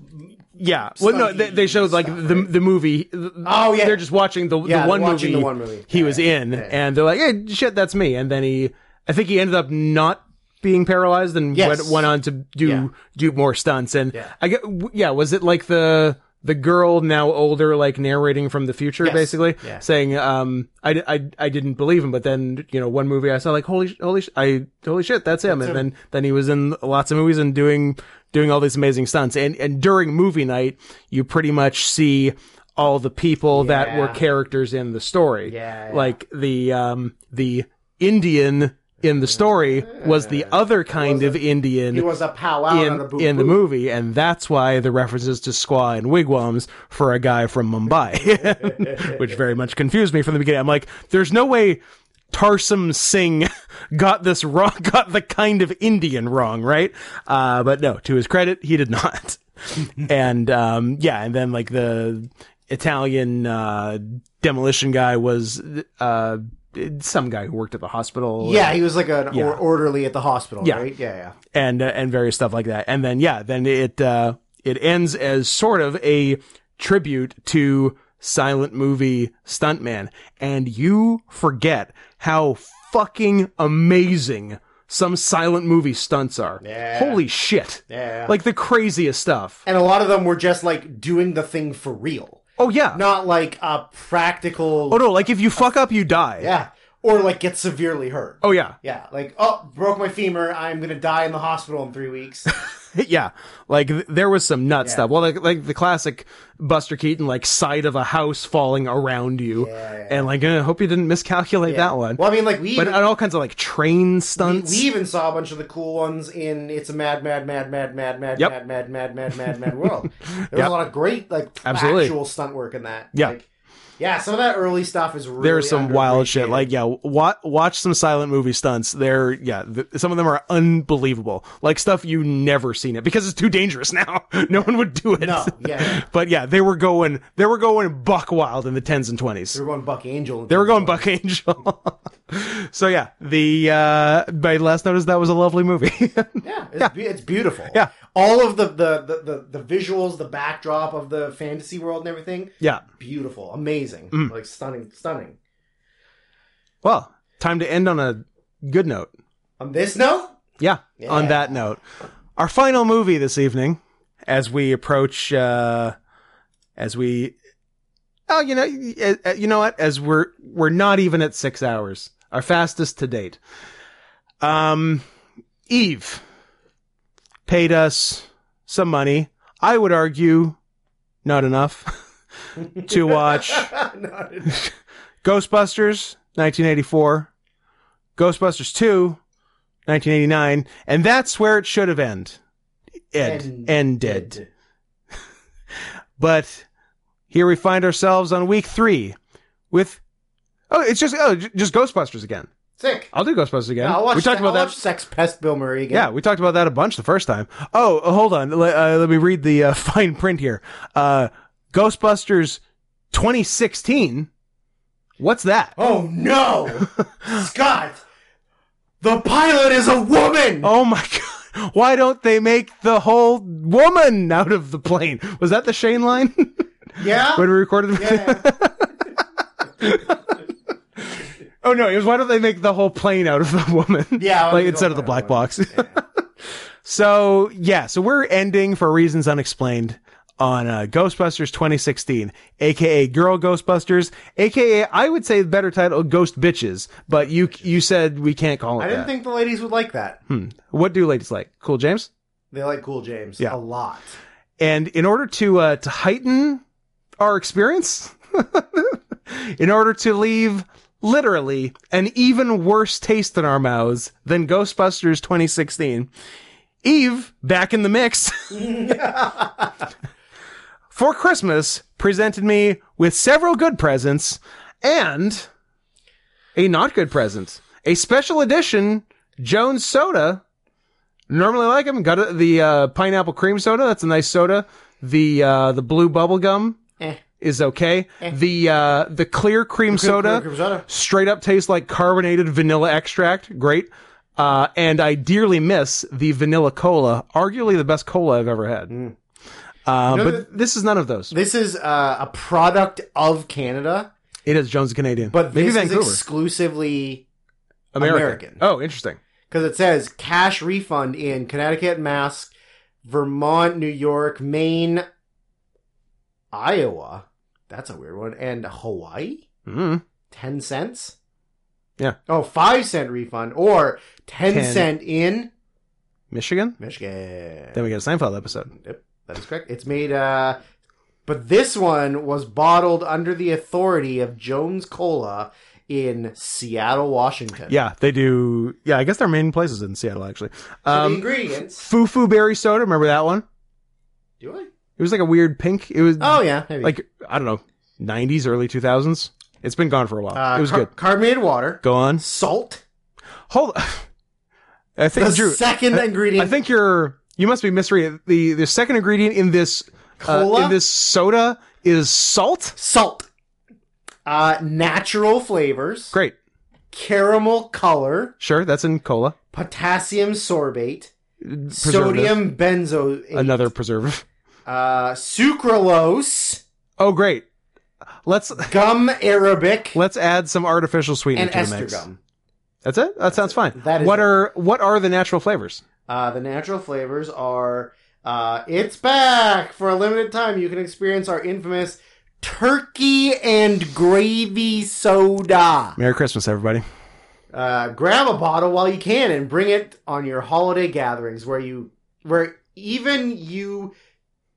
Speaker 1: yeah, well, no, they, they showed like
Speaker 2: Stuff,
Speaker 1: the
Speaker 2: right?
Speaker 1: the movie.
Speaker 2: Oh, yeah.
Speaker 1: they're just watching the
Speaker 2: Yeah,
Speaker 1: the one
Speaker 2: watching
Speaker 1: movie
Speaker 2: the one movie.
Speaker 1: he
Speaker 2: Yeah,
Speaker 1: was
Speaker 2: yeah.
Speaker 1: in, and they're like, "Hey, shit, that's me." And then he, I think he ended up not being paralyzed and
Speaker 2: Yes.
Speaker 1: went, went on to do
Speaker 2: Yeah.
Speaker 1: do more stunts. And
Speaker 2: Yeah.
Speaker 1: I get, w- yeah, was it like the the girl now older, like narrating from the future,
Speaker 2: Yes.
Speaker 1: basically
Speaker 2: Yeah.
Speaker 1: saying, um, I, d- I d- I didn't believe him, but then you know, one movie I saw, like, holy sh- holy sh- I holy shit, that's him. and then then he was in lots of movies and doing doing all these amazing stunts. And and during movie night, you pretty much see all the people that were
Speaker 2: Yeah.
Speaker 1: characters in the story
Speaker 2: Yeah. yeah.
Speaker 1: like the um the Indian in the story was the other kind of Indian
Speaker 2: he was a powwow on a
Speaker 1: in
Speaker 2: boo
Speaker 1: in the movie, and that's why the references to squaw and wigwams for a guy from Mumbai, which very much confused me from the beginning. I'm like, there's no way Tarsim Singh got this wrong, got the kind of Indian wrong, right? Uh, but no, to his credit, he did not. and um, yeah, and then like the Italian uh, demolition guy was uh, some guy who worked at the hospital.
Speaker 2: Yeah, he was like an
Speaker 1: Yeah.
Speaker 2: or- orderly at the hospital,
Speaker 1: Yeah.
Speaker 2: right? Yeah, yeah.
Speaker 1: and uh, and various stuff like that. And then yeah, then it uh, it ends as sort of a tribute to silent movie stuntman, and you forget how fucking amazing some silent movie stunts are.
Speaker 2: Yeah.
Speaker 1: Holy shit!
Speaker 2: Yeah.
Speaker 1: Like the craziest stuff.
Speaker 2: and a lot of them were just like doing the thing for real,
Speaker 1: Oh yeah.
Speaker 2: not like a practical.
Speaker 1: Oh no! Like if you fuck up, you die.
Speaker 2: Yeah, or like get severely hurt.
Speaker 1: Oh yeah.
Speaker 2: Yeah, like oh, broke my femur. I'm gonna die in the hospital in three weeks.
Speaker 1: yeah like th- there was some nut
Speaker 2: Yeah.
Speaker 1: stuff well like, like the classic buster keaton like side of a house falling around you
Speaker 2: Yeah.
Speaker 1: and like i hope you didn't miscalculate
Speaker 2: Yeah.
Speaker 1: that one
Speaker 2: Well, I mean, like we
Speaker 1: but uh,
Speaker 2: even,
Speaker 1: and all kinds of like train
Speaker 2: we,
Speaker 1: stunts
Speaker 2: we even saw a bunch of the cool ones in "It's a Mad, Mad, Mad, Mad, Mad, Mad,
Speaker 1: Yep.
Speaker 2: Mad, Mad, Mad, Mad, Mad, Mad World." There was
Speaker 1: Yep.
Speaker 2: a lot of great like
Speaker 1: Absolutely.
Speaker 2: actual stunt work in that.
Speaker 1: Yeah.
Speaker 2: Like, Yeah, some of that early stuff is really
Speaker 1: There's some wild shit.
Speaker 2: underappreciated.
Speaker 1: Like, yeah, wa- watch some silent movie stunts. They're, yeah, th- some of them are unbelievable. Like stuff you never seen it because it's too dangerous now. no one would do it.
Speaker 2: No, yeah.
Speaker 1: but yeah, they were going, they were going buck wild in the tens and twenties.
Speaker 2: They were going Buck Angel.
Speaker 1: They were going buck angel. so yeah, the, uh, my last notice that was a lovely movie.
Speaker 2: Yeah, it's, Be- it's beautiful.
Speaker 1: Yeah.
Speaker 2: all of the the, the the the visuals, the backdrop of the fantasy world and everything,
Speaker 1: yeah.
Speaker 2: beautiful, amazing,
Speaker 1: Mm.
Speaker 2: like stunning, stunning.
Speaker 1: Well, time to end on a good note.
Speaker 2: On this note,
Speaker 1: Yeah, on
Speaker 2: Yeah.
Speaker 1: that note. Our final movie this evening, as we approach, uh, as we, oh, you know, y- uh, you know what? As we're, we're not even at six hours, our fastest to date. Um, Eve paid us some money. I would argue not enough to watch
Speaker 2: Not enough.
Speaker 1: Ghostbusters 1984, Ghostbusters 2 1989, and that's where it should have end. End
Speaker 2: And-
Speaker 1: ended. But here we find ourselves on week 3 with Oh, it's just oh, j- just Ghostbusters again.
Speaker 2: sick.
Speaker 1: I'll do Ghostbusters again.
Speaker 2: I'll watch.
Speaker 1: we talked
Speaker 2: I'll
Speaker 1: about that.
Speaker 2: watch Sex Pest Bill Murray again.
Speaker 1: Yeah, we talked about that a bunch the first time. Oh, uh, hold on. Let, uh, let me read the uh, fine print here. Uh, Ghostbusters 2016. What's that?
Speaker 2: Oh no, Scott! The pilot is a woman.
Speaker 1: Oh my god. Why don't they make the whole woman out of the plane? Was that the Shane line?
Speaker 2: yeah.
Speaker 1: when we recorded
Speaker 2: yeah.
Speaker 1: Oh no, it was why don't they make the whole plane out of the woman?
Speaker 2: Yeah,
Speaker 1: like instead of the black box. so yeah, so we're ending for reasons unexplained on uh, Ghostbusters 2016, aka Girl Ghostbusters, aka I would say the better title Ghost Bitches, but you you said we can't call it
Speaker 2: I
Speaker 1: that.
Speaker 2: didn't think the ladies would like that.
Speaker 1: Hmm. what do ladies like? Cool James?
Speaker 2: They like Cool James
Speaker 1: Yeah.
Speaker 2: a lot.
Speaker 1: And in order to uh, to heighten our experience, in order to leave literally an even worse taste in our mouths than Ghostbusters 2016, Eve back in the mix for Christmas presented me with several good presents and a not good present, a special edition Jones soda normally like them. Got a- the uh, pineapple cream soda. That's a nice soda. The uh, the blue bubble gum
Speaker 2: Eh.
Speaker 1: is okay. The uh, the clear cream soda
Speaker 2: Clear soda.
Speaker 1: straight up tastes like carbonated vanilla extract. Great. Uh, and I dearly miss the vanilla cola, arguably the best cola I've ever had. Uh,
Speaker 2: Mm. know
Speaker 1: but
Speaker 2: that-
Speaker 1: this is none of those.
Speaker 2: This is uh, a product of Canada,
Speaker 1: It is Jones Canadian,
Speaker 2: but
Speaker 1: maybe
Speaker 2: this is
Speaker 1: Vancouver,
Speaker 2: exclusively
Speaker 1: American.
Speaker 2: American.
Speaker 1: Oh, interesting.
Speaker 2: because it says cash refund in Connecticut, Mass, Vermont, New York, Maine, Iowa. That's a weird one, and Hawaii.
Speaker 1: Mm.
Speaker 2: 10 cents?
Speaker 1: Yeah.
Speaker 2: Oh, five cent refund or ten
Speaker 1: Ten.
Speaker 2: cent in
Speaker 1: Michigan.
Speaker 2: Michigan.
Speaker 1: Then we get a Seinfeld episode.
Speaker 2: Yep, that is correct. It's made, uh, but this one was bottled under the authority of Jones Cola in Seattle, Washington.
Speaker 1: Yeah, they do. Yeah, I guess their main place is in Seattle, actually.
Speaker 2: So the
Speaker 1: Um,
Speaker 2: ingredients.
Speaker 1: Fufu berry soda. Remember that one?
Speaker 2: Do I?
Speaker 1: It was like a weird pink. It was
Speaker 2: Oh, yeah. Maybe.
Speaker 1: Mm. like I don't know, '90s, early 2000s. It's been gone for a while.
Speaker 2: uh,
Speaker 1: it was
Speaker 2: car-
Speaker 1: good.
Speaker 2: Carbonated water,
Speaker 1: Go on.
Speaker 2: salt.
Speaker 1: Hold. I think
Speaker 2: The
Speaker 1: Drew.
Speaker 2: second
Speaker 1: I
Speaker 2: ingredient.
Speaker 1: think you're. You must be misreading the the second ingredient in this uh,
Speaker 2: Cola?
Speaker 1: in this soda is salt.
Speaker 2: salt. Uh, natural flavors.
Speaker 1: Great.
Speaker 2: Caramel color.
Speaker 1: Sure, that's in cola.
Speaker 2: Potassium sorbate.
Speaker 1: Preservative.
Speaker 2: Sodium benzoate.
Speaker 1: Another preservative.
Speaker 2: Uh, sucralose.
Speaker 1: Oh, great. Let's
Speaker 2: Gum arabic.
Speaker 1: let's add some artificial sweetener
Speaker 2: and
Speaker 1: to the
Speaker 2: ester
Speaker 1: mix.
Speaker 2: gum.
Speaker 1: That's it. That sounds fine.
Speaker 2: That is
Speaker 1: what
Speaker 2: it.
Speaker 1: are what are the natural flavors?
Speaker 2: Uh, the natural flavors are uh, it's back for a limited time. You can experience our infamous turkey and gravy soda.
Speaker 1: Merry Christmas, everybody.
Speaker 2: Uh, grab a bottle while you can and bring it on your holiday gatherings where you where even you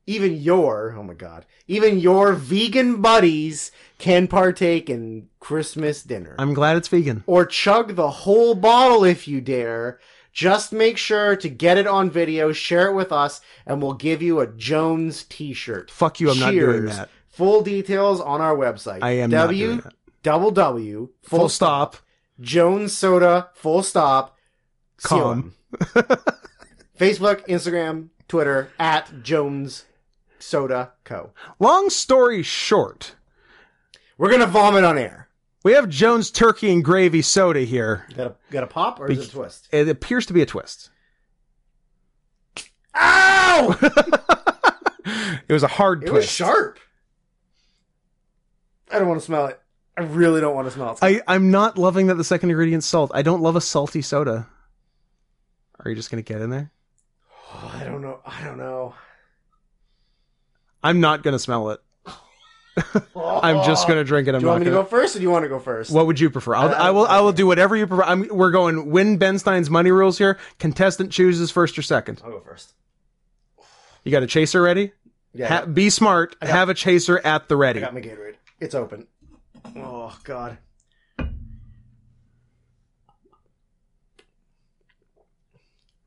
Speaker 2: even your oh my god even your vegan buddies can partake in Christmas dinner.
Speaker 1: I'm glad it's vegan.
Speaker 2: or chug the whole bottle if you dare. Just make sure to get it on video, share it with us, and we'll give you a Jones t shirt.
Speaker 1: Fuck you, I'm not doing that.
Speaker 2: Full details on our website.
Speaker 1: I am not
Speaker 2: W
Speaker 1: doing that.
Speaker 2: double W
Speaker 1: Full, stop.
Speaker 2: Jones Soda full stop.
Speaker 1: Com.
Speaker 2: COM. Facebook, Instagram, Twitter at Jones Soda Co.
Speaker 1: Long story short,
Speaker 2: We're gonna vomit on air.
Speaker 1: we have Jones Turkey and Gravy Soda here.
Speaker 2: Got a got a pop or is
Speaker 1: Be-
Speaker 2: it a twist?
Speaker 1: It appears to be a twist.
Speaker 2: Ow!
Speaker 1: It was a hard
Speaker 2: It
Speaker 1: twist.
Speaker 2: was sharp. I don't want to smell it. I really don't want to smell it.
Speaker 1: I, I'm not loving that the second ingredient salt. I don't love a salty soda. Are you just gonna get in there?
Speaker 2: Oh, I don't know. I don't know.
Speaker 1: I'm not gonna smell it. I'm just gonna drink it. I'm
Speaker 2: Do you want
Speaker 1: not
Speaker 2: me to
Speaker 1: gonna-
Speaker 2: go Uh, first, or do you want to go first?
Speaker 1: What would you prefer? I'll, I will. I will do whatever you prefer. I'm, we're going win Ben Stein's money rules here. Contestant chooses first or second.
Speaker 2: I'll go first.
Speaker 1: You got a chaser ready?
Speaker 2: Yeah,
Speaker 1: Ha- be smart.
Speaker 2: got-
Speaker 1: Have a chaser at the
Speaker 2: I
Speaker 1: ready.
Speaker 2: got my Gatorade. It's open. Oh God.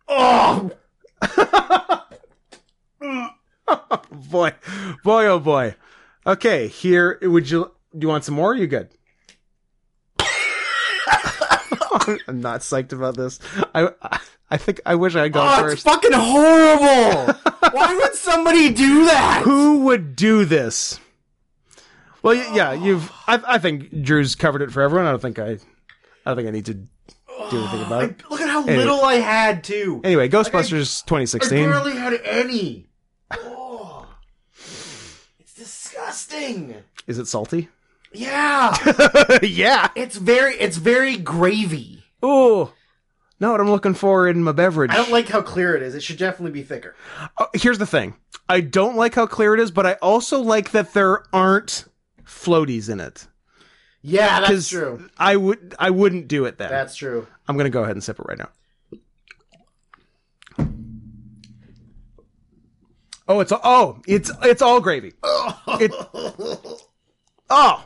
Speaker 2: Oh,
Speaker 1: boy, boy, oh boy. Okay, here. Would you? Do you want some more? Or you good? I'm not psyched about this. I I think I wish I had gone
Speaker 2: oh it's
Speaker 1: first.
Speaker 2: fucking horrible. Why would somebody do that?
Speaker 1: Who would do this? Well, y- yeah, you've. I, I think Drew's covered it for everyone. I don't think I. I don't think I need to do anything about
Speaker 2: I,
Speaker 1: it.
Speaker 2: look at how
Speaker 1: Anyway.
Speaker 2: little I had too.
Speaker 1: Anyway, Ghostbusters
Speaker 2: I
Speaker 1: 2016.
Speaker 2: barely had any. Oh, it's disgusting.
Speaker 1: Is it salty?
Speaker 2: Yeah,
Speaker 1: yeah.
Speaker 2: it's very it's very gravy.
Speaker 1: Ooh. Not what I'm looking for in my beverage.
Speaker 2: I don't like how clear it is. It should definitely be thicker.
Speaker 1: Uh, here's the thing. I don't like how clear it is, but I also like that there aren't floaties in it.
Speaker 2: Yeah,
Speaker 1: 'Cause
Speaker 2: that's true.
Speaker 1: I would I wouldn't do it then.
Speaker 2: That's true.
Speaker 1: I'm gonna go ahead and sip it right now. Oh, it's oh, it's it's all gravy. It- oh,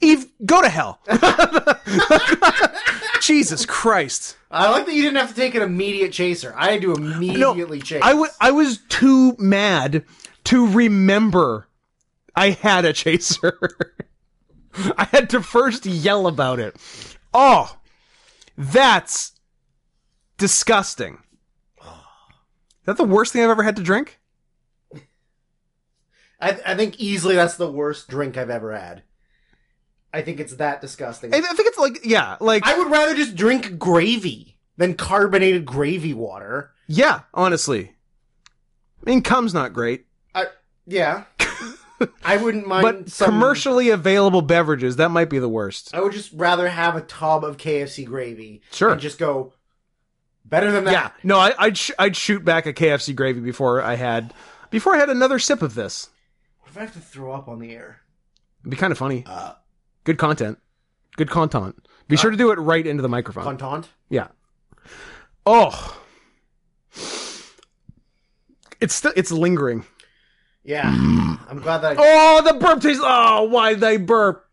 Speaker 1: Eve, go to hell. Jesus Christ!
Speaker 2: I like that you didn't have to take an immediate chaser. I had to immediately chase.
Speaker 1: I was I was too mad to remember I had a chaser. I had to first yell about it. Oh, that's disgusting. Is that the worst thing I've ever had to drink?
Speaker 2: I, I think easily that's the worst drink I've ever had. I think it's that disgusting.
Speaker 1: I, I think it's like yeah, like
Speaker 2: I would rather just drink gravy than carbonated gravy water.
Speaker 1: yeah. Honestly, I mean, cum's not great,
Speaker 2: I, yeah. I wouldn't mind
Speaker 1: but
Speaker 2: some
Speaker 1: commercially available beverages that might be the worst.
Speaker 2: I would just rather have a tub of KFC gravy
Speaker 1: Sure.
Speaker 2: and just go better than that.
Speaker 1: Yeah, no, I, I'd sh- I'd shoot back a KFC gravy before I had before I had another sip of this.
Speaker 2: What if I have to throw up on the air?
Speaker 1: It'd be kind of funny.
Speaker 2: Uh,
Speaker 1: Good content. Good content. Be sure to do it right into the microphone.
Speaker 2: Contant?
Speaker 1: Yeah. Oh, it's still it's lingering.
Speaker 2: Yeah. I'm glad that I
Speaker 1: Oh, the burp tastes. Oh, why they burp?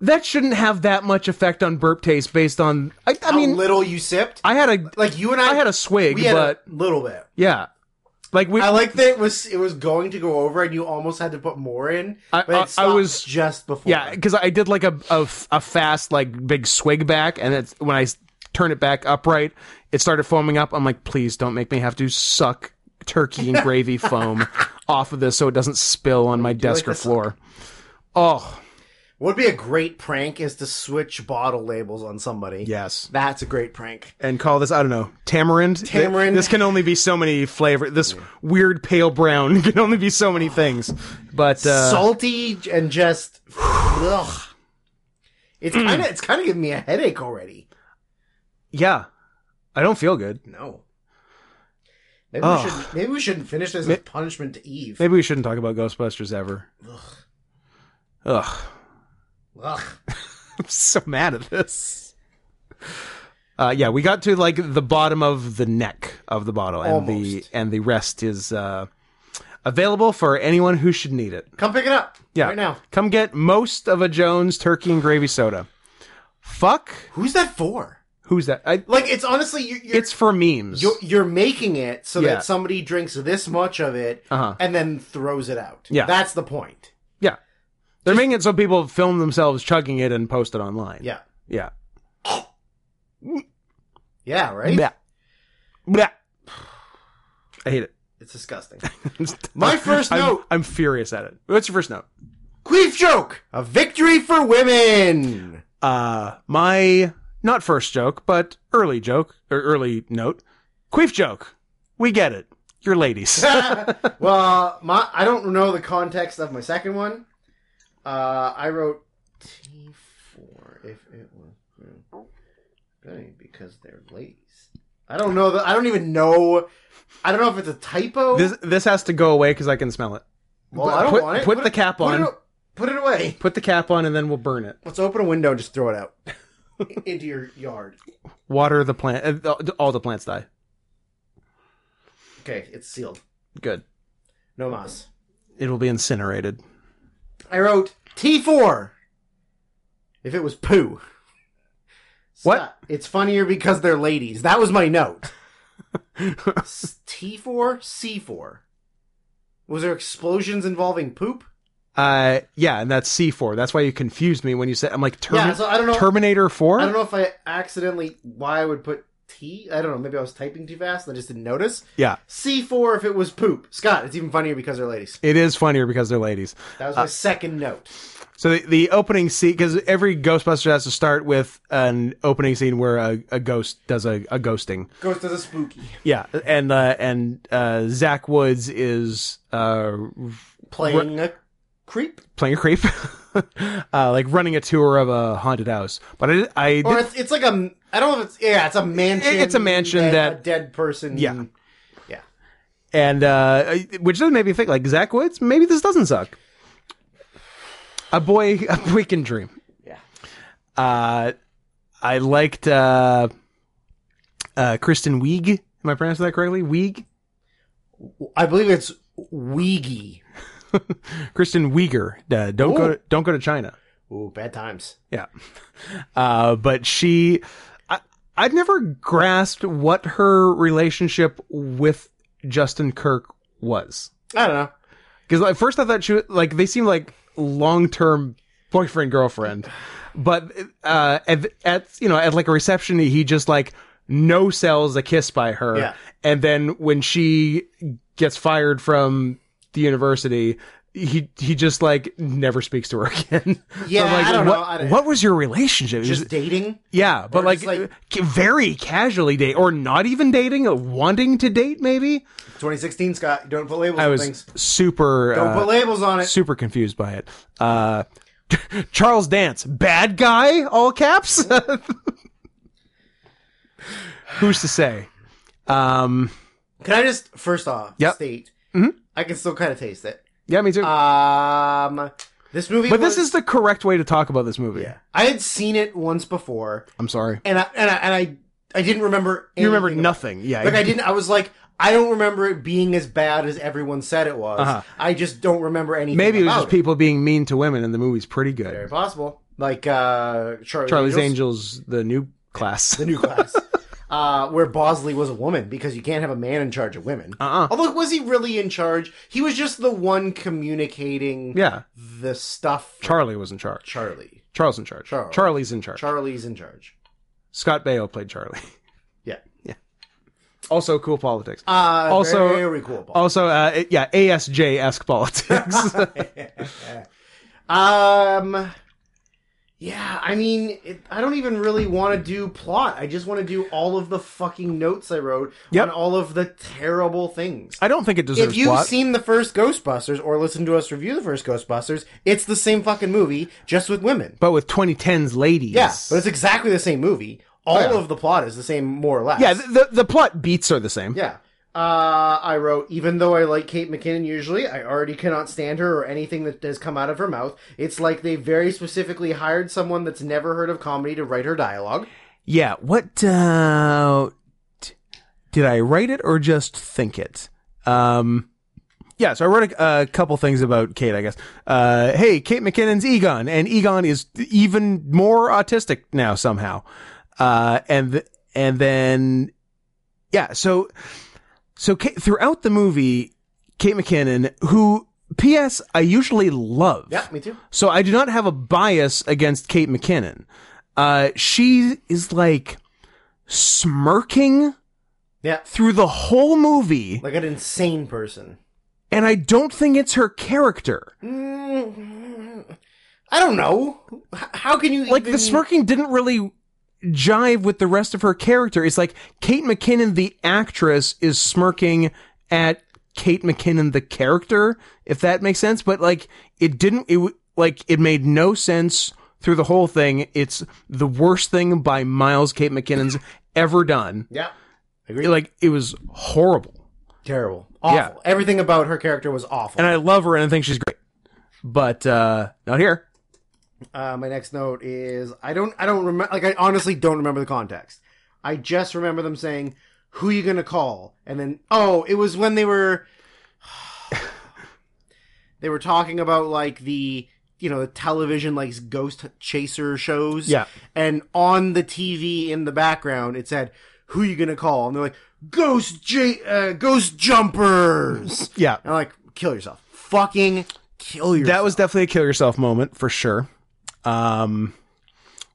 Speaker 1: That shouldn't have that much effect on burp taste based on. I, I
Speaker 2: how
Speaker 1: mean,
Speaker 2: little you sipped.
Speaker 1: I had a
Speaker 2: Like you and I,
Speaker 1: I had a swig,
Speaker 2: we had
Speaker 1: but
Speaker 2: a little bit.
Speaker 1: yeah, like we.
Speaker 2: I like that it was it was going to go over, and you almost had to put more in.
Speaker 1: I-
Speaker 2: But
Speaker 1: I- I
Speaker 2: it stopped
Speaker 1: was-
Speaker 2: just before.
Speaker 1: Yeah, because I did like a, a f- a fast like big swig back, and it's when I s- turn it back upright, it started foaming up. I'm like, please don't make me have to suck turkey and gravy foam off of this so it doesn't spill on my desk
Speaker 2: like
Speaker 1: or
Speaker 2: to
Speaker 1: floor. Oh
Speaker 2: What would be a great prank is to switch bottle labels on somebody.
Speaker 1: yes,
Speaker 2: That's a great prank.
Speaker 1: and call this I don't know tamarind. Th-
Speaker 2: Tamarind.
Speaker 1: This can only be so many flavor. This weird pale brown can only be so many things. But uh,
Speaker 2: Salty and just ugh. It's
Speaker 1: Hmm.
Speaker 2: kind of it's kind of giving me a headache already.
Speaker 1: yeah, I don't feel good.
Speaker 2: No. Maybe
Speaker 1: Ugh.
Speaker 2: we should maybe we shouldn't finish this as punishment to Eve.
Speaker 1: Maybe we shouldn't talk about Ghostbusters ever. Ugh.
Speaker 2: Ugh.
Speaker 1: I'm so mad at this. Uh, yeah, we got to like the bottom of the neck of the bottle, and the
Speaker 2: Almost.
Speaker 1: and the rest is uh, available for anyone who should need it.
Speaker 2: Come pick it up.
Speaker 1: Yeah,
Speaker 2: Right now.
Speaker 1: come get most of a Jones turkey and gravy soda. Fuck
Speaker 2: Who's that for?
Speaker 1: Who's that? I,
Speaker 2: Like it's honestly you, you're,
Speaker 1: it's for memes.
Speaker 2: you're you're making it so
Speaker 1: Yeah.
Speaker 2: that somebody drinks this much of it
Speaker 1: Uh-huh.
Speaker 2: and then throws it out.
Speaker 1: Yeah.
Speaker 2: that's the point.
Speaker 1: Yeah. They're making it so people film themselves chugging it and post it online.
Speaker 2: Yeah,
Speaker 1: Yeah.
Speaker 2: yeah, right.
Speaker 1: Blah. Blah. I hate it.
Speaker 2: It's disgusting.
Speaker 1: I'm-
Speaker 2: first
Speaker 1: I'm-
Speaker 2: note.
Speaker 1: I'm furious at it. What's your first note?
Speaker 2: Queef joke. A victory for women.
Speaker 1: uh my not first joke but early joke or early note queef joke we get it you're ladies
Speaker 2: well, my I don't know the context of my second one. Uh, I wrote T four if it was okay because they're ladies. I don't know. The, I don't even know. I don't know if it's a typo.
Speaker 1: this this has to go away because i can smell it
Speaker 2: well, I don't
Speaker 1: put,
Speaker 2: want it.
Speaker 1: put the cap
Speaker 2: put
Speaker 1: on
Speaker 2: It, o- put it away.
Speaker 1: put the cap on and then we'll burn it
Speaker 2: Let's open a window and just throw it out into your yard.
Speaker 1: water the plant uh, all the plants die
Speaker 2: Okay, it's sealed.
Speaker 1: good
Speaker 2: No mas.
Speaker 1: it'll be incinerated
Speaker 2: I wrote T four. If it was poo.
Speaker 1: What?
Speaker 2: Stop. It's funnier because they're ladies. That was my note. T four C four. Was there explosions involving poop?
Speaker 1: uh yeah and that's c4 that's why you confused me when you said i'm like Termi-
Speaker 2: yeah, so I don't know.
Speaker 1: terminator 4
Speaker 2: I don't know if I accidentally why I would put T. I don't know. Maybe I was typing too fast and I just didn't notice.
Speaker 1: yeah
Speaker 2: C four if it was poop. Scott, it's even funnier because they're ladies.
Speaker 1: it is funnier because they're ladies
Speaker 2: That was my second note.
Speaker 1: So the, the opening scene, because every Ghostbuster has to start with an opening scene where a, a ghost does a, a ghosting.
Speaker 2: Ghost is a spooky.
Speaker 1: Yeah, and uh, and uh, Zach Woods is uh,
Speaker 2: Playing a creep.
Speaker 1: playing a creep, uh, like running a tour of a haunted house. But I, I
Speaker 2: Or
Speaker 1: did-
Speaker 2: it's, it's like a I don't know if it's yeah it's a mansion.
Speaker 1: It's a mansion that-
Speaker 2: a dead person.
Speaker 1: Yeah.
Speaker 2: yeah.
Speaker 1: and uh, I- which does make me think like Zach Woods, maybe this doesn't suck. A boy, a boy can dream.
Speaker 2: Yeah.
Speaker 1: Uh, I liked uh, uh, Kristen Wiig. Am I pronouncing that correctly? Wiig.
Speaker 2: I believe it's Weegee.
Speaker 1: Kristen Uyghur. Uh, don't go.
Speaker 2: Ooh.
Speaker 1: To, don't go to China.
Speaker 2: Ooh, bad times.
Speaker 1: Yeah, uh, but she, I, I've never grasped what her relationship with Justin Kirk was.
Speaker 2: I don't know.
Speaker 1: Because at first I thought she was, like they seemed like long term boyfriend girlfriend, but uh, at, at you know at like a reception he just like no sells a kiss by her,
Speaker 2: Yeah.
Speaker 1: and then when she gets fired from the university. He he just like never speaks to her again.
Speaker 2: Yeah,
Speaker 1: I'm like,
Speaker 2: I don't
Speaker 1: what,
Speaker 2: know. I don't-
Speaker 1: what was your relationship? Is
Speaker 2: Just
Speaker 1: it-
Speaker 2: dating.
Speaker 1: yeah, but like,
Speaker 2: just, like-
Speaker 1: ca- very casually date or not even dating, uh, wanting to date maybe.
Speaker 2: 2016, Scott. You don't put labels
Speaker 1: I
Speaker 2: on
Speaker 1: was
Speaker 2: things.
Speaker 1: super
Speaker 2: Don't
Speaker 1: uh,
Speaker 2: put labels on it.
Speaker 1: super confused by it. Uh, Charles Dance, bad guy, all caps. Who's to say? Um,
Speaker 2: Can I just first off
Speaker 1: Yep. Mm-hmm.
Speaker 2: state? I can still kind of taste it.
Speaker 1: yeah, me too.
Speaker 2: Uh, Um, this movie.
Speaker 1: but this
Speaker 2: was-
Speaker 1: is the correct way to talk about this movie.
Speaker 2: Yeah. I had seen it once before,
Speaker 1: I'm sorry.
Speaker 2: and I and I and I, I didn't remember.
Speaker 1: You remember
Speaker 2: anything about
Speaker 1: nothing. Yeah.
Speaker 2: Like I didn't. I was like, I don't remember it being as bad as everyone said it was.
Speaker 1: Uh-huh.
Speaker 2: I just don't remember anything.
Speaker 1: Maybe it was just
Speaker 2: about
Speaker 1: people being mean to women, and the movie's pretty
Speaker 2: Very
Speaker 1: good.
Speaker 2: possible. Like uh, Charlie
Speaker 1: Charlie's Angels, the new class.
Speaker 2: the new class, uh, where Bosley was a woman because you can't have a man in charge of women.
Speaker 1: Uh-uh.
Speaker 2: Although was he really in charge? He was just the one communicating
Speaker 1: yeah.
Speaker 2: the stuff. for
Speaker 1: Charlie was in charge.
Speaker 2: Charlie.
Speaker 1: Charles in charge.
Speaker 2: Charles.
Speaker 1: Charlie's in charge.
Speaker 2: Charlie's in charge.
Speaker 1: Scott Baio played Charlie.
Speaker 2: Yeah.
Speaker 1: Also, cool politics.
Speaker 2: Uh,
Speaker 1: Also-
Speaker 2: very cool. Bob.
Speaker 1: Also, uh, it- yeah, ASJ esque politics.
Speaker 2: Um, yeah, I mean, it, I don't even really want to do plot. I just want to do all of the fucking notes I wrote
Speaker 1: Yep.
Speaker 2: on all of the terrible things.
Speaker 1: I don't think it deserves
Speaker 2: If you've
Speaker 1: plot.
Speaker 2: seen the first Ghostbusters or listened to us review the first Ghostbusters, it's the same fucking movie, just with women.
Speaker 1: but with 2010s ladies.
Speaker 2: Yeah, but it's exactly the same movie. All
Speaker 1: Oh, yeah.
Speaker 2: of the plot is the same, more or less.
Speaker 1: yeah, the, the plot beats are the same.
Speaker 2: Yeah. Uh, I wrote, even though I like Kate McKinnon usually, I already cannot stand her or anything that has come out of her mouth. It's like they very specifically hired someone that's never heard of comedy to write her dialogue.
Speaker 1: Yeah, what uh, t- did I write it or just think it? Um, yeah, so I wrote a, a couple things about Kate, I guess. Uh, hey, Kate McKinnon's Egon, and Egon is even more autistic now somehow. Uh, and th- and then yeah, so so Ka- throughout the movie, Kate McKinnon, who P.S. I usually love.
Speaker 2: Yeah, me too.
Speaker 1: So I do not have a bias against Kate McKinnon. Uh, she is like smirking
Speaker 2: Yeah,
Speaker 1: through the whole movie,
Speaker 2: like an insane person.
Speaker 1: and I don't think it's her character.
Speaker 2: Mm, I don't know. H- How can you
Speaker 1: Like
Speaker 2: even...
Speaker 1: the smirking didn't really jive with the rest of her character. It's like Kate McKinnon, the actress, is smirking at Kate McKinnon, the character, if that makes sense. But like it didn't, it w- like it made no sense through the whole thing. It's the worst thing by miles Kate McKinnon's ever done.
Speaker 2: Yeah,
Speaker 1: It, like it was horrible.
Speaker 2: terrible, awful. Everything about her character was awful.
Speaker 1: and I love her and I think she's great. But uh not here.
Speaker 2: Uh, my next note is I don't I don't remember like I honestly don't remember the context. I just remember them saying, "Who you gonna call?" And then oh, it was when they were they were talking about like the you know the television like ghost chaser shows.
Speaker 1: Yeah.
Speaker 2: and on the TV in the background it said, "Who you gonna call?" And they're like, "Ghost J uh, Ghost Jumpers."
Speaker 1: Yeah.
Speaker 2: and I'm like, "Kill yourself, fucking kill yourself."
Speaker 1: That was definitely a kill yourself moment for sure. Um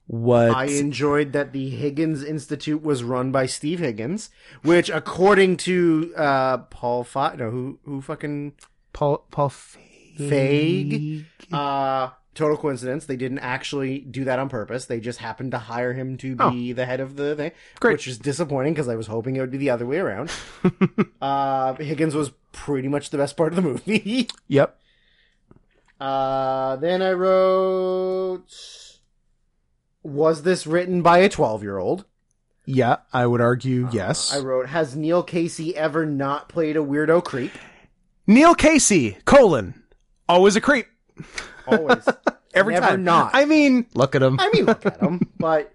Speaker 1: what
Speaker 2: I enjoyed that the Higgins Institute was run by Steve Higgins, which, according to uh, Paul Fa no, who who fucking
Speaker 1: Paul Paul Feig.
Speaker 2: Feig? uh, total coincidence, they didn't actually do that on purpose. They just happened to hire him to be the head of the thing,
Speaker 1: Great.
Speaker 2: which is disappointing because I was hoping it would be the other way around. uh, Higgins was pretty much the best part of the movie.
Speaker 1: Yep.
Speaker 2: Uh, then I wrote, was this written by a twelve-year-old?
Speaker 1: Yeah, I would argue yes.
Speaker 2: Uh, I wrote, has Neil Casey ever not played a weirdo creep?
Speaker 1: Neil Casey, colon. Always a creep.
Speaker 2: Always.
Speaker 1: Every
Speaker 2: Never
Speaker 1: time.
Speaker 2: not.
Speaker 1: I mean look at him.
Speaker 2: I mean, look at him, but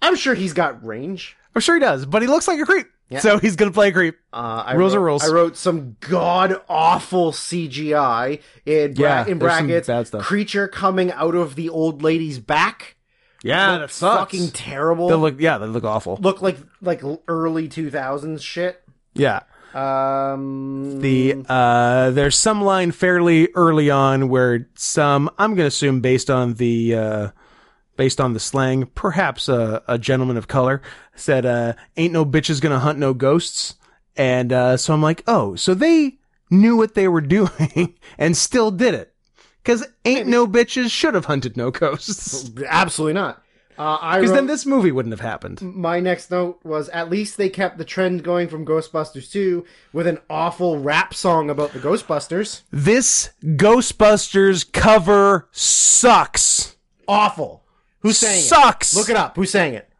Speaker 2: I'm sure he's got range.
Speaker 1: I'm sure he does, but he looks like a creep.
Speaker 2: Yeah.
Speaker 1: So he's gonna play a creep.
Speaker 2: Uh, I
Speaker 1: Rules
Speaker 2: wrote,
Speaker 1: are rules.
Speaker 2: I wrote some god awful CGI in, bra-
Speaker 1: Yeah, there's
Speaker 2: in
Speaker 1: some
Speaker 2: brackets.
Speaker 1: bad stuff.
Speaker 2: Creature coming out of the old lady's back.
Speaker 1: Yeah,
Speaker 2: Looked Fucking terrible.
Speaker 1: they look yeah, they look awful.
Speaker 2: Looked like like early 2000s shit.
Speaker 1: Yeah.
Speaker 2: Um,
Speaker 1: the uh there's some line fairly early on where some i'm gonna assume based on the uh based on the slang perhaps a, a gentleman of color said uh ain't no bitches gonna hunt no ghosts and uh so i'm like oh so they knew what they were doing and still did it because ain't no bitches should have hunted no ghosts
Speaker 2: absolutely not. Uh, I
Speaker 1: because
Speaker 2: wrote,
Speaker 1: then this movie wouldn't have happened
Speaker 2: my next note was at least they kept the trend going from Ghostbusters 2 with an awful rap song about the Ghostbusters.
Speaker 1: this ghostbusters cover sucks
Speaker 2: Awful. Who sang
Speaker 1: sucks
Speaker 2: it? Look it up. Who sang it?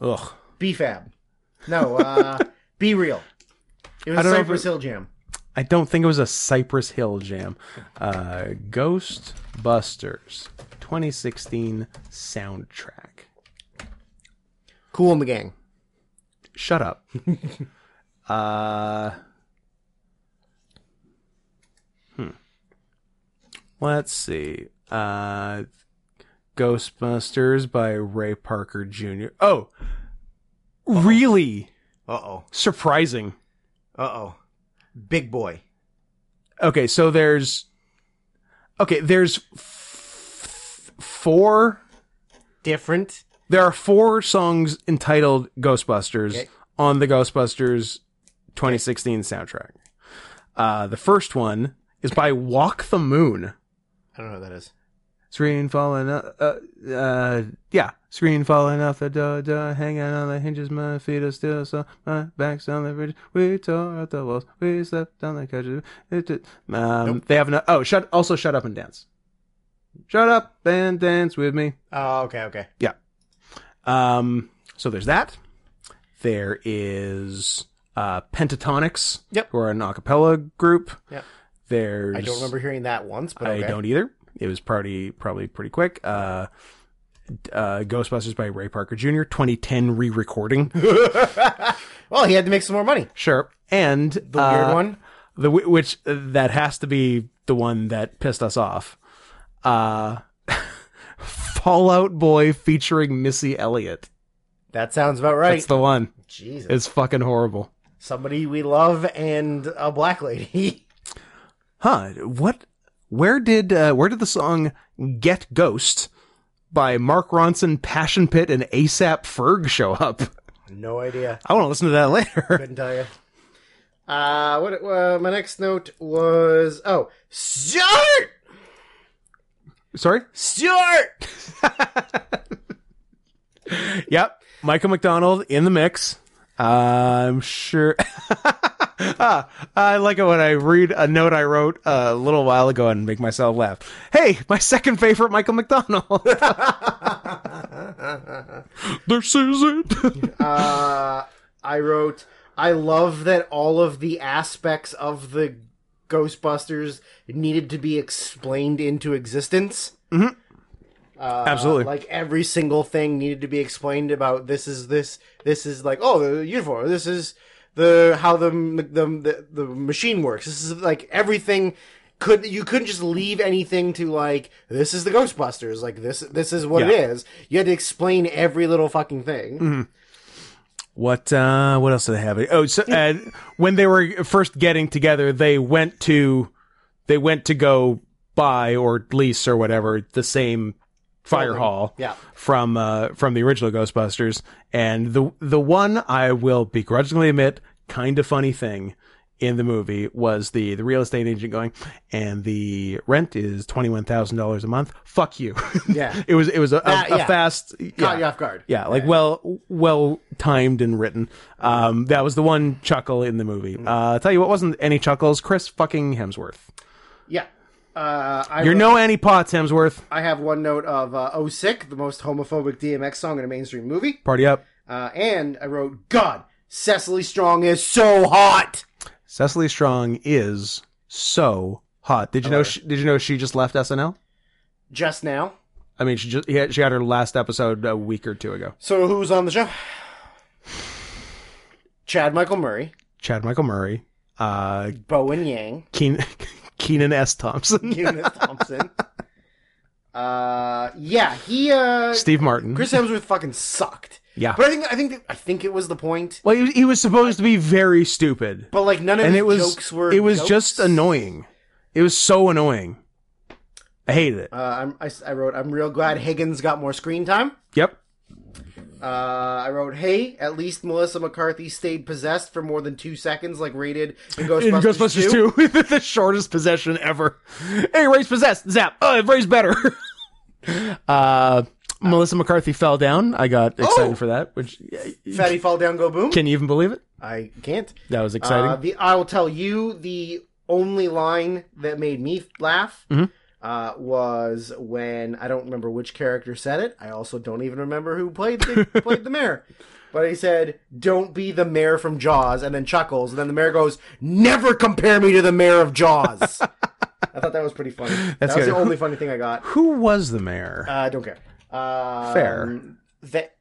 Speaker 1: ugh
Speaker 2: B-Fab. No, uh, Be Real. It was
Speaker 1: I don't know if
Speaker 2: Cypress Hill Jam.
Speaker 1: I don't think it was a Cypress Hill jam. Uh, Ghostbusters 2016 soundtrack.
Speaker 2: Cool in the Gang.
Speaker 1: Shut up. uh, hmm. Let's see. Uh, Ghostbusters by Ray Parker Jr. Oh, really
Speaker 2: Uh-oh.
Speaker 1: surprising.
Speaker 2: Uh-oh. Big Boy.
Speaker 1: okay so there's okay there's f- four
Speaker 2: Different.
Speaker 1: there are four songs entitled ghostbusters
Speaker 2: Okay.
Speaker 1: on the ghostbusters 2016 soundtrack uh the first one is by walk the moon
Speaker 2: I don't know what that is.
Speaker 1: Screen falling up, uh, uh, yeah. Screen falling off the door, door, hanging on the hinges. My feet are still so, my back's on the bridge. We tore up the walls, we slept on the couches. It did- Um,
Speaker 2: Nope.
Speaker 1: they have no, oh, shut, also shut up and dance. Shut up and dance with me.
Speaker 2: Oh, okay, okay.
Speaker 1: Um, so there's that. There is, uh, Pentatonics,
Speaker 2: Yep.
Speaker 1: who are an a cappella group.
Speaker 2: Yep.
Speaker 1: There's,
Speaker 2: I don't remember hearing that once, but
Speaker 1: I don't either. It was probably probably pretty quick. Uh, uh, Ghostbusters by Ray Parker Jr. 2010 re-recording.
Speaker 2: don't. well, he had to make some more money.
Speaker 1: sure. And uh,
Speaker 2: The weird one.
Speaker 1: the whi- which uh, that has to be the one that pissed us off. Uh, Fallout Boy featuring Missy Elliott.
Speaker 2: That sounds about right.
Speaker 1: That's the one.
Speaker 2: Jesus.
Speaker 1: It's fucking horrible.
Speaker 2: Somebody we love and a black lady.
Speaker 1: Huh? What? Where did uh, where did the song "Get Ghost" by Mark Ronson, Passion Pit, and ASAP Ferg show up?
Speaker 2: no idea.
Speaker 1: I want to listen to that later.
Speaker 2: Couldn't tell you. Uh, what? Uh, my next note was oh, Stuart,
Speaker 1: Sorry.
Speaker 2: Stuart.
Speaker 1: Yep. Michael McDonald in the mix. I'm sure. ah, I like it when I read a note I wrote a little while ago and make myself laugh. Hey, my second favorite Michael McDonald. this is it.
Speaker 2: Uh, I wrote. I love that all of the aspects of the Ghostbusters needed to be explained into existence.
Speaker 1: Absolutely.
Speaker 2: Like every single thing needed to be explained about this is this this is like oh the uniform this is the how the the the, the machine works this is like everything could you couldn't just leave anything to like this is the Ghostbusters like this this is what
Speaker 1: Yeah. Mm-hmm.
Speaker 2: it is you had to explain every little fucking thing
Speaker 1: What uh what else do they have? Oh, so uh, when they were first getting together, they went to they went to go buy or lease or whatever the same fire
Speaker 2: Building.
Speaker 1: hall
Speaker 2: yeah
Speaker 1: from uh from the original Ghostbusters. And the the one I will begrudgingly admit kind of funny thing in the movie was the the real estate agent going and the rent is $21,000 a month. Fuck you.
Speaker 2: Yeah.
Speaker 1: it was it was a, a,
Speaker 2: That-
Speaker 1: a
Speaker 2: yeah.
Speaker 1: fast
Speaker 2: caught you off guard
Speaker 1: yeah, like well, well timed and written. Um, that was the one chuckle in the movie. Uh, I'll tell you what wasn't any chuckles. Chris fucking Hemsworth.
Speaker 2: yeah uh, I
Speaker 1: You're
Speaker 2: wrote-
Speaker 1: no Annie Potts, Hemsworth.
Speaker 2: I have one note of uh, "Oh Sick," the most homophobic DMX song in a mainstream movie.
Speaker 1: Party up.
Speaker 2: Uh, and I wrote, God, Cecily Strong is so hot.
Speaker 1: Cecily Strong is so hot. Did you know? She, did you know she just left SNL?
Speaker 2: Just now.
Speaker 1: I mean, she just yeah, she had her last episode a week or two ago.
Speaker 2: So who's on the show? Chad Michael Murray,
Speaker 1: Chad Michael Murray, uh,
Speaker 2: Bowen Yang,
Speaker 1: Keen, Keenan S. Thompson,
Speaker 2: Eunice Thompson. Uh, yeah, he, uh,
Speaker 1: Steve Martin.
Speaker 2: Chris Hemsworth fucking sucked.
Speaker 1: yeah.
Speaker 2: But I think, I think, I think it was the point.
Speaker 1: Well, he, was- he was supposed to be very stupid.
Speaker 2: But like none of
Speaker 1: and
Speaker 2: his
Speaker 1: it was
Speaker 2: jokes were.
Speaker 1: it was
Speaker 2: jokes.
Speaker 1: just annoying. It was so annoying. I hated it.
Speaker 2: Uh, I'm, I, I wrote, I'm real glad Higgins got more screen time.
Speaker 1: yep.
Speaker 2: Uh, I wrote, "Hey, at least Melissa McCarthy stayed possessed for more than two seconds, like rated in Ghostbusters,
Speaker 1: In Ghostbusters
Speaker 2: 2.
Speaker 1: 2, the shortest possession ever. Hey, Ray's possessed. Zap. Oh, Ray's better. uh, Melissa McCarthy fell down. I got excited
Speaker 2: Oh!
Speaker 1: for that. Which
Speaker 2: Fatty fall down, go boom.
Speaker 1: can you even believe it?
Speaker 2: I can't.
Speaker 1: That was exciting.
Speaker 2: Uh, the I will tell you the only line that made me laugh
Speaker 1: Mm-hmm.
Speaker 2: uh, was when I don't remember which character said it. I also don't even remember who played the, played the mayor, but he said, "Don't be the mayor from Jaws," and then chuckles, and then the mayor goes, "Never compare me to the mayor of Jaws." I thought that was pretty funny.
Speaker 1: That's
Speaker 2: that was
Speaker 1: good.
Speaker 2: the only funny thing I got.
Speaker 1: Who was the mayor?
Speaker 2: Uh, don't care. Um,
Speaker 1: Fair.
Speaker 2: That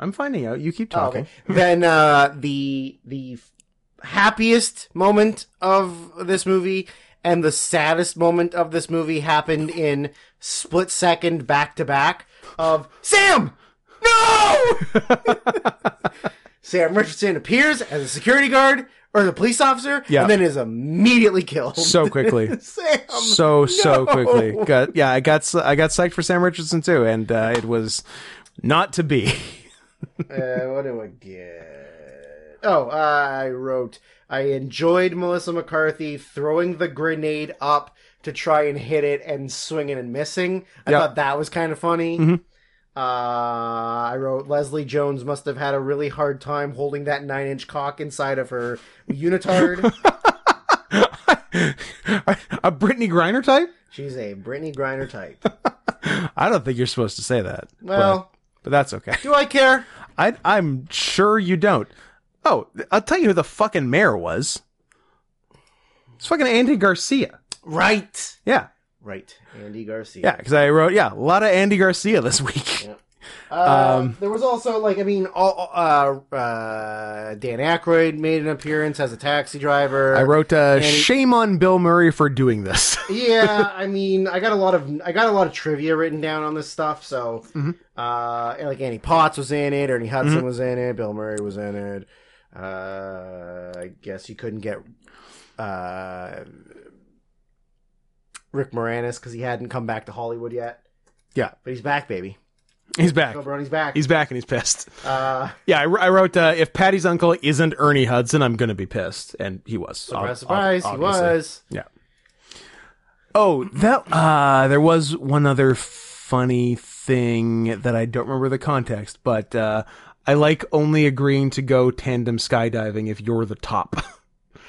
Speaker 1: I'm finding out. You keep
Speaker 2: Oh,
Speaker 1: talking.
Speaker 2: okay. then uh, the the f- happiest moment of this movie and the saddest moment of this movie happened in split second back to back of Sam. No, Sam Richardson appears as a security guard or the police officer,
Speaker 1: Yeah.
Speaker 2: and then is immediately killed.
Speaker 1: So quickly.
Speaker 2: Sam,
Speaker 1: so so
Speaker 2: Um, no!
Speaker 1: quickly. Got yeah, I got I got psyched for Sam Richardson too, and uh, it was not to be.
Speaker 2: uh, what do I get? Oh, I wrote. I enjoyed Melissa McCarthy throwing the grenade up to try and hit it and swinging and missing. I
Speaker 1: Yep.
Speaker 2: thought that was kind of funny. Uh, I wrote Leslie Jones must have had a really hard time holding that nine-inch cock inside of her unitard.
Speaker 1: a Brittany Griner type?
Speaker 2: She's a Brittany Griner type.
Speaker 1: I don't think you're supposed to say that.
Speaker 2: Well,
Speaker 1: but, but that's okay.
Speaker 2: do I care?
Speaker 1: I, I'm sure you don't. Oh, I'll tell you who the fucking mayor was. It's fucking Andy Garcia.
Speaker 2: Right,
Speaker 1: Yeah,
Speaker 2: right. Andy Garcia.
Speaker 1: yeah. Because I wrote yeah a lot of Andy Garcia this week.
Speaker 2: Yeah. Uh,
Speaker 1: Um,
Speaker 2: there was also like I mean, all, uh, uh, Dan Aykroyd made an appearance as a taxi driver.
Speaker 1: I wrote, uh,
Speaker 2: And he-
Speaker 1: "Shame on Bill Murray for doing this."
Speaker 2: yeah, I mean, I got a lot of I got a lot of trivia written down on this stuff. So,
Speaker 1: Mhm.
Speaker 2: uh, and, like Annie Potts was in it, Ernie
Speaker 1: Mm-hmm.
Speaker 2: Hudson was in it, Bill Murray was in it. Uh, I guess you couldn't get uh, Rick Moranis because he hadn't come back to Hollywood yet.
Speaker 1: Yeah.
Speaker 2: but he's back, baby.
Speaker 1: He's back.
Speaker 2: Bill Brony's back.
Speaker 1: He's back and he's pissed.
Speaker 2: uh,
Speaker 1: Yeah, I, wr- I wrote, uh, "If Patty's uncle isn't Ernie Hudson, I'm gonna be pissed," and he was.
Speaker 2: surprise,
Speaker 1: Ob- ob-
Speaker 2: surprise, he
Speaker 1: obviously.
Speaker 2: was.
Speaker 1: Oh, that uh there was one other funny thing that I don't remember the context, but uh I like only agreeing to go tandem skydiving if you're the top.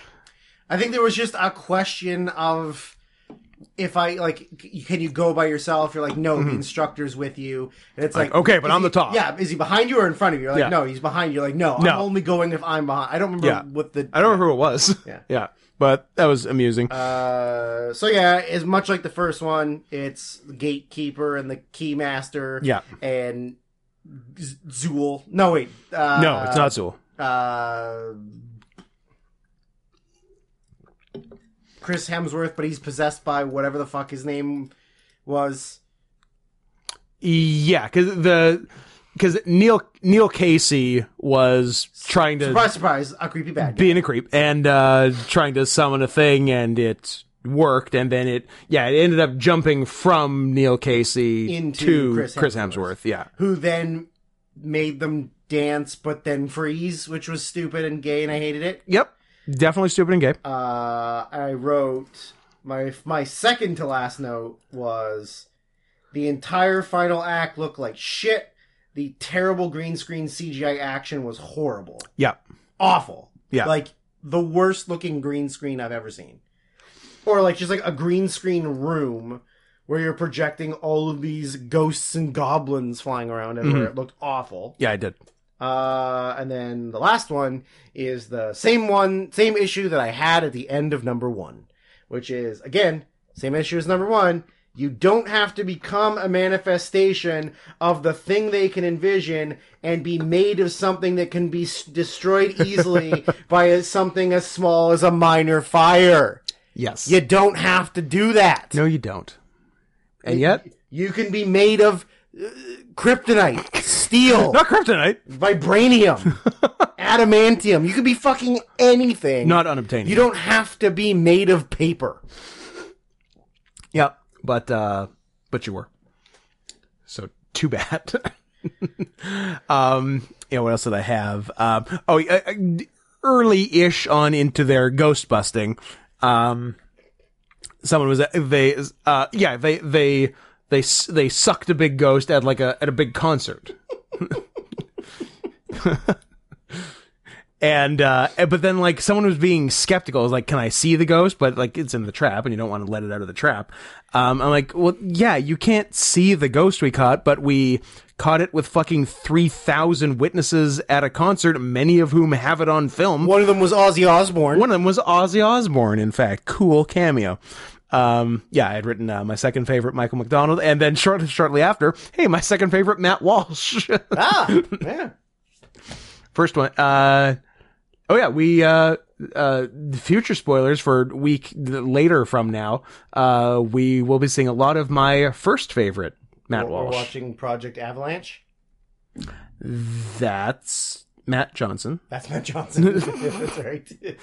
Speaker 2: I think there was just a question of if I like, c- can you go by yourself? You're like, no, the instructor's with you, and it's like,
Speaker 1: Mm-hmm. Like, okay, but
Speaker 2: is
Speaker 1: I'm
Speaker 2: he-
Speaker 1: the top.
Speaker 2: Yeah, is he behind you or in front of you? You're like,
Speaker 1: Yeah.
Speaker 2: no, he's behind you. You're like, no,
Speaker 1: No.
Speaker 2: I'm only going if I'm behind. I don't remember
Speaker 1: Yeah.
Speaker 2: what the.
Speaker 1: I don't remember who it was.
Speaker 2: Yeah.
Speaker 1: Yeah. But that was amusing.
Speaker 2: Uh, so yeah, as much like the first one, it's the gatekeeper and the keymaster.
Speaker 1: Yeah.
Speaker 2: and Z- Zool. No wait, uh,
Speaker 1: no, it's not Zool.
Speaker 2: Uh, Chris Hemsworth, but he's possessed by whatever the fuck his name was.
Speaker 1: Yeah, cuz the cuz Neil Neil Casey was trying to
Speaker 2: Surprise, surprise, a creepy bad guy.
Speaker 1: being a creep and uh trying to summon a thing and it worked and then it yeah it ended up jumping from neil casey
Speaker 2: Into
Speaker 1: to
Speaker 2: Chris
Speaker 1: chris,
Speaker 2: Hemsworth.
Speaker 1: hemsworth. yeah
Speaker 2: who then made them dance but then freeze, which was stupid and gay, and I hated it.
Speaker 1: yep definitely stupid and gay
Speaker 2: Uh, I wrote my my second to last note was the entire final act looked like shit. The terrible green screen CGI action was horrible.
Speaker 1: yeah
Speaker 2: awful.
Speaker 1: Yeah.
Speaker 2: Like the worst looking green screen I've ever seen. Or like just like a green screen room where you're projecting all of these ghosts and goblins flying around everywhere. It looked awful.
Speaker 1: yeah i did
Speaker 2: Uh, and then the last one is the same one, same issue that I had at the end of number one, which is again, same issue as number one. You don't have to become a manifestation of the thing they can envision and be made of something that can be s- destroyed easily by a, something as small as a minor fire.
Speaker 1: yes
Speaker 2: You don't have to do that.
Speaker 1: no you don't and yet
Speaker 2: You can be made of uh, kryptonite, steel.
Speaker 1: not kryptonite
Speaker 2: Vibranium, adamantium. You could be fucking anything.
Speaker 1: not unobtainable
Speaker 2: you don't have to be made of paper.
Speaker 1: yep but uh but you were so too bad um yeah what else did i have um oh uh, uh, early-ish on into their ghost busting um someone was they uh yeah they they they s- they sucked a big ghost at like a at a big concert and uh but then like someone was being skeptical was like can i see the ghost but like it's in the trap and you don't want to let it out of the trap um i'm like well yeah you can't see the ghost we caught but we caught it with fucking 3000 witnesses at a concert many of whom have it on film
Speaker 2: One of them was Ozzy Osbourne.
Speaker 1: one of them was Ozzy Osbourne, in fact. Cool cameo. Um, yeah, I had written uh, my second favorite Michael McDonald, and then shortly shortly after, hey, my second favorite Matt Walsh.
Speaker 2: Ah, yeah.
Speaker 1: First one. Uh, oh yeah, we uh, uh, future spoilers for week later from now. Uh, we will be seeing a lot of my first favorite Matt
Speaker 2: We're
Speaker 1: Walsh.
Speaker 2: watching Project Avalanche.
Speaker 1: That's Matt Johnson.
Speaker 2: That's Matt Johnson. That's right.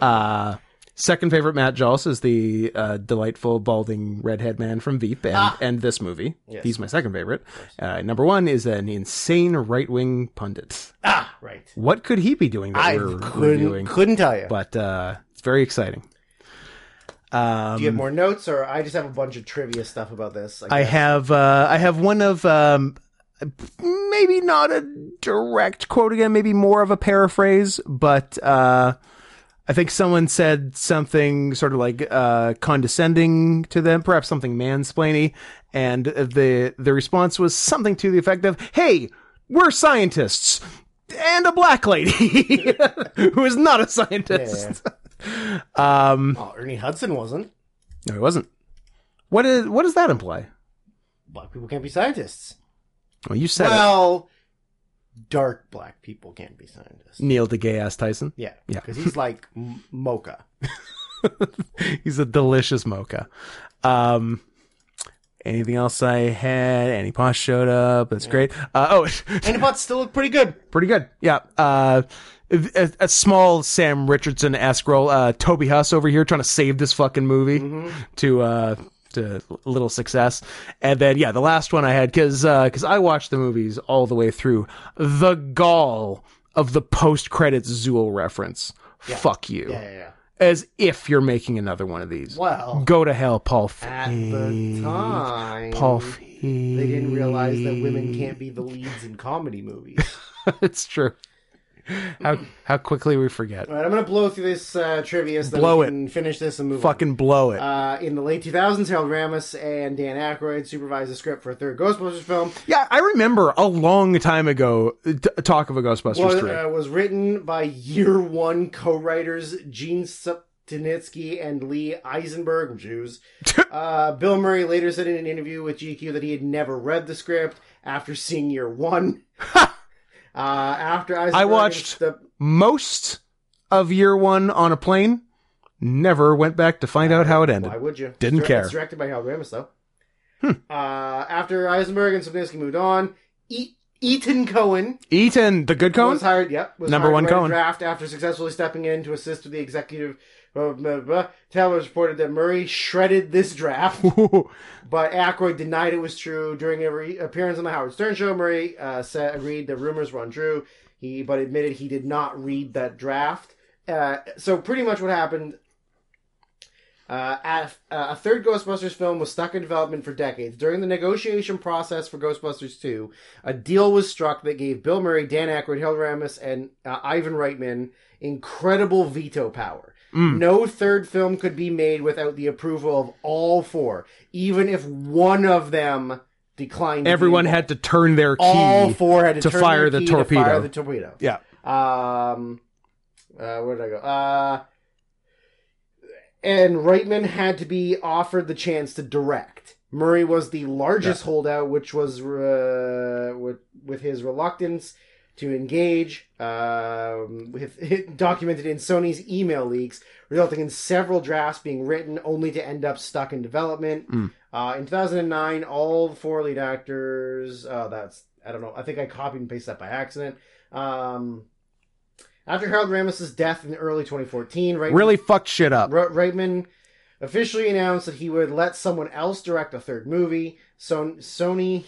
Speaker 1: Uh, second favorite Matt Joss is the uh, delightful balding redhead man from Veep and, and this movie.
Speaker 2: Ah! Yes.
Speaker 1: He's my second favorite. Uh, number one is an insane right wing pundit.
Speaker 2: ah, right.
Speaker 1: What could he be doing that
Speaker 2: I
Speaker 1: we're
Speaker 2: couldn't,
Speaker 1: reviewing?
Speaker 2: couldn't tell you.
Speaker 1: But uh, it's very exciting. Um,
Speaker 2: Do you have more notes, or I just have a bunch of trivia stuff about this?
Speaker 1: I
Speaker 2: guess.
Speaker 1: have uh, I have one of um, maybe not a direct quote again, maybe more of a paraphrase, but uh, I think someone said something sort of like uh, condescending to them, perhaps something mansplainy, and the the response was something to the effect of, "Hey, we're scientists." And a black lady who is not a scientist. Um,
Speaker 2: Oh, Ernie Hudson wasn't.
Speaker 1: no, he wasn't. What is what does that imply?
Speaker 2: Black people can't be scientists.
Speaker 1: Well, you said
Speaker 2: Well, dark black people can't be scientists.
Speaker 1: it. Neil the gay ass Tyson.
Speaker 2: Yeah,
Speaker 1: Mm, Yeah.
Speaker 2: because he's like m- mocha.
Speaker 1: He's a delicious mocha. Um, anything else I had? Annie Posh showed up. That's great. Uh, oh,
Speaker 2: Anobots still look pretty good.
Speaker 1: pretty good. Yeah. Uh, a, a small Sam Richardson esque role. Uh, Toby Huss over here trying to save this fucking movie
Speaker 2: Mm-hmm.
Speaker 1: to uh, to little success. And then yeah, the last one I had because I watched the movies all the way through. The gall of the post credits Zool reference. Fuck you.
Speaker 2: Yeah, yeah, yeah.
Speaker 1: As if you're making another one of these.
Speaker 2: Well,
Speaker 1: Go to hell, Paul.
Speaker 2: at
Speaker 1: Feig.
Speaker 2: the time,
Speaker 1: Paul.
Speaker 2: they didn't realize that women can't be the leads in comedy movies.
Speaker 1: it's true. How how quickly we forget.
Speaker 2: All right, I'm gonna blow through this uh, trivia so that
Speaker 1: Blow
Speaker 2: we
Speaker 1: it.
Speaker 2: can finish this and move on.
Speaker 1: Fucking blow it.
Speaker 2: Uh, in the late 2000s, Harold Ramis and Dan Aykroyd supervised the script for a third Ghostbusters film.
Speaker 1: Yeah, I remember a long time ago t- talk of a Ghostbusters
Speaker 2: Was,
Speaker 1: 3.
Speaker 2: uh, was written by year one co-writers Gene Septinitsky and Lee Eisenberg, Jews. uh, Bill Murray later said in an interview with GQ that he had never read the script after seeing year one. uh, after Eisenberg and
Speaker 1: watched-
Speaker 2: Step-
Speaker 1: Most of year one on a plane never went back to find out how it ended.
Speaker 2: Why would you?
Speaker 1: Didn't
Speaker 2: It's dir-
Speaker 1: care. Hmm.
Speaker 2: It's directed by Harold Ramis, though. Uh, after Eisenberg and Sapinski moved on, e- Ethan Cohen
Speaker 1: Eaton, the good cone?
Speaker 2: was hired. Yep, was
Speaker 1: Number
Speaker 2: hired
Speaker 1: one
Speaker 2: to write a
Speaker 1: Cohen.
Speaker 2: draft after successfully stepping in to assist with the executive. Blah, blah, blah. Taylor reported that Murray shredded this draft, but Aykroyd denied it was true. During a re- appearance on the Howard Stern show, Murray uh, said, agreed the rumors were untrue. He but admitted he did not read that draft. Uh, so pretty much what happened uh, at, uh, a third Ghostbusters film was stuck in development for decades. During the negotiation process for Ghostbusters 2, a deal was struck that gave Bill Murray, Dan Aykroyd, Harold Ramis, and uh, Ivan Reitman incredible veto power. No third film could be made without the approval of all four, even if one of them declined. to be
Speaker 1: Everyone
Speaker 2: involved.
Speaker 1: had to turn their key.
Speaker 2: all four had to,
Speaker 1: to
Speaker 2: turn
Speaker 1: fire
Speaker 2: their
Speaker 1: the
Speaker 2: key
Speaker 1: torpedo.
Speaker 2: To fire the torpedo.
Speaker 1: yeah.
Speaker 2: Um, uh, where did I go? Uh, and Reitman had to be offered the chance to direct. Murray was the largest holdout, which was uh, with with his reluctance to engage, um, with documented in Sony's email leaks, resulting in several drafts being written, only to end up stuck in development.
Speaker 1: Mm.
Speaker 2: Uh, in 2009, all four lead actors. Uh, that's I don't know. I think I copied and pasted that by accident. Um, after Harold Ramis' death in early 2014, Reitman,
Speaker 1: Really fucked shit up.
Speaker 2: Re- Reitman officially announced that he would let someone else direct a third movie. So- Sony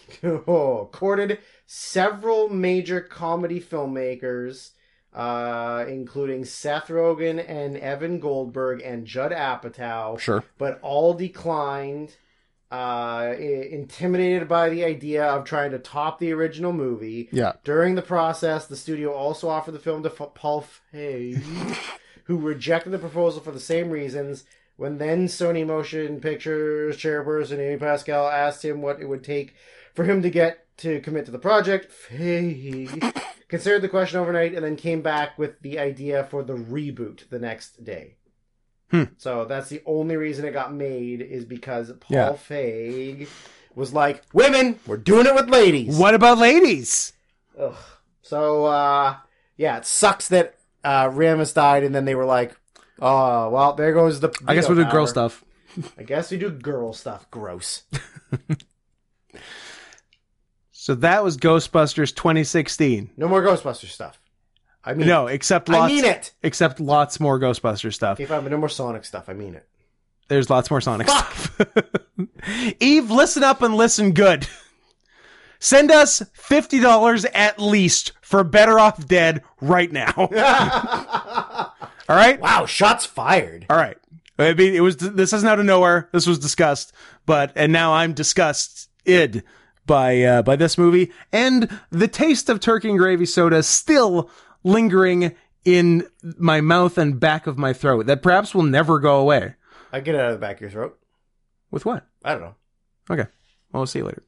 Speaker 2: oh, courted several major comedy filmmakers, uh, including Seth Rogen and Evan Goldberg and Judd Apatow
Speaker 1: Sure.
Speaker 2: but all declined, uh, i- intimidated by the idea of trying to top the original movie.
Speaker 1: Yeah.
Speaker 2: During the process, the studio also offered the film to F- Paul Feig, who rejected the proposal for the same reasons. When then Sony Motion Pictures chairperson Amy Pascal asked him what it would take for him to get to commit to the project, Feig considered the question overnight and then came back with the idea for the reboot the next day.
Speaker 1: Hmm.
Speaker 2: So that's the only reason it got made is because Paul
Speaker 1: Yeah.
Speaker 2: Feig was like, "Women, we're doing it with ladies."
Speaker 1: What about ladies?
Speaker 2: Ugh. So uh, yeah, it sucks that uh, Ramus died, and then they were like, "Oh well, there goes the."
Speaker 1: I guess we'll do girl
Speaker 2: power."
Speaker 1: stuff.
Speaker 2: I guess we do girl stuff. Gross.
Speaker 1: So that was Ghostbusters 2016.
Speaker 2: No more Ghostbuster stuff. I mean,
Speaker 1: No, except
Speaker 2: I
Speaker 1: lots
Speaker 2: mean it.
Speaker 1: except lots more Ghostbuster stuff.
Speaker 2: If I'm no more Sonic stuff, I mean it.
Speaker 1: There's lots more Sonic stuff. Eve, listen up and listen good. Send us $50 at least for Better Off Dead right now. All right?
Speaker 2: Wow, shots fired.
Speaker 1: All right. I mean, it was this isn't out of nowhere. This was discussed, but and now I'm disgusted by uh, by this movie and the taste of turkey and gravy soda still lingering in my mouth and back of my throat that perhaps will never go away.
Speaker 2: I get it out of the back of your throat.
Speaker 1: With what?
Speaker 2: I don't know.
Speaker 1: Okay. Well, we'll see you later.